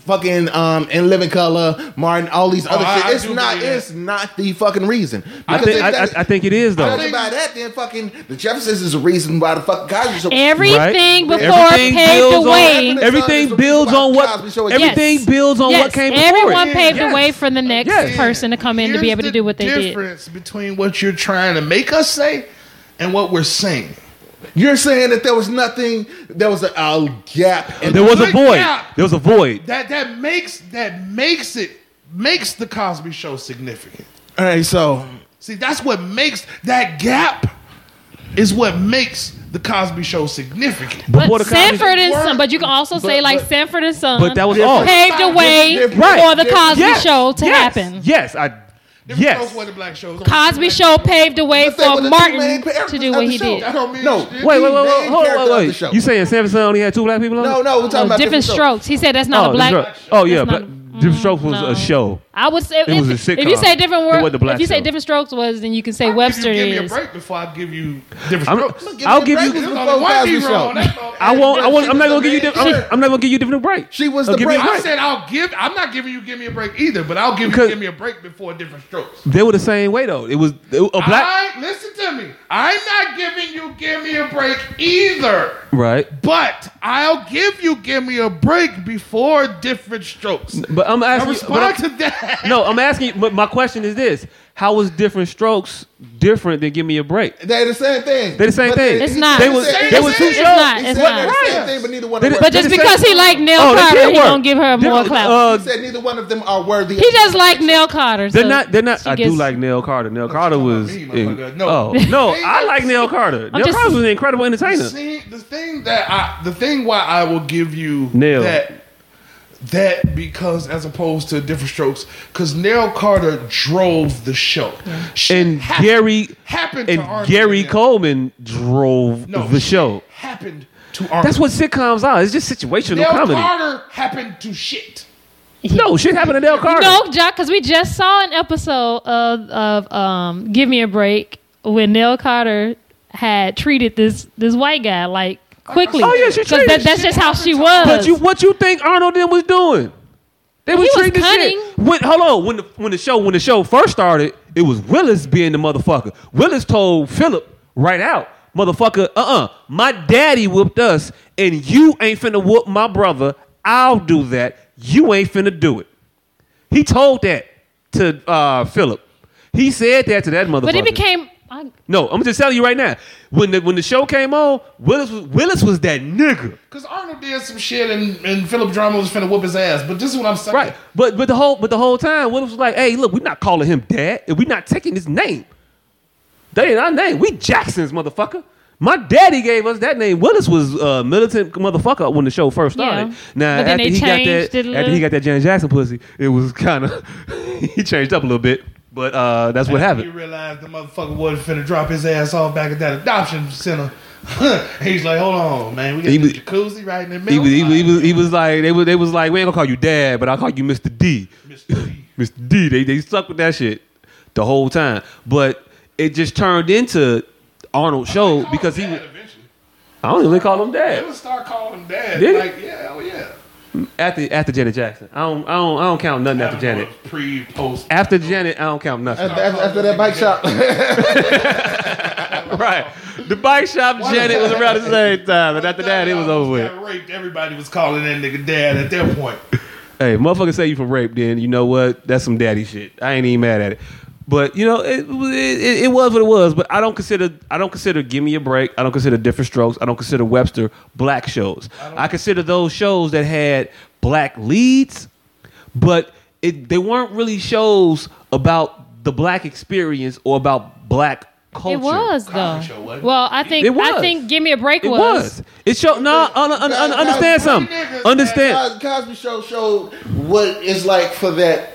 Speaker 11: fucking um in living color, Martin, all these other
Speaker 7: I-
Speaker 11: shit.
Speaker 7: Oh, I
Speaker 11: it's
Speaker 7: do
Speaker 11: not
Speaker 7: believe that.
Speaker 11: it's not the fucking reason.
Speaker 5: I think,
Speaker 11: if
Speaker 5: I,
Speaker 11: that-
Speaker 5: I, I think it is though.
Speaker 11: judging by that, then fucking the Jeffersons is the reason why the fucking Cosby Show.
Speaker 10: Everything
Speaker 11: Right.
Speaker 10: before
Speaker 5: Everything
Speaker 10: paved
Speaker 5: builds on-
Speaker 10: the way.
Speaker 11: Everything
Speaker 5: Everything builds on what.
Speaker 11: Cosby Show exists.
Speaker 5: Everything builds on
Speaker 10: yes,
Speaker 5: what came before
Speaker 10: everyone
Speaker 5: it.
Speaker 10: paved
Speaker 5: Yes.
Speaker 10: the way for the next
Speaker 5: Yes.
Speaker 10: person to come in to be
Speaker 7: Here's
Speaker 10: able to do what they did.
Speaker 7: difference between what you're trying to make us say and what we're saying.
Speaker 11: You're saying that there was nothing, there was a, a gap. In
Speaker 5: There was a
Speaker 7: Good
Speaker 5: void.
Speaker 7: job.
Speaker 5: There was a void.
Speaker 7: That that makes that makes it makes the Cosby Show significant.
Speaker 11: All right, so
Speaker 7: See, that's what makes that gap is what makes the Cosby Show significant.
Speaker 5: Before
Speaker 10: But
Speaker 5: the Cosby Show-
Speaker 10: Sanford and Son, but you can also say like
Speaker 11: but-
Speaker 10: Sanford and Son.
Speaker 5: But that was all.
Speaker 10: paved the way
Speaker 11: Different-
Speaker 10: for the
Speaker 11: different-
Speaker 10: Cosby
Speaker 5: Oh. Yes.
Speaker 10: Show to
Speaker 5: Yes.
Speaker 10: happen.
Speaker 5: Yes, I.
Speaker 7: Different shows
Speaker 5: Yes.
Speaker 7: where the black shows.
Speaker 10: Cosby Show paved the way
Speaker 11: But they were
Speaker 10: for
Speaker 11: the two main
Speaker 10: Martin
Speaker 11: characters
Speaker 10: to do
Speaker 11: of
Speaker 10: what
Speaker 11: the
Speaker 10: he
Speaker 11: show.
Speaker 10: did.
Speaker 7: I don't mean
Speaker 11: No.
Speaker 7: shit.
Speaker 5: Wait, wait, wait, wait,
Speaker 11: main
Speaker 5: hold on,
Speaker 11: character of the
Speaker 5: wait,
Speaker 11: show.
Speaker 5: wait. You saying Samson only had two black people? on it?
Speaker 11: no, no, we're talking
Speaker 10: Oh,
Speaker 11: about
Speaker 10: different strokes. He said that's not
Speaker 5: oh,
Speaker 10: a black.
Speaker 5: Different, oh yeah,
Speaker 10: that's
Speaker 5: black,
Speaker 10: not- mm,
Speaker 5: Different Strokes was
Speaker 10: no.
Speaker 5: a show.
Speaker 10: I would say if,
Speaker 5: was a
Speaker 10: if you
Speaker 5: sitcom.
Speaker 10: say different
Speaker 5: It wasn't
Speaker 10: words,
Speaker 5: a black
Speaker 10: if you say
Speaker 5: show.
Speaker 10: different strokes was, then you can say
Speaker 7: I'll give
Speaker 10: Webster
Speaker 7: you, give me a
Speaker 10: is.
Speaker 7: break before I give you different
Speaker 5: I'm,
Speaker 7: strokes.
Speaker 5: I'll give you.
Speaker 7: There's only one
Speaker 11: Cosby
Speaker 7: B-roll
Speaker 11: Show.
Speaker 7: on that motherfucker.
Speaker 5: I won't. I won't. I'm not gonna give you.
Speaker 11: She-
Speaker 5: Diff, I'm, I'm not gonna give you different break.
Speaker 11: She was
Speaker 5: I'll
Speaker 11: the
Speaker 5: Oh, give you a
Speaker 11: break.
Speaker 7: I said I'll give. I'm not giving you give me a break either, but I'll give
Speaker 5: Because-
Speaker 7: you give me a break before different strokes.
Speaker 5: They were the same way though. It was it- a black.
Speaker 7: I listen to me. I'm not giving you give me a break either.
Speaker 5: right.
Speaker 7: But I'll give you give me a break before different strokes.
Speaker 5: But I'm
Speaker 7: I
Speaker 5: asking. but I'm-
Speaker 7: respond to that.
Speaker 5: No, I'm asking. But my question is this: How was different strokes different than Give Me a Break?
Speaker 11: They're the same thing.
Speaker 5: They're the same
Speaker 11: But
Speaker 5: thing.
Speaker 10: It's not.
Speaker 5: They was,
Speaker 11: It's
Speaker 5: they was
Speaker 11: the
Speaker 5: two
Speaker 11: same.
Speaker 5: shows.
Speaker 10: It's not.
Speaker 11: He
Speaker 10: It's
Speaker 11: said they're
Speaker 10: not.
Speaker 11: the same thing, but neither one of
Speaker 5: They-
Speaker 11: them.
Speaker 10: But
Speaker 5: They're
Speaker 10: just
Speaker 5: the
Speaker 10: because
Speaker 5: same.
Speaker 10: he like Nell
Speaker 5: Oh, they
Speaker 10: Carter,
Speaker 5: can't
Speaker 10: he
Speaker 5: work.
Speaker 10: gonna give her more
Speaker 5: Different-
Speaker 10: clout.
Speaker 5: uh,
Speaker 11: He said neither one of them are worthy.
Speaker 10: he just like Nell Carter.
Speaker 5: They're
Speaker 10: so
Speaker 5: not. They're not.
Speaker 10: she
Speaker 5: I
Speaker 10: gets-
Speaker 5: do like Nell Carter. Nell Carter
Speaker 7: talking about
Speaker 5: was.
Speaker 7: me, motherfucker.
Speaker 5: in-
Speaker 7: No.
Speaker 5: Oh no, I like Nell Carter. Nell
Speaker 10: just-
Speaker 5: Carter was an incredible entertainer.
Speaker 7: See, the thing that I, the thing why I will give you
Speaker 5: Nail.
Speaker 7: that, that because as opposed to different strokes, because Nail Carter drove the show. Shit
Speaker 5: And
Speaker 7: hap-
Speaker 5: Gary
Speaker 7: happened to
Speaker 5: and
Speaker 7: Arnold
Speaker 5: Gary
Speaker 7: Nail.
Speaker 5: Coleman drove
Speaker 7: No,
Speaker 5: the
Speaker 7: shit
Speaker 5: show.
Speaker 7: happened to Arnold.
Speaker 5: That's what sitcoms are. It's just situational
Speaker 7: Nail
Speaker 5: comedy.
Speaker 7: Carter happened to shit.
Speaker 5: No shit happened to Nell Carter.
Speaker 10: No, Jock, because we just saw an episode of, of um, Give Me a Break when Nell Carter had treated this this white guy like quickly.
Speaker 5: Oh, yeah, she
Speaker 10: 'Cause
Speaker 5: treated-
Speaker 10: that, that's just how she was.
Speaker 5: But you, what you think Arnold then was doing? They was
Speaker 10: was
Speaker 5: treating the shit.
Speaker 10: cunning.
Speaker 5: When, hold on, when the when the show when the show first started, it was Willis being the motherfucker. Willis told Philip right out, motherfucker, uh uh my daddy whooped us, and you ain't finna whoop my brother. I'll do that. You ain't finna do it. He told that to uh, Philip. He said that to that motherfucker.
Speaker 10: but it became. I,
Speaker 5: no. I'm just telling you right now. When the when the show came on, Willis was Willis was that nigga.
Speaker 7: Because Arnold did some shit and, and Philip Drummond was finna whoop his ass. But this is what I'm saying.
Speaker 5: Right. But but the whole but the whole time Willis was like, hey, look, we're not calling him dad. and We're not taking his name. That ain't our name. We Jacksons, motherfucker. My daddy gave us that name. Willis was a militant motherfucker when the show first started.
Speaker 10: Yeah.
Speaker 5: Now
Speaker 10: But then
Speaker 5: after
Speaker 10: they
Speaker 5: he got
Speaker 10: changed
Speaker 5: that
Speaker 10: it a
Speaker 5: after he
Speaker 10: little.
Speaker 5: got that Janet Jackson pussy, it was kind of he changed up a little bit. But uh, that's what
Speaker 7: You
Speaker 5: happened.
Speaker 7: realize the motherfucker wasn't finna drop his ass off back at that adoption center. He's like, hold on, man. We got
Speaker 5: He
Speaker 7: the
Speaker 5: was-
Speaker 7: jacuzzi right in the
Speaker 5: He
Speaker 7: middle.
Speaker 5: was, he, was, he, was, he was like they was, they was like we ain't gonna call you dad, but I'll call you Mr. D.
Speaker 7: Mr. D.
Speaker 5: Mr. D. They they stuck with that shit the whole time, but it just turned into Arnold show because he.
Speaker 7: Dad
Speaker 5: was-
Speaker 7: eventually.
Speaker 5: I don't even call him
Speaker 7: They
Speaker 5: dad
Speaker 7: would start calling him dad.
Speaker 5: Did he?
Speaker 7: like, yeah, oh yeah.
Speaker 5: after after Janet Jackson. I don't I don't I don't count nothing after Janet.
Speaker 7: Pre, post.
Speaker 5: After Janet, I don't count nothing.
Speaker 11: After, after that bike shop,
Speaker 5: right. The bike shop Janet was around the same time, and after that it was over with.
Speaker 7: Got raped. Everybody was calling that nigga dad at that point.
Speaker 5: Hey, motherfucker, say you from rape. Then you know what? That's some daddy shit. I ain't even mad at it. But you know, it, it, it was what it was. But I don't consider I don't consider Give Me a Break. I don't consider Different Strokes. I don't consider Webster black shows. I, consider those shows that had black leads, but it, they weren't really shows about the black experience or about black culture.
Speaker 10: It was though. Well, I think
Speaker 5: It was.
Speaker 10: I think Give Me a Break
Speaker 5: It
Speaker 10: was.
Speaker 5: was. It showed. No, un, un, un, understand something. Understand.
Speaker 11: Cos- Cosby Show showed what it's like for that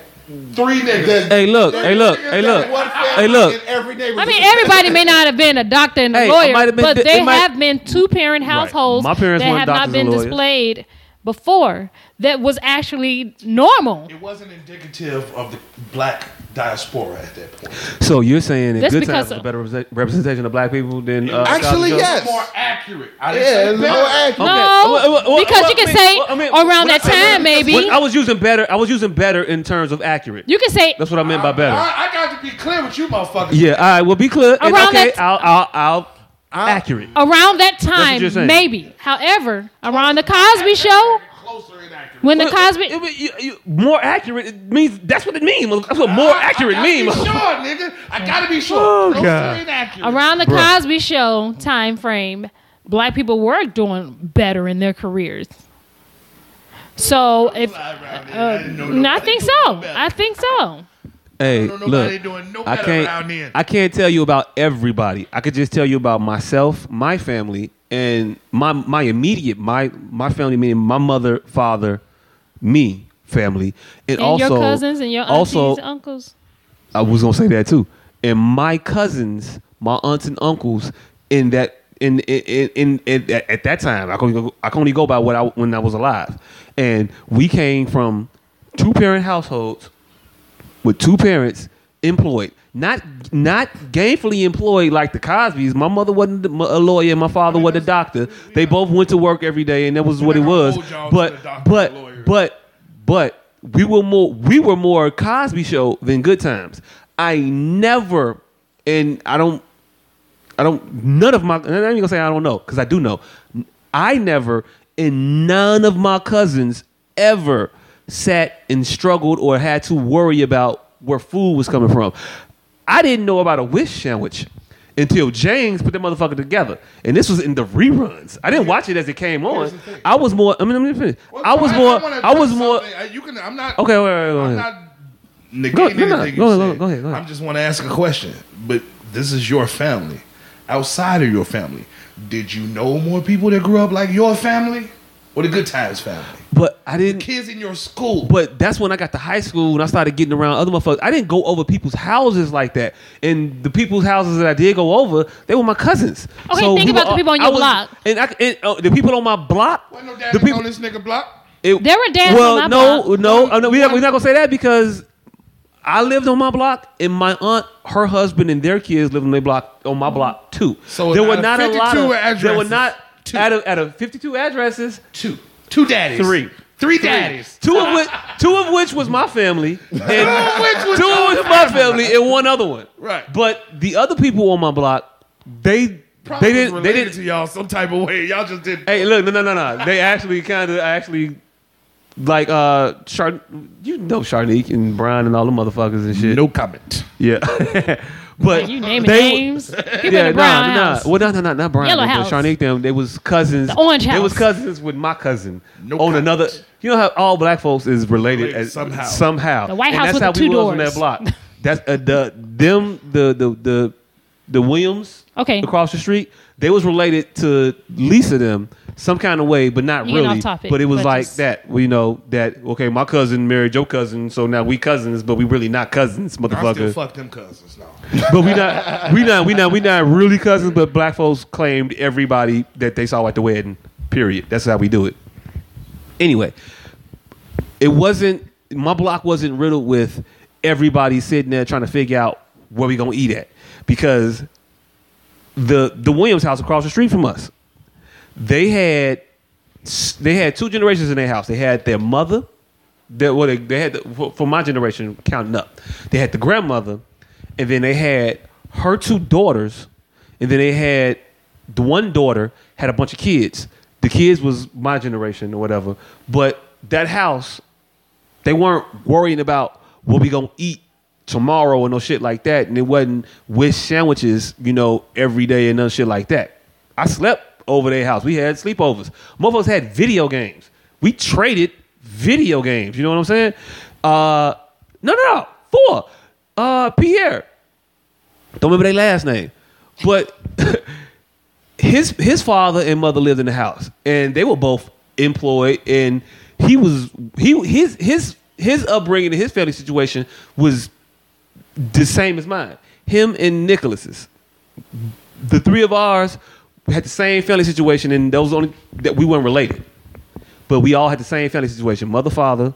Speaker 6: three niggas.
Speaker 5: Hey, look. Hey, look. Hey, look. Hey, look.
Speaker 10: I mean, everybody may not have been a doctor and a
Speaker 5: Hey, it
Speaker 10: lawyer,
Speaker 5: might have been
Speaker 10: but
Speaker 5: di-
Speaker 10: they
Speaker 5: it might-
Speaker 10: have been two parent households
Speaker 5: My parents
Speaker 10: that
Speaker 5: weren't
Speaker 10: have not
Speaker 5: doctors
Speaker 10: been
Speaker 5: and lawyers.
Speaker 10: displayed before that was actually normal.
Speaker 7: It wasn't indicative of the black diaspora at that point.
Speaker 5: So you're saying that
Speaker 10: That's
Speaker 5: good times
Speaker 10: because
Speaker 5: was a
Speaker 10: of-
Speaker 5: better represent- representation of black people than uh, Cosby Show?
Speaker 7: It's more accurate. I didn't
Speaker 11: Yeah,
Speaker 7: say
Speaker 11: it's
Speaker 7: better.
Speaker 11: more accurate.
Speaker 10: No,
Speaker 5: Well, well, well,
Speaker 10: because you
Speaker 5: well,
Speaker 10: can
Speaker 5: I mean,
Speaker 10: say
Speaker 5: well, I mean,
Speaker 10: around
Speaker 5: when I
Speaker 10: that
Speaker 5: say better-
Speaker 10: time, maybe
Speaker 5: when I was using better. I was using better in terms of accurate.
Speaker 10: you can say
Speaker 5: That's what I meant by better.
Speaker 7: I, I got to be clear with you, motherfuckers.
Speaker 5: yeah. All right. Well, be clear. And
Speaker 10: Around
Speaker 5: okay.
Speaker 10: that-
Speaker 5: I'll, I'll. I'll. accurate.
Speaker 10: around that
Speaker 5: you're saying.
Speaker 10: time, maybe. However, around the Cosby Show, when the
Speaker 5: Well,
Speaker 10: Cosby,
Speaker 5: it- it- you- you- more accurate it means that's what it means. That's what more accurate
Speaker 7: I
Speaker 5: means.
Speaker 7: gotta be sure, nigga. I gotta be sure.
Speaker 5: Oh,
Speaker 7: Those
Speaker 5: God.
Speaker 7: are inaccurate.
Speaker 10: around the
Speaker 5: Bruh.
Speaker 10: Cosby Show time frame, black people were doing better in their careers. So if uh, no, I think so, I think so.
Speaker 5: Hey,
Speaker 7: know nobody
Speaker 5: look,
Speaker 7: doing no
Speaker 5: I
Speaker 7: better around
Speaker 5: can't.
Speaker 7: then.
Speaker 5: I can't tell you about everybody. I could just tell you about myself, my family, and my my immediate my my family meaning my mother, father, me family, and,
Speaker 10: And
Speaker 5: also
Speaker 10: your cousins and your aunties,
Speaker 5: also
Speaker 10: uncles.
Speaker 5: I was gonna say that too, and my cousins, my aunts and uncles, in that. In, in, in, in, at- at that time, I can only go, I can only go by what I when I was alive, and we came from two parent households with two parents employed not not gainfully employed like the cosbys my mother wasn't a lawyer my father wasn't a doctor they both went to work every day and that was what it was but but but but we were more we were more cosby show than good times i never and i don't I don't. None of my. I'm not even gonna say I don't know because I do know. I never and none of my cousins ever sat and struggled or had to worry about where food was coming from. I didn't know about a wish sandwich until James put that motherfucker together, and this was in the reruns. I didn't watch it as it came on. I was more. I mean, let me finish. I was more.
Speaker 7: wanna
Speaker 5: I was
Speaker 7: address
Speaker 5: more.
Speaker 7: something. Uh, You can. I'm not.
Speaker 5: Okay, wait, wait, wait,
Speaker 7: I'm
Speaker 5: wait.
Speaker 7: not negating
Speaker 5: Go- no, no,
Speaker 7: anything
Speaker 5: go
Speaker 7: you
Speaker 5: ahead,
Speaker 7: said.
Speaker 5: go ahead, go ahead.
Speaker 7: I just want to ask a question. But this is your family. Outside of your family, did you know more people that grew up like your family or the Good Times family?
Speaker 5: But I didn't.
Speaker 7: Kids in your school.
Speaker 5: But that's when I got to high school and I started getting around other motherfuckers. I didn't go over people's houses like that. And the people's houses that I did go over, they were my cousins.
Speaker 10: Okay, think
Speaker 5: we
Speaker 10: about the
Speaker 5: were-
Speaker 10: people on your
Speaker 5: I was-
Speaker 10: block.
Speaker 5: And, I, and uh, the people on my block.
Speaker 7: no
Speaker 5: the
Speaker 7: daddy
Speaker 5: people,
Speaker 7: on this nigga block.
Speaker 5: it-
Speaker 10: There were dads
Speaker 5: well,
Speaker 10: on my
Speaker 5: no,
Speaker 10: block.
Speaker 5: no, uh, no, we, we're not gonna say that because I lived on my block, and my aunt, her husband, and their kids lived on their block on my block too.
Speaker 7: So
Speaker 5: there
Speaker 7: out
Speaker 5: were
Speaker 7: of
Speaker 5: not a
Speaker 7: 52
Speaker 5: lot. Of, There were
Speaker 7: addresses,
Speaker 5: not
Speaker 7: two.
Speaker 5: out of out of fifty two addresses,
Speaker 7: Two. Two daddies.
Speaker 5: Three.
Speaker 7: Three daddies.
Speaker 5: Two of which, two of which was my family, and
Speaker 7: which
Speaker 5: two
Speaker 7: was
Speaker 5: of which was my family, and one other one.
Speaker 7: Right.
Speaker 5: But the other people on my block, they
Speaker 7: Probably
Speaker 5: they didn't they
Speaker 7: related
Speaker 5: didn't.
Speaker 7: to y'all some type of way. Y'all just didn't.
Speaker 5: Hey, look, no, no, no, no. They actually kind of actually like uh, Char- you know, Sharnique and Brian and all the motherfuckers and shit.
Speaker 7: No comment.
Speaker 5: Yeah. but
Speaker 10: You naming
Speaker 5: they-
Speaker 10: names, people in
Speaker 5: Yeah,
Speaker 10: the
Speaker 5: nah,
Speaker 10: brown
Speaker 5: nah.
Speaker 10: house.
Speaker 5: Well, no, no, no, not Brian.
Speaker 10: Yellow
Speaker 5: but
Speaker 10: house.
Speaker 5: Sharnique, them, they was cousins.
Speaker 10: The orange
Speaker 5: They
Speaker 10: house.
Speaker 5: was cousins with my cousin
Speaker 7: No
Speaker 5: on
Speaker 7: comment.
Speaker 5: another. You know how all black folks is related,
Speaker 7: Related
Speaker 5: as,
Speaker 7: somehow.
Speaker 5: Somehow.
Speaker 10: The White
Speaker 5: And
Speaker 10: House
Speaker 5: that's
Speaker 10: with
Speaker 5: how
Speaker 10: the
Speaker 5: we
Speaker 10: two
Speaker 5: was on that
Speaker 10: doors.
Speaker 5: block. That's uh, the them the the the the Williams.
Speaker 10: Okay.
Speaker 5: Across the street, they was related to Lisa them some kind of way, but not
Speaker 10: You getting
Speaker 5: really.
Speaker 10: off topic,
Speaker 5: but it was
Speaker 10: but
Speaker 5: like
Speaker 10: just-
Speaker 5: that. We know that okay, my cousin married your cousin, so now we cousins, but we really not cousins,
Speaker 7: I still
Speaker 5: motherfucker
Speaker 7: fuck them cousins. No.
Speaker 5: but we not we not we not we not really cousins. But black folks claimed everybody that they saw at the wedding. Period. That's how we do it. Anyway, it wasn't my block wasn't riddled with everybody sitting there trying to figure out where we gonna eat at because the the Williams house across the street from us they had they had two generations in their house. They had their mother, their, well, they, they had the, for, for my generation counting up. They had the grandmother, and then they had her two daughters, and then they had the one daughter had a bunch of kids. The kids was my generation or whatever, but that house they weren't worrying about what we gonna eat tomorrow and no shit like that, and it wasn't with sandwiches, you know, every day and no shit like that. I slept over their house. We had sleepovers. Motherfuckers had video games. We traded video games. You know what I'm saying? Uh, no, no, no. Four. Uh, Pierre. Don't remember their last name. But his his father and mother lived in the house, and they were both employed. And he was he his his his upbringing and his family situation was the same as mine. Him and Nicholas's, the three of ours had the same family situation, and those only that we weren't related, but we all had the same family situation: mother, father,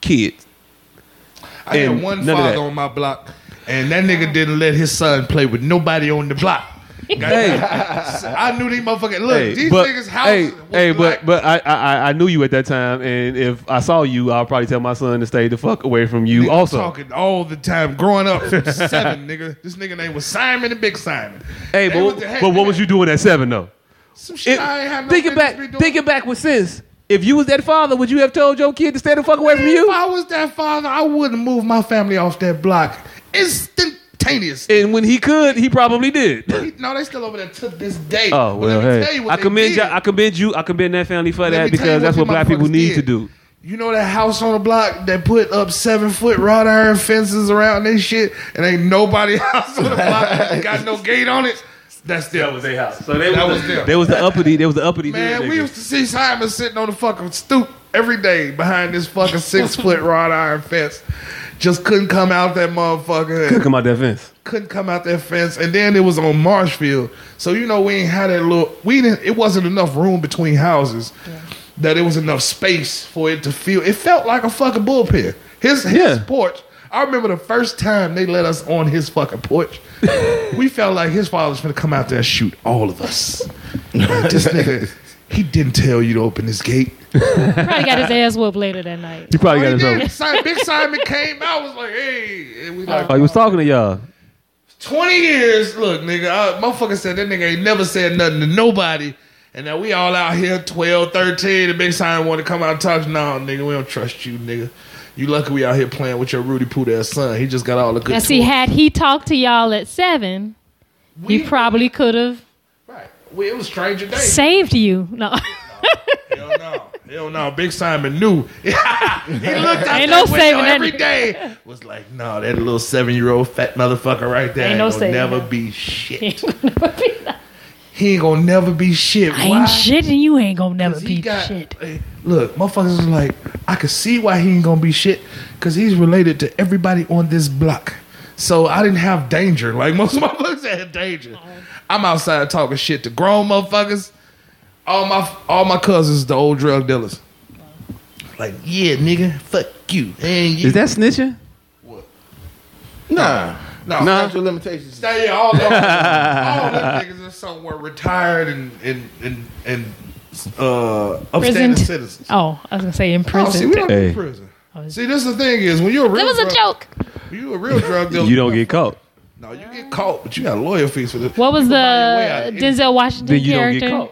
Speaker 5: kids.
Speaker 7: I had
Speaker 5: And
Speaker 7: one
Speaker 5: none of
Speaker 7: father
Speaker 5: that.
Speaker 7: on my block, and that nigga didn't let his son play with nobody on the block.
Speaker 5: Hey.
Speaker 7: I knew these motherfuckers. Look,
Speaker 5: Hey,
Speaker 7: these
Speaker 5: but-
Speaker 7: niggas' house.
Speaker 5: Hey, hey but but I, I I- I knew you at that time, and if I saw you, I'll probably tell my son to stay the fuck away from you.
Speaker 7: Nigga, I'm
Speaker 5: also,
Speaker 7: talking all the time growing up from seven, nigga. This nigga name was Simon and Big Simon.
Speaker 5: hey,
Speaker 7: They
Speaker 5: but,
Speaker 7: was the head-
Speaker 5: but what was you doing at seven though?
Speaker 7: Some shit
Speaker 5: It-
Speaker 7: I ain't had no
Speaker 5: thinking
Speaker 7: business
Speaker 5: back, thinking back with sense. If you was that father, would you have told your kid to stay the fuck away from
Speaker 7: If
Speaker 5: you?
Speaker 7: I was that father, I wouldn't move my family off that block instantaneous.
Speaker 5: And when he could, he probably did.
Speaker 7: No, they still over there to this day.
Speaker 5: Oh
Speaker 7: But
Speaker 5: well,
Speaker 7: let me
Speaker 5: hey,
Speaker 7: tell you what
Speaker 5: I
Speaker 7: they
Speaker 5: commend
Speaker 7: did.
Speaker 5: you. I commend you. I commend that family for
Speaker 7: Let me
Speaker 5: that
Speaker 7: tell you
Speaker 5: because that's
Speaker 7: what
Speaker 5: what
Speaker 7: them
Speaker 5: black people
Speaker 7: motherfuckers
Speaker 5: need to
Speaker 7: did.
Speaker 5: do.
Speaker 7: You know that house on the block that put up seven foot wrought iron fences around this shit, and ain't nobody house on the block that got no gate on it. That's them. That was their house. So
Speaker 5: they
Speaker 7: that
Speaker 5: was
Speaker 7: was
Speaker 5: the-
Speaker 7: them.
Speaker 5: they was the uppity- they was the uppity
Speaker 7: Man,
Speaker 5: hood
Speaker 7: we
Speaker 5: niggas.
Speaker 7: used to see Simon sitting on the fucking stoop every day behind this fucking six foot wrought iron fence. Just couldn't come out that motherfucker.
Speaker 5: Could come out that fence.
Speaker 7: Couldn't come out that fence, and then it was on Marshfield. So you know we ain't had that little. We didn't. It wasn't enough room between houses that it was enough space for it to feel. It felt like a fucking bullpen. His his porch. I remember the first time they let us on his fucking porch. we felt like his father's gonna come out there and shoot all of us. Like, this nigga, he didn't tell you to open this gate.
Speaker 10: Probably got his ass whooped later that night.
Speaker 5: You probably got
Speaker 7: Then
Speaker 5: his
Speaker 7: Si- Big Simon came out was like, "Hey," and we like,
Speaker 5: own. Oh, he was talking to y'all.
Speaker 7: 20 years, look, nigga, I, motherfucker said that nigga ain't never said nothing to nobody. And now we all out here 12, 13, the big sign want to come out and talk. No, nigga, we don't trust you, nigga. You lucky we out here playing with your Rudy Poot ass son. He just got all the good
Speaker 10: Now, see,
Speaker 7: toys.
Speaker 10: had he talked to y'all at seven, he probably could have
Speaker 7: We- It was stranger day.
Speaker 10: saved you. No,
Speaker 7: Hell no, Big Simon knew. he looked out
Speaker 10: Ain't
Speaker 7: Ain't
Speaker 10: no
Speaker 7: no
Speaker 10: saving
Speaker 7: window
Speaker 10: that
Speaker 7: every
Speaker 10: nigga.
Speaker 7: day. Was like, no, that little seven year old fat motherfucker right there. Ain't,
Speaker 10: Ain't no
Speaker 7: gonna
Speaker 10: saving
Speaker 7: never
Speaker 10: him.
Speaker 7: be shit. he ain't gonna never be shit.
Speaker 10: I
Speaker 7: Why?
Speaker 10: ain't shit, and you ain't gonna never
Speaker 7: 'Cause he
Speaker 10: be
Speaker 7: got- eh,
Speaker 10: shit.
Speaker 7: Look, motherfuckers is like, I could see why he ain't gonna be shit, cause he's related to everybody on this block. So I didn't have danger. Like most motherfuckers had danger. I'm outside talking shit to grown motherfuckers. All my all my cousins, the old drug dealers. Like, yeah, nigga, fuck you. And you.
Speaker 5: Is that snitching?
Speaker 7: Nah. No,
Speaker 5: Nah.
Speaker 7: statute of limitations. Yeah, yeah, all them, all them niggas are somewhere retired and and and, and uh, upstanding
Speaker 10: Prison.
Speaker 7: citizens.
Speaker 10: Oh, I was gonna say in
Speaker 7: Oh, see,
Speaker 10: prison. Oh,
Speaker 7: we don't do prison. See, this is the thing is when you're a real
Speaker 10: That was a
Speaker 7: drug-
Speaker 10: joke.
Speaker 7: You a real drug dealer.
Speaker 5: You don't get caught.
Speaker 7: No, you get caught, but you got lawyer fees for this.
Speaker 10: What was the
Speaker 7: out.
Speaker 10: Denzel Washington
Speaker 5: Then you don't get
Speaker 10: character?
Speaker 5: caught.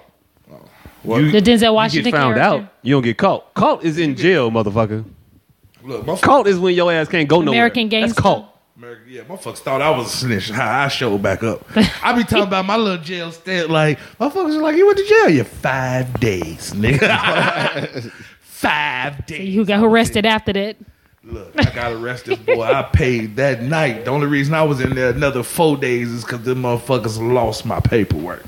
Speaker 5: You-
Speaker 10: The Denzel Washington
Speaker 5: You get found
Speaker 10: character.
Speaker 5: out. You don't get caught. Caught is in jail, motherfucker.
Speaker 7: Look,
Speaker 5: caught is when your ass can't go nowhere.
Speaker 10: American
Speaker 5: That's
Speaker 10: Gangster.
Speaker 5: caught.
Speaker 7: America, yeah, motherfuckers thought I was a snitch. How I showed back up. I be talking about my little jail stint. Like motherfuckers are like, you went to jail. You five days, nigga. five days.
Speaker 10: Who got arrested after that?
Speaker 7: Look, I got arrested, boy. I paid that night. The only reason I was in there another four days is because them motherfuckers lost my paperwork.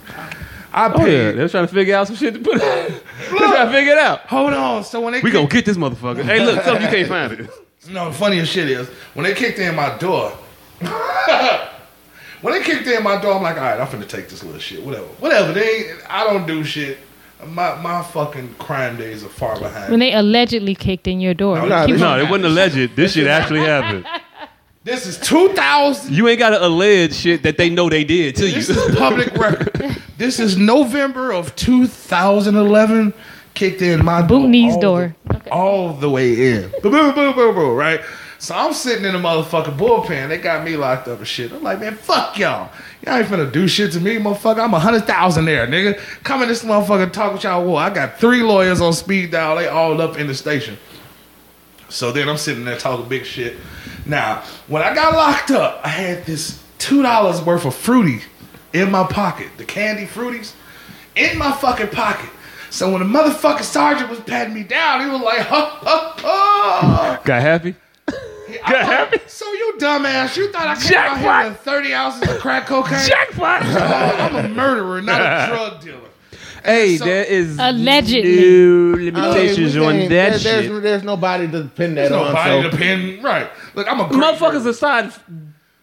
Speaker 7: I
Speaker 5: Oh yeah,
Speaker 7: paid.
Speaker 5: they was trying to figure out some shit to put. they trying to figure it out.
Speaker 7: Hold on. So when they
Speaker 5: we gonna get this motherfucker. Hey, look, tell 'em you can't find it.
Speaker 7: No, the funniest shit is when they kicked in my door. when they kicked in my door, I'm like, all right, I'm finna take this little shit. Whatever, whatever. They, ain't, I don't do shit. My my fucking crime days are far behind.
Speaker 10: When they allegedly kicked in your door.
Speaker 7: No,
Speaker 10: Keep-
Speaker 5: No, it wasn't alleged. This shit actually happened.
Speaker 7: This is 2000.
Speaker 5: You ain't got to allege shit that they know they did to you.
Speaker 7: public record. This is November of 2011. Kicked in my door.
Speaker 10: Boone's
Speaker 7: all
Speaker 10: door.
Speaker 7: The, All the way in. Boo, boo, boo, boo, boo, right? So I'm sitting in the motherfucking bullpen. They got me locked up and shit. I'm like, man, fuck y'all. Y'all ain't finna do shit to me, motherfucker. I'm a hundred thousand there, nigga. Come in this motherfucker and talk with y'all. War. I got three lawyers on speed dial. They all up in the station. So then I'm sitting there talking big shit. Now, when I got locked up, I had this two dollars worth of fruity in my pocket, the candy fruities in my fucking pocket. So when the motherfucking sergeant was patting me down, he was like, "Huh, huh, huh."
Speaker 5: Got happy?
Speaker 7: I'm like, so you dumbass, you thought I came out here with 30 ounces of crack cocaine?
Speaker 5: Jackpot!
Speaker 7: I'm a murderer, not a drug dealer.
Speaker 5: Hey,
Speaker 7: So-
Speaker 5: there is
Speaker 10: Allegedly.
Speaker 5: no
Speaker 11: I mean,
Speaker 5: limitations
Speaker 11: we
Speaker 5: on
Speaker 11: can't-
Speaker 5: that
Speaker 11: there- there's,
Speaker 5: shit.
Speaker 11: There's nobody to pin that
Speaker 7: There's
Speaker 11: on.
Speaker 7: nobody
Speaker 11: so-
Speaker 7: to pin. Right. Look, I'm a great
Speaker 5: Motherfuckers aside,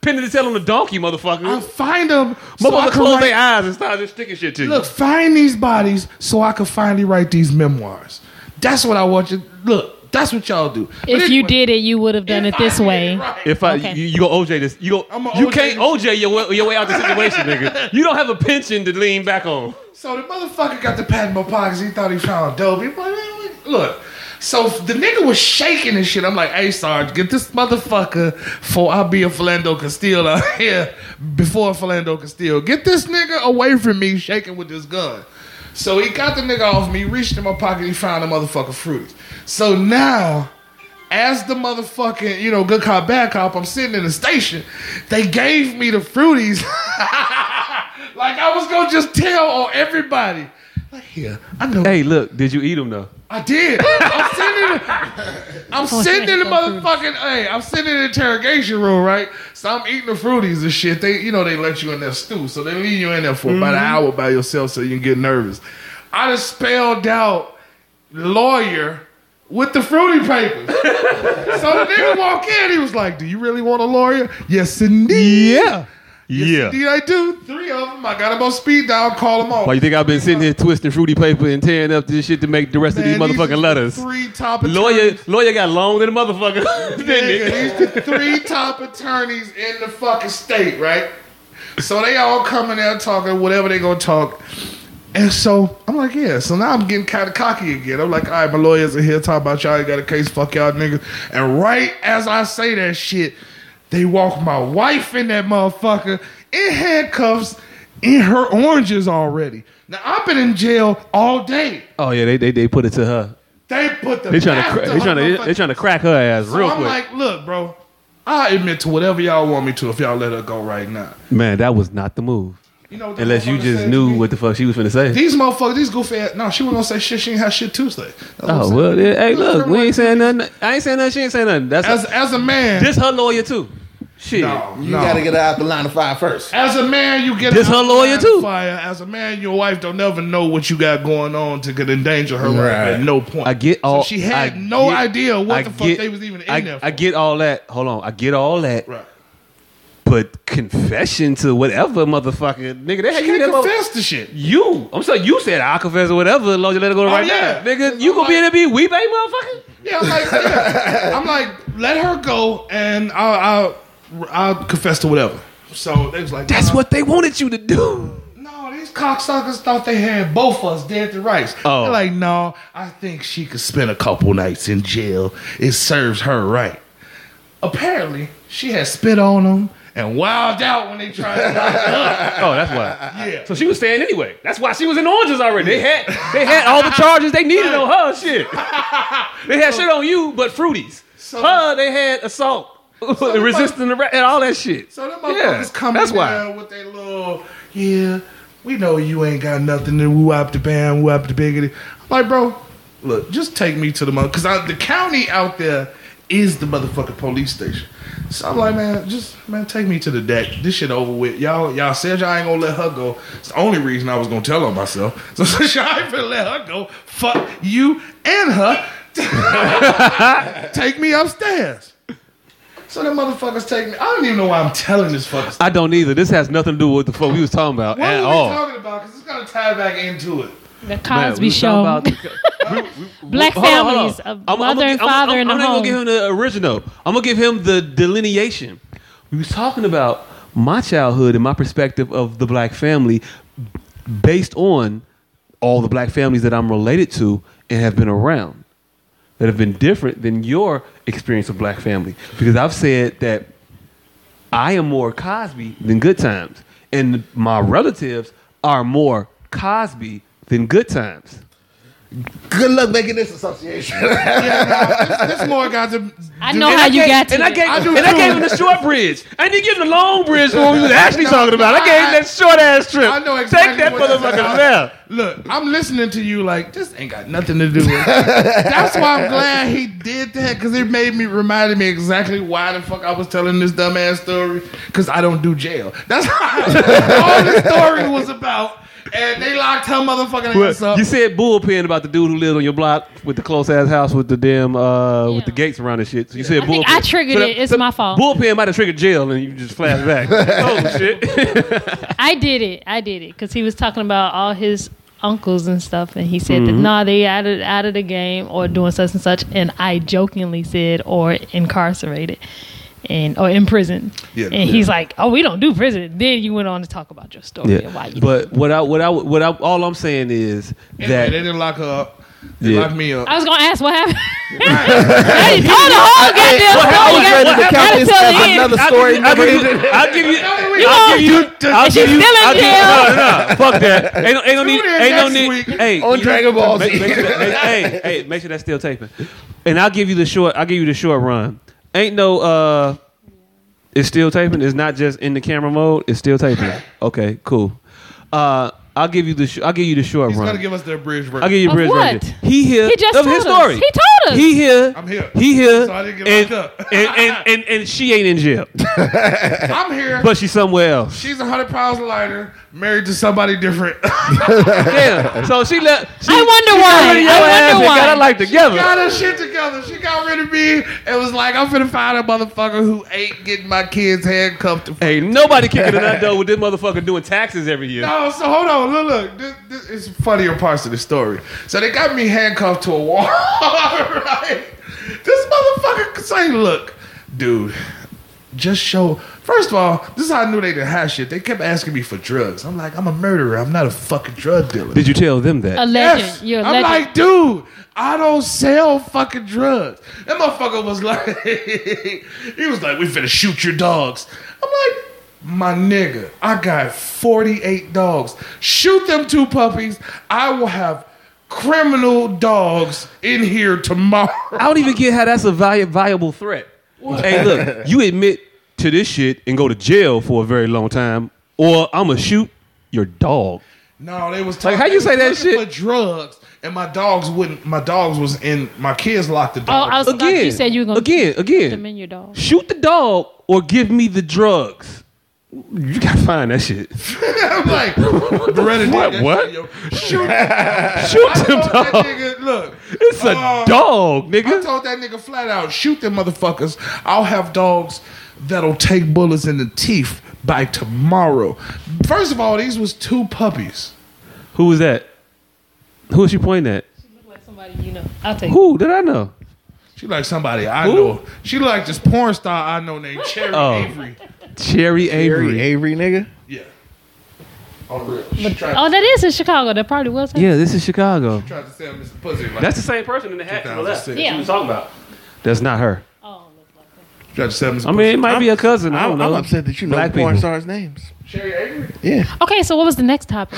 Speaker 5: pinning his tail on a donkey, motherfucker.
Speaker 7: I find them. So I can
Speaker 5: Motherfucker close
Speaker 7: write,
Speaker 5: their eyes and start just sticking shit to you.
Speaker 7: look, find these bodies so I can finally write these memoirs. That's what I want you. Look, that's what y'all do. But
Speaker 10: If you
Speaker 7: anyway,
Speaker 10: did it, you would have done it
Speaker 7: if I
Speaker 10: this
Speaker 7: did
Speaker 10: way.
Speaker 7: right,
Speaker 5: If I
Speaker 10: Okay.
Speaker 5: you, you go OJ this, you go.
Speaker 7: I'm a
Speaker 5: you
Speaker 7: OJ
Speaker 5: can't
Speaker 7: this.
Speaker 5: OJ your way, your way out the situation, nigga. You don't have a pension to lean back on.
Speaker 7: So the motherfucker got the pat in my pockets. He thought he found dope. He like, "Man, what-" look. So the nigga was shaking and shit. I'm like, hey, Sarge, get this motherfucker for I'll be a Philando Castile out here before Philando Castile. Get this nigga away from me shaking with this gun. So he got the nigga off me, reached in my pocket, he found the motherfucker fruities. So now as the motherfucking, you know, good cop, bad cop, I'm sitting in the station. They gave me the fruities. like I was gonna just tell on everybody. Like, here, I know.
Speaker 5: Hey, look, did you eat them though?
Speaker 7: I did. I'm sitting in the, I'm sitting in the motherfucking, hey, I'm sitting in the interrogation room, right? So I'm eating the fruities and shit. They, you know, they let you in there stew. So they leave you in there for about an hour by yourself so you can get nervous. I just spelled out lawyer with the fruity papers. so the nigga walk in, he was like, "Do you really want a lawyer?" Yes, indeed. Yeah.
Speaker 5: Yeah.
Speaker 7: Indeed, I do. Three of them. I got them on speed dial. Call them all.
Speaker 5: Why you think I've been sitting here twisting fruity paper and tearing up this shit to make the rest
Speaker 7: Man,
Speaker 5: of these
Speaker 7: these is
Speaker 5: motherfucking
Speaker 7: the
Speaker 5: letters?
Speaker 7: Three top attorneys.
Speaker 5: Lawyer, lawyer got longer than a motherfucker.
Speaker 7: Nigga,
Speaker 5: didn't he?
Speaker 7: these the three top attorneys in the fucking state, right? So they all coming there talking whatever they gonna talk. And so I'm like, yeah. So now I'm getting kind of cocky again. I'm like, all right, my lawyers are here talking about y'all ain't got a case. Fuck y'all niggas. And right as I say that shit, they walk my wife in that motherfucker in handcuffs, in her oranges already. Now I've been in jail all day.
Speaker 5: Oh yeah, they, they they put it to her.
Speaker 7: They put the
Speaker 5: They trying to
Speaker 7: back
Speaker 5: cra-
Speaker 7: to
Speaker 5: they
Speaker 7: her
Speaker 5: trying to they
Speaker 7: motherfucking-
Speaker 5: trying to crack her ass
Speaker 7: so
Speaker 5: real
Speaker 7: I'm
Speaker 5: quick.
Speaker 7: like, look, bro, I admit to whatever y'all want me to if y'all let her go right now.
Speaker 5: Man, that was not the move.
Speaker 7: You know, what
Speaker 5: Unless you
Speaker 7: motherfucker
Speaker 5: just
Speaker 7: said
Speaker 5: knew
Speaker 7: to me?
Speaker 5: what the fuck she was finna say.
Speaker 7: These motherfuckers, these goofy ass. No, she was gonna say shit. She ain't had shit Tuesday. That's what I'm
Speaker 5: Oh
Speaker 7: saying.
Speaker 5: well, yeah, hey, look,
Speaker 7: remember
Speaker 5: we
Speaker 7: what-
Speaker 5: ain't saying nothing. I ain't saying nothing. She ain't saying nothing. That's
Speaker 7: As as a man,
Speaker 5: this her lawyer too. Shit.
Speaker 7: no,
Speaker 11: You
Speaker 7: no.
Speaker 11: gotta get her out the line of fire first.
Speaker 7: As a man, you get
Speaker 5: This her
Speaker 7: out the
Speaker 5: lawyer,
Speaker 7: line
Speaker 5: too.
Speaker 7: of Fire. As a man, your wife don't never know what you got going on to could endanger her
Speaker 11: Right.
Speaker 7: life at no point.
Speaker 5: I get all.
Speaker 7: So she had
Speaker 5: I
Speaker 7: no
Speaker 5: get-
Speaker 7: idea what
Speaker 5: I
Speaker 7: the fuck
Speaker 5: get-
Speaker 7: they was even in
Speaker 5: I,
Speaker 7: there. For.
Speaker 5: I get all that. Hold on, I get all that.
Speaker 7: Right.
Speaker 5: But confession to whatever, motherfucker, nigga. They had
Speaker 7: She
Speaker 5: you that
Speaker 7: can't
Speaker 5: mother-
Speaker 7: confess to shit.
Speaker 5: You, I'm sorry, you said I confess or whatever. As long as you let it go right
Speaker 7: Oh, yeah.
Speaker 5: now, nigga. You gonna be in there be weep, ain't motherfucker?
Speaker 7: Yeah, I'm like, yeah. I'm like, let her go, and I'll, I'll, I'll confess to whatever. So they was like,
Speaker 5: That's
Speaker 7: nah.
Speaker 5: what they wanted you to do.
Speaker 7: No, these cocksuckers thought they had both of us dead to rights.
Speaker 5: Oh.
Speaker 7: They're like, no, I think she could spend a couple nights in jail. It serves her right. Apparently, she had spit on them and wilded out when they tried to lock her up.
Speaker 5: Oh, that's why.
Speaker 7: Yeah.
Speaker 5: So she was staying anyway. That's why she was in oranges already. They had they had all the charges they needed on her shit. They had shit on you, but fruities.
Speaker 7: So-
Speaker 5: her they had assault,
Speaker 7: the
Speaker 5: resisting arrest, and all that shit.
Speaker 7: So them
Speaker 5: Yeah,
Speaker 7: motherfuckers come
Speaker 5: that's
Speaker 7: in
Speaker 5: why.
Speaker 7: there with their little, yeah, we know you ain't got nothing to woo up the band, woo up the biggity. I'm like, bro, look, just take me to the mother, because the county out there is the motherfucking police station. So I'm like, man, just man, take me to the deck. This shit over with. Y'all, y'all said y'all ain't gonna let her go. It's the only reason I was gonna tell on myself. So since y'all ain't gonna let her go, fuck you and her. take me upstairs. So them motherfuckers take me. I don't even know why I'm telling this fucking
Speaker 5: I don't either. This has nothing to do with the fuck we was talking about
Speaker 7: what
Speaker 5: at
Speaker 7: are we
Speaker 5: all.
Speaker 7: talking about? Because it's gonna tie back into it.
Speaker 10: The
Speaker 5: Man,
Speaker 10: Cosby
Speaker 5: we was
Speaker 10: Show.
Speaker 5: talking about- we- we-
Speaker 10: Black
Speaker 5: hold on, hold on.
Speaker 10: families, of mother
Speaker 5: gi-
Speaker 10: and father
Speaker 5: I'm,
Speaker 10: in the
Speaker 5: I'm
Speaker 10: home.
Speaker 5: not gonna give him the original. I'm gonna give him the delineation. We was talking about my childhood and my perspective of the black family, based on all the black families that I'm related to and have been around, that have been different than your experience of black family. Because I've said that I am more Cosby than Good Times, and my relatives are more Cosby than Good Times.
Speaker 6: Good luck making this association.
Speaker 7: This more got to.
Speaker 10: I know how you got to
Speaker 5: And I
Speaker 10: it.
Speaker 5: gave,
Speaker 10: I do
Speaker 5: and I
Speaker 10: too.
Speaker 5: gave him the short bridge. I didn't give him the long bridge for what we was actually talking about. I gave him that short ass trip.
Speaker 7: I know exactly.
Speaker 5: Take that
Speaker 7: what that's
Speaker 5: motherfucker
Speaker 7: about.
Speaker 5: left.
Speaker 7: Look, I'm listening to you like this ain't got nothing to do with. it. That's why I'm glad he did that because it made me reminded me exactly why the fuck I was telling this dumbass story because I don't do jail. That's all the story was about. And they locked her motherfucking ass
Speaker 5: Well,
Speaker 7: up.
Speaker 5: you said bullpen about the dude who lived on your block with the close ass house with the damn uh, with the gates around and shit. So you said
Speaker 10: I
Speaker 5: bullpen.
Speaker 10: think I triggered it. It's my fault.
Speaker 5: Bullpen might have triggered jail, and you just flash back. oh shit!
Speaker 10: I did it. I did it because he was talking about all his uncles and stuff, and he said that
Speaker 7: Mm-hmm.
Speaker 5: Mhm.
Speaker 10: nah, they out of out of the game or doing such and such, and I jokingly said or incarcerated. And or in prison,
Speaker 5: Yeah,
Speaker 10: and he's
Speaker 5: yeah.
Speaker 10: like, "Oh, we don't do prison." Then you went on to talk about your story. and why you
Speaker 5: But what I what I what I all I'm saying is
Speaker 7: Anyway, they
Speaker 5: that
Speaker 7: didn't lock her up. They
Speaker 5: Yeah.
Speaker 7: locked me up.
Speaker 10: I was gonna ask what happened. I didn't tell
Speaker 7: What happened?
Speaker 10: the whole goddamn story. You
Speaker 7: What happened?
Speaker 10: gotta- gotta tell the
Speaker 7: I'll
Speaker 10: end.
Speaker 7: another
Speaker 5: story. I'll give you. I'll give you. I'll give you. I'll
Speaker 10: She's
Speaker 5: give you.
Speaker 10: still in
Speaker 5: I'll give you. No,
Speaker 10: jail.
Speaker 5: no, no. Fuck that. Ain't no- ain't no need.
Speaker 10: in
Speaker 5: Ain't no
Speaker 10: next
Speaker 5: need. Hey,
Speaker 6: on
Speaker 5: you-
Speaker 6: Dragon Ball Z.
Speaker 5: Make, make sure that, make, hey, hey, make sure that's still taping. And I'll give you the short. I'll give you the short run. Ain't no. uh It's still taping. It's not just in the camera mode. It's still taping. Okay, cool. Uh I'll give you the. Sh- I'll give you the short
Speaker 7: He's
Speaker 5: run.
Speaker 7: gonna give us their bridge version.
Speaker 5: I'll give you a
Speaker 7: Of
Speaker 5: bridge
Speaker 7: what?
Speaker 5: version. He here.
Speaker 7: He just
Speaker 5: of his
Speaker 7: told us.
Speaker 5: story.
Speaker 7: He told us.
Speaker 5: He here.
Speaker 7: I'm here.
Speaker 5: He here.
Speaker 7: So I didn't get
Speaker 5: and,
Speaker 7: locked up.
Speaker 5: and, and, and, and she ain't in jail.
Speaker 7: I'm here.
Speaker 5: But she's somewhere else.
Speaker 7: She's a hundred pounds lighter, married to somebody different.
Speaker 5: Damn. So she left. She,
Speaker 7: I wonder
Speaker 5: she got
Speaker 7: why.
Speaker 5: rid of your
Speaker 7: I wonder
Speaker 5: ass and
Speaker 7: why.
Speaker 5: Got her life together.
Speaker 7: She got her shit together. She got rid of me and was like, I'm finna find a motherfucker who ain't getting my kids handcuffed. To
Speaker 5: Ain't nobody kicking in that door with this motherfucker doing taxes every year.
Speaker 7: No, so hold on. Look, look. This, this is funnier parts of the story. So they got me handcuffed to a wall. right? This motherfucker could say, look, dude, just show. First of all, this is how I knew they didn't have shit. They kept asking me for drugs. I'm like, I'm a murderer. I'm not a fucking drug dealer.
Speaker 5: Did you tell them that?
Speaker 10: A legend. You're a
Speaker 7: I'm
Speaker 10: legend.
Speaker 7: like, dude, I don't sell fucking drugs. That motherfucker was like, he was like, we finna shoot your dogs. I'm like, my nigga, I got 48 dogs. Shoot them two puppies. I will have criminal dogs in here tomorrow.
Speaker 5: I don't even get how that's a viable, viable threat. Hey, look, you admit to this shit and go to jail for a very long time, or I'm gonna shoot your dog.
Speaker 7: No, they was
Speaker 5: Like,
Speaker 7: talking,
Speaker 5: how you say
Speaker 7: they
Speaker 5: that
Speaker 7: was looking For drugs, and my dogs wouldn't. My dogs was in. My kids locked the
Speaker 10: Oh,
Speaker 7: dogs.
Speaker 10: I was about you said you were gonna
Speaker 5: again, again.
Speaker 10: Them in your dog.
Speaker 5: Shoot the dog or give me the drugs. You gotta find that shit.
Speaker 7: I'm like, Beretta did
Speaker 5: What?
Speaker 7: that
Speaker 5: What?
Speaker 7: shit, yo. Shoot,
Speaker 5: Shoot
Speaker 7: I
Speaker 5: him,
Speaker 7: told that
Speaker 5: dog.
Speaker 7: nigga, look,
Speaker 5: it's a dog, nigga.
Speaker 7: I told that nigga flat out, shoot them motherfuckers. I'll have dogs that'll take bullets in the teeth by tomorrow. First of all, these was two puppies.
Speaker 5: Who was that? Who was she pointing at?
Speaker 10: You know, I'll take.
Speaker 5: Who did I know?
Speaker 7: She like somebody I know. She like this porn star I know named Cherry
Speaker 5: Oh.
Speaker 7: Avery.
Speaker 5: Cherry Avery.
Speaker 6: Avery, nigga.
Speaker 7: Yeah. On real. She
Speaker 10: But,
Speaker 7: tried,
Speaker 10: oh, that is in Chicago. That probably was. her.
Speaker 5: Yeah, this is Chicago.
Speaker 7: tried to sell me some pussy. Like,
Speaker 5: That's the same person in the hat to the left.
Speaker 7: 2006.
Speaker 10: Yeah.
Speaker 5: Who you talking about? That's not her.
Speaker 10: Oh,
Speaker 7: Tried to sell me
Speaker 5: I
Speaker 7: some
Speaker 5: mean, it might be a cousin. I
Speaker 6: I'm-
Speaker 5: don't know.
Speaker 6: I'm upset that you know
Speaker 5: Black
Speaker 6: porn
Speaker 5: people.
Speaker 6: stars' names.
Speaker 7: Cherry Avery?
Speaker 6: Yeah.
Speaker 10: Okay, so what was the next topic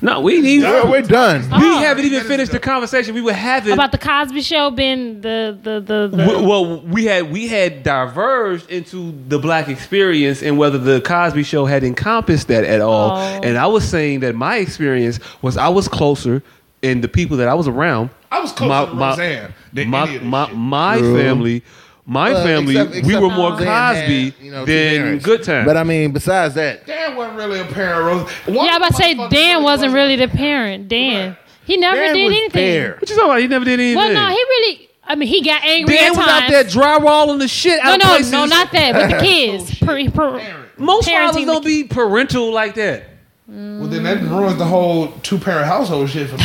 Speaker 5: No, we need.
Speaker 6: Girl, we're done.
Speaker 5: We haven't even finished the conversation we were having.
Speaker 10: about the Cosby Show being the the the. the
Speaker 5: W- well, we had we had diverged into the black experience and whether the Cosby Show had encompassed that at all.
Speaker 10: Oh.
Speaker 5: And I was saying that my experience was I was closer, and the people that I was around,
Speaker 7: I was closer to Roseanne than
Speaker 5: my
Speaker 7: any of this
Speaker 5: my,
Speaker 7: shit.
Speaker 5: my
Speaker 6: True.
Speaker 5: family. My
Speaker 6: Well,
Speaker 5: family,
Speaker 6: except-
Speaker 5: we
Speaker 6: except
Speaker 5: were more Cosby
Speaker 6: Roseanne had, you know, two
Speaker 5: than
Speaker 6: parents.
Speaker 5: Good Time.
Speaker 6: But I mean, besides that,
Speaker 7: Dan wasn't really a parent. Rose. One
Speaker 10: yeah, I'm about to say
Speaker 7: motherfucker
Speaker 10: Dan wasn't
Speaker 7: wasn't-
Speaker 10: really the parent. Dan, he never
Speaker 6: Dan
Speaker 10: did
Speaker 6: was
Speaker 10: anything.
Speaker 6: fair.
Speaker 5: what you talking about? You never did anything.
Speaker 10: Well, no, he really. I mean, he got angry
Speaker 5: Dan
Speaker 10: at
Speaker 5: was
Speaker 10: times.
Speaker 5: out there drywalling the shit
Speaker 10: no,
Speaker 5: out
Speaker 10: no,
Speaker 5: of places. Oh,
Speaker 10: no, not that. But the kids, per, per,
Speaker 5: Most fathers
Speaker 10: parenting
Speaker 5: don't be parental like that.
Speaker 7: Well, then that ruins the whole two parent household shit for me.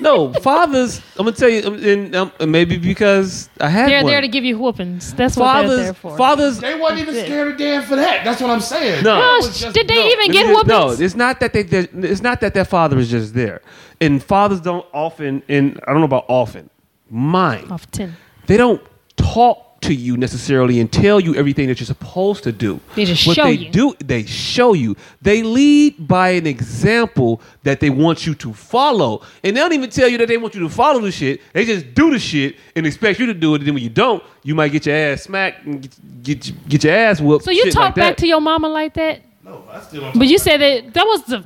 Speaker 5: No, fathers. I'm gonna tell you, um, and um, and maybe because I had
Speaker 10: They're
Speaker 5: one.
Speaker 10: there to give you whoopings. That's what they're
Speaker 5: fathers,
Speaker 10: there for.
Speaker 5: fathers.
Speaker 7: They wasn't even scared of Dan for that. That's what I'm saying.
Speaker 5: No.
Speaker 7: That
Speaker 10: Oh,
Speaker 7: was just
Speaker 10: did they
Speaker 7: dope.
Speaker 10: even get
Speaker 5: Let me-
Speaker 10: whoopings?
Speaker 5: No, it's not that they. they're- It's not that their father is just there, and fathers don't often. And I don't know about often. Mine.
Speaker 10: Off ten.
Speaker 5: They don't talk to you necessarily and tell you everything that you're supposed to do.
Speaker 10: They just
Speaker 5: what
Speaker 10: show
Speaker 5: they
Speaker 10: you.
Speaker 5: do, they show you. They lead by an example that they want you to follow, and they don't even tell you that they want you to follow the shit. They just do the shit and expect you to do it. And then when you don't, you might get your ass smacked and get get, your- get your ass whooped.
Speaker 10: So you
Speaker 5: shit
Speaker 10: talk
Speaker 5: like that.
Speaker 10: back to your mama like that?
Speaker 7: No, I still don't.
Speaker 10: But you said that that was the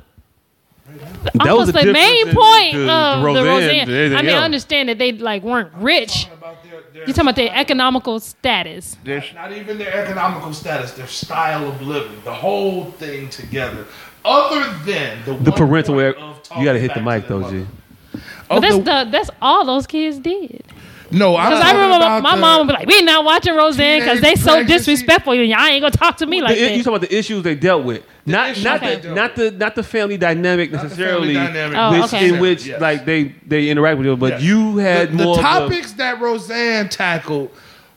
Speaker 5: That
Speaker 10: that
Speaker 5: was
Speaker 10: was
Speaker 5: the
Speaker 10: the main
Speaker 5: difference in
Speaker 10: point
Speaker 5: the- the
Speaker 10: of
Speaker 5: Roseanne
Speaker 10: the
Speaker 5: and
Speaker 10: Roseanne.
Speaker 5: everything
Speaker 10: I mean,
Speaker 5: else.
Speaker 10: I understand that they like weren't rich. You're talking about their economical status.
Speaker 7: There's not even their economical status, their style of living, the whole thing together. Other than the,
Speaker 5: the
Speaker 7: one point
Speaker 5: parental. Where
Speaker 7: of
Speaker 5: you
Speaker 7: talking
Speaker 5: got to hit
Speaker 7: back
Speaker 5: the mic though, G.
Speaker 10: But that's the that's all those kids did.
Speaker 7: No, I'm
Speaker 10: Because I
Speaker 7: talking
Speaker 10: remember
Speaker 7: about
Speaker 10: my
Speaker 7: the-
Speaker 10: mom would be like, "We not watching Roseanne because they so disrespectful. and Y'all ain't gonna talk to me like
Speaker 5: The- You
Speaker 10: that."
Speaker 5: talking about the issues they dealt with, not
Speaker 10: issues
Speaker 5: not
Speaker 10: they
Speaker 5: the,
Speaker 10: dealt
Speaker 5: not the not the family dynamic necessarily,
Speaker 7: dynamic.
Speaker 10: Oh,
Speaker 5: which
Speaker 10: okay.
Speaker 5: in which
Speaker 7: Yes.
Speaker 5: like they they interact with you. But
Speaker 7: Yes.
Speaker 5: you had
Speaker 7: the, the
Speaker 5: more of a-
Speaker 7: topics that Roseanne tackled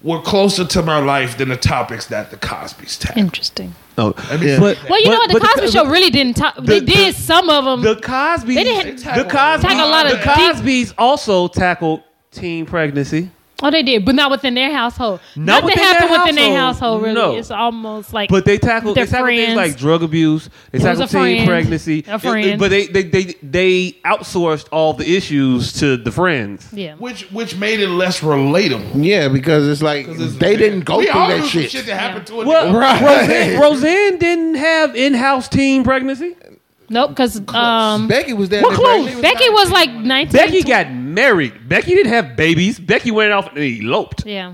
Speaker 7: were closer to my life than the topics that the Cosby's tackled.
Speaker 10: Interesting.
Speaker 5: Oh,
Speaker 7: Yeah.
Speaker 5: but-
Speaker 10: Well, you know what? The
Speaker 5: but
Speaker 10: Cosby Show really didn't talk. They
Speaker 5: the-
Speaker 10: did some of them.
Speaker 5: The Cosby,
Speaker 10: They didn't
Speaker 5: the Cosby,
Speaker 10: tackle a lot of
Speaker 5: the Cosby's also tackled teen pregnancy.
Speaker 10: Oh, they did, but not within their household.
Speaker 5: Not
Speaker 10: Nothing
Speaker 5: within their
Speaker 10: happened within their
Speaker 5: household,
Speaker 10: household. Really,
Speaker 5: no.
Speaker 10: it's almost like.
Speaker 5: But they tackle
Speaker 10: their
Speaker 5: they tackle things
Speaker 10: friends.
Speaker 5: like drug abuse, they
Speaker 10: It was
Speaker 5: tackle
Speaker 10: a
Speaker 5: teen
Speaker 10: friend.
Speaker 5: pregnancy,
Speaker 10: A friend.
Speaker 5: But they, they they they outsourced all the issues to the friends.
Speaker 10: yeah.
Speaker 7: Which which made it less relatable.
Speaker 6: Yeah, because it's like they didn't go
Speaker 7: we
Speaker 6: through
Speaker 7: all knew
Speaker 6: that
Speaker 7: some
Speaker 6: shit.
Speaker 7: shit that happened to a
Speaker 5: Well,
Speaker 7: nigga.
Speaker 6: Right.
Speaker 5: Roseanne, Roseanne didn't have in-house teen pregnancy.
Speaker 10: Nope, because um,
Speaker 6: Becky was there.
Speaker 10: what
Speaker 6: in the
Speaker 10: close?
Speaker 6: pregnancy.
Speaker 10: Becky was like nineteen.
Speaker 5: Becky got married. Becky didn't have babies. Becky went off and eloped.
Speaker 10: yeah.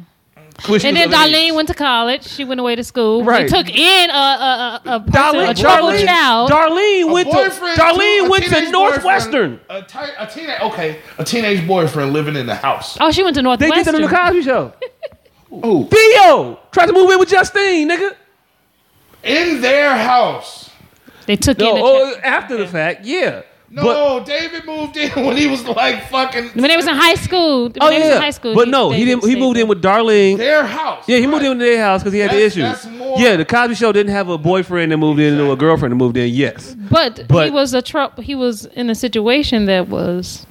Speaker 5: Which
Speaker 10: And
Speaker 5: was
Speaker 10: then
Speaker 5: amazing.
Speaker 10: Darlene went to college. She went away to school.
Speaker 5: Right.
Speaker 10: They took in a a a, a, person,
Speaker 5: Darlene,
Speaker 10: a troubled
Speaker 5: Darlene,
Speaker 10: child.
Speaker 5: Darlene
Speaker 7: A
Speaker 5: went to
Speaker 7: boyfriend
Speaker 5: Darlene
Speaker 7: to a
Speaker 5: went to
Speaker 7: teenage
Speaker 5: Northwestern.
Speaker 7: boyfriend- A, ti- a teenage, okay, a teenage boyfriend living in the house.
Speaker 10: oh, she went to
Speaker 5: They did that
Speaker 10: Northwestern.
Speaker 5: on the Cosby Show.
Speaker 6: Ooh.
Speaker 5: Theo tried to move in with Justine, nigga.
Speaker 7: In their house.
Speaker 10: They took
Speaker 5: No,
Speaker 10: in. A
Speaker 5: oh,
Speaker 10: child.
Speaker 5: after the fact, yeah.
Speaker 7: No,
Speaker 5: But,
Speaker 7: David moved in when he was like fucking
Speaker 10: when they was in high school. When
Speaker 5: oh
Speaker 10: they was
Speaker 5: yeah,
Speaker 10: in high school.
Speaker 5: but no, he
Speaker 10: they
Speaker 5: didn't. He
Speaker 10: stay
Speaker 5: moved in
Speaker 10: there.
Speaker 5: with Darlene.
Speaker 7: their house.
Speaker 5: Yeah, he moved in to their house because he had the
Speaker 7: That's-
Speaker 5: issues.
Speaker 7: that's more-
Speaker 5: Yeah, the Cosby Show didn't have a boyfriend that moved in or a girlfriend that moved in. Yes,
Speaker 10: But,
Speaker 5: but-
Speaker 10: he was a trouble. He was in a situation that was.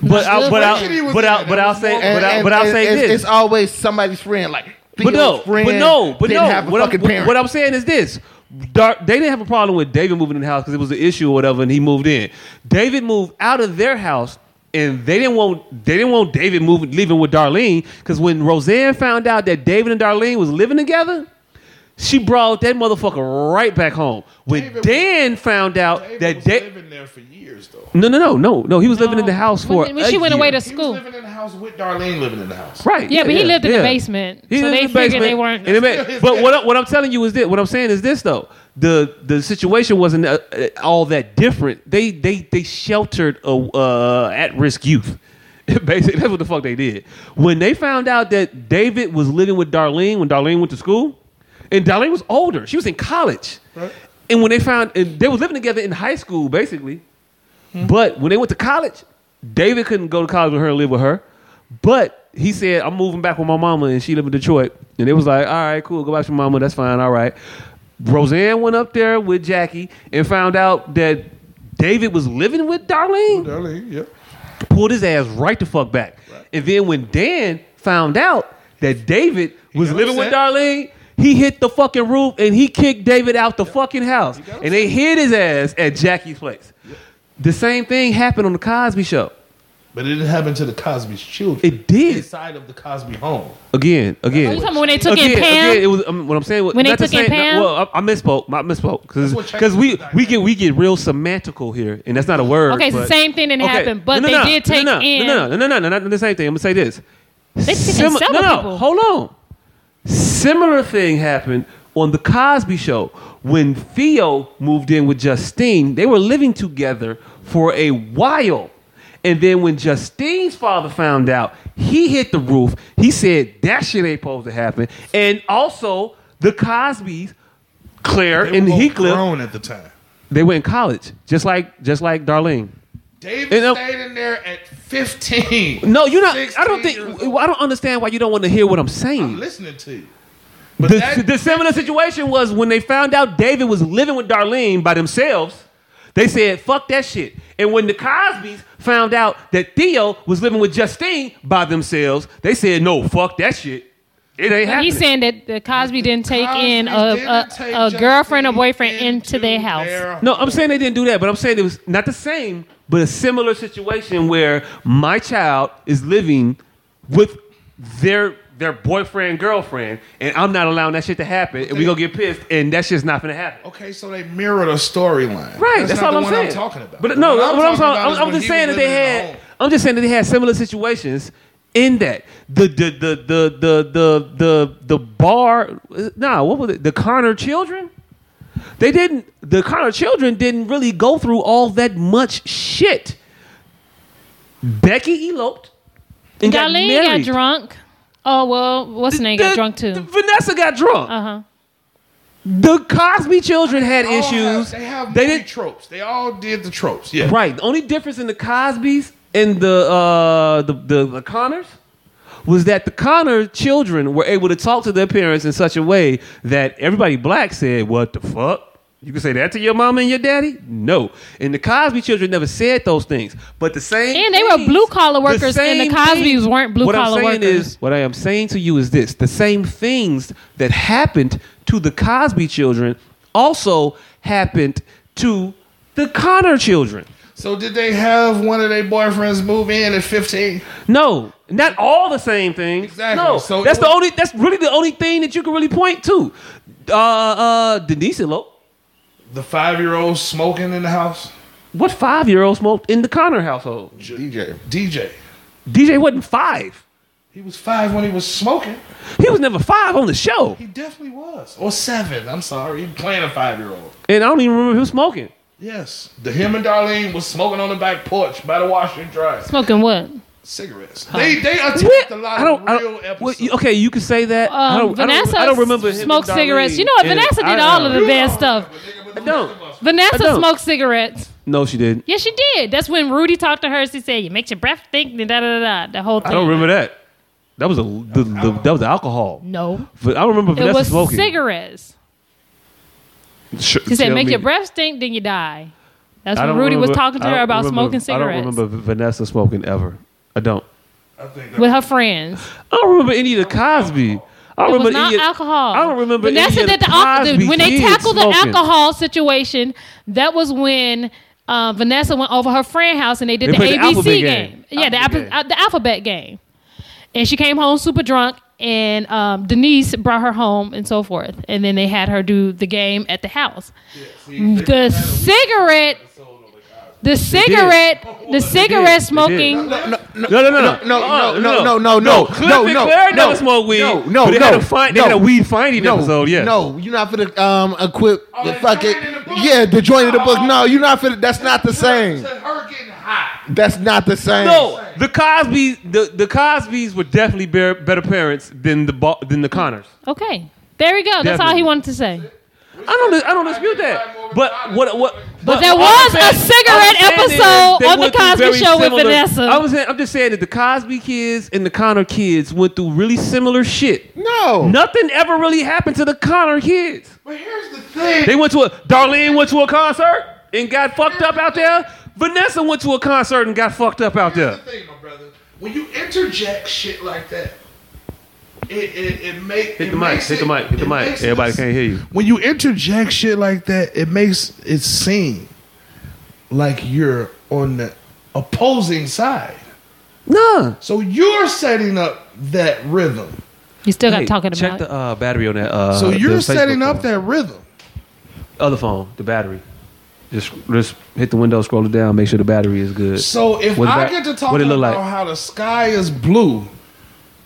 Speaker 5: but I,
Speaker 6: still
Speaker 5: but
Speaker 6: thinking
Speaker 5: I,
Speaker 6: he was
Speaker 5: but I,
Speaker 6: in.
Speaker 5: but
Speaker 6: That
Speaker 5: I'll
Speaker 6: was
Speaker 5: say,
Speaker 6: more-
Speaker 5: but I,
Speaker 6: and-
Speaker 5: but I'll
Speaker 6: and-
Speaker 5: say
Speaker 6: and
Speaker 5: this.
Speaker 6: It's always somebody's friend. Like
Speaker 5: But
Speaker 6: Theo's
Speaker 5: no,
Speaker 6: friend
Speaker 5: but no, but
Speaker 6: didn't
Speaker 5: no.
Speaker 6: have a
Speaker 5: what,
Speaker 6: fucking
Speaker 5: I'm, what-
Speaker 6: parent.
Speaker 5: what I'm saying is this: Dar- they didn't have a problem with David moving in the house because it was an issue or whatever, and he moved in. David moved out of their house, and they didn't want they didn't want David moving leaving with Darlene because when Roseanne found out that David and Darlene was living together. She brought that motherfucker right back home. When
Speaker 7: David was-
Speaker 5: Dan found out
Speaker 7: David
Speaker 5: that
Speaker 7: was
Speaker 5: David,
Speaker 7: living there for years though.
Speaker 5: no, no, no, no, no, he was living in the house for.
Speaker 10: when, when
Speaker 5: a
Speaker 10: she went away
Speaker 5: year.
Speaker 10: to
Speaker 7: He was
Speaker 10: school.
Speaker 7: living in the house with Darlene living in the house.
Speaker 5: Right.
Speaker 10: Yeah, but he lived in the
Speaker 5: yeah.
Speaker 10: basement,
Speaker 5: He
Speaker 10: so
Speaker 5: lived
Speaker 10: they
Speaker 5: in the
Speaker 10: figured they
Speaker 5: basement.
Speaker 10: weren't-
Speaker 5: And it made- but what, I- what I'm telling you is this. What I'm saying is this though. The the situation wasn't uh, uh, all that different. They they they sheltered a uh, at risk youth. Basically, that's what the fuck they did. When they found out that David was living with Darlene when Darlene went to school, and Darlene was older, she was in college, and when they found and they were living together in high school basically. But when they went to college, David couldn't go to college with her and live with her. But he said, I'm moving back with my mama and she live in Detroit. And it was like, all right, cool, go back to your mama, that's fine, all right. Roseanne went up there with Jackie and found out that David was living with Darlene,
Speaker 7: Darlene, yep.
Speaker 5: pulled his ass right the fuck back. And then when Dan found out that David was living with Darlene, he hit the fucking roof and he kicked David out the fucking house. And they hid his ass at Jackie's place. The same thing happened on the Cosby Show.
Speaker 7: But it didn't happen to the Cosby's children.
Speaker 5: It did
Speaker 7: inside of the Cosby home.
Speaker 5: again,
Speaker 10: You
Speaker 5: again.
Speaker 10: talking about when they took
Speaker 5: Again,
Speaker 10: in Pam?
Speaker 5: again, it was um, what I'm saying. was-
Speaker 10: When they
Speaker 5: not the
Speaker 10: took in
Speaker 5: same- not-
Speaker 10: Pam?
Speaker 5: well, I, I misspoke. I misspoke
Speaker 7: That's what
Speaker 5: because
Speaker 7: changed
Speaker 5: we
Speaker 7: the
Speaker 5: we get we get real semantical here, and that's not a word.
Speaker 10: Okay, so
Speaker 5: but-
Speaker 10: same thing didn't
Speaker 5: Okay.
Speaker 10: happen, but
Speaker 5: No, no,
Speaker 10: they
Speaker 5: no,
Speaker 10: did
Speaker 5: no,
Speaker 10: take
Speaker 5: no, no,
Speaker 10: in.
Speaker 5: No, no, no, no, no, not the same thing. I'm gonna say this.
Speaker 10: They took in
Speaker 5: no,
Speaker 10: several
Speaker 5: no,
Speaker 10: people.
Speaker 5: hold on. Similar thing happened on the Cosby Show when Theo moved in with Justine. They were living together for a while. And then when Justine's father found out, he hit the roof. He said that shit ain't supposed to happen. And also the Cosbys, Claire
Speaker 7: They
Speaker 5: and
Speaker 7: were both
Speaker 5: Heathcliff,
Speaker 7: grown at the time.
Speaker 5: they went in college, just like just like Darlene.
Speaker 7: David
Speaker 5: And, um,
Speaker 7: stayed in there at 15.
Speaker 5: No, you're not. I
Speaker 7: 16
Speaker 5: don't think.
Speaker 7: years
Speaker 5: I don't understand why you don't want to hear what I'm saying.
Speaker 7: I'm listening to you.
Speaker 5: the,
Speaker 7: But that-
Speaker 5: the similar situation was when they found out David was living with Darlene by themselves. They said, "Fuck that shit." And when the Cosbys found out that Theo was living with Justine by themselves, they said, "No, fuck that shit." It ain't
Speaker 10: But
Speaker 5: happening.
Speaker 10: he's saying that the Cosby didn't take in a,
Speaker 5: didn't take
Speaker 10: a, a girlfriend or boyfriend into their house.
Speaker 5: No, I'm saying they didn't do that, but I'm saying it was not the same, but a similar situation where my child is living with their their boyfriend girlfriend, and I'm not allowing that shit to happen, and we gonna get pissed, and that shit's not gonna happen.
Speaker 7: Okay, so they mirrored a storyline.
Speaker 5: Right, that's,
Speaker 7: That's, not
Speaker 5: all
Speaker 7: the
Speaker 5: I'm
Speaker 7: one
Speaker 5: saying.
Speaker 7: I'm talking about.
Speaker 5: But
Speaker 7: The
Speaker 5: no,
Speaker 7: one
Speaker 5: what I'm
Speaker 7: talking
Speaker 5: talking,
Speaker 7: about is
Speaker 5: I'm, I'm
Speaker 7: when
Speaker 5: just
Speaker 7: he
Speaker 5: saying
Speaker 7: was
Speaker 5: that they
Speaker 7: living in the
Speaker 5: had. I'm just saying that they had similar situations in that the the the the the the the, the bar. Nah, what was it? The Connor children. They didn't. The Connor children didn't really go through all that much shit. Becky eloped and got
Speaker 10: Darlene
Speaker 5: married.
Speaker 10: got drunk. Oh well, what's the name got drunk too?
Speaker 5: Vanessa got drunk.
Speaker 10: Uh huh.
Speaker 5: The Cosby children had
Speaker 7: They all have-
Speaker 5: issues.
Speaker 7: they have
Speaker 5: They
Speaker 7: movie
Speaker 5: didn't-
Speaker 7: tropes. They all did the tropes. Yeah.
Speaker 5: Right. The only difference in the Cosbys and the uh, the, the the Connors was that the Connor children were able to talk to their parents in such a way that everybody black said, "What the fuck." You can say that to your mama and your daddy? No. And the Cosby children never said those things. But the same
Speaker 10: And they were
Speaker 5: things-
Speaker 10: blue collar workers, and the
Speaker 5: same
Speaker 10: Cosbys
Speaker 5: things-
Speaker 10: weren't blue
Speaker 5: what I'm
Speaker 10: collar
Speaker 5: saying
Speaker 10: workers.
Speaker 5: Is, what I am saying to you is this: the same things that happened to the Cosby children also happened to the Connor children.
Speaker 7: So did they have one of their boyfriends move in at 15?
Speaker 5: No, not all the same things.
Speaker 7: Exactly.
Speaker 5: No,
Speaker 7: So
Speaker 5: that's
Speaker 7: it
Speaker 5: the
Speaker 7: was-
Speaker 5: only. That's really the only thing that you can really point to. Uh, uh, Denise Elope.
Speaker 7: The five year old smoking in the house?
Speaker 5: What five year old smoked in the Connor household?
Speaker 11: DJ.
Speaker 7: DJ.
Speaker 5: DJ wasn't five.
Speaker 7: He was five when he was smoking.
Speaker 5: He was never five on the show,
Speaker 7: He definitely was. Or seven. I'm sorry. He playing a five year old.
Speaker 5: and I don't even remember him smoking.
Speaker 7: Yes. The him and Darlene was smoking on the back porch by the washer and dryer.
Speaker 10: Smoking what?
Speaker 7: Cigarettes. They they attacked
Speaker 5: What?
Speaker 7: a lot
Speaker 5: I don't.
Speaker 7: of
Speaker 5: I
Speaker 7: real
Speaker 5: don't well,
Speaker 7: episodes.
Speaker 5: you- okay, you can say that.
Speaker 10: Um,
Speaker 5: I, don't, I don't-
Speaker 10: Vanessa
Speaker 5: I don't remember him.
Speaker 10: smoked
Speaker 5: and Darlene
Speaker 10: cigarettes. You know what?
Speaker 5: and-
Speaker 10: Vanessa did
Speaker 5: I-
Speaker 10: all of the bad stuff.
Speaker 5: I don't. I
Speaker 10: Vanessa
Speaker 5: don't.
Speaker 10: smoked cigarettes.
Speaker 5: No, she didn't.
Speaker 10: Yes, she did. That's when Rudy talked to her. She said, "You make your breath think." Da da da da. The whole thing.
Speaker 5: I don't remember that. That was a, the, the, that was the alcohol.
Speaker 10: No,
Speaker 5: But I remember
Speaker 10: it
Speaker 5: Vanessa
Speaker 10: was
Speaker 5: smoking.
Speaker 10: cigarettes.
Speaker 5: Sh-
Speaker 10: She said,
Speaker 5: tell
Speaker 10: "Make
Speaker 5: me.
Speaker 10: your breath stink, then you die." That's
Speaker 5: I
Speaker 10: when
Speaker 5: don't
Speaker 10: Rudy was
Speaker 5: remember-
Speaker 10: talking to
Speaker 5: I
Speaker 10: her
Speaker 5: don't
Speaker 10: about
Speaker 5: remember-
Speaker 10: smoking cigarettes
Speaker 5: I don't remember Vanessa smoking ever. I don't.
Speaker 10: with her friends.
Speaker 5: I don't remember any of the Cosby. I don't
Speaker 10: It was
Speaker 5: remember
Speaker 10: not
Speaker 5: any of,
Speaker 10: alcohol.
Speaker 5: I don't remember
Speaker 10: Vanessa
Speaker 5: any of
Speaker 10: did
Speaker 5: the
Speaker 10: the al-
Speaker 5: Cosby
Speaker 10: when they
Speaker 5: kids
Speaker 10: tackled the
Speaker 5: smoking.
Speaker 10: alcohol situation. That was when uh, Vanessa went over her friend house and they did
Speaker 5: They
Speaker 10: the
Speaker 5: played the
Speaker 10: ABC
Speaker 5: alphabet
Speaker 10: game.
Speaker 5: game.
Speaker 10: Yeah, the, alpha- uh, the alphabet game. And she came home super drunk, and um, Denise brought her home and so forth. And then they had her do the game at the house. the cigarette. The cigarette, the cigarette smoking.
Speaker 5: No, no, no, Oh, no,
Speaker 11: no, no, no, no, no,
Speaker 5: Cliff
Speaker 11: no,
Speaker 5: and
Speaker 11: no,
Speaker 5: Claire
Speaker 11: no,
Speaker 5: never smoked weed.
Speaker 11: no, no,
Speaker 5: but they had
Speaker 11: no,
Speaker 5: a find, they
Speaker 11: no.
Speaker 5: had a weed finding
Speaker 11: No,
Speaker 5: episode. Yeah,
Speaker 11: No, you're not finna um, equip
Speaker 7: Oh,
Speaker 11: the fucking yeah the joint of the book. No, you're not finna. That's not the same. That's not the same.
Speaker 5: no. The Cosby, the, the Cosbys were definitely better, better parents than the Bo- than the Connors.
Speaker 10: Okay, there we go. That's all
Speaker 5: Definitely.
Speaker 10: he wanted to say.
Speaker 5: I don't I don't dispute that. But what what?
Speaker 10: But there
Speaker 5: all
Speaker 10: was
Speaker 5: I'm
Speaker 10: a cigarette
Speaker 5: all I'm saying
Speaker 10: episode
Speaker 5: is they
Speaker 10: on
Speaker 5: went
Speaker 10: The
Speaker 5: through
Speaker 10: Cosby
Speaker 5: very
Speaker 10: Show with Vanessa.
Speaker 5: I was saying, I'm just saying that the Cosby kids and the Connor kids went through really similar shit.
Speaker 11: No,
Speaker 5: Nothing ever really happened to the Connor kids.
Speaker 7: But here's the thing.
Speaker 5: They went to a Darlene went to a concert and got fucked up out there. Vanessa went to a concert and got fucked up out there.
Speaker 7: Here's the thing, my brother. When you interject shit like that, it it, it make
Speaker 5: Hit
Speaker 7: it
Speaker 5: the mic,
Speaker 7: makes
Speaker 5: hit the
Speaker 7: it-
Speaker 5: mic, hit the
Speaker 7: it
Speaker 5: mic.
Speaker 7: makes
Speaker 5: Everybody
Speaker 7: it-
Speaker 5: can't hear you.
Speaker 7: When you interject shit like that, it makes it seem like you're on the opposing side.
Speaker 5: Nah.
Speaker 7: So you're setting up that rhythm.
Speaker 10: You still got
Speaker 5: Hey,
Speaker 10: talking
Speaker 5: check
Speaker 10: about.
Speaker 5: the uh, battery on that. Uh,
Speaker 7: so
Speaker 5: the
Speaker 7: you're
Speaker 5: Facebook
Speaker 7: setting
Speaker 5: phone.
Speaker 7: up that rhythm.
Speaker 5: other phone, the battery. Just just hit the window, scroll it down, make sure the battery is good.
Speaker 7: So if
Speaker 5: What
Speaker 7: I
Speaker 5: ba-
Speaker 7: get to
Speaker 5: what
Speaker 7: talking
Speaker 5: it
Speaker 7: about
Speaker 5: look like?
Speaker 7: how the sky is blue,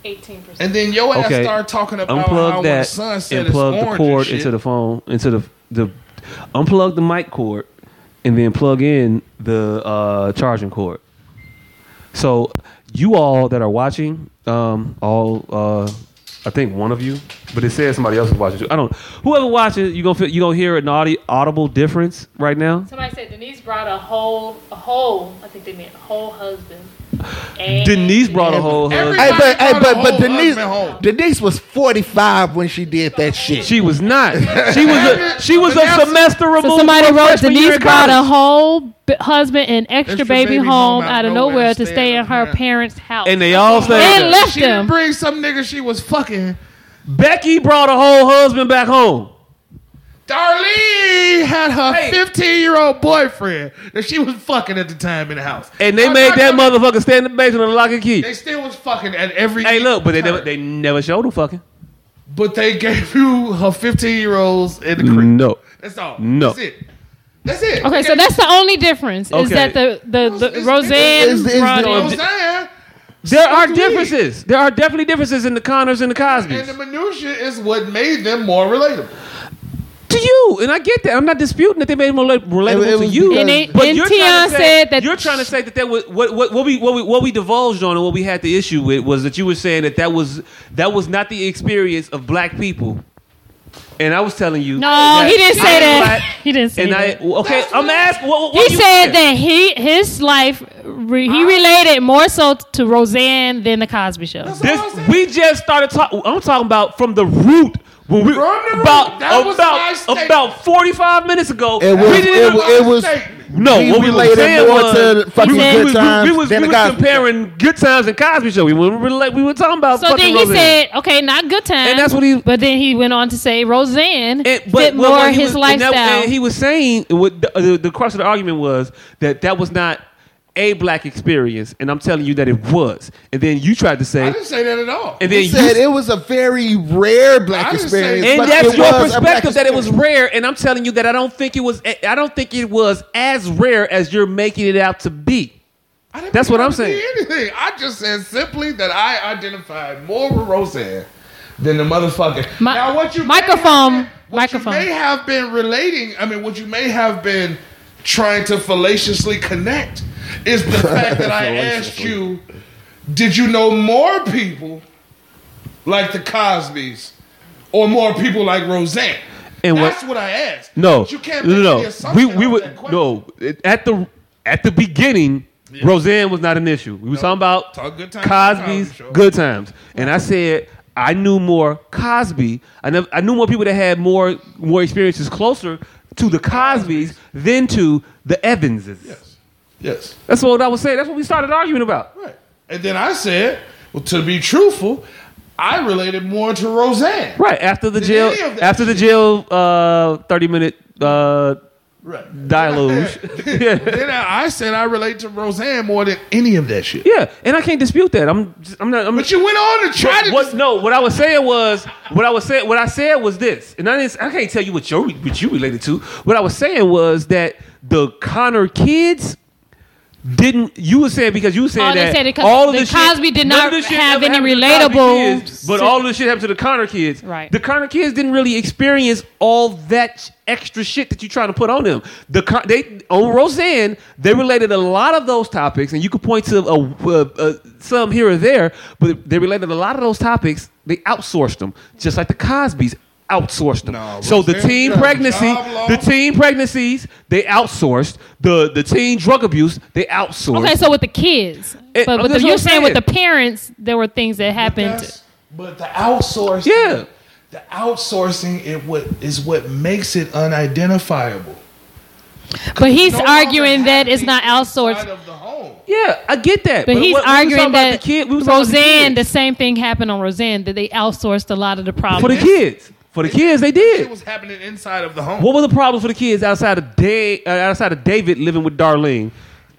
Speaker 10: eighteen percent,
Speaker 7: and then your ass
Speaker 5: Okay,
Speaker 7: start talking about how
Speaker 5: unplug
Speaker 7: when the
Speaker 5: that
Speaker 7: sunset
Speaker 5: and
Speaker 7: is
Speaker 5: plug
Speaker 7: orange
Speaker 5: the
Speaker 7: and
Speaker 5: cord
Speaker 7: shit.
Speaker 5: into the phone into the the unplug the mic cord and then plug in the uh, charging cord. So you all that are watching, um, all uh, I think one of you, but it says somebody else is watching too. I don't. Whoever watches, you gonna feel, you gonna hear an audi- audible difference right now.
Speaker 10: Somebody said Denise brought a whole, a whole. I think they meant whole husband.
Speaker 5: Denise brought a whole husband.
Speaker 11: Hey, but hey, but
Speaker 7: Everybody
Speaker 11: but
Speaker 7: brought a
Speaker 11: Denise
Speaker 7: whole husband home.
Speaker 11: Denise was 45 when she did that shit.
Speaker 5: She was not. She was a, she was a semester removed.
Speaker 10: So somebody
Speaker 5: from
Speaker 10: wrote
Speaker 5: freshman year
Speaker 10: Denise
Speaker 5: in
Speaker 10: brought a
Speaker 5: college.
Speaker 10: whole b- husband and extra, baby, home out of nowhere, to stay in her parents' house.
Speaker 5: and they all said
Speaker 10: And left
Speaker 7: She didn't
Speaker 10: them.
Speaker 7: bring some nigga she was fucking
Speaker 5: Becky brought her whole husband back home.
Speaker 7: Darlene had her 15 year old boyfriend that she was fucking at the time in the house.
Speaker 5: And they
Speaker 7: I'm
Speaker 5: made
Speaker 7: not
Speaker 5: that
Speaker 7: gonna-
Speaker 5: motherfucker stand in the basement and lock and key.
Speaker 7: They still was fucking at every.
Speaker 5: Hey, look, but they never, they never showed him fucking.
Speaker 7: But they gave you her 15 year olds in the crib.
Speaker 5: No.
Speaker 7: That's all.
Speaker 5: No.
Speaker 7: That's it. That's it.
Speaker 10: Okay, so that's the only difference is
Speaker 5: Okay.
Speaker 10: that the the, the Roseanne brought in-
Speaker 7: Roseanne
Speaker 5: There are differences. There are definitely differences in the Connors and the
Speaker 7: and
Speaker 5: Cosbys.
Speaker 7: the minutia is what made them more relatable.
Speaker 5: To you, and I get that. I'm not disputing that they made them more rela- relatable
Speaker 7: It- it
Speaker 5: to
Speaker 7: was
Speaker 5: you.
Speaker 7: because- And it-
Speaker 5: but
Speaker 7: and
Speaker 5: you're trying
Speaker 10: Tion
Speaker 5: to say,
Speaker 10: said that-
Speaker 5: you're trying to say that that was, what, what what we what we what we divulged on and what we had the issue with was that you were saying that that was that was not the experience of black people. And I was telling you,
Speaker 10: No,
Speaker 5: that
Speaker 10: he didn't
Speaker 5: I
Speaker 10: say
Speaker 5: am
Speaker 10: that.
Speaker 5: black,
Speaker 10: He didn't say
Speaker 5: and I
Speaker 10: that.
Speaker 5: okay, I'm asking. What, what- what
Speaker 10: he
Speaker 5: you
Speaker 10: said that he his life re, he related more so to Roseanne than the Cosby Show.
Speaker 5: This we just started talking. I'm talking about from the root. When we about
Speaker 10: That was my
Speaker 5: about
Speaker 10: statement.
Speaker 5: about 45 minutes ago,
Speaker 6: It was-
Speaker 5: we didn't
Speaker 6: it was- it was-
Speaker 5: no.
Speaker 6: he
Speaker 5: What we
Speaker 6: related
Speaker 5: were saying
Speaker 6: more
Speaker 5: was,
Speaker 6: to the fucking
Speaker 5: we,
Speaker 6: Good
Speaker 5: we was- we-
Speaker 6: Times
Speaker 5: we was,
Speaker 6: than
Speaker 5: we
Speaker 6: the
Speaker 5: was
Speaker 6: Cosby
Speaker 5: comparing good times and Cosby Show. We were relate- we were talking about.
Speaker 10: so
Speaker 5: fucking
Speaker 10: then he
Speaker 5: Roseanne.
Speaker 10: said, okay, not good times. And that's what he. But then he went on to say Roseanne fit
Speaker 5: well,
Speaker 10: more
Speaker 5: well, he
Speaker 10: his
Speaker 5: was- and that-
Speaker 10: lifestyle.
Speaker 5: and he was saying what the, the, the crux of the argument was that that was not a black experience, and I'm telling you that it was. And then you tried to say,
Speaker 7: didn't say that at all.
Speaker 5: and then
Speaker 6: He
Speaker 5: you
Speaker 6: said it was a very rare black experience.
Speaker 5: And
Speaker 6: but
Speaker 5: that's
Speaker 6: it
Speaker 5: your
Speaker 6: was a black
Speaker 5: perspective that it was rare. And I'm telling you that I don't think it was. I don't think it was as rare as you're making it out to be. That's what I'm saying.
Speaker 7: Anything. I just said simply that I identified more with Roseanne than the motherfucker. now, what you microphone, microphone. may have been relating. I mean, what you may have been trying to fallaciously connect is the fact that I asked you, did you know more people like the Cosbys or more people like Roseanne?
Speaker 5: And what-
Speaker 7: That's what, I asked.
Speaker 5: No,
Speaker 7: But you can't
Speaker 5: no,
Speaker 7: make
Speaker 5: no,
Speaker 7: any
Speaker 5: no.
Speaker 7: assumption
Speaker 5: We we would no It- at the at the beginning. Roseanne was not an issue. We were talking about
Speaker 7: Talk good times,
Speaker 5: Cosby's
Speaker 7: Cosby Show.
Speaker 5: good times, and I said I knew more Cosby. I never, I knew more people that had more more experiences closer to the Cosbys than to the Evanses.
Speaker 7: Yes.
Speaker 5: That's what I was saying. That's what we started arguing about.
Speaker 7: Right. And then I said, well, to be truthful, I related more to Roseanne.
Speaker 5: Right after the
Speaker 7: Did
Speaker 5: jail,
Speaker 7: any of that
Speaker 5: after the jail, uh, thirty minute uh,
Speaker 7: Right.
Speaker 5: dialogue.
Speaker 7: then I I said I relate to Roseanne more than any of that shit.
Speaker 5: yeah, and I can't dispute that. I'm, just, I'm not. I'm,
Speaker 7: But you went on to try
Speaker 5: what,
Speaker 7: to-
Speaker 5: What, no, what I was saying was what I was saying. What I said was this, and I didn't. I can't tell you what you what you related to. What I was saying was that the Connor kids. Didn't you were saying because you were saying
Speaker 10: Oh, they
Speaker 5: that
Speaker 10: said it 'cause
Speaker 5: all of
Speaker 10: the
Speaker 5: this
Speaker 10: Cosby
Speaker 5: shit,
Speaker 10: did
Speaker 5: none
Speaker 10: not
Speaker 5: of this shit
Speaker 10: have
Speaker 5: ever
Speaker 10: any
Speaker 5: happened to the Cosby
Speaker 10: relatable
Speaker 5: kids, but all of this shit happened to the Connor kids.
Speaker 10: Right.
Speaker 5: The Connor kids didn't really experience all that sh- extra shit that you're trying to put on them. The Con- they on Roseanne, they related a lot of those topics, and you could point to a, a, a, some here or there, but they related a lot of those topics. They outsourced them, just like the Cosby's outsourced them. so the
Speaker 7: Roseanne,
Speaker 5: teen
Speaker 7: you have a
Speaker 5: pregnancy,
Speaker 7: job loss.
Speaker 5: the teen pregnancies, they outsourced. The the teen drug abuse, they outsourced.
Speaker 10: okay, so with the kids,
Speaker 5: It-
Speaker 10: but,
Speaker 5: that's
Speaker 10: but the,
Speaker 5: what
Speaker 10: you're
Speaker 5: I'm
Speaker 10: saying with the
Speaker 5: saying.
Speaker 10: parents, there were things that happened.
Speaker 7: But the outsourcing,
Speaker 5: yeah,
Speaker 7: the outsourcing it what is what makes it unidentifiable.
Speaker 10: But he's arguing that it's not outsourced.
Speaker 5: yeah, I get that.
Speaker 10: But
Speaker 5: what- when we
Speaker 10: he's
Speaker 5: was talking
Speaker 10: arguing
Speaker 5: about
Speaker 10: that
Speaker 5: the kid, we was talking about the
Speaker 10: Roseanne,
Speaker 5: kids.
Speaker 10: the, same thing happened on Roseanne that they outsourced a lot of the problems
Speaker 5: for the kids. For the kids, they
Speaker 7: It
Speaker 5: did.
Speaker 7: was happening inside of the home.
Speaker 5: What was the problem for the kids outside of Day, uh, outside of David living with Darlene?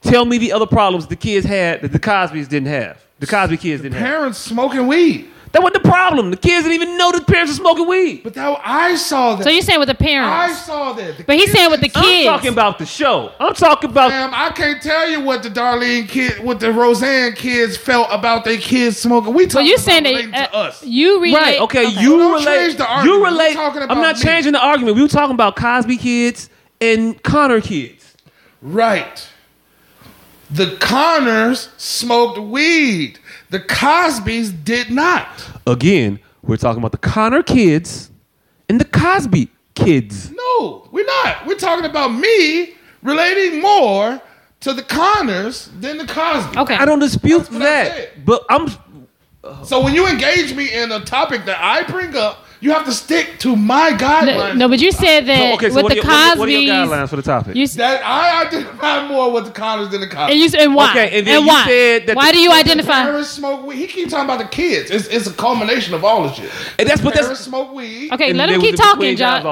Speaker 5: Tell me the other problems the kids had that the Cosby's didn't have. The Cosby kids didn't have.
Speaker 7: Parents smoking weed.
Speaker 5: That wasn't the problem. The kids didn't even know the parents were smoking weed.
Speaker 7: But that I saw that.
Speaker 10: So you're saying with the
Speaker 7: I
Speaker 10: parents?
Speaker 7: saw that. The
Speaker 10: but he's saying with the
Speaker 5: I'm
Speaker 10: kids.
Speaker 5: talking about the show. I'm talking about.
Speaker 7: Ma'am, I can't tell you what the Darlene kid, what the Roseanne kids felt about their kids smoking. We
Speaker 10: so
Speaker 7: talking
Speaker 10: you're
Speaker 7: about
Speaker 10: saying
Speaker 7: relating
Speaker 10: that
Speaker 7: to
Speaker 10: uh,
Speaker 7: us.
Speaker 10: you relate?
Speaker 5: Right. Okay.
Speaker 7: So
Speaker 5: You
Speaker 7: don't
Speaker 5: relate.
Speaker 7: change the argument.
Speaker 5: you
Speaker 7: We're
Speaker 5: relate.
Speaker 7: talking
Speaker 5: I'm
Speaker 7: about
Speaker 5: not
Speaker 7: me.
Speaker 5: changing the argument. We were talking about Cosby kids and Connor kids.
Speaker 7: Right. The Connors smoked weed. The Cosbys did not.
Speaker 5: Again, we're talking about the Connor kids and the Cosby kids.
Speaker 7: No, we're not. We're talking about me relating more to the Connors than the Cosbys.
Speaker 10: Okay.
Speaker 5: I don't dispute
Speaker 7: what I
Speaker 5: that, but I'm
Speaker 7: So when you engage me in a topic that I bring up You have to stick to my guidelines.
Speaker 10: No, but you said that
Speaker 7: okay, so
Speaker 10: with
Speaker 7: what
Speaker 10: the
Speaker 7: are your-
Speaker 10: Cosby's.
Speaker 7: what- what are your guidelines
Speaker 5: for the topic?
Speaker 10: You s-
Speaker 7: that I identify more with the Connors than the Cosby.
Speaker 10: And you s- and why? Okay, and then And you why? said that Why the- do you
Speaker 7: the
Speaker 10: identify?
Speaker 7: Parents smoke weed. He keeps talking about the kids. It's, it's a culmination of all the shit.
Speaker 5: And that's what
Speaker 7: parents
Speaker 5: that's-
Speaker 7: smoke weed.
Speaker 10: Okay, let him keep talking, Jock.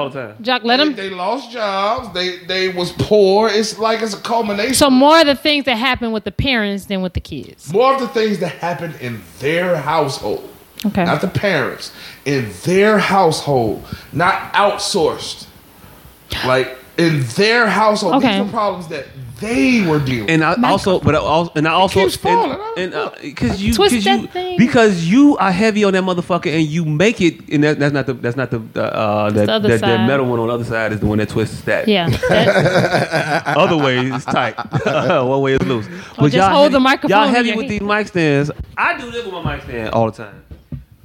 Speaker 10: Jock, let
Speaker 7: They-
Speaker 10: him.
Speaker 7: They, lost jobs. They they was poor. It's like it's a culmination.
Speaker 10: So more of the things that happen with the parents than with the kids.
Speaker 7: More of the things that happen in their household.
Speaker 10: Okay.
Speaker 7: Not the parents. In their household, not outsourced. Like in their household.
Speaker 5: Okay.
Speaker 7: These were problems that they were dealing.
Speaker 5: And I also, but I also, and I also, and because you,
Speaker 7: Twist
Speaker 5: because
Speaker 7: that
Speaker 5: you,
Speaker 7: thing.
Speaker 5: because you are heavy on that motherfucker, and you make it, and that, that's not the, that's not the, uh, uh, that,
Speaker 10: the other
Speaker 5: that, that
Speaker 10: side.
Speaker 5: metal one on the other side is the one that twists that.
Speaker 10: Yeah.
Speaker 5: other way is tight. one way is loose.
Speaker 10: Or just hold the microphone
Speaker 5: Y'all
Speaker 10: in
Speaker 5: heavy
Speaker 10: your
Speaker 5: with
Speaker 10: hand.
Speaker 5: these mic stands. I do this with my mic stand all the time.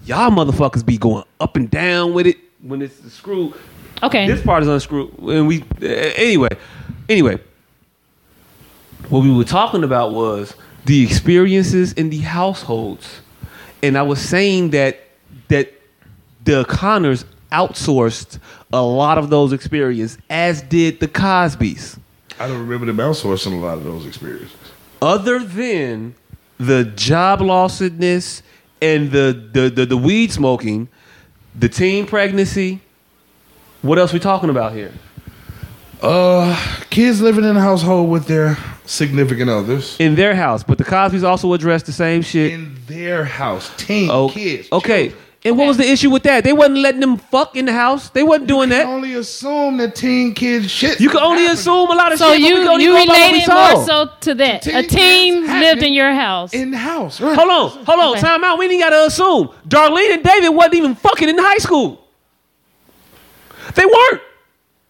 Speaker 5: Y'all motherfuckers be going up and down with it when it's the screw.
Speaker 10: Okay.
Speaker 5: This part is unscrewed, and we uh, anyway, anyway. What we were talking about was the experiences in the households, and I was saying that that the Connors outsourced a lot of those experiences, as did the Cosbys
Speaker 7: I don't remember them outsourcing a lot of those experiences.
Speaker 5: other than the job lossedness and the the, the, the weed smoking, the teen pregnancy, what else we talking about here?
Speaker 7: Uh, kids living in a household with their significant others
Speaker 5: in their house, but the Cosby's also addressed the same shit
Speaker 7: in their house. Teen kids.
Speaker 5: Oh, Okay. And what was the issue with that? They wasn't letting them fuck in the house. They wasn't doing that.
Speaker 7: Only assume that teen kids shit.
Speaker 5: You can only assume a lot of
Speaker 10: So
Speaker 5: shit. but we can
Speaker 10: you
Speaker 5: only
Speaker 10: you
Speaker 5: go by what we
Speaker 10: related
Speaker 5: saw.
Speaker 10: more so to that.
Speaker 5: To
Speaker 10: a
Speaker 5: teen
Speaker 10: teen
Speaker 5: kids
Speaker 10: lived in your house.
Speaker 7: In the house.
Speaker 5: Hold on, hold on, time out. We ain't gotta assume. Darlene and David wasn't even fucking in high school. They weren't.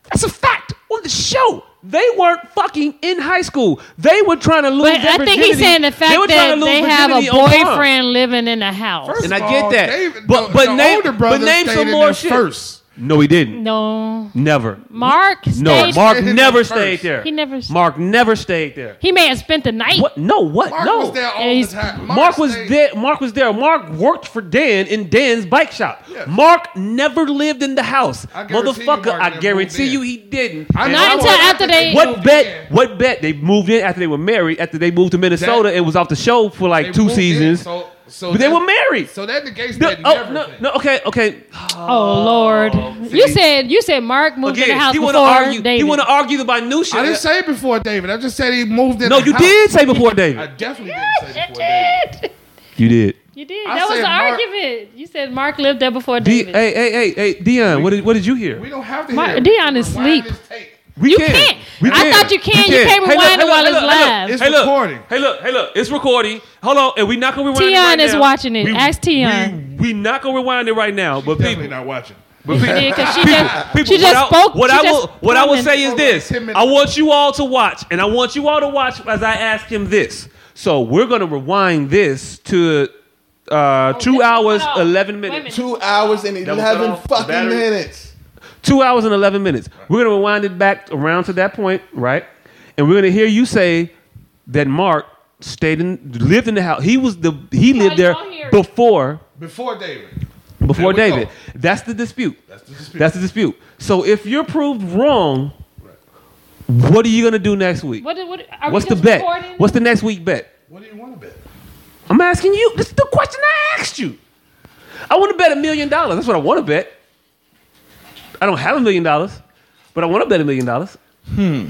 Speaker 5: That's a fact on the show. They weren't fucking in high school. They were trying to lose
Speaker 10: But
Speaker 5: their
Speaker 10: I think he's
Speaker 5: virginity.
Speaker 10: saying the
Speaker 5: They were
Speaker 10: fact
Speaker 5: trying to lose
Speaker 10: that they have a
Speaker 5: virginity on prom.
Speaker 10: boyfriend living in the house.
Speaker 5: And I get that. but but name, but name some more shit. No, he didn't.
Speaker 10: No.
Speaker 5: Never.
Speaker 10: Mark
Speaker 5: No,
Speaker 10: stayed-
Speaker 5: Mark never stayed there.
Speaker 10: He never s-
Speaker 5: Mark never stayed there.
Speaker 10: He may have spent the night.
Speaker 5: What? No. What?
Speaker 10: Mark
Speaker 5: no.
Speaker 10: was there all the He's- time.
Speaker 5: Mark, was there. Mark was there. Mark worked for Dan in Dan's bike shop.
Speaker 10: Yeah.
Speaker 5: Mark never lived in the house,
Speaker 10: guarantee you
Speaker 5: motherfucker.
Speaker 10: Mark
Speaker 5: I
Speaker 10: never
Speaker 5: guarantee
Speaker 10: moved
Speaker 5: you
Speaker 10: in.
Speaker 5: he didn't.
Speaker 10: I
Speaker 5: And
Speaker 10: know. Not
Speaker 5: I
Speaker 10: until
Speaker 5: was-
Speaker 10: after they-
Speaker 5: What bet? What bet? They moved in after they were married. After they moved to Minnesota, it was off the show for like two seasons.
Speaker 7: so, so
Speaker 5: but they
Speaker 7: that-
Speaker 5: were married.
Speaker 7: So that negates
Speaker 5: No,
Speaker 7: that
Speaker 5: oh,
Speaker 7: never.
Speaker 5: no, no, okay, okay.
Speaker 10: Oh Lord! You said you said Mark moved in
Speaker 5: Again,
Speaker 10: the house
Speaker 5: he
Speaker 10: before
Speaker 5: want to argue.
Speaker 10: David.
Speaker 5: He want to argue the minutia.
Speaker 7: I didn't say before David. I just said he moved in.
Speaker 5: No,
Speaker 7: the
Speaker 5: you
Speaker 7: house.
Speaker 5: did say before David.
Speaker 7: I definitely didn't say before
Speaker 10: Shit.
Speaker 5: You did.
Speaker 10: You did.
Speaker 7: I
Speaker 10: that was
Speaker 7: said
Speaker 10: the
Speaker 7: Mark-
Speaker 10: argument. You said Mark lived there before
Speaker 5: D-
Speaker 10: David.
Speaker 5: hey, hey, hey, hey, Dion. What did what did you hear? We
Speaker 7: don't have
Speaker 10: Mark, Dion is asleep.
Speaker 5: We
Speaker 10: you
Speaker 5: can.
Speaker 10: can't.
Speaker 5: We
Speaker 10: I thought you can. You can't
Speaker 5: Hey, look,
Speaker 10: rewind
Speaker 5: hey,
Speaker 10: it
Speaker 5: look,
Speaker 10: while
Speaker 5: hey,
Speaker 10: it's
Speaker 5: look, hey, look. Hey,
Speaker 10: live.
Speaker 5: look. Hey, look. Hey, look. It's recording. Hold on, and we not gonna rewind it.
Speaker 10: Tion
Speaker 5: right
Speaker 10: is
Speaker 5: now.
Speaker 10: watching it.
Speaker 5: We-
Speaker 10: Ask Tion.
Speaker 5: We not gonna rewind it right now. but people
Speaker 7: not watching.
Speaker 5: But people,
Speaker 10: did, 'cause she
Speaker 5: people,
Speaker 10: just-
Speaker 5: people,
Speaker 10: she
Speaker 5: what
Speaker 10: just
Speaker 5: I,
Speaker 10: spoke-
Speaker 5: What
Speaker 10: she
Speaker 5: I will,
Speaker 10: just
Speaker 5: what I will say is
Speaker 10: commented.
Speaker 5: this: I want you all to watch, and I want you all to watch as I ask him this. So we're gonna rewind this to uh,
Speaker 10: Oh,
Speaker 5: two hours eleven minutes.
Speaker 6: Two hours and
Speaker 5: That was cut
Speaker 6: eleven
Speaker 5: off.
Speaker 6: fucking
Speaker 5: Battery.
Speaker 6: minutes.
Speaker 5: Two hours and 11 minutes. We're going to rewind it back around to that point, right? And we're going to hear you say that Mark stayed in, lived in the house. He was the, he lived there before,
Speaker 7: Before David.
Speaker 5: before
Speaker 7: There we
Speaker 5: David.
Speaker 7: go.
Speaker 5: That's the dispute. That's
Speaker 7: the
Speaker 5: dispute. So if you're proved wrong, what are you going to do next week?
Speaker 10: What, what, are we
Speaker 5: What's the
Speaker 10: just
Speaker 5: bet?
Speaker 10: recording?
Speaker 5: What's the next week bet?
Speaker 7: What do you want to bet?
Speaker 5: I'm asking you. This is the question I asked you. I want to bet a million dollars. That's what I want to bet. I don't have a million dollars, but I want to bet a million dollars.
Speaker 7: Hmm.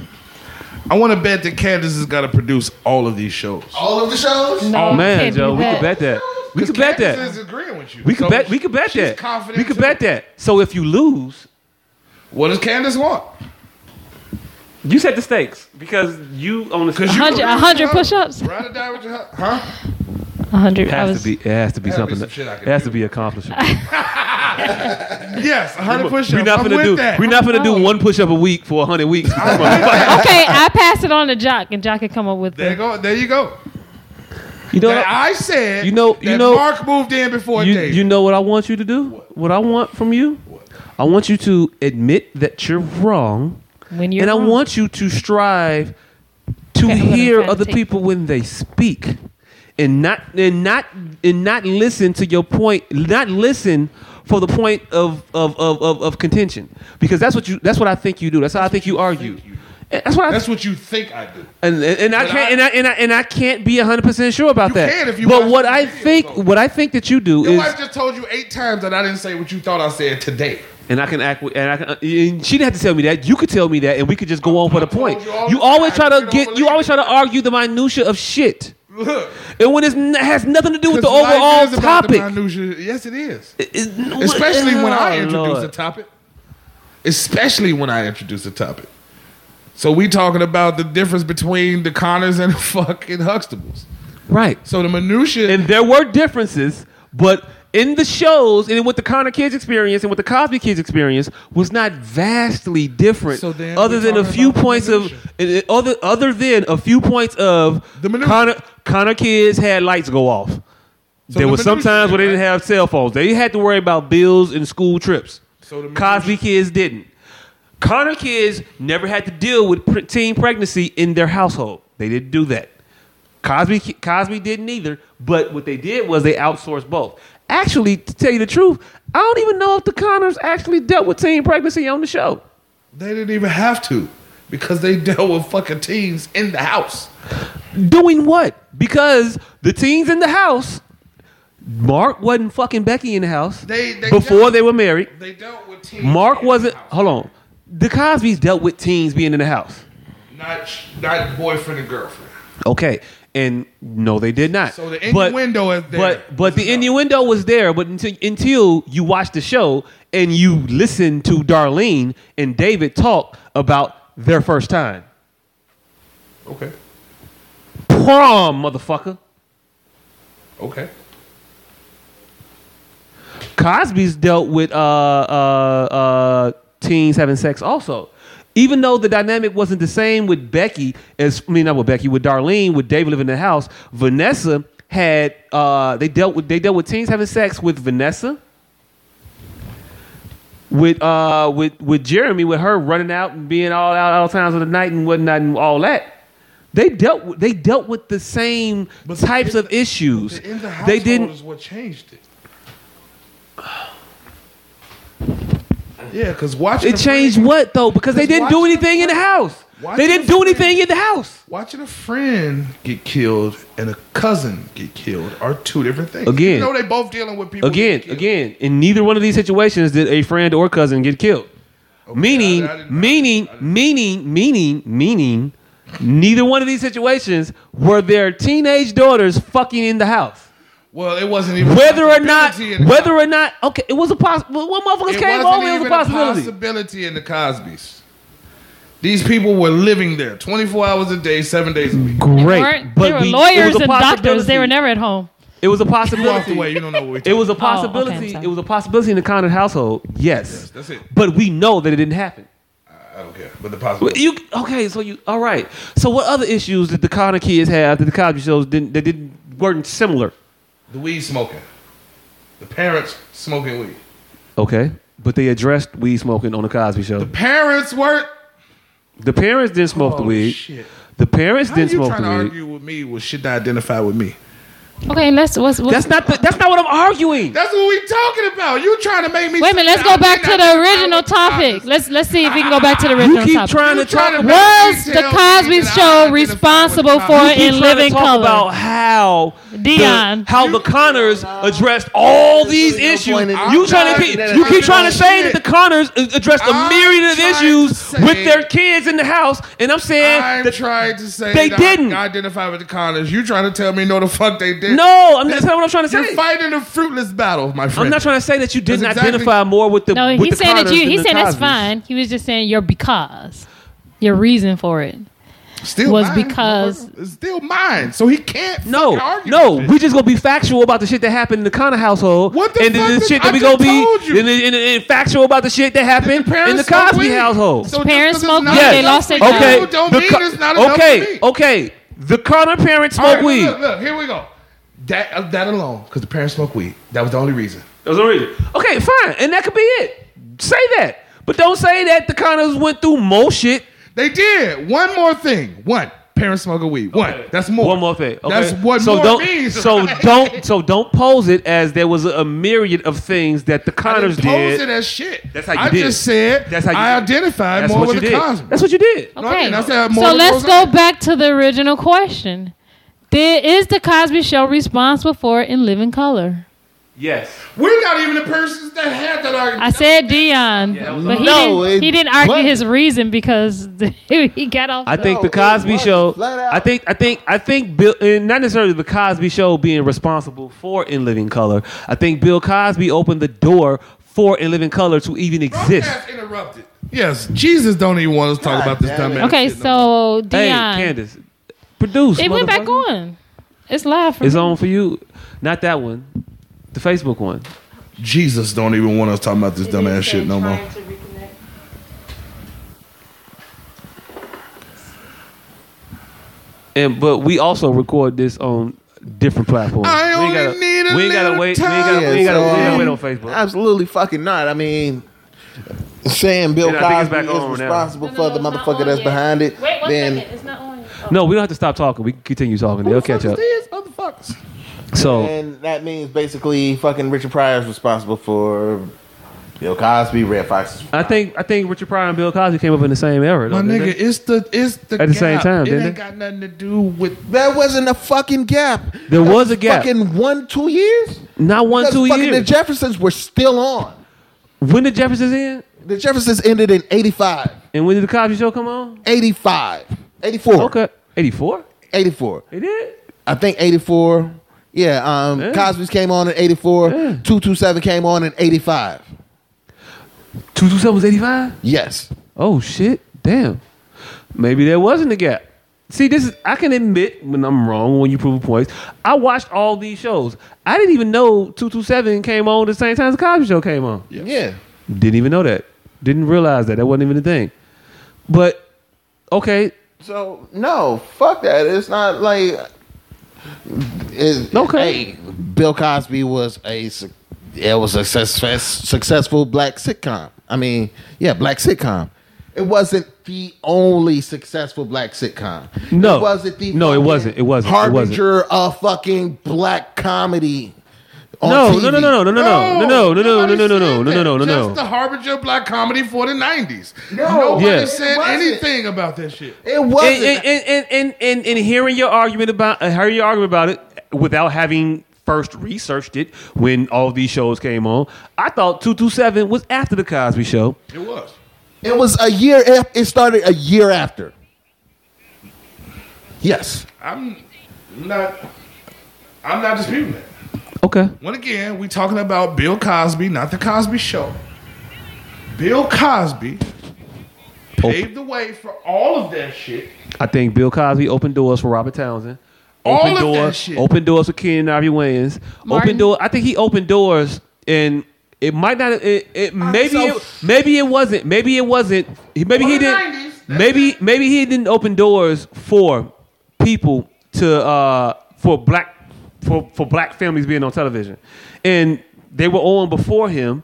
Speaker 7: I want to bet that Candace has got to produce all of these shows.
Speaker 6: All of the shows?
Speaker 5: oh man, Joe, we could bet that. We could bet
Speaker 7: Candace is
Speaker 5: that.
Speaker 7: agreeing with you.
Speaker 5: We could
Speaker 7: So
Speaker 5: bet. We could bet
Speaker 7: she's
Speaker 5: that.
Speaker 7: confident
Speaker 5: We could bet that. So if you lose,
Speaker 7: what does Candace want?
Speaker 5: You set the stakes because you own the
Speaker 10: A hundred, a hundred push-ups.
Speaker 7: Ride or die with your hu- huh?
Speaker 10: A hundred.
Speaker 5: It
Speaker 10: I
Speaker 5: has
Speaker 10: was.
Speaker 5: to be. It has to be
Speaker 7: Had to be
Speaker 5: something.
Speaker 7: some
Speaker 5: that,
Speaker 7: shit I
Speaker 5: it
Speaker 7: could
Speaker 5: has to be accomplished.
Speaker 7: Yes, a hundred push-ups.
Speaker 5: We're not
Speaker 7: I'm
Speaker 5: gonna
Speaker 7: with
Speaker 5: do.
Speaker 7: that.
Speaker 5: We're not gonna do one push up a week for hundred weeks.
Speaker 10: okay, I pass it on to Jock, and Jock can come up with.
Speaker 7: There you go. There you go.
Speaker 5: You know.
Speaker 7: That I said.
Speaker 5: You know. You
Speaker 7: that
Speaker 5: know.
Speaker 7: Mark moved in before
Speaker 5: you,
Speaker 7: David.
Speaker 5: you know what I want you to do? What, I want from you? I want you to admit that you're wrong.
Speaker 10: When you're
Speaker 5: and
Speaker 10: wrong.
Speaker 5: I want you to strive to
Speaker 10: Okay, I'm gonna
Speaker 5: hear
Speaker 10: try to
Speaker 5: other
Speaker 10: take-
Speaker 5: people when they speak. And not and not and not listen to your point. Not listen for the point of of, of, of of contention because that's what you that's what I think you do. That's how I think you argue. And That's what I,
Speaker 7: That's what you think I do.
Speaker 5: and, and, and I
Speaker 7: But
Speaker 5: can't
Speaker 7: I-
Speaker 5: and, I, and I and I can't be hundred percent sure about that.
Speaker 7: can if you
Speaker 5: but
Speaker 7: watch
Speaker 5: what
Speaker 7: the
Speaker 5: I think what I think that you do
Speaker 7: Your
Speaker 5: is
Speaker 7: wife just told you eight times that I didn't say what you thought I said today.
Speaker 5: and I can act with- and I can and she didn't have to tell me that. You could tell me that and we could just go on for the point.
Speaker 7: you all
Speaker 5: You
Speaker 7: the
Speaker 5: always try
Speaker 7: time,
Speaker 5: to
Speaker 7: you
Speaker 5: get
Speaker 7: don't
Speaker 5: you always try to argue the minutia of shit.
Speaker 7: Look,
Speaker 5: And when it's n- has nothing to do with the
Speaker 7: 'Cause life
Speaker 5: overall
Speaker 7: is about the
Speaker 5: topic.
Speaker 7: minutia. Yes, it is.
Speaker 5: It-
Speaker 7: Especially when I
Speaker 5: Oh,
Speaker 7: introduce
Speaker 5: Lord.
Speaker 7: a topic. Especially when I introduce a topic. So we talking about the difference between the Connors and the fucking Huxtables.
Speaker 5: Right.
Speaker 7: So the minutia
Speaker 5: And there were differences, but in the shows and what the Connor kids experience and what the Cosby kids experience was not vastly different.
Speaker 7: So then
Speaker 5: other
Speaker 7: we're
Speaker 5: than a
Speaker 7: talking
Speaker 5: few
Speaker 7: about the
Speaker 5: points of and- and other other than a few points of the Connor Connor kids had lights go off. there
Speaker 7: the
Speaker 5: was some
Speaker 7: minutia,
Speaker 5: times where they didn't have cell phones. They had to worry about bills and school trips.
Speaker 7: So the
Speaker 5: Cosby kids didn't. Connor kids never had to deal with pre- teen pregnancy in their household. They didn't do that. Cosby Cosby didn't either. But what they did was they outsourced both. Actually, to tell you the truth, I don't even know if the Connors actually dealt with teen pregnancy on the show.
Speaker 7: They didn't even have to because they dealt with fucking teens in the house.
Speaker 5: Doing what? Because the teens in the house, Mark wasn't fucking Becky in the house
Speaker 7: They- they
Speaker 5: before
Speaker 7: dealt-
Speaker 5: they were married.
Speaker 7: They dealt with teens.
Speaker 5: Mark wasn't. Hold on. The Cosby's dealt with teens being in the house.
Speaker 7: Not not boyfriend and girlfriend.
Speaker 5: Okay. And no, they did not.
Speaker 7: So the
Speaker 5: But-
Speaker 7: innuendo is there.
Speaker 5: But but the innuendo was there. But until until you watch the show and you listen to Darlene and David talk about their first time
Speaker 7: okay.
Speaker 5: prom, motherfucker.
Speaker 7: Okay.
Speaker 5: Cosby's dealt with uh, uh, uh, teens having sex also. Even though the dynamic wasn't the same with Becky as I mean not with Becky with Darlene with Dave living in the house, Vanessa had uh, they dealt with they dealt with teens having sex with Vanessa. With uh with with Jeremy with her running out and being all out all times of the night and whatnot and all that. They dealt with, they dealt with the same types of issues.
Speaker 7: In the
Speaker 5: they didn't
Speaker 7: is what changed it. Yeah, because watching
Speaker 5: It changed what though? Because they didn't do anything in the house. They didn't do anything in the house.
Speaker 7: Watching a friend get killed and a cousin get killed are two different things.
Speaker 5: Again.
Speaker 7: you know they both dealing with people.
Speaker 5: Again, again, in neither one of these situations did a friend or cousin get killed. meaning, meaning, meaning, meaning, meaning, neither one of these situations were their teenage daughters fucking in the house.
Speaker 7: Well, it wasn't even
Speaker 5: Whether or not,
Speaker 7: possibility in the
Speaker 5: whether or not, okay, it was a possibility. When motherfuckers
Speaker 7: It
Speaker 5: came
Speaker 7: wasn't
Speaker 5: over, it was
Speaker 7: even
Speaker 5: a possibility.
Speaker 7: possibility in the Cosby's. These people were living there 24 hours a day, seven days a week.
Speaker 10: They weren't- they were
Speaker 5: we- it was
Speaker 10: lawyers
Speaker 5: a
Speaker 10: and doctors. They
Speaker 5: possibility.
Speaker 10: were never at home.
Speaker 5: It was a
Speaker 7: You walked
Speaker 5: possibility.
Speaker 7: away. You don't know what we're
Speaker 5: It was a
Speaker 10: okay, I'm
Speaker 5: possibility.
Speaker 10: sorry.
Speaker 5: it was a possibility in the Condon household. Yes.
Speaker 7: that's it.
Speaker 5: But we know that it didn't happen.
Speaker 7: I don't care. But the possibility.
Speaker 5: You okay? So you all right? So what other issues did the Condon kids have that the Cosby shows didn't? That didn't weren't similar.
Speaker 7: The weed smoking. The parents smoking weed.
Speaker 5: Okay, but they addressed weed smoking on the Cosby show. The,
Speaker 7: Parents weren't.
Speaker 5: parents didn't smoke the weed. The
Speaker 7: Oh,
Speaker 5: parents
Speaker 7: How
Speaker 5: didn't
Speaker 7: you
Speaker 5: smoke
Speaker 7: trying to
Speaker 5: the weed.
Speaker 7: argue with me with shit that identify with me?
Speaker 10: Okay, let's. What's, what's,
Speaker 5: That's not the, that's not what I'm arguing.
Speaker 7: That's what we talking about. You trying to make me.
Speaker 10: Wait a minute. Let's
Speaker 7: sit
Speaker 10: go
Speaker 7: down
Speaker 10: back
Speaker 7: and
Speaker 10: to
Speaker 7: I-
Speaker 10: the original topic. Let's let's see if we can go back to the original
Speaker 5: keep
Speaker 10: topic.
Speaker 5: trying to talk about
Speaker 10: Was the Cosby Show responsible for
Speaker 5: You keep
Speaker 10: in
Speaker 5: trying
Speaker 10: living
Speaker 5: to talk
Speaker 10: color?
Speaker 5: about how
Speaker 10: Dion.
Speaker 5: the, how the Connors addressed all these issues. you trying to keep, you keep trying to say that the Connors uh, addressed a
Speaker 7: I'm
Speaker 5: myriad of
Speaker 7: trying
Speaker 5: issues
Speaker 7: to say-
Speaker 5: with their kids in the house, and I'm saying
Speaker 7: I'm
Speaker 5: that-
Speaker 7: trying to say
Speaker 5: they
Speaker 7: that
Speaker 5: didn't.
Speaker 7: I identify with the Connors. You trying to tell me no? The fuck they did.
Speaker 5: no, I'm not, that's not what I'm trying to
Speaker 7: You're
Speaker 5: say.
Speaker 7: fighting a fruitless battle, my friend.
Speaker 5: I'm not trying to say that you didn't
Speaker 7: That's exactly-
Speaker 5: identify more with the
Speaker 10: No,
Speaker 5: with
Speaker 10: he
Speaker 5: the
Speaker 10: said
Speaker 5: Connors
Speaker 10: that you.
Speaker 5: than
Speaker 10: He
Speaker 5: the
Speaker 10: said that's
Speaker 5: Cosbys.
Speaker 10: fine. He was just saying your because, your reason for it
Speaker 7: Still
Speaker 10: was
Speaker 7: mine,
Speaker 10: because.
Speaker 7: motherfucker. It's still mine. So he can't.
Speaker 5: No,
Speaker 7: fucking argue
Speaker 5: no,
Speaker 7: with
Speaker 5: we just gonna be factual about the shit that happened in the Connor household,
Speaker 7: What the
Speaker 5: and
Speaker 7: fuck
Speaker 5: the,
Speaker 7: did-
Speaker 5: shit
Speaker 7: I
Speaker 5: that we
Speaker 7: just
Speaker 5: gonna be
Speaker 7: told you.
Speaker 5: and, and- and factual about the shit that happened in the
Speaker 7: parents smoke
Speaker 5: Cosby
Speaker 7: weed.
Speaker 5: houseid.
Speaker 7: So just
Speaker 10: Parents
Speaker 7: 'cause it's
Speaker 10: smoke
Speaker 7: not
Speaker 10: weed,
Speaker 5: Yes.
Speaker 10: they lost their
Speaker 7: enough for
Speaker 5: okay.
Speaker 7: you
Speaker 10: job.
Speaker 7: Don't
Speaker 5: The
Speaker 7: mean
Speaker 5: co-
Speaker 7: it's not enough
Speaker 5: okay.
Speaker 7: for me.
Speaker 5: Okay. The Connor parents
Speaker 7: All
Speaker 5: smoke
Speaker 7: right,
Speaker 5: weed.
Speaker 7: Look, look, here we go. That uh, that alone, because the parents smoke weed. That was the only reason.
Speaker 5: That was the reason. Okay, fine, and that could be it. Say that, but don't say that the Connors went through more shit.
Speaker 7: They did. One more thing. One. parents smoking weed. What? That's more.
Speaker 5: One more thing. Okay.
Speaker 7: That's what
Speaker 5: so
Speaker 7: more
Speaker 5: don't,
Speaker 7: means.
Speaker 5: So don't so don't pose it as there was a myriad of things that the Connors
Speaker 7: I didn't
Speaker 5: did.
Speaker 7: pose it as shit.
Speaker 5: That's how you
Speaker 7: I
Speaker 5: did.
Speaker 7: just said
Speaker 5: That's how you
Speaker 7: I
Speaker 5: did.
Speaker 7: identified
Speaker 5: That's
Speaker 7: more
Speaker 5: what
Speaker 7: with
Speaker 5: you
Speaker 7: the
Speaker 5: did.
Speaker 7: Cosmos.
Speaker 5: That's what you did.
Speaker 7: No, I didn't. I said more
Speaker 10: so
Speaker 7: with
Speaker 10: let's
Speaker 7: Roseanne.
Speaker 10: go back to the original question. Did, is the Cosby Show responsible for it in Living Color?
Speaker 5: Yes.
Speaker 7: We're not even the persons that had that argument.
Speaker 10: I said Dion, but he,
Speaker 7: No,
Speaker 10: didn't,
Speaker 7: it
Speaker 10: he didn't argue
Speaker 7: wasn't.
Speaker 10: his reason because he got off.
Speaker 5: I think the Cosby Show. I think I think I think Bill, and not necessarily the Cosby Show being responsible for In Living Color. I think Bill Cosby opened the door for In Living Color to even exist.
Speaker 7: interrupted. Yes, Jesus don't even want us to talk about this dumb ass
Speaker 10: Okay,
Speaker 7: shit no
Speaker 10: so
Speaker 7: more.
Speaker 5: Hey,
Speaker 10: Dion,
Speaker 5: Candace, produce.
Speaker 10: it went back
Speaker 5: motherfucker.
Speaker 10: on. It's live. For
Speaker 5: It's
Speaker 10: me.
Speaker 5: on for you. Not that one. The Facebook one.
Speaker 7: Jesus don't even want us talking about this dumb ass shit no more.
Speaker 5: And but we also record this on different platforms.
Speaker 13: I
Speaker 5: we ain't
Speaker 13: only
Speaker 5: gotta,
Speaker 13: need a
Speaker 5: we ain't gotta
Speaker 13: little
Speaker 5: wait. We ain't gotta, we ain't gotta, we ain't gotta wait on Facebook.
Speaker 6: Absolutely fucking not. I mean, saying Bill
Speaker 5: And I think it's
Speaker 6: Cosby
Speaker 5: back
Speaker 6: is
Speaker 5: on now.
Speaker 6: responsible for the motherfucker that's behind it, then
Speaker 5: No, we don't have to stop talking. We can continue talking. They'll catch up.
Speaker 6: these motherfuckers.
Speaker 5: So-
Speaker 6: and that means basically fucking Richard Pryor is responsible for Bill Cosby, Red Fox.
Speaker 5: I think I think Richard Pryor and Bill Cosby came up in the same era.
Speaker 7: My
Speaker 5: though, didn't
Speaker 7: nigga,
Speaker 5: they?
Speaker 7: it's the it's the
Speaker 5: At the same
Speaker 7: gap.
Speaker 5: time,
Speaker 7: It
Speaker 5: didn't
Speaker 7: ain't
Speaker 5: it?
Speaker 7: got nothing to do with
Speaker 6: that wasn't a fucking gap.
Speaker 5: There
Speaker 6: That
Speaker 5: was a gap.
Speaker 6: Fucking one two years.
Speaker 5: Not one
Speaker 6: Because
Speaker 5: two
Speaker 6: fucking
Speaker 5: years.
Speaker 6: The Jeffersons were still on.
Speaker 5: When did Jeffersons end?
Speaker 6: The Jeffersons ended in eighty five.
Speaker 5: And when did the Cosby Show come on?
Speaker 6: Eighty five. Eighty four.
Speaker 5: Okay. Eighty four.
Speaker 6: Eighty four.
Speaker 5: It did.
Speaker 6: I think 84. Yeah, um, Cosby's came on in 84. 227 came on in 85.
Speaker 5: 227 was 85?
Speaker 6: Yes.
Speaker 5: Oh shit. Damn. Maybe there wasn't a gap. See, this is I can admit when I'm wrong when you prove points. I watched all these shows. I didn't even know 227 came on the same time as the Cosby Show came on.
Speaker 6: Yeah.
Speaker 5: Didn't even know that. Didn't realize that. That wasn't even a thing. But okay,
Speaker 6: So, no, fuck that. It's not like. It, okay. Bill Cosby was a. su- It was a success, successful black sitcom. I mean, yeah, black sitcom. It wasn't the only successful black sitcom.
Speaker 5: no.
Speaker 6: It wasn't the
Speaker 5: No, it wasn't. It wasn't. It wasn't.
Speaker 6: harbinger of fucking black comedy. on
Speaker 5: No,
Speaker 6: TV.
Speaker 5: no, no, no, no, no,
Speaker 7: Oh,
Speaker 5: no, no, no, no, no, no, no, no, no, no, no, no,
Speaker 7: Just the
Speaker 5: no.
Speaker 7: harbinger of black comedy for the nineties.
Speaker 6: No,
Speaker 7: Nobody
Speaker 5: Yeah. it
Speaker 7: said
Speaker 6: wasn't.
Speaker 7: anything about that shit.
Speaker 6: It
Speaker 5: And and and and, and, and hearing your argument about uh, hearing your argument about it without having first researched it when all these shows came on, I thought two two seven was after the Cosby Show.
Speaker 7: It was.
Speaker 6: It was a year. af- It started a year after. Yes.
Speaker 7: I'm not. I'm not disputing that.
Speaker 5: Okay.
Speaker 7: Once again, we talking about Bill Cosby, not the Cosby Show. Bill Cosby paved the way for all of that shit.
Speaker 5: I think Bill Cosby opened doors for Robert Townsend.
Speaker 7: All
Speaker 5: Opened
Speaker 7: of
Speaker 5: doors,
Speaker 7: that shit.
Speaker 5: Opened doors for Ken and Ivy Wayans.
Speaker 7: Martin.
Speaker 5: Open door. I think he opened doors, and it might not. It, it maybe
Speaker 7: so-
Speaker 5: it, maybe it wasn't. Maybe it wasn't. he- Maybe he didn't. Maybe maybe he didn't open doors for people to uh for black for for black families being on television, and they were on before him.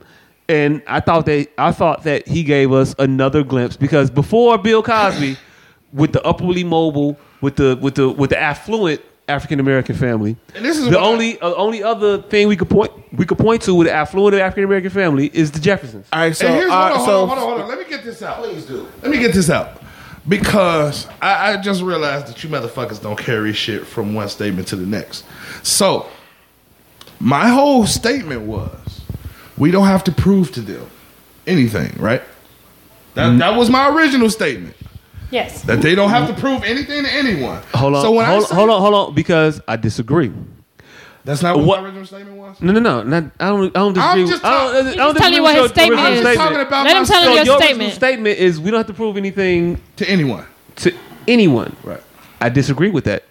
Speaker 5: And I thought that I thought that he gave us another glimpse because before Bill Cosby, with the upwardly mobile, with the with the with the affluent African American family,
Speaker 7: And this is
Speaker 5: the
Speaker 7: what I-
Speaker 5: only uh, only other thing we could point we could point to with the affluent African American family is the Jeffersons.
Speaker 6: All right,
Speaker 7: and here's hold, on, hold on, hold on, hold on. Let me get this out. Please do. Let me get this out. Because I, I just realized that you motherfuckers don't carry shit from one statement to the next. So, my whole statement was we don't have to prove to them anything, right? That, that was my original statement.
Speaker 10: Oh, Yes.
Speaker 7: That they don't have to prove anything to anyone.
Speaker 5: Hold on,
Speaker 7: So when I
Speaker 5: hold,
Speaker 7: say-
Speaker 5: hold on, hold on, because I disagree.
Speaker 7: That's not what, my original statement was.
Speaker 5: No, no, no. Not, I don't. I don't disagree.
Speaker 7: I'm just talk-
Speaker 5: with- I don't- I
Speaker 7: He's
Speaker 5: don't
Speaker 7: just
Speaker 5: disagree
Speaker 7: telling you
Speaker 5: with
Speaker 7: what his
Speaker 5: your- your
Speaker 7: statement
Speaker 5: original
Speaker 7: is. I'm just talking about Let him tell him
Speaker 5: So
Speaker 7: your
Speaker 5: original
Speaker 7: statement.
Speaker 5: statement is we don't have to prove anything
Speaker 7: to anyone.
Speaker 5: To anyone.
Speaker 7: Right.
Speaker 5: I disagree with that.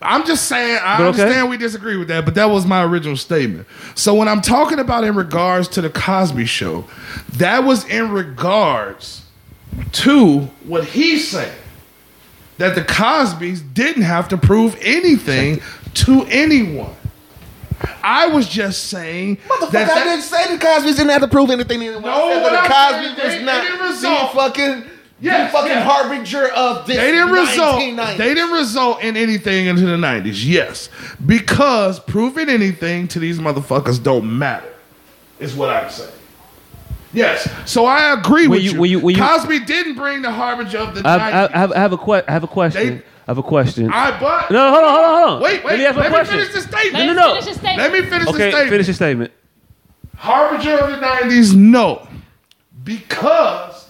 Speaker 7: I'm just saying, I
Speaker 5: But okay.
Speaker 7: understand we disagree with that, but that was my original statement. So when I'm talking about in regards to the Cosby Show, that was in regards to what he's saying that the Cosbys didn't have to prove anything to anyone. I was just saying
Speaker 6: Motherfucker, I didn't say the Cosby's didn't have to prove anything. No,
Speaker 7: what
Speaker 6: the
Speaker 7: I'm
Speaker 6: Cosby
Speaker 7: saying,
Speaker 6: was
Speaker 7: it-
Speaker 6: not
Speaker 7: it
Speaker 6: the fucking
Speaker 11: you fucking harbinger of this.
Speaker 7: They didn't result.
Speaker 11: 1990s.
Speaker 7: They didn't result in anything into the nineties. Yes, because proving anything to these motherfuckers don't matter. Is what I'm saying. Yes. So I agree
Speaker 5: When
Speaker 7: with
Speaker 5: you-
Speaker 7: you.
Speaker 5: when you- when you-
Speaker 7: Cosby didn't bring the harbinger of the
Speaker 5: I, I,
Speaker 7: nineties.
Speaker 5: I, have, I have a que- I have a question. I have a question.
Speaker 7: I but
Speaker 5: no, hold on, hold on, hold on.
Speaker 7: Wait, wait.
Speaker 5: Let me ask my question.
Speaker 7: finish the statement.
Speaker 5: No, no, no. Let him
Speaker 7: Let me finish the
Speaker 5: okay,
Speaker 7: statement.
Speaker 5: finish your statement.
Speaker 7: Harbinger of the nineties, no, because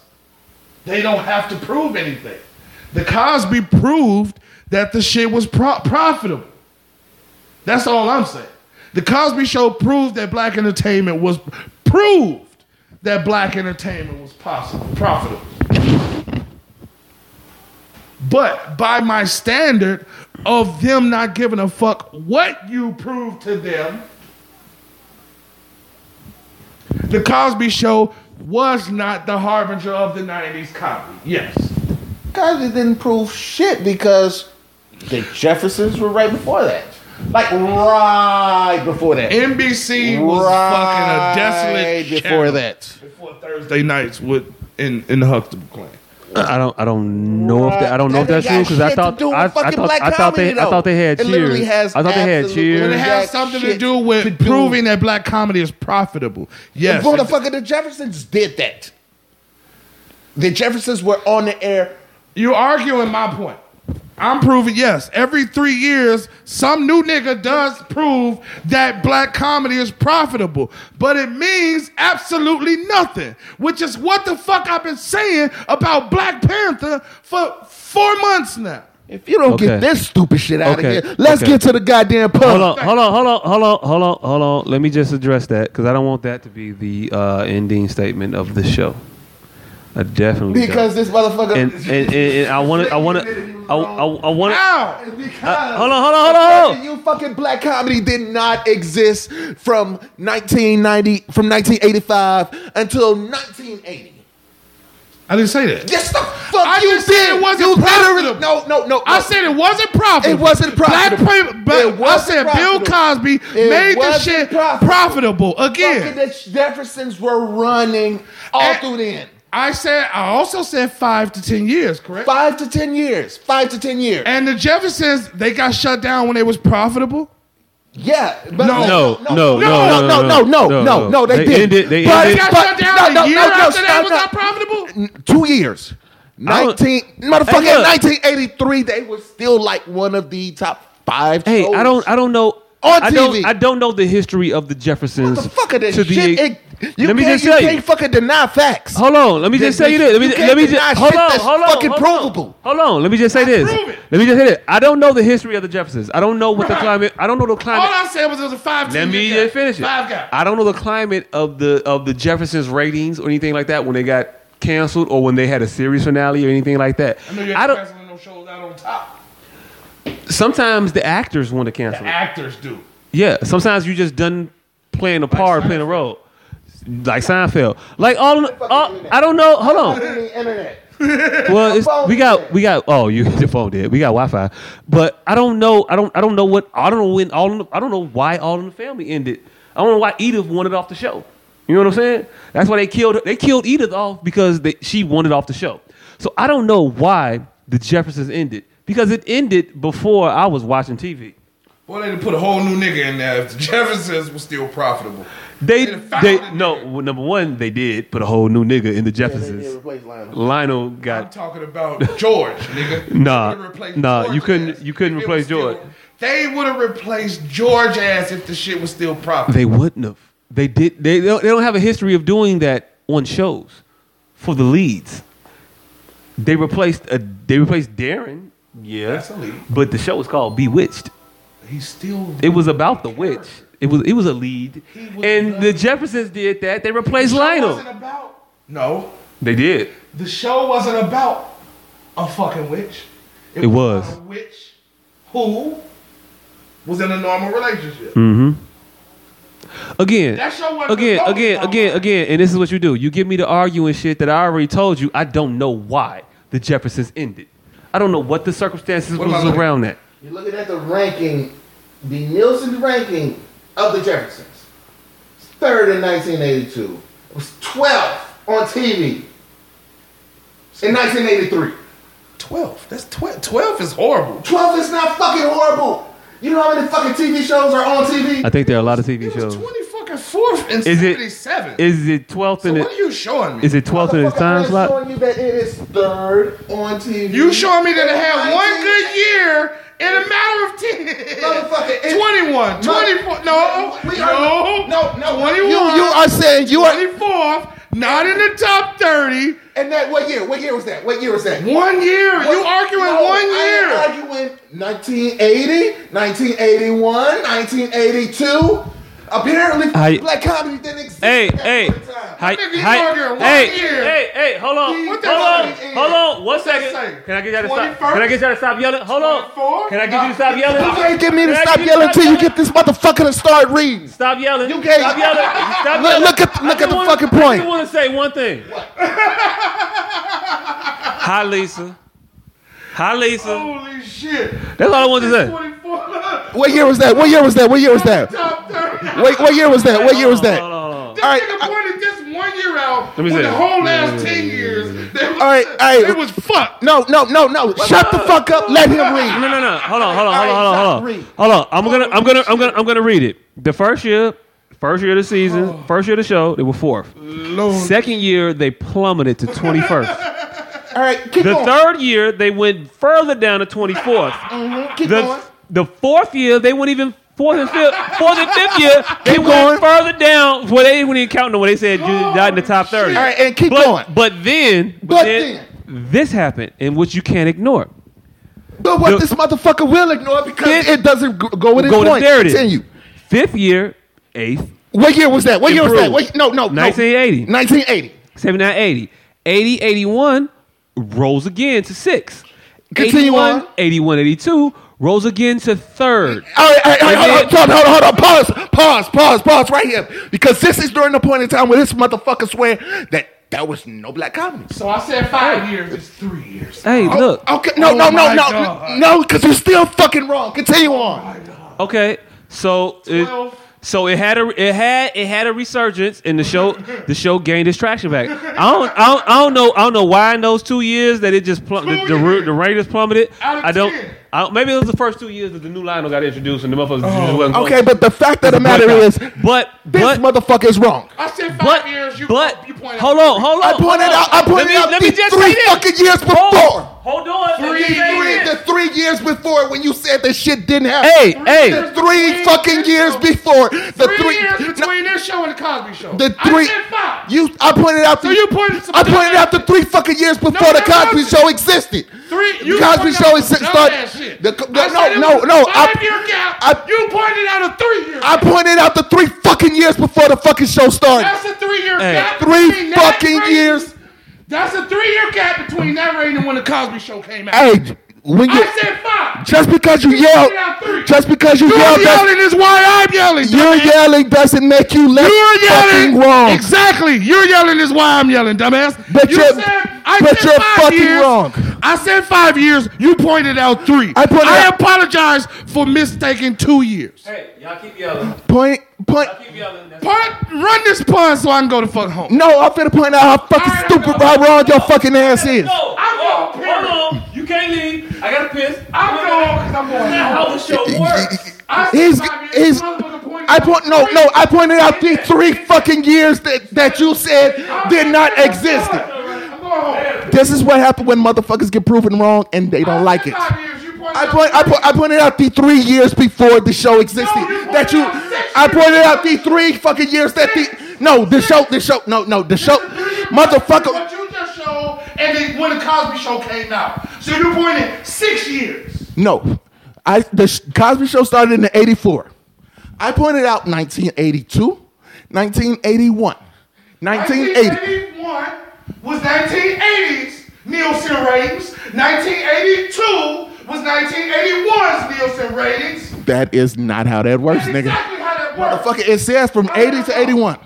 Speaker 7: they don't have to prove anything. The Cosby proved that the shit was pro- profitable. That's all I'm saying. The Cosby Show proved that black entertainment was proved that black entertainment was possible, profitable. But by my standard of them not giving a fuck what you prove to them, the Cosby Show was not the harbinger of the 90s comedy. Yes.
Speaker 6: Cosby didn't prove shit because the Jeffersons were right before that. Like right before that.
Speaker 7: NBC was
Speaker 6: Right
Speaker 7: fucking a desolate
Speaker 6: before
Speaker 7: channel
Speaker 6: that.
Speaker 7: Before Thursday nights with in in the Huxtable clan.
Speaker 5: I don't. I don't know if that. I don't know if
Speaker 7: That
Speaker 5: that's true
Speaker 7: ain't
Speaker 5: because
Speaker 7: got
Speaker 5: I
Speaker 7: shit to
Speaker 5: thought.
Speaker 7: do with
Speaker 5: I, I
Speaker 7: fucking
Speaker 5: thought.
Speaker 7: black
Speaker 5: I thought they.
Speaker 7: comedy,
Speaker 5: I thought they had
Speaker 7: though. It literally
Speaker 5: cheers.
Speaker 7: has
Speaker 5: I thought they had
Speaker 7: absolutely
Speaker 5: cheers.
Speaker 7: It has something to do with proving that black comedy is profitable. Yes.
Speaker 11: The motherfucker, the Jeffersons did that. The Jeffersons were on the air.
Speaker 7: You arguing my point. I'm proving yes. Every three years, some new nigga does prove that black comedy is profitable, but it means absolutely nothing. Which is what the fuck I've been saying about Black Panther for four months now.
Speaker 11: If you don't
Speaker 5: Okay.
Speaker 11: get this stupid shit out
Speaker 5: Okay.
Speaker 11: of here, let's
Speaker 5: Okay.
Speaker 11: get to the goddamn pub.
Speaker 5: Hold on, hold on, hold on, hold on, hold on, hold on. Let me just address that because I don't want that to be the uh, ending statement of the show. I definitely
Speaker 11: Because
Speaker 5: don't.
Speaker 11: this motherfucker.
Speaker 5: and, and, and, and I want to, I want to, I, I, I want
Speaker 7: Ow!
Speaker 11: Because
Speaker 5: Uh, hold on, hold on, hold on, hold on.
Speaker 11: You fucking black comedy did not exist from 1990, from 1985 until 1980.
Speaker 7: I didn't say that.
Speaker 11: Yes, the fuck
Speaker 7: I
Speaker 11: you
Speaker 7: didn't say
Speaker 11: did.
Speaker 7: it wasn't
Speaker 11: you literally,
Speaker 7: profitable.
Speaker 11: no, no, no.
Speaker 7: I
Speaker 11: no.
Speaker 7: said it wasn't
Speaker 11: It
Speaker 7: profitable.
Speaker 11: wasn't profitable.
Speaker 7: Black Panther, but
Speaker 11: It wasn't
Speaker 7: I said Bill
Speaker 11: profitable.
Speaker 7: Cosby
Speaker 11: It
Speaker 7: made the
Speaker 11: wasn't
Speaker 7: shit
Speaker 11: profitable.
Speaker 7: profitable
Speaker 11: Fucking
Speaker 7: again.
Speaker 11: the Jeffersons were running all
Speaker 7: And-
Speaker 11: through then.
Speaker 7: I said I also said five to ten years, correct?
Speaker 11: Five to ten years. Five to ten years.
Speaker 7: And the Jeffersons, they got shut down when they was profitable.
Speaker 11: Yeah, but
Speaker 7: No,
Speaker 5: no,
Speaker 11: no, no,
Speaker 5: no,
Speaker 11: no, no, no, no, no, they didn't.
Speaker 5: Ended, they
Speaker 11: But-
Speaker 5: ended.
Speaker 7: They got shut down
Speaker 11: no, no,
Speaker 7: a year
Speaker 11: no, no,
Speaker 7: after they
Speaker 11: stop,
Speaker 7: was
Speaker 11: no.
Speaker 7: not profitable.
Speaker 11: two years.
Speaker 5: I don't-
Speaker 11: 19
Speaker 5: Hey,
Speaker 11: motherfucking
Speaker 5: look.
Speaker 11: 1983 they were still like one of the top 5
Speaker 5: Hey,
Speaker 11: shows.
Speaker 5: I don't, I don't know.
Speaker 11: On
Speaker 5: I don't,
Speaker 11: TV.
Speaker 5: I don't know the history of the Jeffersons.
Speaker 11: the fuck of this
Speaker 5: to
Speaker 11: shit.
Speaker 5: the-
Speaker 11: It- you
Speaker 5: let me
Speaker 11: can't-
Speaker 5: just
Speaker 11: you
Speaker 5: tell
Speaker 11: can't fucking deny facts.
Speaker 5: Hold on, let me just say you this. Let me,
Speaker 11: you can't
Speaker 5: let me just
Speaker 11: deny
Speaker 5: hold
Speaker 11: shit
Speaker 5: on,
Speaker 11: that's
Speaker 5: hold on,
Speaker 11: fucking
Speaker 5: hold
Speaker 11: provable.
Speaker 5: On. Hold on, let me just say this.
Speaker 7: prove it.
Speaker 5: Let me just say this. I don't know the history of the Jeffersons. I don't know what the
Speaker 7: Right.
Speaker 5: climate. I don't know the climate.
Speaker 7: All I said was it was a five.
Speaker 5: Let me just finish it.
Speaker 7: Five guy.
Speaker 5: I don't know the climate of the of the Jeffersons ratings or anything like that when they got canceled or when they had a series finale or anything like that.
Speaker 7: I know you
Speaker 5: I
Speaker 7: ain't
Speaker 5: don't.
Speaker 7: canceling no shows out on top.
Speaker 5: Sometimes the actors want to cancel. it.
Speaker 7: Actors do.
Speaker 5: Yeah. Sometimes you just done playing a part, playing a role, like Seinfeld. Like all. all I don't know. Hold on.
Speaker 11: internet.
Speaker 5: well, it's,
Speaker 11: phone
Speaker 5: we got we got oh you the phone did we got Wi Fi, but I don't know I don't I don't know what I don't know when all in the, I don't know why All in the Family ended. I don't know why Edith wanted off the show. You know what I'm saying? That's why they killed her. they killed Edith off because they, she wanted off the show. So I don't know why the Jeffersons ended because it ended before I was watching TV.
Speaker 7: Boy, they done put a whole new nigga in there. If the Jeffersons was still profitable,
Speaker 5: They
Speaker 7: They found
Speaker 5: they
Speaker 7: it.
Speaker 5: no well, number one they did put a whole new nigga in the Jeffersons. Lionel
Speaker 7: I'm
Speaker 5: got
Speaker 7: talking about George, nigga.
Speaker 5: Nah.
Speaker 7: They would've replaced
Speaker 5: Nah, you
Speaker 7: George
Speaker 5: couldn't-
Speaker 7: ass
Speaker 5: you couldn't
Speaker 7: if it
Speaker 5: replace
Speaker 7: was still-
Speaker 5: George.
Speaker 7: They would have replaced George ass if the shit was still profitable.
Speaker 5: They wouldn't have. They did. They don't, they don't have a history of doing that on shows for the leads. They replaced a, they replaced Darren,
Speaker 7: Yeah, that's a lead.
Speaker 5: but the show was called Bewitched.
Speaker 7: He's still.
Speaker 5: It was about the witch. It was it was a lead, and the Jeffersons did that. They replaced
Speaker 7: The show
Speaker 5: Lionel.
Speaker 7: wasn't about- No,
Speaker 5: They did.
Speaker 7: the show wasn't about a fucking witch.
Speaker 5: It was.
Speaker 7: about a witch who was in a normal relationship.
Speaker 5: Again,
Speaker 7: That show wasn't
Speaker 5: again,
Speaker 7: about
Speaker 5: again,
Speaker 7: Lionel.
Speaker 5: again, again, and this is what you do. You give me the arguing shit that I already told you. I don't know why the Jeffersons ended. I don't know what the circumstances
Speaker 7: What am I
Speaker 5: was
Speaker 7: looking-
Speaker 5: around that.
Speaker 6: You're looking at the ranking, the Nielsen ranking of the Jeffersons. Third in 1982. It was 12 on TV.
Speaker 14: in 1983.
Speaker 7: 12. That's 12. 12 is horrible.
Speaker 14: 12 is not fucking horrible. You know how many fucking TV shows are on TV?
Speaker 5: I think there are a lot of TV shows.
Speaker 7: Twenty fucking fourth and
Speaker 5: Is it-
Speaker 7: seventy-seven.
Speaker 5: Is it 12th
Speaker 7: so
Speaker 5: in it?
Speaker 7: what are you showing me?
Speaker 5: Is it 12th in its time slot?
Speaker 14: you that it is third on TV.
Speaker 7: You showing me that it had one good year in a matter of 10.
Speaker 14: Motherfucker, it-
Speaker 7: 21, 24. No,
Speaker 14: We
Speaker 7: no,
Speaker 14: are-
Speaker 7: no, no. 21.
Speaker 11: You- you are saying you are-
Speaker 7: 24th, not in the top 30.
Speaker 14: And that what year? What year was that? What year was that?
Speaker 7: One year. You arguing
Speaker 14: No,
Speaker 7: one year.
Speaker 14: I am arguing 1980, 1981, 1982. Apparently,
Speaker 5: I-
Speaker 14: black comedy didn't exist.
Speaker 5: Hey, hey, hi,
Speaker 14: Nigga, you
Speaker 5: hi,
Speaker 14: arguing one
Speaker 5: hey,
Speaker 14: year.
Speaker 5: hey, hey, hold on,
Speaker 14: What
Speaker 5: hold
Speaker 14: the
Speaker 5: on,
Speaker 14: fuck is-
Speaker 5: hold on, one
Speaker 14: What's that
Speaker 5: second.
Speaker 14: say?
Speaker 5: Can I get y'all to stop?
Speaker 14: 21st?
Speaker 5: Can I get y'all to stop yelling? Hold on. Can I get you to stop yelling?
Speaker 11: You can't get me to
Speaker 5: Can I
Speaker 11: stop
Speaker 5: get you
Speaker 11: yelling till you get this motherfucker to start reading.
Speaker 5: Stop yelling.
Speaker 11: You can't-
Speaker 5: stop yelling. Stop
Speaker 11: Look-
Speaker 5: yelling.
Speaker 11: look at-
Speaker 5: I
Speaker 11: look
Speaker 5: just
Speaker 11: at the
Speaker 5: wanna-
Speaker 11: fucking
Speaker 5: I
Speaker 11: point.
Speaker 5: just want to say one thing. Hi, Lisa. Hi, Lisa.
Speaker 7: Holy shit.
Speaker 5: That's all I wanted to say.
Speaker 7: 24.
Speaker 11: What year was that? What year was that? What year was that?
Speaker 7: Top 30.
Speaker 11: Wait, what year was that? What year was that?
Speaker 5: All
Speaker 7: This nigga pointed this one year out
Speaker 11: Let me
Speaker 7: when
Speaker 11: see.
Speaker 7: the whole last 10 years. They was,
Speaker 11: right, all right.
Speaker 7: It was fucked.
Speaker 11: uh, No, no, no, no. Shut the fuck up. Let him read.
Speaker 5: No, no, no. Hold on, hold
Speaker 11: All
Speaker 5: on, hold
Speaker 11: right,
Speaker 5: on,
Speaker 11: stop.
Speaker 5: hold on, hold on. Hold on. I'm gonna, I'm gonna, I'm gonna, I'm gonna read it. The first year, first year of the
Speaker 11: Oh.
Speaker 5: season, first year of the show, they were fourth. Second year, they plummeted to 21st.
Speaker 14: All right, keep
Speaker 5: the
Speaker 14: going.
Speaker 5: third year, they went further down to
Speaker 11: Uh,
Speaker 5: 24th.
Speaker 14: Mhm, keep
Speaker 5: the,
Speaker 14: going.
Speaker 5: the fourth year, they went even fourth and fifth, fourth and fifth year, they went further down. Well, they didn't even count them when they said you died in the top thirty.
Speaker 11: Oh, All right, and keep
Speaker 5: but,
Speaker 11: going.
Speaker 5: But then, but, then, this happened, and which you can't ignore.
Speaker 11: But what this motherfucker will ignore because it doesn't g- go with his
Speaker 5: Go to
Speaker 11: point.
Speaker 5: there it is.
Speaker 11: Continue.
Speaker 5: Fifth year, eighth.
Speaker 11: What year was that? What year was that?
Speaker 5: Improved.
Speaker 11: What, no, no, no.
Speaker 5: 1980.
Speaker 11: 1980.
Speaker 5: 79, 80. 80, 81 rose again to six.
Speaker 11: Continue
Speaker 5: 81, 81, 82 rose again to third.
Speaker 11: All right, all right, all right,
Speaker 5: And
Speaker 11: hold,
Speaker 5: then-
Speaker 11: on, hold on, hold on, pause, pause, pause, pause right here. Because this is during the point in time where this motherfucker swear that there was no black comedy.
Speaker 7: So I said five years. It's three years.
Speaker 5: Hey, look.
Speaker 11: Okay, no,
Speaker 7: Oh
Speaker 11: no, no,
Speaker 7: my
Speaker 11: no,
Speaker 7: God. Oh
Speaker 11: no, because you're still fucking wrong. Continue on.
Speaker 5: Okay, so it, so it had a it had it had a resurgence, and the show the show gained its traction back. I don't I don't, I don't know I don't know why in those two years that it just plum, the, the, Ra- the Raiders plummeted.
Speaker 7: Out of
Speaker 5: I don't.
Speaker 7: 10.
Speaker 5: I don't- maybe it was the first two years that the new Lionel got introduced, and the motherfuckers just wasn't going.
Speaker 11: Okay, but the fact of the matter is,
Speaker 5: but
Speaker 11: this motherfucker is wrong.
Speaker 7: I said five years. You,
Speaker 5: but
Speaker 7: you pointed
Speaker 5: hold on, hold on.
Speaker 11: I pointed
Speaker 5: hold on.
Speaker 11: out, I pointed
Speaker 5: Let me-
Speaker 11: out
Speaker 5: let me
Speaker 11: the
Speaker 5: just
Speaker 11: three
Speaker 5: say this.
Speaker 11: fucking years before.
Speaker 5: Hold on, let me
Speaker 11: Three,
Speaker 5: say
Speaker 11: three,
Speaker 5: this.
Speaker 11: the three years before when you said that shit didn't happen.
Speaker 5: Hey, hey.
Speaker 11: the three fucking years before the
Speaker 7: three,
Speaker 11: three.
Speaker 7: years between this show and the Cosby Show.
Speaker 11: The
Speaker 7: I
Speaker 11: three-
Speaker 7: said five.
Speaker 11: You, I pointed out.
Speaker 7: So you pointed some
Speaker 11: I pointed
Speaker 7: dumbass
Speaker 11: out the three fucking years before the
Speaker 7: that
Speaker 11: Cosby
Speaker 7: wasn't.
Speaker 11: Show existed.
Speaker 7: Three. You
Speaker 11: the Cosby
Speaker 7: pointed
Speaker 11: Show
Speaker 7: out
Speaker 11: is
Speaker 7: some
Speaker 11: started.
Speaker 7: dumbass shit.
Speaker 11: The, no,
Speaker 7: I said it
Speaker 11: no,
Speaker 7: was
Speaker 11: no,
Speaker 7: a
Speaker 11: I-
Speaker 7: Five-year gap.
Speaker 11: I-
Speaker 7: you pointed out a three-year.
Speaker 11: I pointed out the three fucking years before the fucking show started.
Speaker 7: That's a three-year
Speaker 11: Hey.
Speaker 7: gap.
Speaker 11: Three
Speaker 7: between that
Speaker 11: fucking
Speaker 7: rating-
Speaker 11: years.
Speaker 7: That's a three-year gap between that rating and when the Cosby Show came out.
Speaker 11: Hey, when you
Speaker 7: I said five.
Speaker 11: just because you
Speaker 7: You
Speaker 11: yelled,
Speaker 7: pointed out three.
Speaker 11: just because you
Speaker 7: You're
Speaker 11: yelled, doesn't-
Speaker 7: yelling is why I'm yelling.
Speaker 11: Your yelling doesn't make you less
Speaker 7: You're
Speaker 11: fucking
Speaker 7: yelling.
Speaker 11: wrong.
Speaker 7: Exactly. You're yelling is why I'm yelling, dumbass.
Speaker 11: But
Speaker 7: you
Speaker 11: you're-
Speaker 7: said, I
Speaker 11: but
Speaker 7: said
Speaker 11: you're
Speaker 7: five
Speaker 11: fucking
Speaker 7: years.
Speaker 11: wrong.
Speaker 7: I said five years. You pointed out three. I,
Speaker 11: pointed out-
Speaker 7: apologize for mistaking two years.
Speaker 5: Hey, y'all keep yelling.
Speaker 11: Point, point.
Speaker 5: Keep yelling. That's-
Speaker 7: Punt, run this pun so I can go to fuck home.
Speaker 11: No, I'm finna point out how fucking stupid, how wrong your fucking ass is.
Speaker 5: No,
Speaker 7: I'm going. period.
Speaker 5: hold on. You can't leave. I gotta piss.
Speaker 7: I'm going because I'm going.
Speaker 5: That's
Speaker 7: home.
Speaker 5: how the show works.
Speaker 7: I said
Speaker 11: He's,
Speaker 7: five years.
Speaker 11: he's,
Speaker 7: Motherfucker pointed
Speaker 11: I
Speaker 7: out
Speaker 11: point, no,
Speaker 7: three.
Speaker 11: no, I pointed out the three fucking years that, that you said did not exist.
Speaker 7: I'm going home.
Speaker 11: This is what happened when motherfuckers get proven wrong and they don't like it.
Speaker 7: Five years. You pointed
Speaker 11: I,
Speaker 7: out
Speaker 11: point, I,
Speaker 7: three.
Speaker 11: point, I pointed out the three years before the show existed that you. I pointed out the three fucking years that the no the show the show no no the show motherfucker
Speaker 7: What you just showed, and then when the Cosby Show came out. So you pointed six years.
Speaker 11: no I the sh- Cosby Show started in the '84. I pointed out 1982, 1981, 1980.
Speaker 7: 1981 was 1980s Nielsen ratings. 1982 was 1981's Nielsen ratings.
Speaker 11: That is not how that works, nigga.
Speaker 7: Exactly how that works.
Speaker 11: Motherfucker, it says from 80 to 81,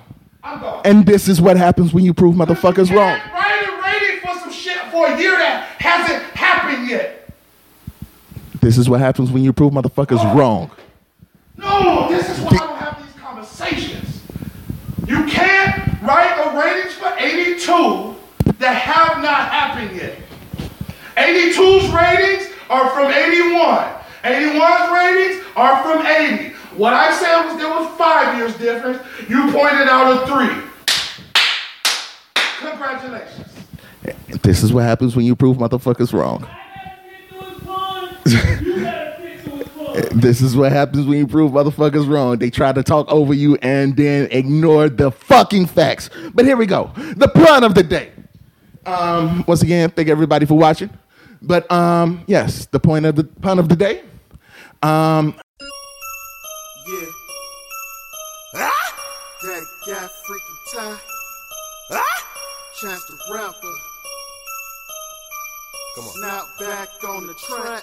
Speaker 7: I'm going.
Speaker 11: and this is what happens when you prove motherfuckers wrong.
Speaker 7: Write a rating for some shit for a year that hasn't happened yet.
Speaker 11: This is what happens when you prove motherfuckers wrong.
Speaker 7: No, this is why I don't have these conversations. You can't write a ratings for 82 that have
Speaker 11: not happened yet. 82's ratings are from 81. 81's ratings are from 80. What I said was there was five years difference. You pointed out a three. Congratulations.
Speaker 6: This is what happens when you prove motherfuckers wrong. this is what happens when you prove motherfuckers wrong. They try to talk over you and then ignore the fucking facts. But here we go. The pun of the day. Um, once again, thank everybody for watching. But um, yes, the point of the pun of the day. Um,
Speaker 15: Ah! Daddy got freaky time. Ah! Chance the rapper.
Speaker 3: Come on.
Speaker 15: Snap back on the track.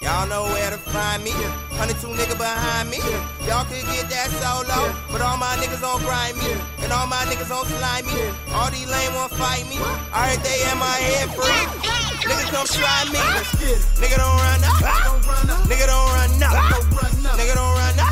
Speaker 3: Y'all know where to find me. 102 nigga behind me. Y'all could get that solo, but all my niggas on grind me. And all my niggas on slime me. All these lame won't fight me. I heard they in my head free. Niggas don't try me. Nigga don't run up. Nigga don't run up. Nigga don't run up.